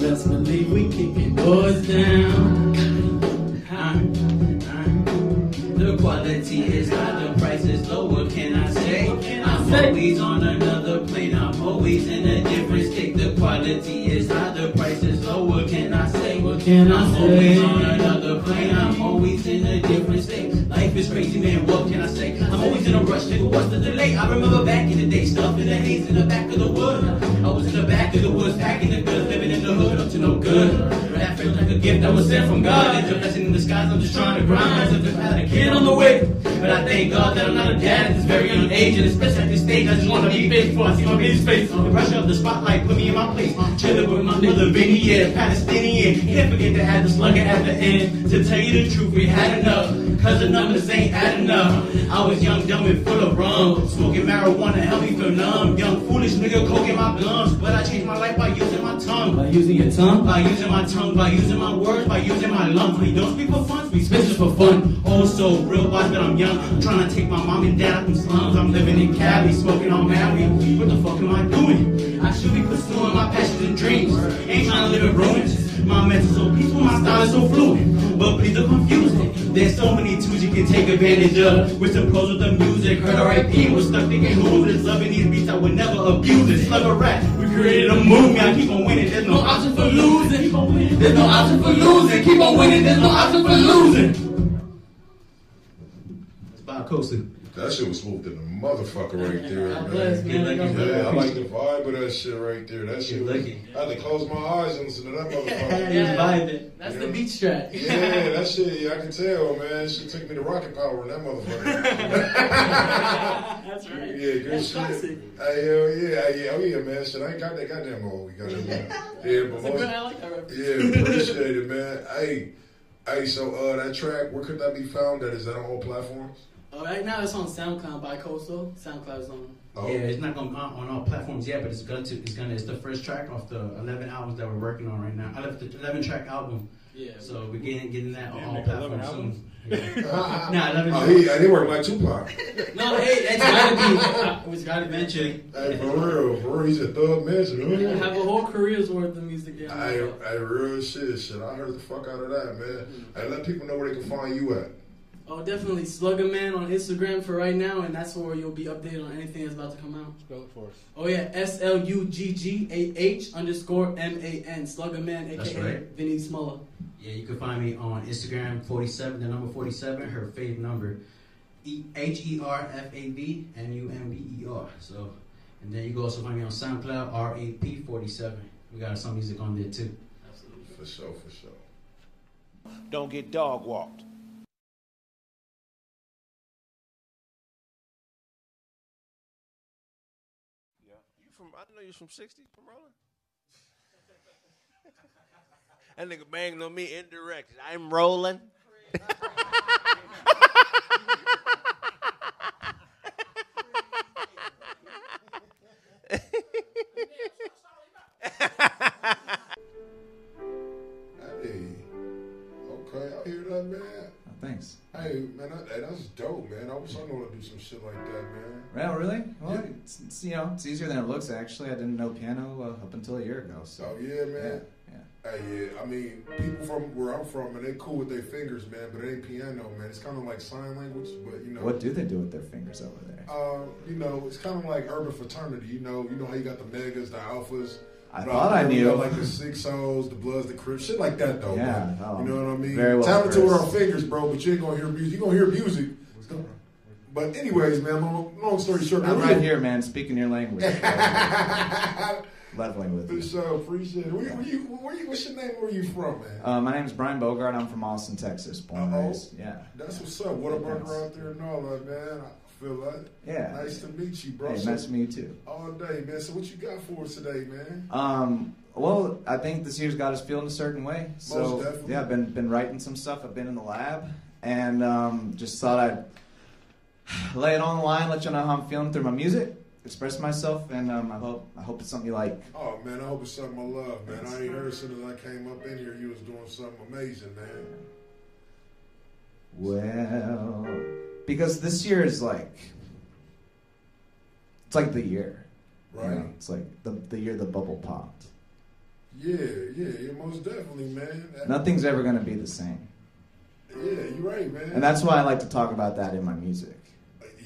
Speaker 20: Best believe we kicking doors down. Huh? The quality is high, the price is low. What can I say? I'm always on another plane, I'm always in a different state. The quality is high, the price is low. What can I say? What can I say? I'm always on another plane, I'm always in a different state. Life is crazy, man. What can I say? I'm always in a rush, nigga. What's the delay? I remember back in the day, stuffed in the haze in the back of the wood. I was in the back of the woods, packing the goods, living in the hood, up to no good. But that felt like a gift that was sent from God. It's a blessing in disguise. I'm just trying to grind. As if I had a kid on the way. But I thank God that I'm not a dad at this very young age, and especially at this stage, I just want to be faithful. I see my baby's face. The pressure of the spotlight put me in my place. Chilling with my mother, Vinny, yeah, Palestinian. Can't forget to have the slugger at the end. To tell you the truth, we had enough. Cause the numbers ain't adding up. I was young, dumb, and full of rum. Smoking marijuana helped me feel numb. Young, foolish nigga, coke in my gums. But I changed my life by using my tongue. By using your tongue? By using my tongue. By using my words. By using my lungs. We don't speak for fun. We spit just for fun. Also, real wise that I'm young. I'm trying to take my mom and dad out from slums. I'm living in Cali, smoking on Maui. What the fuck am I doing? I should be pursuing my passions and dreams. Ain't trying to live in ruins. My mental so peaceful, my style is so fluid. But please don't confuse it. There's so many tools you can take advantage of. With the pros with the music, heard R.I.P. Was stuck thinking who was loving these beats. I would never abuse it. Slug a rat. We created a movement. I keep on winning. There's no option for losing. Keep on winning. There's no option for losing. Keep on winning. There's no option for losing. It's Bob Coasting.
Speaker 19: That shit was smooth in the motherfucker right there, man.
Speaker 20: bless, man.
Speaker 19: Yeah, I like the vibe of that shit right there. That shit was, I had to close my eyes and listen to that motherfucker.
Speaker 20: He was vibing. That's the beat strap.
Speaker 19: Yeah, that shit, yeah, I can tell, man. She took me to rocket power in that motherfucker.
Speaker 20: That's right.
Speaker 19: Yeah, good
Speaker 20: That's
Speaker 19: shit.
Speaker 20: classic.
Speaker 19: Hey, hell yeah, hey, yeah, oh yeah, man. Shit, I ain't got that goddamn old. We got that one. Yeah, but
Speaker 20: That's a
Speaker 19: most,
Speaker 20: good- I like that reference.
Speaker 19: yeah, appreciate it, man. Hey, hey, so uh, that track, where could that be found? That is that on all platforms?
Speaker 20: Uh, right now it's on SoundCloud by Coastal. SoundCloud's on.
Speaker 19: Oh.
Speaker 20: Yeah, it's not going on, on all platforms yet, but it's going to. It's going to. It's the first track off the 11 albums that we're working on right now. I left the 11 track album. Yeah. So we're getting getting that on all platforms soon. Yeah. nah, 11.
Speaker 19: Oh, he, he worked like Tupac.
Speaker 20: No, hey, it's gotta be. It's gotta eventually.
Speaker 19: Hey, for real, for real, he's a thug
Speaker 20: I
Speaker 19: man.
Speaker 20: have a whole career's worth of music. Yeah.
Speaker 19: I, I real shit, shit. I heard the fuck out of that, man.
Speaker 20: Mm-hmm.
Speaker 19: Hey, let people know where they can find you at.
Speaker 20: Oh, definitely Slugger Man on Instagram for right now, and that's where you'll be updated on anything that's about to come out. Spell it for us. Oh yeah, S L U G G A H underscore M A N Slugger Man,
Speaker 21: That's
Speaker 20: aka
Speaker 21: right.
Speaker 20: Vinny Smuller. Yeah, you can find me on Instagram forty seven, the number forty seven, her fave number, E H E R F A V N U M B E R. So, and then you can also find me on SoundCloud R A P forty seven. We got some music on there too. Absolutely,
Speaker 19: for sure, for sure.
Speaker 3: Don't get dog walked.
Speaker 22: You from? I didn't know you was from '60, Pomona. that nigga banged on me indirect. I'm rolling.
Speaker 19: Hey, okay, I hear that, man.
Speaker 23: Thanks.
Speaker 19: Hey, man, that, hey, that's dope, man. I wish I knew how to do some shit like that, man.
Speaker 21: Well, really? Well, it's, it's, you know, it's easier than it looks. Actually, I didn't know piano uh, up until a year ago. So
Speaker 19: Oh yeah, man. Hey, yeah. I mean, people from where I'm from, and they cool with their fingers, man. But it ain't piano, man. It's kind of like sign language, but you know.
Speaker 21: what do they do with their fingers over there?
Speaker 19: Uh, you know, it's kind of like urban fraternity. You know, you know how you got the megas, the alphas.
Speaker 21: I
Speaker 19: But
Speaker 21: thought I
Speaker 19: you
Speaker 21: knew.
Speaker 19: know, like the six O's, the Bloods, the Crips, shit like that, though.
Speaker 21: Yeah,
Speaker 19: man.
Speaker 21: oh,
Speaker 19: you know what I mean.
Speaker 21: very well
Speaker 19: Talented with our
Speaker 21: versed.
Speaker 19: fingers, bro. But you ain't gonna hear music. You gonna hear music. But anyways, man. Long, long story short,
Speaker 21: I'm
Speaker 19: man,
Speaker 21: right
Speaker 19: we-
Speaker 21: here, man, speaking your language. Leveling with
Speaker 19: For
Speaker 21: you.
Speaker 19: sure, appreciate it. Where, where you, where you, what's your name? Where you from, man?
Speaker 21: Uh, my name is Brian Bogart. I'm from Austin, Texas, born and raised. Yeah.
Speaker 19: That's what's up. What a burger out there and all that, man. I feel that.
Speaker 21: Yeah.
Speaker 19: Nice to meet you, bro.
Speaker 21: Hey,
Speaker 19: So-
Speaker 21: nice to meet you too.
Speaker 19: All day, man. So what you got for us today, man?
Speaker 21: Um, well, I think this year's got us feeling a certain way. So
Speaker 19: Most definitely.
Speaker 21: yeah, I've been been writing some stuff. I've been in the lab, and um, just thought I'd lay it on the line, let you know how I'm feeling through my music, express myself, and um, I hope I hope it's something you like.
Speaker 19: Oh man, I hope it's something I love, man. I ain't heard as soon as I came up in here, you was doing something amazing, man.
Speaker 21: Well, because this year is like, it's like the year, you know?
Speaker 19: Right.
Speaker 21: It's like the the year the bubble popped.
Speaker 19: Yeah, yeah, yeah, most definitely, man. That-
Speaker 21: Nothing's ever gonna be the same,
Speaker 19: Yeah, you're right, man.
Speaker 21: and that's why I like to talk about that in my music.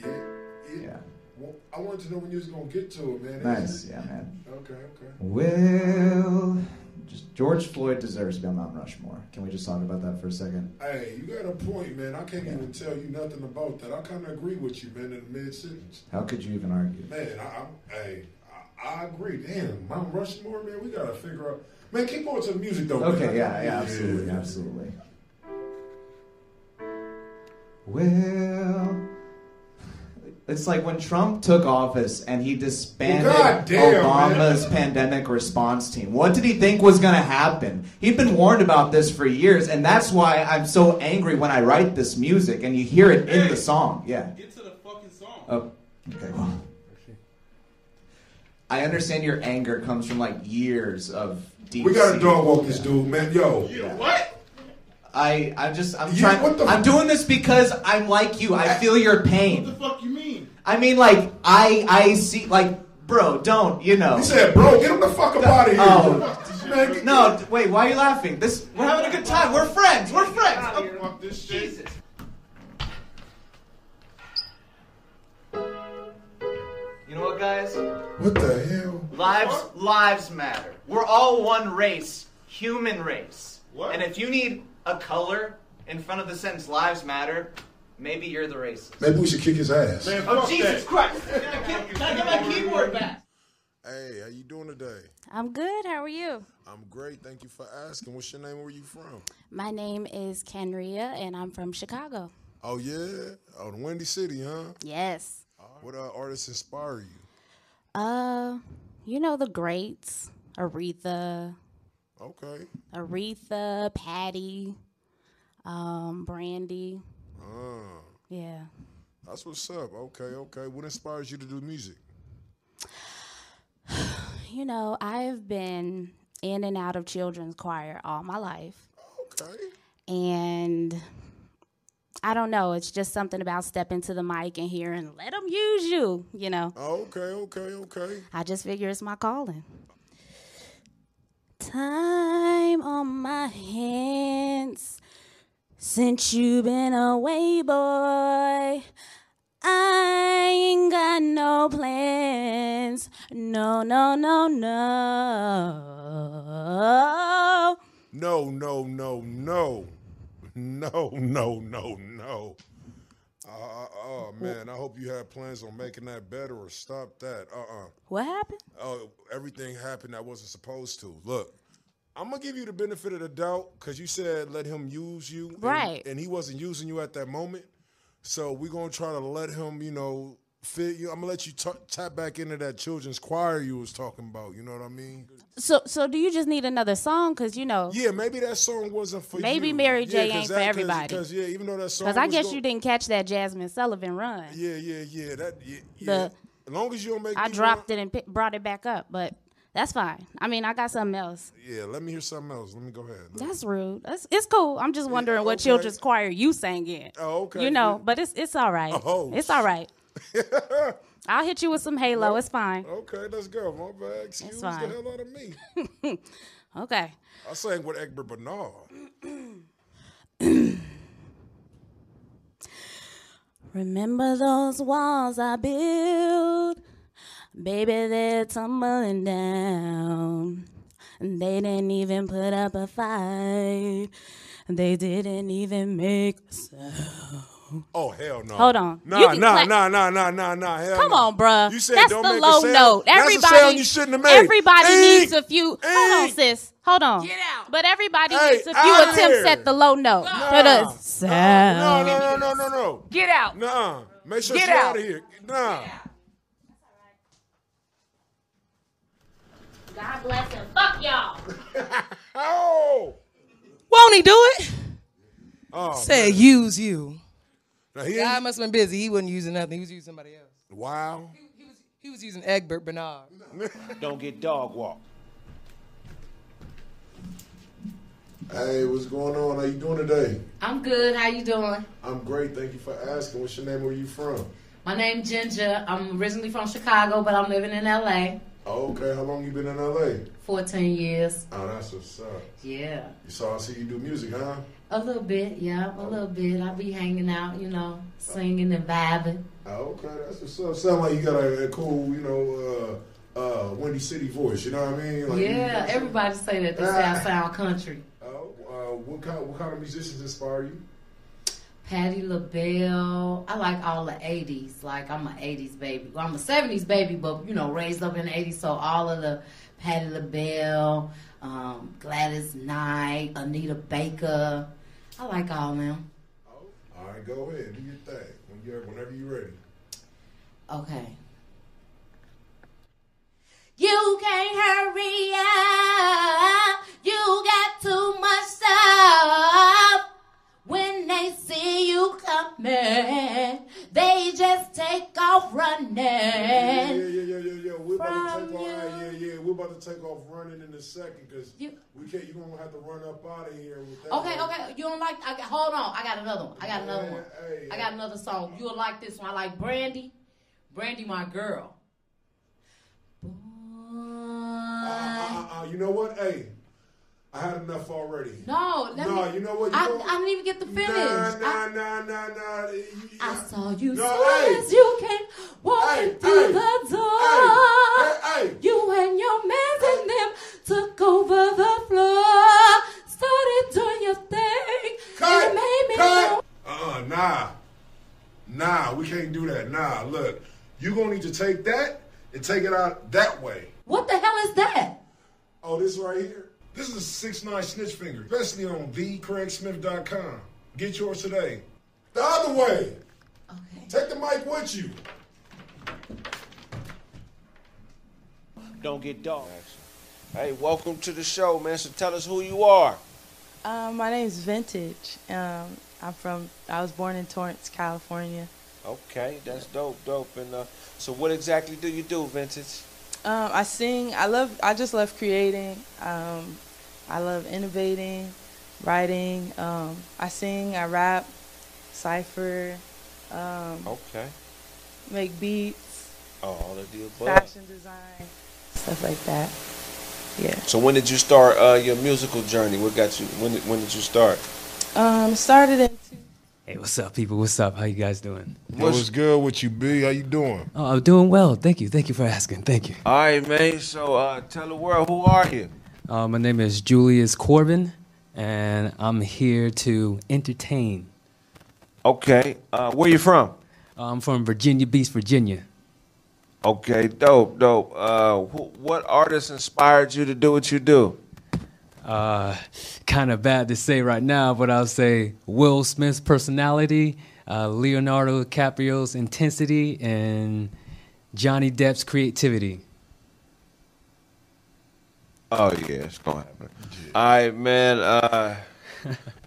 Speaker 19: Yeah. Well, I wanted to know when you was gonna get to it, man.
Speaker 21: Nice, yeah, man.
Speaker 19: Okay, okay.
Speaker 21: Well, just George Floyd deserves to be on Mount Rushmore. Can we just talk about that for a second?
Speaker 19: Hey, you got a point, man. I can't even tell you nothing about that. I kind of agree with you, man, in the mid sentence.
Speaker 21: How could you even argue?
Speaker 19: Man, I, I'm, hey, I, I agree. Damn, Mount Rushmore, man, we got to figure out. Man, keep going to the music, though. man.
Speaker 21: Okay, yeah, yeah, absolutely, absolutely. Well, it's like when Trump took office and he disbanded
Speaker 19: Well, goddamn,
Speaker 21: Obama's pandemic response team. What did he think was going to happen? He'd been warned about this for years, and that's why I'm so angry when I write this music and you hear it in the song. Yeah. Get to the fucking song. Oh, okay, well. I understand your anger comes from like years of deep.
Speaker 19: We got to
Speaker 21: seated-
Speaker 19: dog walk this dude, man. Yo.
Speaker 21: what? I I'm just I'm
Speaker 19: You-
Speaker 21: trying.
Speaker 19: what the-
Speaker 21: I'm doing this because I'm like you. I feel your pain.
Speaker 19: fuck you mean?
Speaker 21: I mean, like I I see like bro, don't you know?
Speaker 19: He said, bro, get him the fuck up out of here.
Speaker 21: Oh.
Speaker 19: Man, get-
Speaker 21: No, d- wait. Why are you laughing? This we're having a good time. We're friends. We're friends. Jesus. You know what, guys?
Speaker 19: What the hell?
Speaker 23: Lives lives matter. We're all one race, human race. And if you need a color in front of the sentence lives matter, maybe you're the racist.
Speaker 19: Maybe we should kick his ass.
Speaker 23: oh Jesus Christ! Can I get- can I get my keyboard back?
Speaker 19: Hey, how you doing today?
Speaker 24: I'm good. How are you?
Speaker 19: I'm great. Thank you for asking. What's your name? Where you from?
Speaker 24: My name is Kenria, and I'm from Chicago.
Speaker 19: Oh, yeah? Oh, the Windy City, huh?
Speaker 24: Yes.
Speaker 19: What uh, artists inspire you?
Speaker 24: Uh, you know the greats, Aretha,
Speaker 19: Okay.
Speaker 24: Aretha, Patty, um, Brandy.
Speaker 19: Uh,
Speaker 24: Yeah.
Speaker 19: that's what's up. Okay, okay. What inspires you to do music?
Speaker 24: You know, I've been in and out of children's choir all my life.
Speaker 19: Okay.
Speaker 24: And I don't know, it's just something about stepping to the mic and hearing, let them use you, you know.
Speaker 19: Oh, Okay, okay, okay.
Speaker 24: I just figure it's my calling. Time on my hands since you been away, boy. I ain't got no plans. No, no, no, no.
Speaker 19: No, no, no, no. No, no, no, no. Uh, uh, oh, man. I hope you had plans on making that better or stop that. Uh uh
Speaker 24: What happened?
Speaker 19: Oh, everything happened I wasn't supposed to. Look, I'm gonna give you the benefit of the doubt because you said let him use you, and-
Speaker 24: Right.
Speaker 19: And he wasn't using you at that moment, so we're gonna try to let him, you know, fit you. I'm gonna let you t- tap back into that children's choir you was talking about. You know what I mean?
Speaker 24: So, so do you just need another song? Cause you know,
Speaker 19: Yeah, maybe that song wasn't for
Speaker 24: Maybe
Speaker 19: you.
Speaker 24: Mary J ain't
Speaker 19: 'cause
Speaker 24: for
Speaker 19: that- 'cause-
Speaker 24: everybody.
Speaker 19: 'cause, yeah, even though that song.
Speaker 24: cause I
Speaker 19: was
Speaker 24: guess
Speaker 19: go-
Speaker 24: you didn't catch that Jasmine Sullivan run.
Speaker 19: Yeah, yeah, yeah. That yeah. yeah.
Speaker 24: The-
Speaker 19: as long as you don't make.
Speaker 24: I
Speaker 19: me
Speaker 24: dropped it and pi brought it back up, but that's fine. I mean, I got something else.
Speaker 19: run- Yeah, let me hear something else. Let me go ahead.
Speaker 24: That's rude. That's, it's cool. I'm just wondering what children's choir you sang in.
Speaker 19: Oh, okay.
Speaker 24: You know, but it's it's all right.
Speaker 19: Oh,
Speaker 24: it's all right. I'll hit you with some Halo. It's fine.
Speaker 19: Okay, let's go. My bad. Excuse the
Speaker 24: fine.
Speaker 19: hell out of me.
Speaker 24: Okay.
Speaker 19: I sang with Egbert Bernard.
Speaker 24: Remember those walls I built? Baby, they're tumbling down. They didn't even put up a fight. They didn't even make a sound.
Speaker 19: Oh hell no!
Speaker 24: Hold on. You
Speaker 19: Nah,
Speaker 24: can
Speaker 19: nah,
Speaker 24: clap-
Speaker 19: nah, nah, nah, nah, nah. Hell
Speaker 24: Come
Speaker 19: no.
Speaker 24: on, bruh.
Speaker 19: You said
Speaker 24: That's
Speaker 19: don't
Speaker 24: the
Speaker 19: make
Speaker 24: low
Speaker 19: a sound.
Speaker 24: note. Everybody,
Speaker 19: That's a sound you shouldn't have made.
Speaker 24: everybody
Speaker 19: Hey,
Speaker 24: needs a few. Hold on, sis. Hold on. Get out. But everybody
Speaker 19: Hey,
Speaker 24: needs a few
Speaker 19: outta
Speaker 24: attempts
Speaker 19: here.
Speaker 24: at the low note. But a sound.
Speaker 19: No, no, no, no, no, no.
Speaker 24: Get out.
Speaker 19: Nah. Make sure
Speaker 24: Get
Speaker 19: she's
Speaker 24: out.
Speaker 19: out of here. Nah.
Speaker 24: God bless and fuck y'all.
Speaker 19: oh.
Speaker 5: Won't he do it?
Speaker 19: Oh,
Speaker 5: Said
Speaker 19: man.
Speaker 5: use you.
Speaker 19: Now, he
Speaker 5: God
Speaker 19: ain't-
Speaker 5: must have been busy. He wasn't using nothing. He was using somebody else.
Speaker 19: Wow.
Speaker 5: He was using Egbert Bernard.
Speaker 2: Don't get dog walked.
Speaker 19: Hey, what's going on? How you doing today?
Speaker 25: I'm good. How you doing?
Speaker 19: I'm great. Thank you for asking. What's your name? Where you from?
Speaker 25: My name Ginger. I'm originally from Chicago, but I'm living in LA.
Speaker 19: Oh, okay. How long you been in LA?
Speaker 25: 14 years.
Speaker 19: Oh, that's what's up.
Speaker 25: Yeah.
Speaker 19: So I see you do music, huh?
Speaker 25: A little bit, yeah, a little bit. I be hanging out, you know, singing and vibing.
Speaker 19: Oh, okay. That's what's up. Sound like you got a, a cool, you know, uh, uh, Windy City voice. You know what I mean? Like,
Speaker 25: yeah,
Speaker 19: you-
Speaker 25: everybody say that. They say I sound country.
Speaker 19: Oh, uh, what kind? What kind of musicians inspire you?
Speaker 25: Patti LaBelle. I like all the 80s. Like, I'm an 80s baby. Well, I'm a 70s baby, but, you know, raised up in the 80s. So, all of the Patti LaBelle, um, Gladys Knight, Anita Baker. I like all them.
Speaker 19: All right, go ahead. Do your thing. When you're, whenever you're ready.
Speaker 25: Okay. You can't hurry up. You got too much stuff. When they see you coming, they just take off
Speaker 19: Yeah, yeah,
Speaker 25: running.
Speaker 19: yeah, yeah, yeah, yeah. We're about to take off. Yeah, yeah, we're about to take off running in a second because we can't. You're gonna have to run up out of here with that.
Speaker 25: Okay, okay. You don't like? I got, hold on. I got another one. I got another one. I got another song. You'll like this one. I like Brandy. Brandy, my girl.
Speaker 19: Uh, uh, uh, you know what? Hey, I had enough already.
Speaker 25: No, let
Speaker 19: No,
Speaker 25: me,
Speaker 19: you know what? You
Speaker 25: I,
Speaker 19: know-
Speaker 25: I didn't even get the finish.
Speaker 19: Nah,
Speaker 25: I-
Speaker 19: nah, nah, nah, nah.
Speaker 25: I saw you
Speaker 19: No,
Speaker 25: soon
Speaker 19: hey.
Speaker 25: as you came walking through the door. You and your mans and them took over the floor. Started doing your thing. and it made me
Speaker 19: Cut. Uh, nah, nah. We can't do that. Nah, look. You gonna need to take that and take it out that way.
Speaker 25: What the hell is that?
Speaker 19: Oh, this right here. This is a six nine snitch finger, especially on thecraigsmith.com. Get yours today. The other way. Take the mic with you.
Speaker 2: Don't get dog. Hey, welcome to the show, man. So tell us who you are.
Speaker 26: Uh, my name's Vintage. Um, I'm from. I was born in Torrance, California.
Speaker 2: Okay, that's dope, dope. And uh, so, what exactly do you do, Vintage?
Speaker 26: Um, I sing. I love. I just love creating. Um, I love innovating, writing. Um, I sing. I rap, cipher, um,
Speaker 2: Okay.
Speaker 26: make beats,
Speaker 2: Oh, all of the above.
Speaker 26: fashion design, stuff like that. Yeah.
Speaker 2: So, when did you start uh, your musical journey? What got you? When did, when did you start?
Speaker 26: Um, started in
Speaker 27: Hey, what's up, people? What's up? How you guys doing?
Speaker 19: What's good with you, B? How you doing?
Speaker 27: Oh, I'm doing well. Thank you. Thank you for asking. Thank you.
Speaker 2: All right, man. So, uh, tell the world who are you.
Speaker 27: Uh, my name is Julius Corbin, and I'm here to entertain.
Speaker 2: Okay. Uh, where you from?
Speaker 27: Uh, I'm from Virginia Beach, Virginia.
Speaker 2: Okay, dope, dope. Uh, wh- what artists inspired you to do what you do?
Speaker 27: Uh, kind of bad to say right now, but I'll say Will Smith's personality, uh, Leonardo DiCaprio's intensity, and Johnny Depp's creativity.
Speaker 2: Oh yeah, it's gonna happen. All right, man. Uh,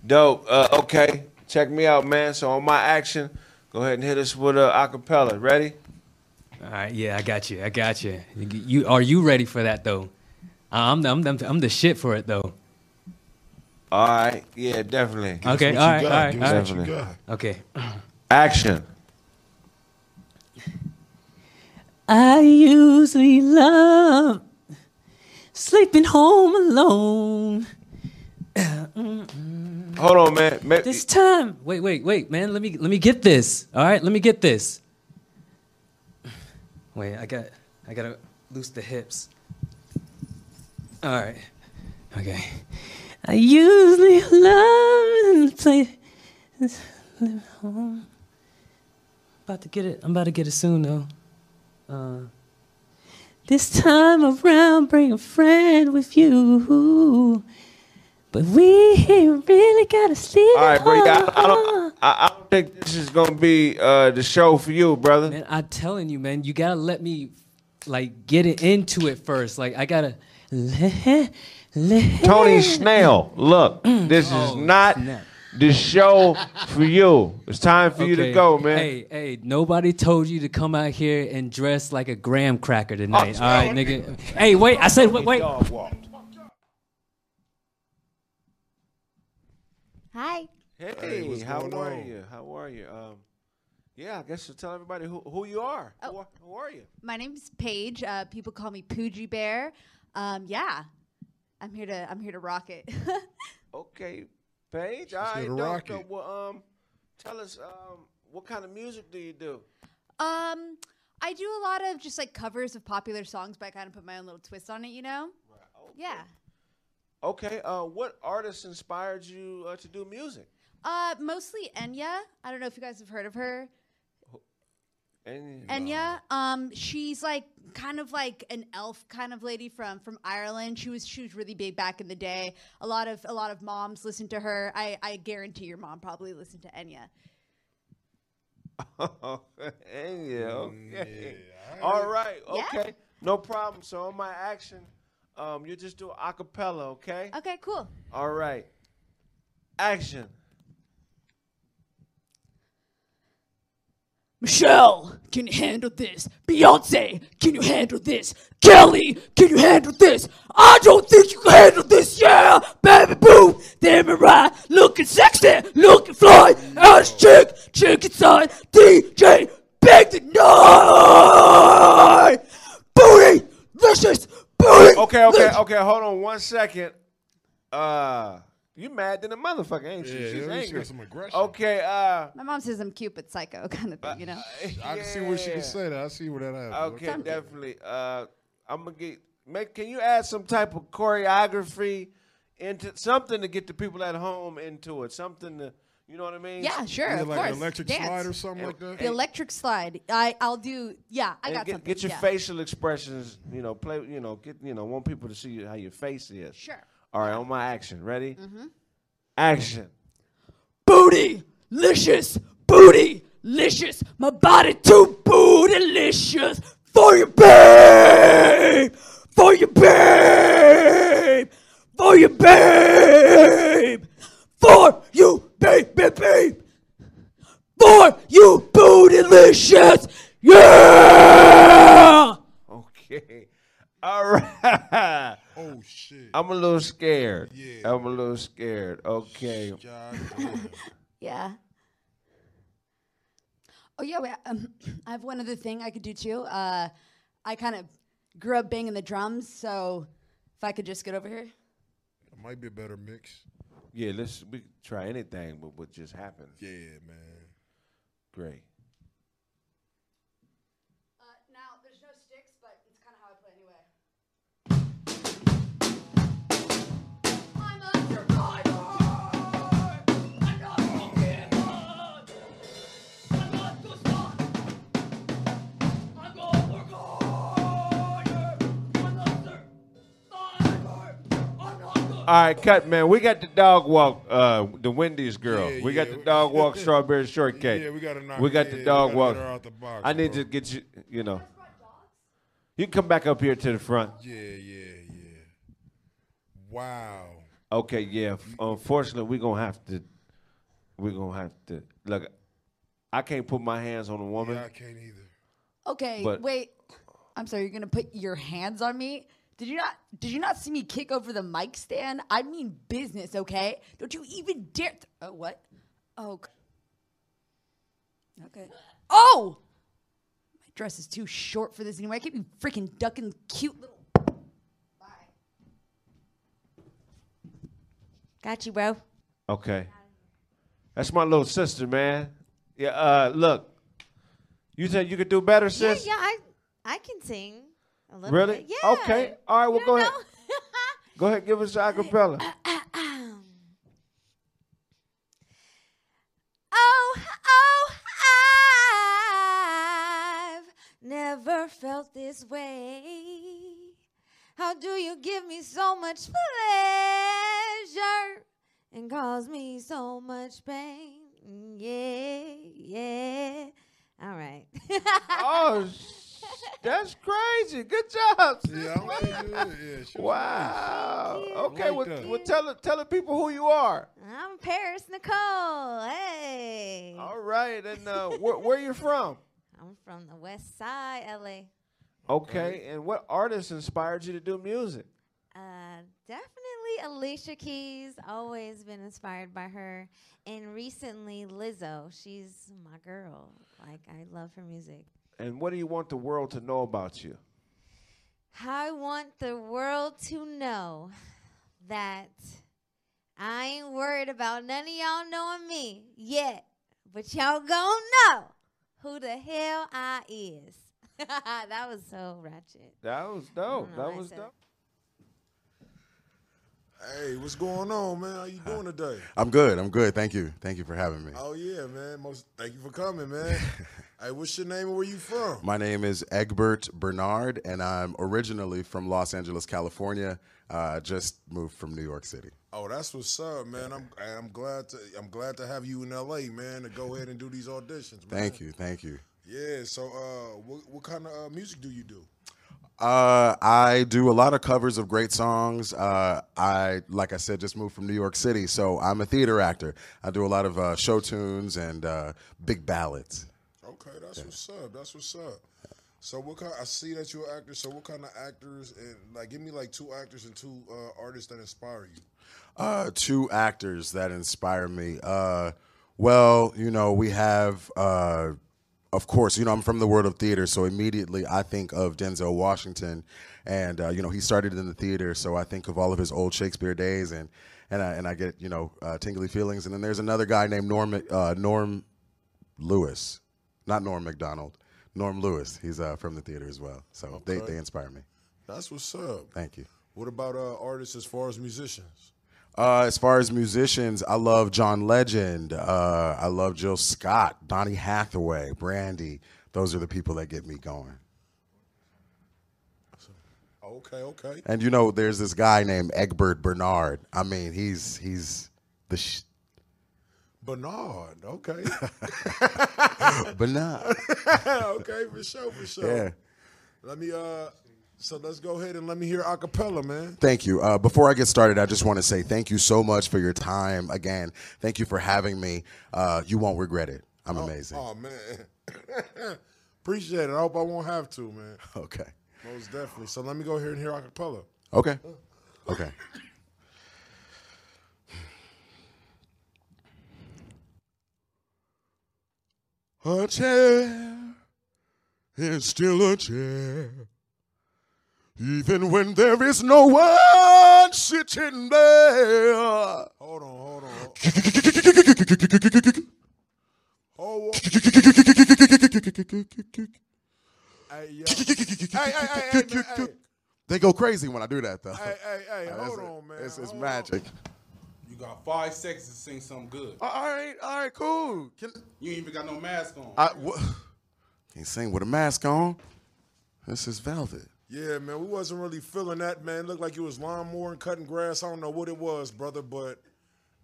Speaker 2: dope. Uh, okay, check me out, man. So on my action, go ahead and hit us with a acapella. Ready?
Speaker 27: All right, yeah, I got you. I got you. You are you ready for that though? I'm the, I'm the, I'm the shit for it though.
Speaker 2: All right. Yeah, definitely.
Speaker 27: Okay, all right, all right, all right. Okay.
Speaker 2: Action.
Speaker 27: I usually love sleeping home alone.
Speaker 2: Hold on, man. Ma-
Speaker 27: This time, wait, wait, wait, man. Let me let me get this. All right, let me get this. Wait, I got I gotta loose the hips. All right, okay. I usually love and play. Live home. About to get it. I'm about to get it soon though. Uh, This time around, bring a friend with you. But we ain't really gotta sleep.
Speaker 2: All right, bro. Yeah, I, I
Speaker 27: alone.
Speaker 2: don't. I, I don't think this is gonna be uh, the show for you, brother.
Speaker 27: Man, I'm telling you, man, you gotta let me like get it into it first. Like I gotta.
Speaker 2: Tony Snell, look,
Speaker 27: Mm.
Speaker 2: this
Speaker 27: Oh,
Speaker 2: is not the show for you. It's time for you to
Speaker 27: Okay,
Speaker 2: go, man.
Speaker 27: Hey, hey, nobody told you to come out here and dress like a graham cracker tonight.
Speaker 2: Oh,
Speaker 27: all right, nigga. Hey, wait, I said wait, wait.
Speaker 24: Hi.
Speaker 2: Hey,
Speaker 24: Hey, what's
Speaker 2: how
Speaker 24: going
Speaker 2: are
Speaker 24: on?
Speaker 2: you? How are you? Um, yeah, I guess you tell everybody who, who you are. Who, are- who are you?
Speaker 8: Oh. My name's Paige. Uh, people call me Poogie Bear. Um, yeah, I'm here to I'm here to rock it.
Speaker 2: Okay, Paige. All right,
Speaker 8: gonna
Speaker 2: dope,
Speaker 8: rock
Speaker 2: dope. Well, um, tell us um, what kind of music do you do?
Speaker 8: um, I do a lot of just like covers of popular songs, but I kind of put my own little twist on it, you know?
Speaker 2: Oh,
Speaker 8: Yeah.
Speaker 2: Okay, uh, what artists inspired you uh, to do music?
Speaker 8: Uh, mostly Enya. I don't know if you guys have heard of her.
Speaker 2: And,
Speaker 8: Enya, um, she's like kind of like an elf kind of lady from from Ireland. She was she was really big back in the day. A lot of a lot of moms listen to her. I I guarantee your mom probably listened to Enya.
Speaker 2: and yeah, okay. All right, okay. No problem. So on my action, um, you just do a cappella, okay?
Speaker 8: Okay, cool.
Speaker 2: All right. Action. Oh.
Speaker 6: Michelle, can you handle this? Beyonce, can you handle this? Kelly, can you handle this? I don't think you can handle this, yeah, baby boo. Damn it right, looking sexy, looking fly, ass chick, chick inside, DJ, big the night, booty, vicious, booty.
Speaker 2: Okay, okay, okay. Hold on one second. Uh, you mad than a motherfucker, ain't you?
Speaker 8: Yeah,
Speaker 2: She's
Speaker 8: yeah, she's got
Speaker 2: angry.
Speaker 8: some
Speaker 2: aggression. Okay, uh,
Speaker 8: My mom says I'm cute but psycho kind of thing, you know.
Speaker 2: I
Speaker 8: can
Speaker 2: see where she can
Speaker 8: say
Speaker 2: that. I see where that
Speaker 8: happened.
Speaker 2: Okay,
Speaker 8: Something.
Speaker 2: definitely. Uh, I'm gonna get. Make, can you add some type of choreography into something to get the people at home into it? Something to, you know what I mean?
Speaker 8: Yeah, sure, of
Speaker 2: like
Speaker 8: course.
Speaker 2: an electric
Speaker 8: Dance.
Speaker 2: slide or something like that?
Speaker 8: The electric slide. I I'll do. Yeah, I
Speaker 2: And
Speaker 8: got
Speaker 2: get,
Speaker 8: something.
Speaker 2: Get your
Speaker 8: yeah.
Speaker 2: facial expressions. You know, play. You know, get. You know, want people to see how your face is.
Speaker 8: Sure.
Speaker 2: All right, on my action. Ready?
Speaker 8: Mhm.
Speaker 2: Action.
Speaker 6: booty licious booty licious my body too booty licious for your babe for your babe for your babe for you babe babe, babe for you booty licious yeah
Speaker 2: Okay. All right. Oh shit. I'm a little scared. Yeah. I'm a little scared. Okay.
Speaker 8: Yeah. Oh yeah, wait, um, I have one other thing I could do too. Uh, I kind of grew up banging the drums, so if I could just get over here.
Speaker 19: It might be a better mix.
Speaker 2: yeah, let's we can try anything but what just happened. Yeah, man. Great.
Speaker 8: Uh, Now there's no sticks, but it's kind of how I play anyway.
Speaker 2: All right, cut man. We got the dog walk uh the Wendy's girl.
Speaker 19: Yeah,
Speaker 2: we
Speaker 19: yeah.
Speaker 2: got the dog walk strawberry shortcake.
Speaker 19: Yeah, we gotta knock-
Speaker 2: We got
Speaker 19: yeah,
Speaker 2: the
Speaker 19: we
Speaker 2: dog
Speaker 19: gotta get
Speaker 2: walk.
Speaker 19: her out the box,
Speaker 2: I need
Speaker 19: bro.
Speaker 2: to get you you know. You can come back up here to the front.
Speaker 19: Yeah, yeah, yeah. Wow.
Speaker 2: Okay, yeah. f- Unfortunately, we're gonna have to. We're gonna have to look. I can't put my hands on a woman.
Speaker 19: I can't either.
Speaker 8: Okay,
Speaker 2: But-
Speaker 8: wait. I'm sorry. You're gonna put your hands on me? Did you not? Did you not see me kick over the mic stand? I mean business. Okay. Don't you even dare. Th- oh what? Oh. c- Okay. Oh. My Dress is too short for this anyway. I can't be freaking ducking cute little. Bye. Got you, bro.
Speaker 2: Okay. That's my little sister, man. Yeah, uh, look. You said you could do better,
Speaker 9: Yeah,
Speaker 2: sis?
Speaker 9: yeah, I I can sing a little
Speaker 2: really?
Speaker 9: bit. Yeah.
Speaker 2: Okay. All right, well, go ahead. go ahead, give us a acapella.
Speaker 9: Oh, oh, I've never felt this way. How do you give me so much pleasure and cause me so much pain? Yeah, yeah. All right.
Speaker 2: oh, that's crazy. Good job.
Speaker 19: Yeah, I like that. Yeah, she was
Speaker 2: Wow.
Speaker 19: nice.
Speaker 2: Okay,
Speaker 19: I like
Speaker 2: well,
Speaker 19: that.
Speaker 2: well tell, the- tell the people who you are.
Speaker 9: I'm Paris Nicole. Hey.
Speaker 2: All right, and uh, where, where you from?
Speaker 9: I'm from the West Side, LA.
Speaker 19: Mm-hmm.
Speaker 2: Okay, and what artist inspired you to do music?
Speaker 9: Uh, definitely Alicia Keys. Always been inspired by her, and recently Lizzo. She's my girl. Like I love her music.
Speaker 2: And what do you want the world to know about you?
Speaker 9: I want the world to know that I ain't worried about none of y'all knowing me yet, but y'all gonna know who the hell I is. that was so ratchet.
Speaker 2: That was
Speaker 9: don't
Speaker 2: dope. Oh,
Speaker 9: know why
Speaker 2: That
Speaker 9: I
Speaker 2: was
Speaker 9: said
Speaker 2: dope.
Speaker 19: Hey, what's going on, man? How you doing today?
Speaker 28: I'm good. I'm good. Thank you. Thank you for having me.
Speaker 19: Oh yeah, man. Most thank you for coming, man. hey, what's your name and where you from?
Speaker 28: My name is Egbert Bernard, and I'm originally from Los Angeles, California. Uh, just moved from New York City.
Speaker 19: Oh, that's what's up, man. I'm I'm glad to I'm glad to have you in LA, man, to go ahead and do these auditions, man.
Speaker 28: Thank you. Thank you.
Speaker 19: Yeah, so uh what, what kind of uh, music do you do?
Speaker 28: Uh, I do a lot of covers of great songs. Uh, I, like I said, just moved from New York City, so I'm a theater actor. I do a lot of uh, show tunes and uh, big ballads.
Speaker 19: Okay, that's what's up. That's what's up. So what kind I see that you're an actor, so what kind of actors and like give me like two actors and two uh, artists that inspire you.
Speaker 28: Uh, two actors that inspire me. Uh, well, you know, we have, uh, of course, you know, I'm from the world of theater, so immediately I think of Denzel Washington, and uh, you know, he started in the theater, so I think of all of his old Shakespeare days, and and I and I get you know uh, tingly feelings. And then there's another guy named Norm uh, Norm Lewis, not Norm McDonald, Norm Lewis. He's uh, from the theater as well, so they
Speaker 19: Okay.
Speaker 28: they inspire me.
Speaker 19: That's what's up.
Speaker 28: Thank you.
Speaker 19: What about uh, artists as far as musicians?
Speaker 28: Uh, as far as musicians, I love John Legend. Uh, I love Jill Scott, Donny Hathaway, Brandy. Those are the people that get me going.
Speaker 19: Okay, okay.
Speaker 28: And you know, there's this guy named Egbert Bernard. I mean, he's he's the sh-
Speaker 19: Bernard, okay.
Speaker 28: Bernard.
Speaker 19: okay, for sure, for sure.
Speaker 28: Yeah.
Speaker 19: Let me uh so let's go ahead and let me hear acapella, man.
Speaker 28: Thank you. Uh, before I get started, I just want to say thank you so much for your time again. Thank you for having me. Uh, you won't regret it. I'm amazing.
Speaker 19: Oh man. Appreciate it. I hope I won't have to, man.
Speaker 28: Okay.
Speaker 19: Most definitely. So let me go here and hear acapella.
Speaker 28: Okay. Okay.
Speaker 7: A chair is still a chair, even when there is no one sitting there. Hold on, hold on.
Speaker 19: Oh, hey, yo. hey, hey, hey, hey, man, hey.
Speaker 28: They go crazy when I do that, though.
Speaker 19: Hey, hey, hey,
Speaker 28: Uh,
Speaker 19: hold
Speaker 28: that's-
Speaker 19: on, man.
Speaker 28: It's, it's
Speaker 19: hold
Speaker 28: magic.
Speaker 16: You got five seconds to sing something good.
Speaker 28: All right, all right, cool.
Speaker 16: you ain't even got no mask on.
Speaker 28: I, wha- Can't sing with a mask on. This is velvet.
Speaker 19: Yeah, man, we wasn't really feeling that, man. Looked like you was lawnmowing, cutting grass. I don't know what it was, brother, but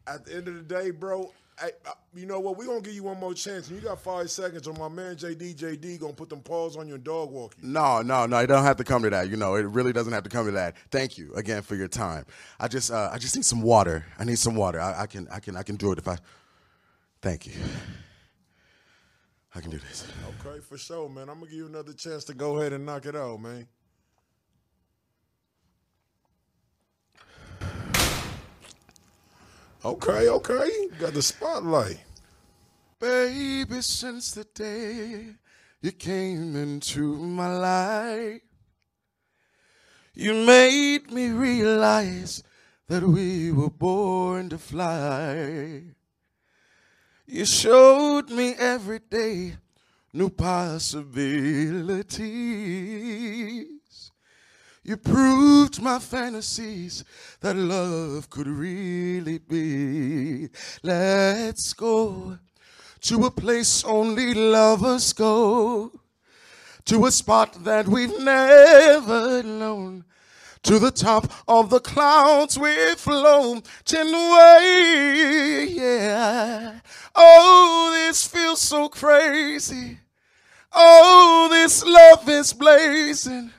Speaker 19: at the end of the day, bro, I, I, you know what? We gonna give you one more chance, and you got five seconds. Or my man JD JD gonna put them paws on your dog walking.
Speaker 28: No, no, no. It don't have to come to that. You know, it really doesn't have to come to that. Thank you again for your time. I just, uh, I just need some water. I need some water. I, I can, I can, I can do it if I. Thank you. I can do this.
Speaker 19: Okay, for sure, man. I'm gonna give you another chance to go ahead and knock it out, man. Okay, okay. You got the spotlight.
Speaker 7: Baby, since the day You came into my life. You made me realize that we were born to fly. You showed me every day new possibilities. You proved my fantasies that love could really be. Let's go to a place only lovers go, to a spot that we've never known. To the top of the clouds we've flown ten way, yeah. Oh, this feels so crazy. Oh, this love is blazing.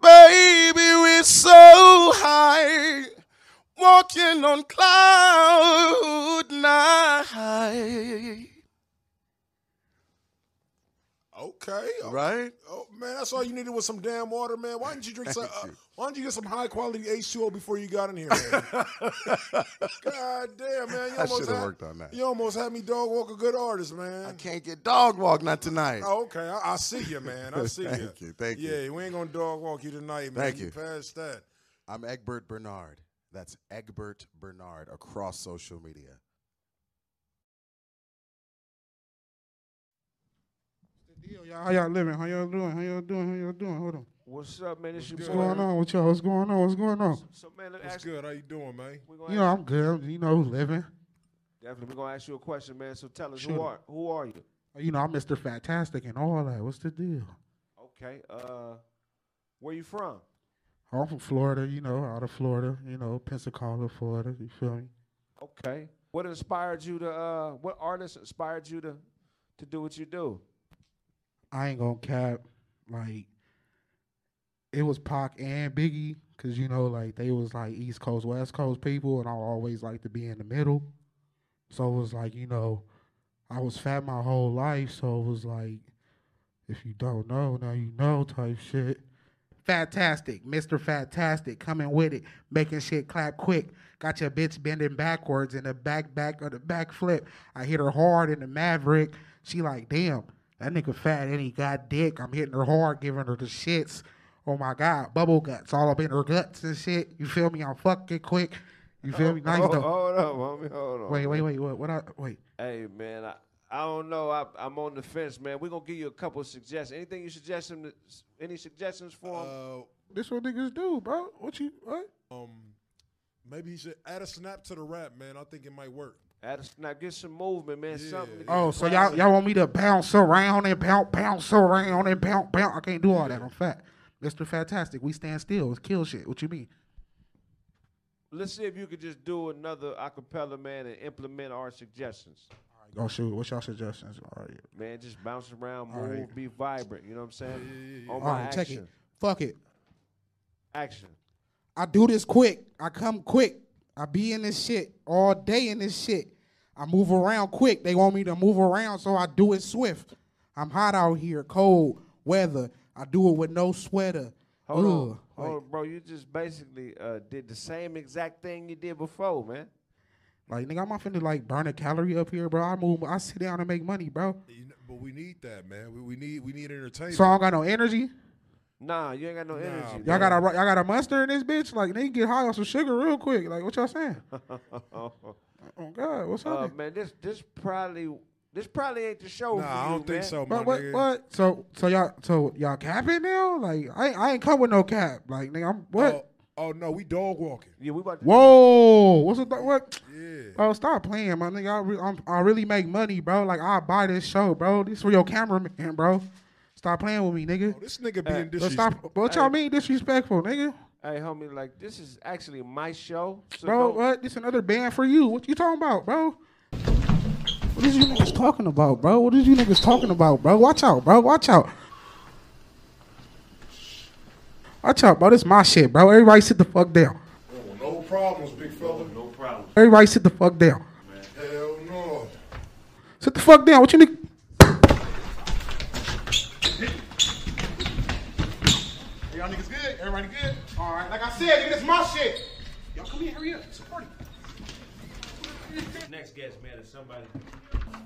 Speaker 7: Baby, we're so high, walking on cloud nine.
Speaker 19: Okay.
Speaker 7: Right?
Speaker 19: Oh man, that's all you needed was some damn water, man. Why didn't you drink some? Uh, why didn't you get some high quality H two O before you got in here? Man? God damn, man! You
Speaker 7: I
Speaker 19: almost
Speaker 7: should have
Speaker 19: had-
Speaker 7: worked on that.
Speaker 19: You almost had me dog walk a good artist, man. I
Speaker 7: can't get Dog walk, not tonight.
Speaker 19: Oh, okay, I, I see you, man. I see
Speaker 7: Thank
Speaker 19: you.
Speaker 7: you, thank you.
Speaker 19: Yeah, we ain't gonna dog walk you tonight, man.
Speaker 28: Thank you.
Speaker 19: Past that.
Speaker 28: I'm Egbert Bernard. That's Egbert Bernard across social media.
Speaker 16: How y'all living? How y'all doing? How y'all doing? How y'all doing? Hold on.
Speaker 2: What's up, man? It's your
Speaker 16: What's
Speaker 2: boy.
Speaker 16: going on with y'all? What's going on? What's going on?
Speaker 2: So, man, let me
Speaker 19: What's
Speaker 2: ask
Speaker 19: good? How you doing, man?
Speaker 16: You know, I'm good. You know, living.
Speaker 2: Definitely, we're gonna ask you a question, man. So tell us
Speaker 16: Shoot
Speaker 2: who
Speaker 16: 'em.
Speaker 2: are who are you?
Speaker 16: You know, I'm Mr. Fantastic and all that. What's the deal?
Speaker 2: Okay. Uh, where you from?
Speaker 16: I'm from Florida. You know, out of Florida. You know, Pensacola, Florida. You feel me?
Speaker 2: Okay. What inspired you to? Uh, what artist inspired you to to do what you do?
Speaker 16: I ain't gonna cap. Like, it was Pac and Biggie, cause you know, like they was like East Coast, West Coast people, and I always like to be in the middle. So it was like, you know, I was fat my whole life, so it was like, if you don't know, now you know type shit. Fantastic, Mr. Fantastic, coming with it, making shit clap quick. Got your bitch bending backwards in the back back or the back flip. I hit her hard in the Maverick. She like, damn, that nigga fat and he got dick. I'm hitting her hard, giving her the shits. Oh my god, bubble guts all up in her guts and shit. You feel me? I'm fucking quick. You feel me? Nice
Speaker 2: Hold,
Speaker 16: though.
Speaker 2: hold up, homie. Hold on.
Speaker 16: Wait, wait,
Speaker 2: man.
Speaker 16: wait, what? What? I, wait.
Speaker 2: Hey, man. I, I don't know. I, I'm on the fence, man. We're gonna give you a couple of suggestions. Anything you suggest him? to- Any suggestions for
Speaker 19: Uh,
Speaker 2: him?
Speaker 16: This what niggas do, bro. What you? What?
Speaker 19: Um, maybe he should add a snap to the rap, man. I think it might work.
Speaker 2: Add a snap. Get some movement, man. Something. to get
Speaker 16: Oh,
Speaker 2: the
Speaker 16: so
Speaker 2: crowd-
Speaker 16: y'all y'all want me to bounce around and bounce bounce around and bounce bounce? I can't do all that. I'm fat, Mister Fantastic. We stand still. It's kill shit. What you mean?
Speaker 2: Let's see if you could just do another acapella, man, and implement our suggestions.
Speaker 16: Oh shoot, what's y'all suggestions? All right,
Speaker 2: Man, just bounce around,
Speaker 16: All
Speaker 2: move,
Speaker 16: right.
Speaker 2: be vibrant. You know what I'm saying? On
Speaker 16: all
Speaker 2: Oh, my
Speaker 16: right, check
Speaker 2: action.
Speaker 16: it. Fuck it.
Speaker 2: Action.
Speaker 16: I do this quick. I come quick. I be in this shit all day in this shit. I move around quick. They want me to move around, so I do it swift. I'm hot out here, cold weather. I do it with no sweater.
Speaker 2: Hold on.
Speaker 16: Ugh.
Speaker 2: Hold on, bro. You just basically uh, did the same exact thing you did before, man.
Speaker 16: Like nigga, I'm not finna like burn a calorie up here, bro. I move, I sit down and make money, bro.
Speaker 19: You kn- But we need that, man. We, we need we need entertainment.
Speaker 16: So I don't got no energy.
Speaker 2: Nah, you ain't got no energy.
Speaker 16: Y'all got a y'all got a monster in this bitch. Like they get high on some sugar real quick. Like what y'all saying?
Speaker 2: oh
Speaker 16: God, what's
Speaker 2: up,
Speaker 16: happening?
Speaker 2: man? This this probably this probably ain't the show. for
Speaker 19: Nah, I
Speaker 2: you,
Speaker 19: don't think
Speaker 2: man.
Speaker 19: so,
Speaker 16: But what what? So so y'all so y'all capping now? Like I I ain't come with no cap. Like nigga, I'm what?
Speaker 19: Oh no, we dog walking.
Speaker 2: Yeah, we about
Speaker 16: Whoa, what's the what?
Speaker 19: Yeah.
Speaker 16: Bro, stop playing, my nigga. I, re, I'm, I really make money, bro. Like I buy this show, bro. This for your cameraman, bro. Stop playing with me, nigga.
Speaker 19: Oh, this nigga
Speaker 2: being
Speaker 16: But
Speaker 2: disrespectful.
Speaker 16: Stop. What y'all mean disrespectful, nigga?
Speaker 2: Hey, homie, like this is actually my show, so
Speaker 16: bro,
Speaker 2: don't-
Speaker 16: what? This another band for you. What you talking about, bro? What is you niggas talking about, bro? What is you niggas talking about, bro? Watch out, bro. Watch out. Watch out, bro. This my shit, bro. Everybody sit the fuck down.
Speaker 19: Oh, no problems, big fella. No problems.
Speaker 16: Everybody sit the fuck down.
Speaker 19: Hell no.
Speaker 16: Sit the fuck down. What you niggas?
Speaker 29: Hey, y'all niggas good? Everybody good? All right. Like I said, nigga, that's my shit. Y'all come here, hurry up. It's a party.
Speaker 3: Next guest, man, is somebody.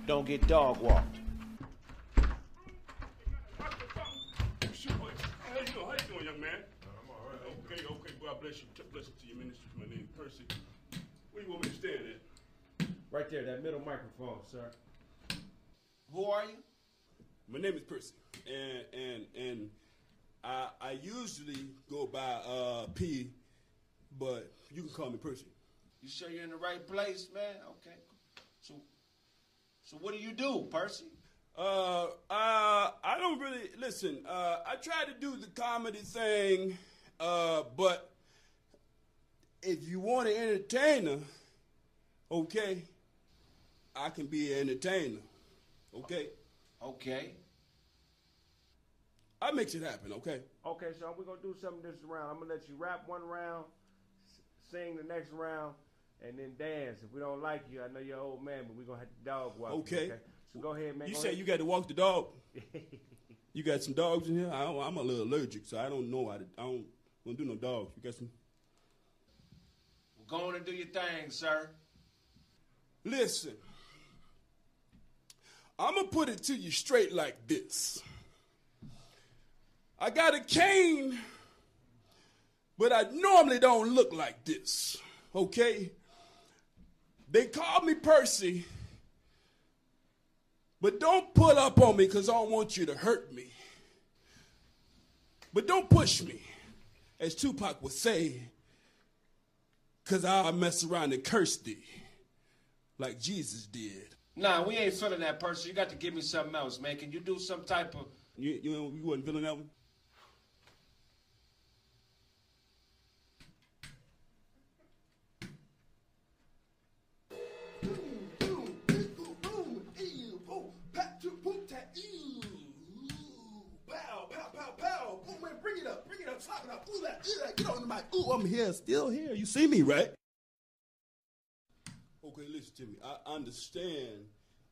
Speaker 2: don't get dog walked.
Speaker 23: doing? How you doing, young man? I'm all right. Okay, okay. God bless you. Blessing to your ministry. My name is Percy. Where you want me to stand at?
Speaker 2: Right there, that middle microphone, sir.
Speaker 23: Who are you? My name is Percy, and and and I I usually go by uh P, but you can call me Percy.
Speaker 30: You sure you're in the right place, man? Okay. So, so what do you do, Percy?
Speaker 23: Uh, uh, I don't really listen. Uh, I try to do the comedy thing, uh, but if you want an entertainer, okay, I can be an entertainer, okay. Okay. I make it happen, okay.
Speaker 2: Okay, so we're gonna do something this round. I'm gonna let you rap one round, s- sing the next round, and then dance. If we don't like you, I know you're an old man, but we're gonna have to dog walk. you,
Speaker 23: Okay.
Speaker 2: So go ahead, man.
Speaker 23: You
Speaker 2: Go
Speaker 23: say
Speaker 2: ahead.
Speaker 23: you got to walk the dog. you got some dogs in here. I don't, I'm a little allergic, so I don't know. I, I don't want to do no dogs. You got some?
Speaker 30: Go on and do your thing, sir.
Speaker 23: Listen, I'm gonna put it to you straight like this. I got a cane, but I normally don't look like this. Okay? They call me Percy, but don't pull up on me because I don't want you to hurt me. But don't push me, as Tupac would say, because I'll mess around and curse thee like Jesus did.
Speaker 30: Nah, we ain't feeling that, Percy. You got to give me something else, man. Can you do some type of?
Speaker 23: You you, you wasn't feeling that one? Ooh, I'm here, still here. You see me, right? Okay, listen to me. I understand.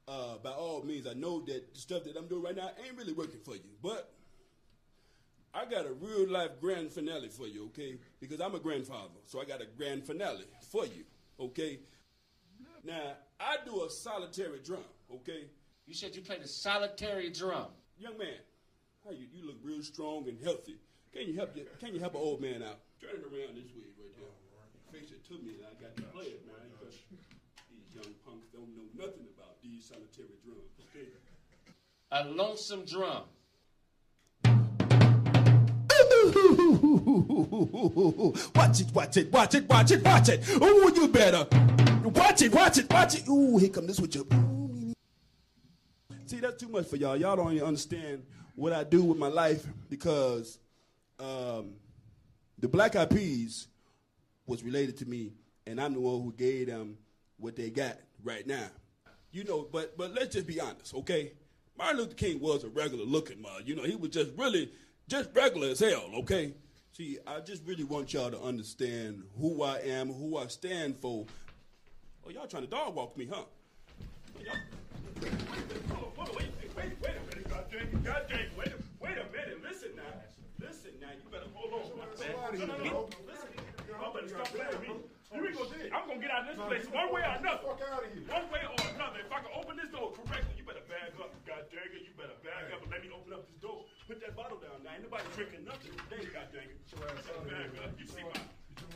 Speaker 23: Uh, by all means, I know that the stuff that I'm doing right now ain't really working for you, but I got a real life grand finale for you, okay? Because I'm a grandfather, so I got a grand finale for you, okay? Now I do a solitary drum, okay?
Speaker 30: You said you played a solitary drum.
Speaker 23: Young man, how you, you look real strong and healthy. Can you help you, can you help an old man out? Turn it around this way right there. Face it to me and I got to play it, man. Because these young punks don't know nothing about these solitary drums, okay?
Speaker 30: A lonesome drum.
Speaker 23: Watch it, watch it, watch it, watch it, watch it. Ooh, you better. Watch it, watch it, watch it. Ooh, here come this with your. See, that's too much for y'all. Y'all don't even understand what I do with my life because um, the Black Eyed Peas was related to me, and I'm the one who gave them what they got right now. You know, but but let's just be honest, okay? Martin Luther King was a regular looking man. You know, he was just really just regular as hell, okay? See, I just really want y'all to understand who I am, who I stand for. Oh, y'all trying to dog walk me, huh? God dang, wait a, wait a minute, listen now. Listen now, you better hold on. somebody, No, no, you know. no, listen. Y'all better stop playing with me. You ain't gonna, I'm gonna get out of this place one way or another. One way or another. If I can open this door correctly, you better bag up. God dang it, you better bag up and let me open up this door. Put that bottle down now. Ain't nobody drinking nothing today, god dang it. You better bag up. You see my. Deal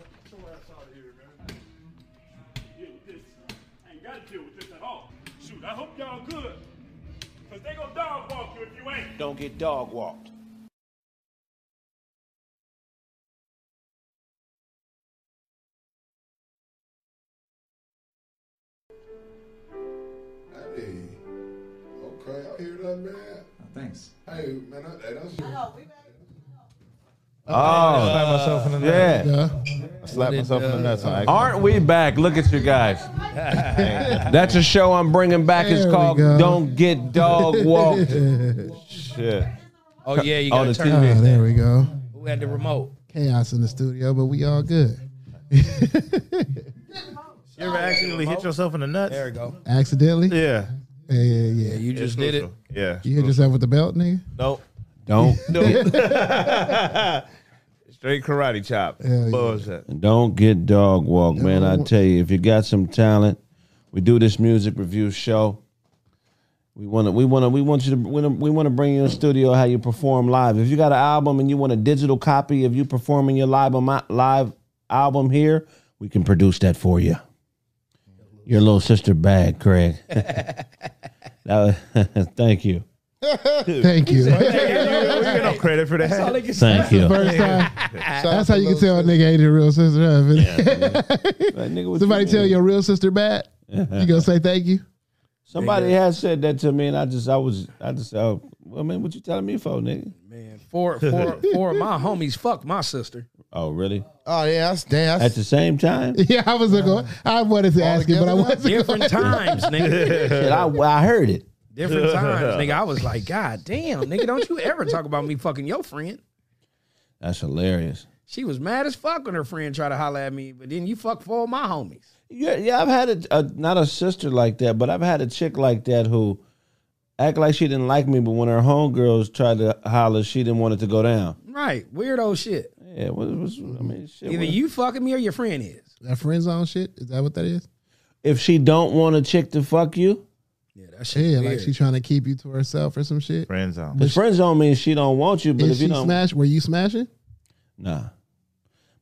Speaker 23: with this. I ain't gotta deal with this at all. Shoot, I hope y'all good. Cause they gonna dog walk you if you ain't.
Speaker 30: Don't get dog walked.
Speaker 19: Hey, okay, I hear that, man.
Speaker 31: Thanks.
Speaker 19: Hey, man, I, hey, that's
Speaker 2: Oh, yeah.
Speaker 1: I slapped myself in the
Speaker 5: uh,
Speaker 1: nuts on accident.
Speaker 2: Aren't we back? Look at you guys. That's a show I'm bringing back. it's
Speaker 1: There we
Speaker 2: called
Speaker 1: go.
Speaker 2: Don't Get Dog Walked. Shit.
Speaker 1: Oh, yeah, you
Speaker 2: On
Speaker 1: gotta
Speaker 2: the
Speaker 1: turn
Speaker 2: TV.
Speaker 1: it Oh, there we go. Who had the remote?
Speaker 4: Chaos in the studio, but we all good.
Speaker 1: You ever accidentally hit yourself in the nuts? There we go.
Speaker 4: Accidentally?
Speaker 1: Yeah.
Speaker 4: Yeah, yeah, yeah.
Speaker 1: Yeah, you just did it. Yeah.
Speaker 4: You hit yourself with the belt, nigga?
Speaker 1: Nope.
Speaker 2: Don't
Speaker 1: do it. Straight karate chop. Bullshit.
Speaker 2: Don't get dog walk, man. I tell you, if you got some talent, we do this music review show. We want to, we want to, we want you to, we wanna- we want to bring you in the studio how you perform live. If you got an album and you want a digital copy of you performing your live on my live album here, we can produce that for you. Your little sister bag, Craig. that was, thank you.
Speaker 4: Thank you.
Speaker 1: get no credit for that.
Speaker 2: Thank you.
Speaker 4: First time. That's how you can tell a nigga ain't a real sister. huh? Somebody tell your real sister bad. You gonna say thank you?
Speaker 2: Somebody has said that to me, and I just, I was, I just, oh, well, man, what you telling me for, nigga?
Speaker 5: Man, four, four, four of my homies fucked my sister.
Speaker 2: Oh, really?
Speaker 5: Oh yeah, that's damn.
Speaker 2: At the same time?
Speaker 4: Yeah, I was going. I wanted to ask it, but I wasn't.
Speaker 5: Different
Speaker 4: going.
Speaker 5: times, nigga.
Speaker 2: Shit, I, I heard it.
Speaker 5: Different times, nigga. I was like, God damn, nigga, don't you ever talk about me fucking your friend.
Speaker 2: That's hilarious.
Speaker 5: She was mad as fuck when her friend tried to holler at me, but then you fuck four of my homies.
Speaker 2: Yeah, yeah. I've had a, a not a sister like that, but I've had a chick like that who act like she didn't like me, but when her homegirls tried to holler, she didn't want it to go down.
Speaker 5: Right. Weirdo shit.
Speaker 2: Yeah, what was I mean shit.
Speaker 5: Either
Speaker 2: what-
Speaker 5: you fucking me or your friend is.
Speaker 4: That friend zone shit. Is that what that is?
Speaker 2: If she don't want a chick to fuck you,
Speaker 4: yeah, like
Speaker 2: weird.
Speaker 4: she trying to keep you to herself or some shit.
Speaker 2: friend zone. But friend zone means she don't want you, but
Speaker 4: Did
Speaker 2: if you
Speaker 4: she
Speaker 2: don't,
Speaker 4: smash? Were you smashing?
Speaker 2: nah.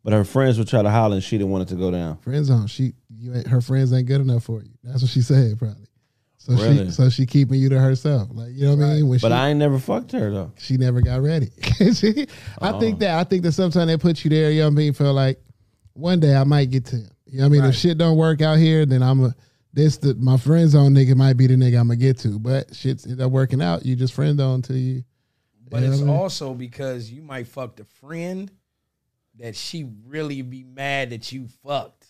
Speaker 2: But her friends would try to holler, and she didn't want it to go down.
Speaker 4: Friend zone. She, you ain't, her friends ain't good enough for you. That's what she said, probably. So
Speaker 2: Really?
Speaker 4: she, so she keeping you to herself. Like you know what I mean? When
Speaker 2: But
Speaker 4: she-
Speaker 2: I ain't never fucked her though.
Speaker 4: she never got ready. She- I
Speaker 2: Oh.
Speaker 4: think that I think that sometimes they put you there, you know what I mean, for like one day I might get to him. You know what I mean? If shit don't work out here, then I'm a this the my friend zone nigga might be the nigga I'm gonna get to. But shit's end up working out, you just friend zone till you
Speaker 5: But
Speaker 4: you know
Speaker 5: it's
Speaker 4: what I mean?
Speaker 5: also because you might fuck the friend that she really be mad that you fucked.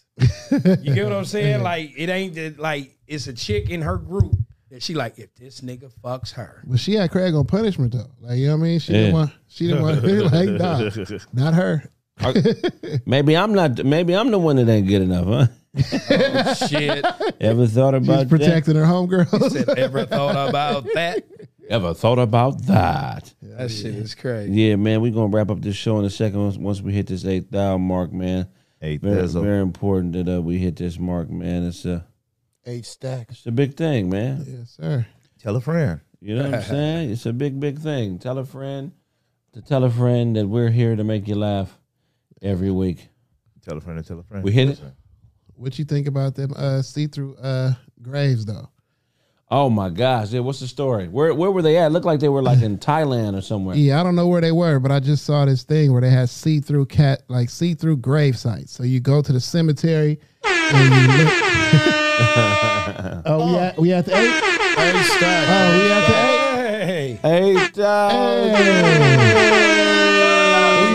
Speaker 5: You get what I'm saying? Like it ain't that like it's a chick in her group that she like if this nigga fucks her.
Speaker 4: But she had Craig on punishment though. Like you know what I mean? She didn't
Speaker 2: Yeah.
Speaker 4: want she didn't want like nah, not her.
Speaker 2: Maybe I'm not. Maybe I'm the one that ain't good enough, huh?
Speaker 4: Oh,
Speaker 5: Shit.
Speaker 2: Ever thought
Speaker 4: She's
Speaker 2: about that?
Speaker 4: protecting her homegirls.
Speaker 5: Ever thought about that?
Speaker 2: Ever thought about that?
Speaker 5: That shit is crazy.
Speaker 2: Yeah, man, we're gonna wrap up this show in a second once, once we hit this eight thousand mark, man. Eight very,
Speaker 12: thousand.
Speaker 2: very important that uh, we hit this mark, man. It's a
Speaker 12: Eight stack.
Speaker 2: it's a big thing, man.
Speaker 4: Yes, sir.
Speaker 12: Tell a friend.
Speaker 2: You know what I'm saying? It's a big, big thing. Tell a friend to tell a friend that we're here to make you laugh every week.
Speaker 1: Tell a friend to tell a friend.
Speaker 2: We hit it.
Speaker 4: What you think about them uh see through uh graves though?
Speaker 2: Oh my gosh! Yeah, what's the story? Where where were they at? Looked like they were like in Thailand or somewhere.
Speaker 4: Yeah, I don't know where they were, but I just saw this thing where they had see through cat like see through grave sites. So you go to the cemetery and you look. Oh, we at we at the eight. Oh, we at the eight.
Speaker 5: Hey.
Speaker 2: Eight thousand.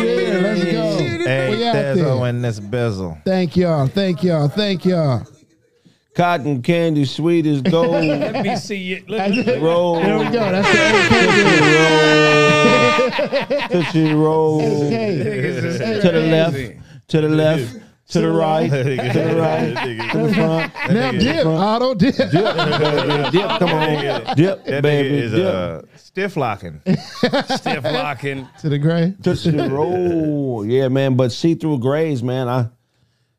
Speaker 4: Yeah, let's go. We out there.
Speaker 12: and this bezel.
Speaker 4: Thank y'all. Thank y'all. Thank y'all.
Speaker 2: Cotton candy, sweet as gold.
Speaker 5: Let me see it.
Speaker 2: Roll. There we go.
Speaker 4: That's
Speaker 2: Tootsie roll. To the left. To the left. To the right. To the right. To the front.
Speaker 4: Now dip, auto dip.
Speaker 2: Dip, come on. Dip,
Speaker 1: That nigga
Speaker 2: baby.
Speaker 1: is
Speaker 2: Dip.
Speaker 1: uh, stiff locking. stiff locking.
Speaker 4: To the grave.
Speaker 2: Tootsie roll. Yeah, man. But see through grays, man. I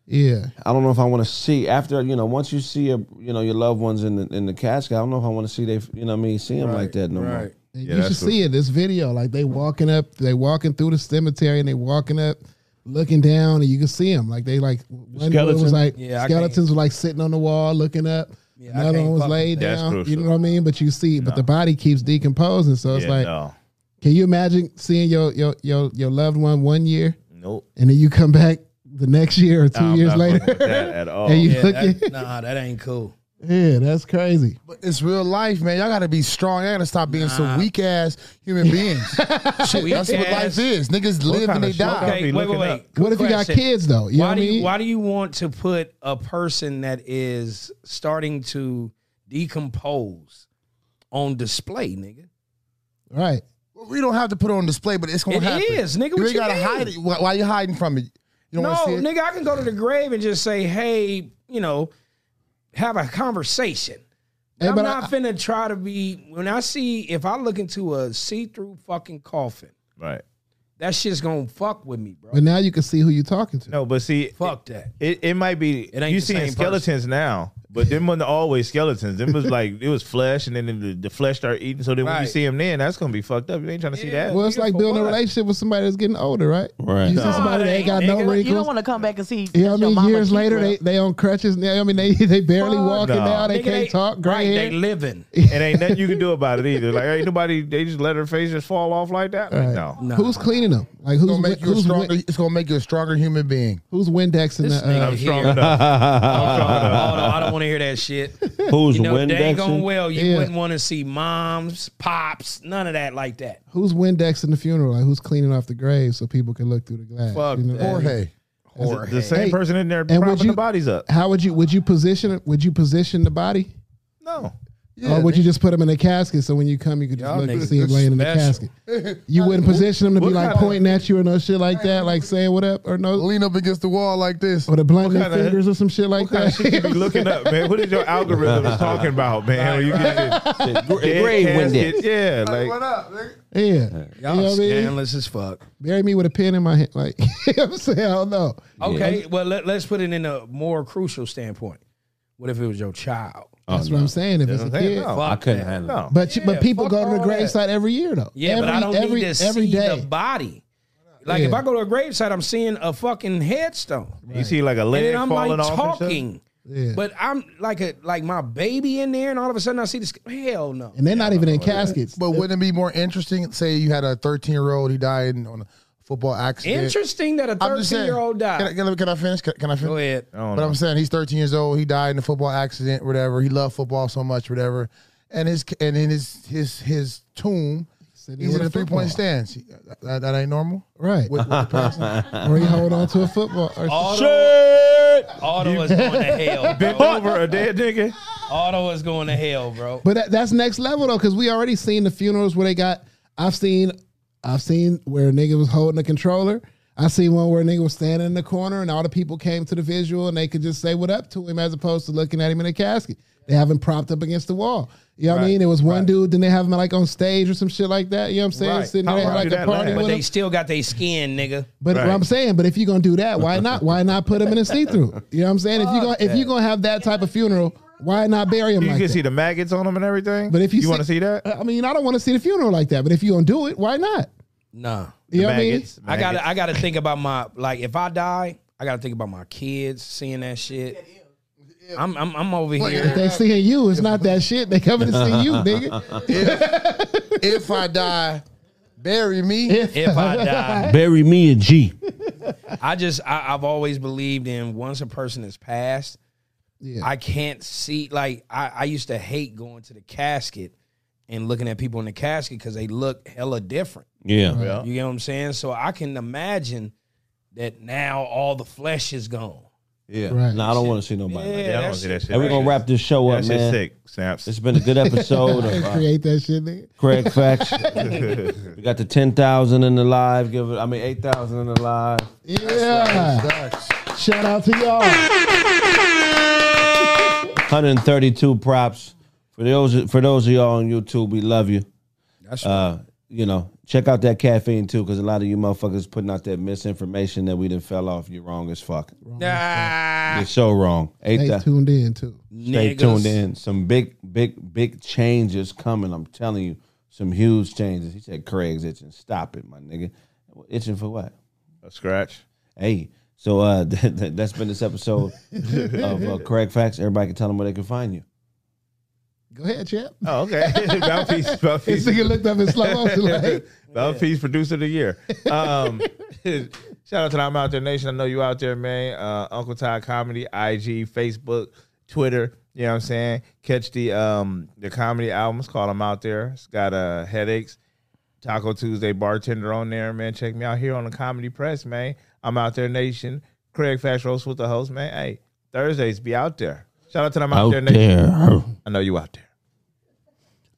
Speaker 4: Yeah.
Speaker 2: I don't know if I want to see after you know once you see a, you know your loved ones in the in the casket. I don't know if I want to see they you know what I mean see them like that no more.
Speaker 4: you should see it. This video, like they walking up, they walking through the cemetery, and they walking up, looking down, and you can see them. Like they like one dude
Speaker 2: Skeleton?
Speaker 4: was like
Speaker 2: Yeah, I
Speaker 4: skeletons were like sitting on the wall, looking up. Another
Speaker 2: can't
Speaker 4: one was
Speaker 2: fuck with
Speaker 4: laid
Speaker 2: that. That's
Speaker 4: down. You
Speaker 2: crucial.
Speaker 4: know what I mean? But you see, but the body keeps decomposing, so it's
Speaker 2: Yeah,
Speaker 4: like,
Speaker 2: no.
Speaker 4: can you imagine seeing your your your your loved one one year,
Speaker 1: Nope.
Speaker 4: and then you come back the next year or 2
Speaker 1: I'm
Speaker 4: years
Speaker 1: not
Speaker 4: later?
Speaker 1: fucking with that at all.
Speaker 4: And you
Speaker 1: Yeah,
Speaker 4: look
Speaker 1: that-
Speaker 4: at-
Speaker 5: Nah, that ain't cool.
Speaker 4: yeah, that's crazy.
Speaker 12: But it's real life, man. Y'all gotta be strong. Y'all gotta stop being so weak ass human beings. Shit, that's what
Speaker 5: Weak-ass.
Speaker 12: life is. Niggas live and they die.
Speaker 5: Okay, wait, wait, wait. Good
Speaker 4: What if you got
Speaker 5: question.
Speaker 4: kids, though? You know
Speaker 5: why
Speaker 4: what
Speaker 5: do
Speaker 4: I
Speaker 5: you
Speaker 4: mean?
Speaker 5: why do you want to put a person that is starting to decompose on display, nigga?
Speaker 4: Right.
Speaker 12: We don't have to put it on display, but it's gonna
Speaker 5: It
Speaker 12: happen.
Speaker 5: is, nigga. What
Speaker 12: You
Speaker 5: you
Speaker 12: ain't gotta
Speaker 5: mean?
Speaker 12: hide it. Why, why you hiding from it? You don't
Speaker 5: no,
Speaker 12: wanna see it?
Speaker 5: nigga, I can go to the grave and just say, hey, you know, have a conversation.
Speaker 4: Hey,
Speaker 5: I'm
Speaker 4: but
Speaker 5: not finna try to be when I see if I look into a see-through fucking coffin,
Speaker 1: Right.
Speaker 5: that shit's gonna fuck with me, bro.
Speaker 4: But now you can see who you talking to.
Speaker 1: No, but see,
Speaker 5: Fuck that.
Speaker 1: It, it might be
Speaker 5: ain't
Speaker 1: you
Speaker 5: the same
Speaker 1: seeing skeletons now, But them wasn't always skeletons. Them was like it was flesh, and then the, the flesh start eating. So then when you
Speaker 4: Right.
Speaker 1: see them, then that's gonna be fucked up. You ain't trying to see that.
Speaker 4: Well, it's like building a relationship with somebody that's getting older, right?
Speaker 1: Right.
Speaker 4: You see
Speaker 1: No,
Speaker 4: somebody
Speaker 1: they
Speaker 4: that ain't got no wrinkles.
Speaker 6: You don't want to come back and see.
Speaker 4: You know what I
Speaker 6: your
Speaker 4: mean?
Speaker 6: mama
Speaker 4: Years
Speaker 6: teeth
Speaker 4: later,
Speaker 6: real.
Speaker 4: they, they on crutches now. I mean, they they barely walking
Speaker 1: no.
Speaker 4: now. They
Speaker 1: Nigga,
Speaker 4: can't
Speaker 1: they-
Speaker 4: talk. Gray
Speaker 1: right, they
Speaker 4: hair.
Speaker 1: living. And ain't nothing you can do about it either. Like ain't nobody. They just let her face just fall off like that. Like,
Speaker 4: Right.
Speaker 1: No.
Speaker 4: Who's cleaning them? Like who's
Speaker 12: gonna make you a
Speaker 4: who's
Speaker 12: stronger? It's gonna make you a stronger human being.
Speaker 4: Who's Windex in
Speaker 12: This
Speaker 4: the?
Speaker 12: nigga
Speaker 4: Uh,
Speaker 12: I'm strong here.
Speaker 5: enough. I'm strong enough. I don't, I don't want to hear that shit.
Speaker 2: Who's
Speaker 5: you know, if they
Speaker 4: Windexing?
Speaker 5: ain't going well. You
Speaker 4: Yeah.
Speaker 5: wouldn't want to see moms, pops, none of that like that.
Speaker 4: Who's Windex in the funeral? Like who's cleaning off the grave so people can look through the glass?
Speaker 5: Fuck
Speaker 4: you know?
Speaker 5: that. Jorge.
Speaker 1: Is it The same
Speaker 4: Hey,
Speaker 1: person in there
Speaker 4: and would
Speaker 1: propping
Speaker 4: you-
Speaker 1: the bodies up.
Speaker 4: How would you would you position it? Would you position the body?
Speaker 1: No.
Speaker 4: or would you just put them in a casket so when you come you could just
Speaker 1: Y'all
Speaker 4: look and
Speaker 1: niggas
Speaker 4: see them
Speaker 1: is
Speaker 4: laying in the
Speaker 1: special.
Speaker 4: casket? You wouldn't position them to be
Speaker 12: What
Speaker 4: like
Speaker 12: kinda-
Speaker 4: pointing at you or no shit like that, like saying what up or no.
Speaker 12: Lean up against the wall like this.
Speaker 4: Or the blunt in
Speaker 12: What
Speaker 4: their
Speaker 12: kinda-
Speaker 4: fingers or some shit like
Speaker 12: kinda
Speaker 4: that.
Speaker 12: shit you be
Speaker 1: Looking up, man. What is your algorithm is talking about, man? When you get it, dead
Speaker 4: grave
Speaker 1: casket,
Speaker 4: Windex.
Speaker 1: Yeah, like
Speaker 4: Yeah.
Speaker 5: Y'all
Speaker 4: you know what I mean?
Speaker 5: scandalous as fuck.
Speaker 4: Bury me with a pen in my hand. Like, you know what I'm saying? I don't know.
Speaker 5: Okay, well let, us put it in a more crucial standpoint. What if it was your child?
Speaker 4: That's what I'm saying. If
Speaker 5: That's
Speaker 4: it's a
Speaker 5: what I'm saying.
Speaker 4: kid,
Speaker 5: No, Oh, I Fuck couldn't that. handle it. No.
Speaker 4: But you-
Speaker 5: Yeah,
Speaker 4: but people
Speaker 5: fuck
Speaker 4: go to the
Speaker 5: all that.
Speaker 4: gravesite every year though.
Speaker 5: Yeah,
Speaker 4: every,
Speaker 5: but I don't
Speaker 4: every,
Speaker 5: need to
Speaker 4: every
Speaker 5: see
Speaker 4: day.
Speaker 5: the body. Like if
Speaker 4: Yeah.
Speaker 5: I go to a gravesite, I'm seeing a fucking headstone.
Speaker 1: You see like a
Speaker 5: And
Speaker 1: leg
Speaker 5: then I'm
Speaker 1: falling
Speaker 5: like
Speaker 1: off. and shit?
Speaker 5: talking. But I'm like a like my baby in there, and all of a sudden I see this. Hell no.
Speaker 4: And they're not even in caskets.
Speaker 12: But wouldn't it be more interesting? Say you had a 13 year old who died in- on a football accident.
Speaker 5: Interesting that a
Speaker 12: I'm just saying,
Speaker 5: 13 year old died.
Speaker 12: Can I, can I- can I finish? Can, can I finish?
Speaker 5: Go ahead. I don't
Speaker 12: But
Speaker 5: know.
Speaker 12: I'm saying he's 13 years old. He died in a football accident, whatever. He loved football so much, whatever. And his and in his his his tomb, he's
Speaker 4: with
Speaker 12: in
Speaker 4: a
Speaker 12: a three point
Speaker 4: football.
Speaker 12: stance. That, that ain't normal,
Speaker 4: right?
Speaker 12: With, with the person.
Speaker 4: or you hold on to a football. Or
Speaker 5: Auto, Auto is going to hell.
Speaker 1: Bent
Speaker 5: bro.
Speaker 1: over a dead nigga.
Speaker 5: Auto is going to hell, bro.
Speaker 4: But that, that's next level though, because we already seen the funerals where they got. I've seen, I've seen where a nigga was holding a controller. I seen one where a nigga was standing in the corner and all the people came to the visual and they could just say what up to him as opposed to looking at him in a casket. They have him propped up against the wall. You know what I
Speaker 5: Right,
Speaker 4: mean? It was one dude, then they have him like on stage or some shit like that. You know what I'm saying? Sitting there like a party
Speaker 5: but
Speaker 4: with
Speaker 5: they
Speaker 4: him.
Speaker 5: still got their skin, nigga.
Speaker 4: But what I'm saying, but if you're gonna do that, why not? Why not put him in a see through? You know what I'm saying? If you gonna if you gonna have that type of funeral, why not bury him?
Speaker 1: You
Speaker 4: like
Speaker 1: can
Speaker 4: that?
Speaker 1: see the maggots on them and everything.
Speaker 4: But if you,
Speaker 1: you want to see that,
Speaker 4: I mean, I don't want to see the funeral like that. But if you gonna do it, why not?
Speaker 5: Nah.
Speaker 4: You know what I mean? maggots,
Speaker 5: I gotta
Speaker 4: maggots.
Speaker 5: I gotta think about my like if I die, I gotta think about my kids seeing that shit. I'm I'm I'm over
Speaker 4: If they
Speaker 5: here.
Speaker 4: seeing you, it's not that shit. They coming to see you, nigga.
Speaker 12: if I die, bury me.
Speaker 5: If I die.
Speaker 2: Bury me in G.
Speaker 5: I just I, I've always believed in once a person has passed,
Speaker 4: Yeah.
Speaker 5: I can't see like I, I used to hate going to the casket and looking at people in the casket because they look hella different.
Speaker 2: Yeah. Yeah.
Speaker 5: You know what I'm saying? So I can imagine that now all the flesh is gone.
Speaker 2: Yeah.
Speaker 4: Right.
Speaker 2: No, I don't want to see nobody.
Speaker 5: Yeah,
Speaker 2: like
Speaker 5: that
Speaker 2: that.
Speaker 5: I don't see that shit.
Speaker 2: And we're gonna wrap this show
Speaker 1: That
Speaker 2: up,
Speaker 1: shit
Speaker 2: man.
Speaker 1: sick, snaps.
Speaker 2: It's been a good episode of uh,
Speaker 4: create that shit, nigga.
Speaker 2: Craig Facts. we got the ten thousand in the live. Give it. I mean eight thousand in the live.
Speaker 4: Yeah. Shout out to y'all.
Speaker 2: 132 props for those for those of y'all on YouTube. We love you.
Speaker 5: That's
Speaker 2: uh, you know, check out that caffeine too, because a lot of you motherfuckers putting out that misinformation that we done fell off. You're wrong as fuck. You're so wrong. Eight
Speaker 4: They
Speaker 2: thou-
Speaker 4: tuned in too.
Speaker 2: Stay
Speaker 4: Niggas.
Speaker 2: tuned in. Some big, big, big changes coming. I'm telling you, some huge changes. He said, "Craig's itching. Stop it, my nigga. Itching for what?
Speaker 1: A scratch.
Speaker 2: Hey." So uh, that, that, that's been this episode of uh, Craig Facts. Everybody can tell them where they can find you.
Speaker 4: Go ahead, champ.
Speaker 1: Oh, okay. Mouthpiece, mouthpiece.
Speaker 4: This nigga looked up in slow motion like.
Speaker 1: Mouthpiece producer of the year. Um, shout out to the I'm Out There Nation. I know you out there, man. Uh, Uncle Todd Comedy, IG, Facebook, Twitter. You know what I'm saying? Catch the um the comedy albums. Call them out there. It's got uh, headaches. Taco Tuesday bartender on there, man. Check me out here on the Comedy Press, man. I'm out there, Nation. Craig Fast Roast with the host, man. Hey, Thursdays be out there. Shout out to them out,
Speaker 2: Out
Speaker 1: there, Nation.
Speaker 2: there.
Speaker 1: I know you out there.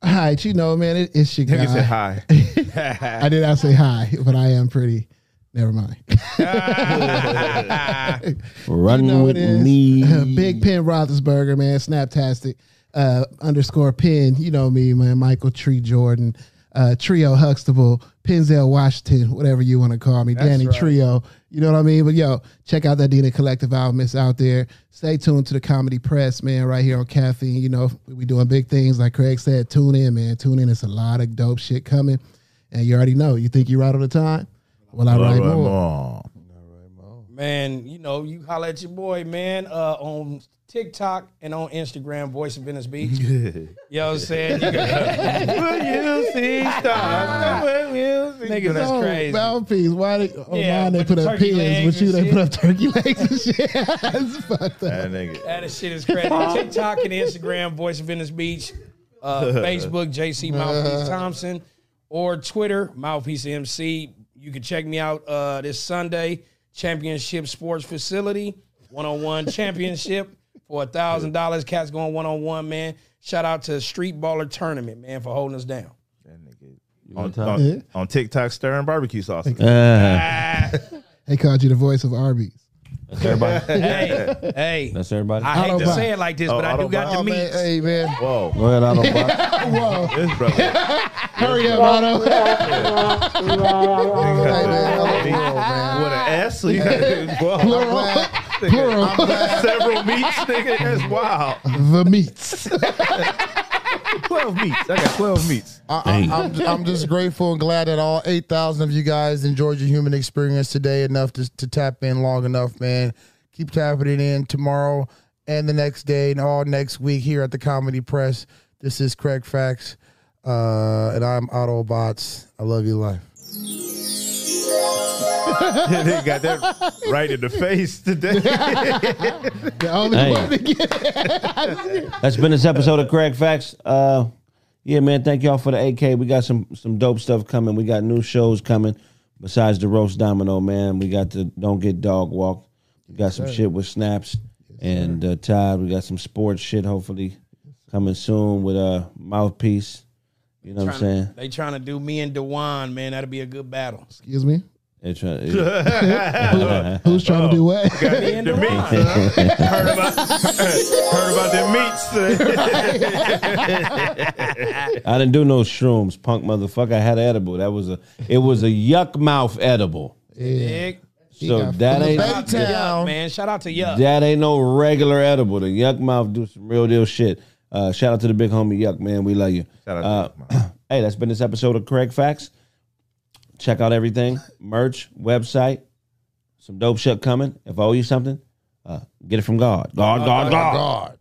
Speaker 4: All right, you know, man, it, it's your guy.
Speaker 1: Nigga said hi.
Speaker 4: I did not say hi, but I am pretty. Never mind.
Speaker 2: Run
Speaker 4: You know
Speaker 2: with
Speaker 4: it is.
Speaker 2: me.
Speaker 4: Big Pen Roethlisberger, man. Snaptastic. Uh, underscore Pen. You know me, man. Michael Tree Jordan. uh, Trio Huxtable, Penzel Washington, whatever you want to call me,
Speaker 12: That's
Speaker 4: Danny
Speaker 12: right.
Speaker 4: Trio. You know what I mean? But yo, check out that Dina Collective album. It's out there. Stay tuned to the comedy press, man, right here on Caffeine. You know, we doing big things. Like Craig said, tune in, man. Tune in. It's a lot of dope shit coming. And you already know. You think you right all the time? Well, I
Speaker 1: All
Speaker 4: write
Speaker 1: right,
Speaker 4: more.
Speaker 1: more.
Speaker 5: Man, you know, you holler at your boy, man, uh, on TikTok and on Instagram, Voice of Venice Beach. you know what I'm saying? You can-
Speaker 1: Will you see stars? Will you see
Speaker 5: Ah. Nigga, that's
Speaker 4: No,
Speaker 5: crazy.
Speaker 4: mouthpiece. Why they, oh,
Speaker 5: Yeah,
Speaker 4: mine they
Speaker 5: with
Speaker 4: put
Speaker 5: the
Speaker 4: up
Speaker 5: turkey
Speaker 4: pins,
Speaker 5: legs
Speaker 4: but you
Speaker 5: and
Speaker 4: they
Speaker 5: shit.
Speaker 4: put up turkey legs and shit. it's fucked up.
Speaker 1: That nigga.
Speaker 5: That shit is crazy. TikTok and Instagram, Voice of Venice Beach, uh, Facebook, JC Mouthpiece Thompson, or Twitter, Mouthpiece MC. You can check me out uh, this Sunday, Championship Sports Facility, one on one championship for a thousand dollars. Cats going one on one, man. Shout out to Street Baller Tournament, man, for holding us down.
Speaker 1: On,
Speaker 2: tell
Speaker 1: on-
Speaker 4: him?
Speaker 1: on TikTok, stirring barbecue sauce. Ah.
Speaker 4: They called you the voice of Arby's.
Speaker 2: That's everybody.
Speaker 5: Hey, hey.
Speaker 2: That's everybody.
Speaker 5: I hate to say it like this,
Speaker 2: Oh,
Speaker 5: but I do
Speaker 2: Autobot.
Speaker 5: got
Speaker 2: Oh,
Speaker 5: the
Speaker 2: man,
Speaker 5: meat.
Speaker 4: Hey man.
Speaker 1: Whoa.
Speaker 2: Go ahead, Autobot.
Speaker 4: Whoa.
Speaker 1: This brother.
Speaker 4: Hurry up,
Speaker 1: With an S, so you gotta do whoa. Nigga, I'm glad Several meats, nigga. That's wild.
Speaker 4: The meats.
Speaker 1: Twelve meats. I got twelve meats.
Speaker 12: I, I, I'm, I'm just grateful and glad that all 8,000 of you guys enjoyed your human experience today enough to, to tap in long enough, man. Keep tapping it in tomorrow and the next day and all next week here at the Comedy Press. This is Craig Facts, uh, and I'm Autobots. I love you, life.
Speaker 1: they got that right in the face today.
Speaker 4: the only
Speaker 2: Hey.
Speaker 4: one to get
Speaker 2: That's been this episode of Craig Facts. Uh, yeah, man. Thank y'all for the AK. We got some some dope stuff coming. We got new shows coming. Besides the roast domino, man, we got the don't get dog walked. We got some
Speaker 12: sir.
Speaker 2: shit with snaps and uh, Todd. We got some sports shit hopefully coming soon with uh mouthpiece. You know what I'm
Speaker 5: Tryna-
Speaker 2: saying?
Speaker 5: They trying to do me and Dewan, man. That'll be a good battle.
Speaker 4: Excuse me.
Speaker 2: They try-
Speaker 4: Who- who's trying to do what?
Speaker 1: The meats. heard about heard about them meats.
Speaker 2: I didn't do no shrooms, punk motherfucker. I had edible. That was a it was a yuck mouth edible.
Speaker 5: Dig?
Speaker 2: So that ain't
Speaker 5: Shout out to Yuck, man. Shout out to Yuck.
Speaker 2: That ain't no regular edible. The Yuck Mouth do some real deal shit. Uh, shout out to the big homie Yuck, man. We love you. Shout out to Yuck Hey, that's been this episode of Craig Facts. Check out everything merch, website, some dope shit coming. If I owe you something, uh, get it from God. God, God, God. God.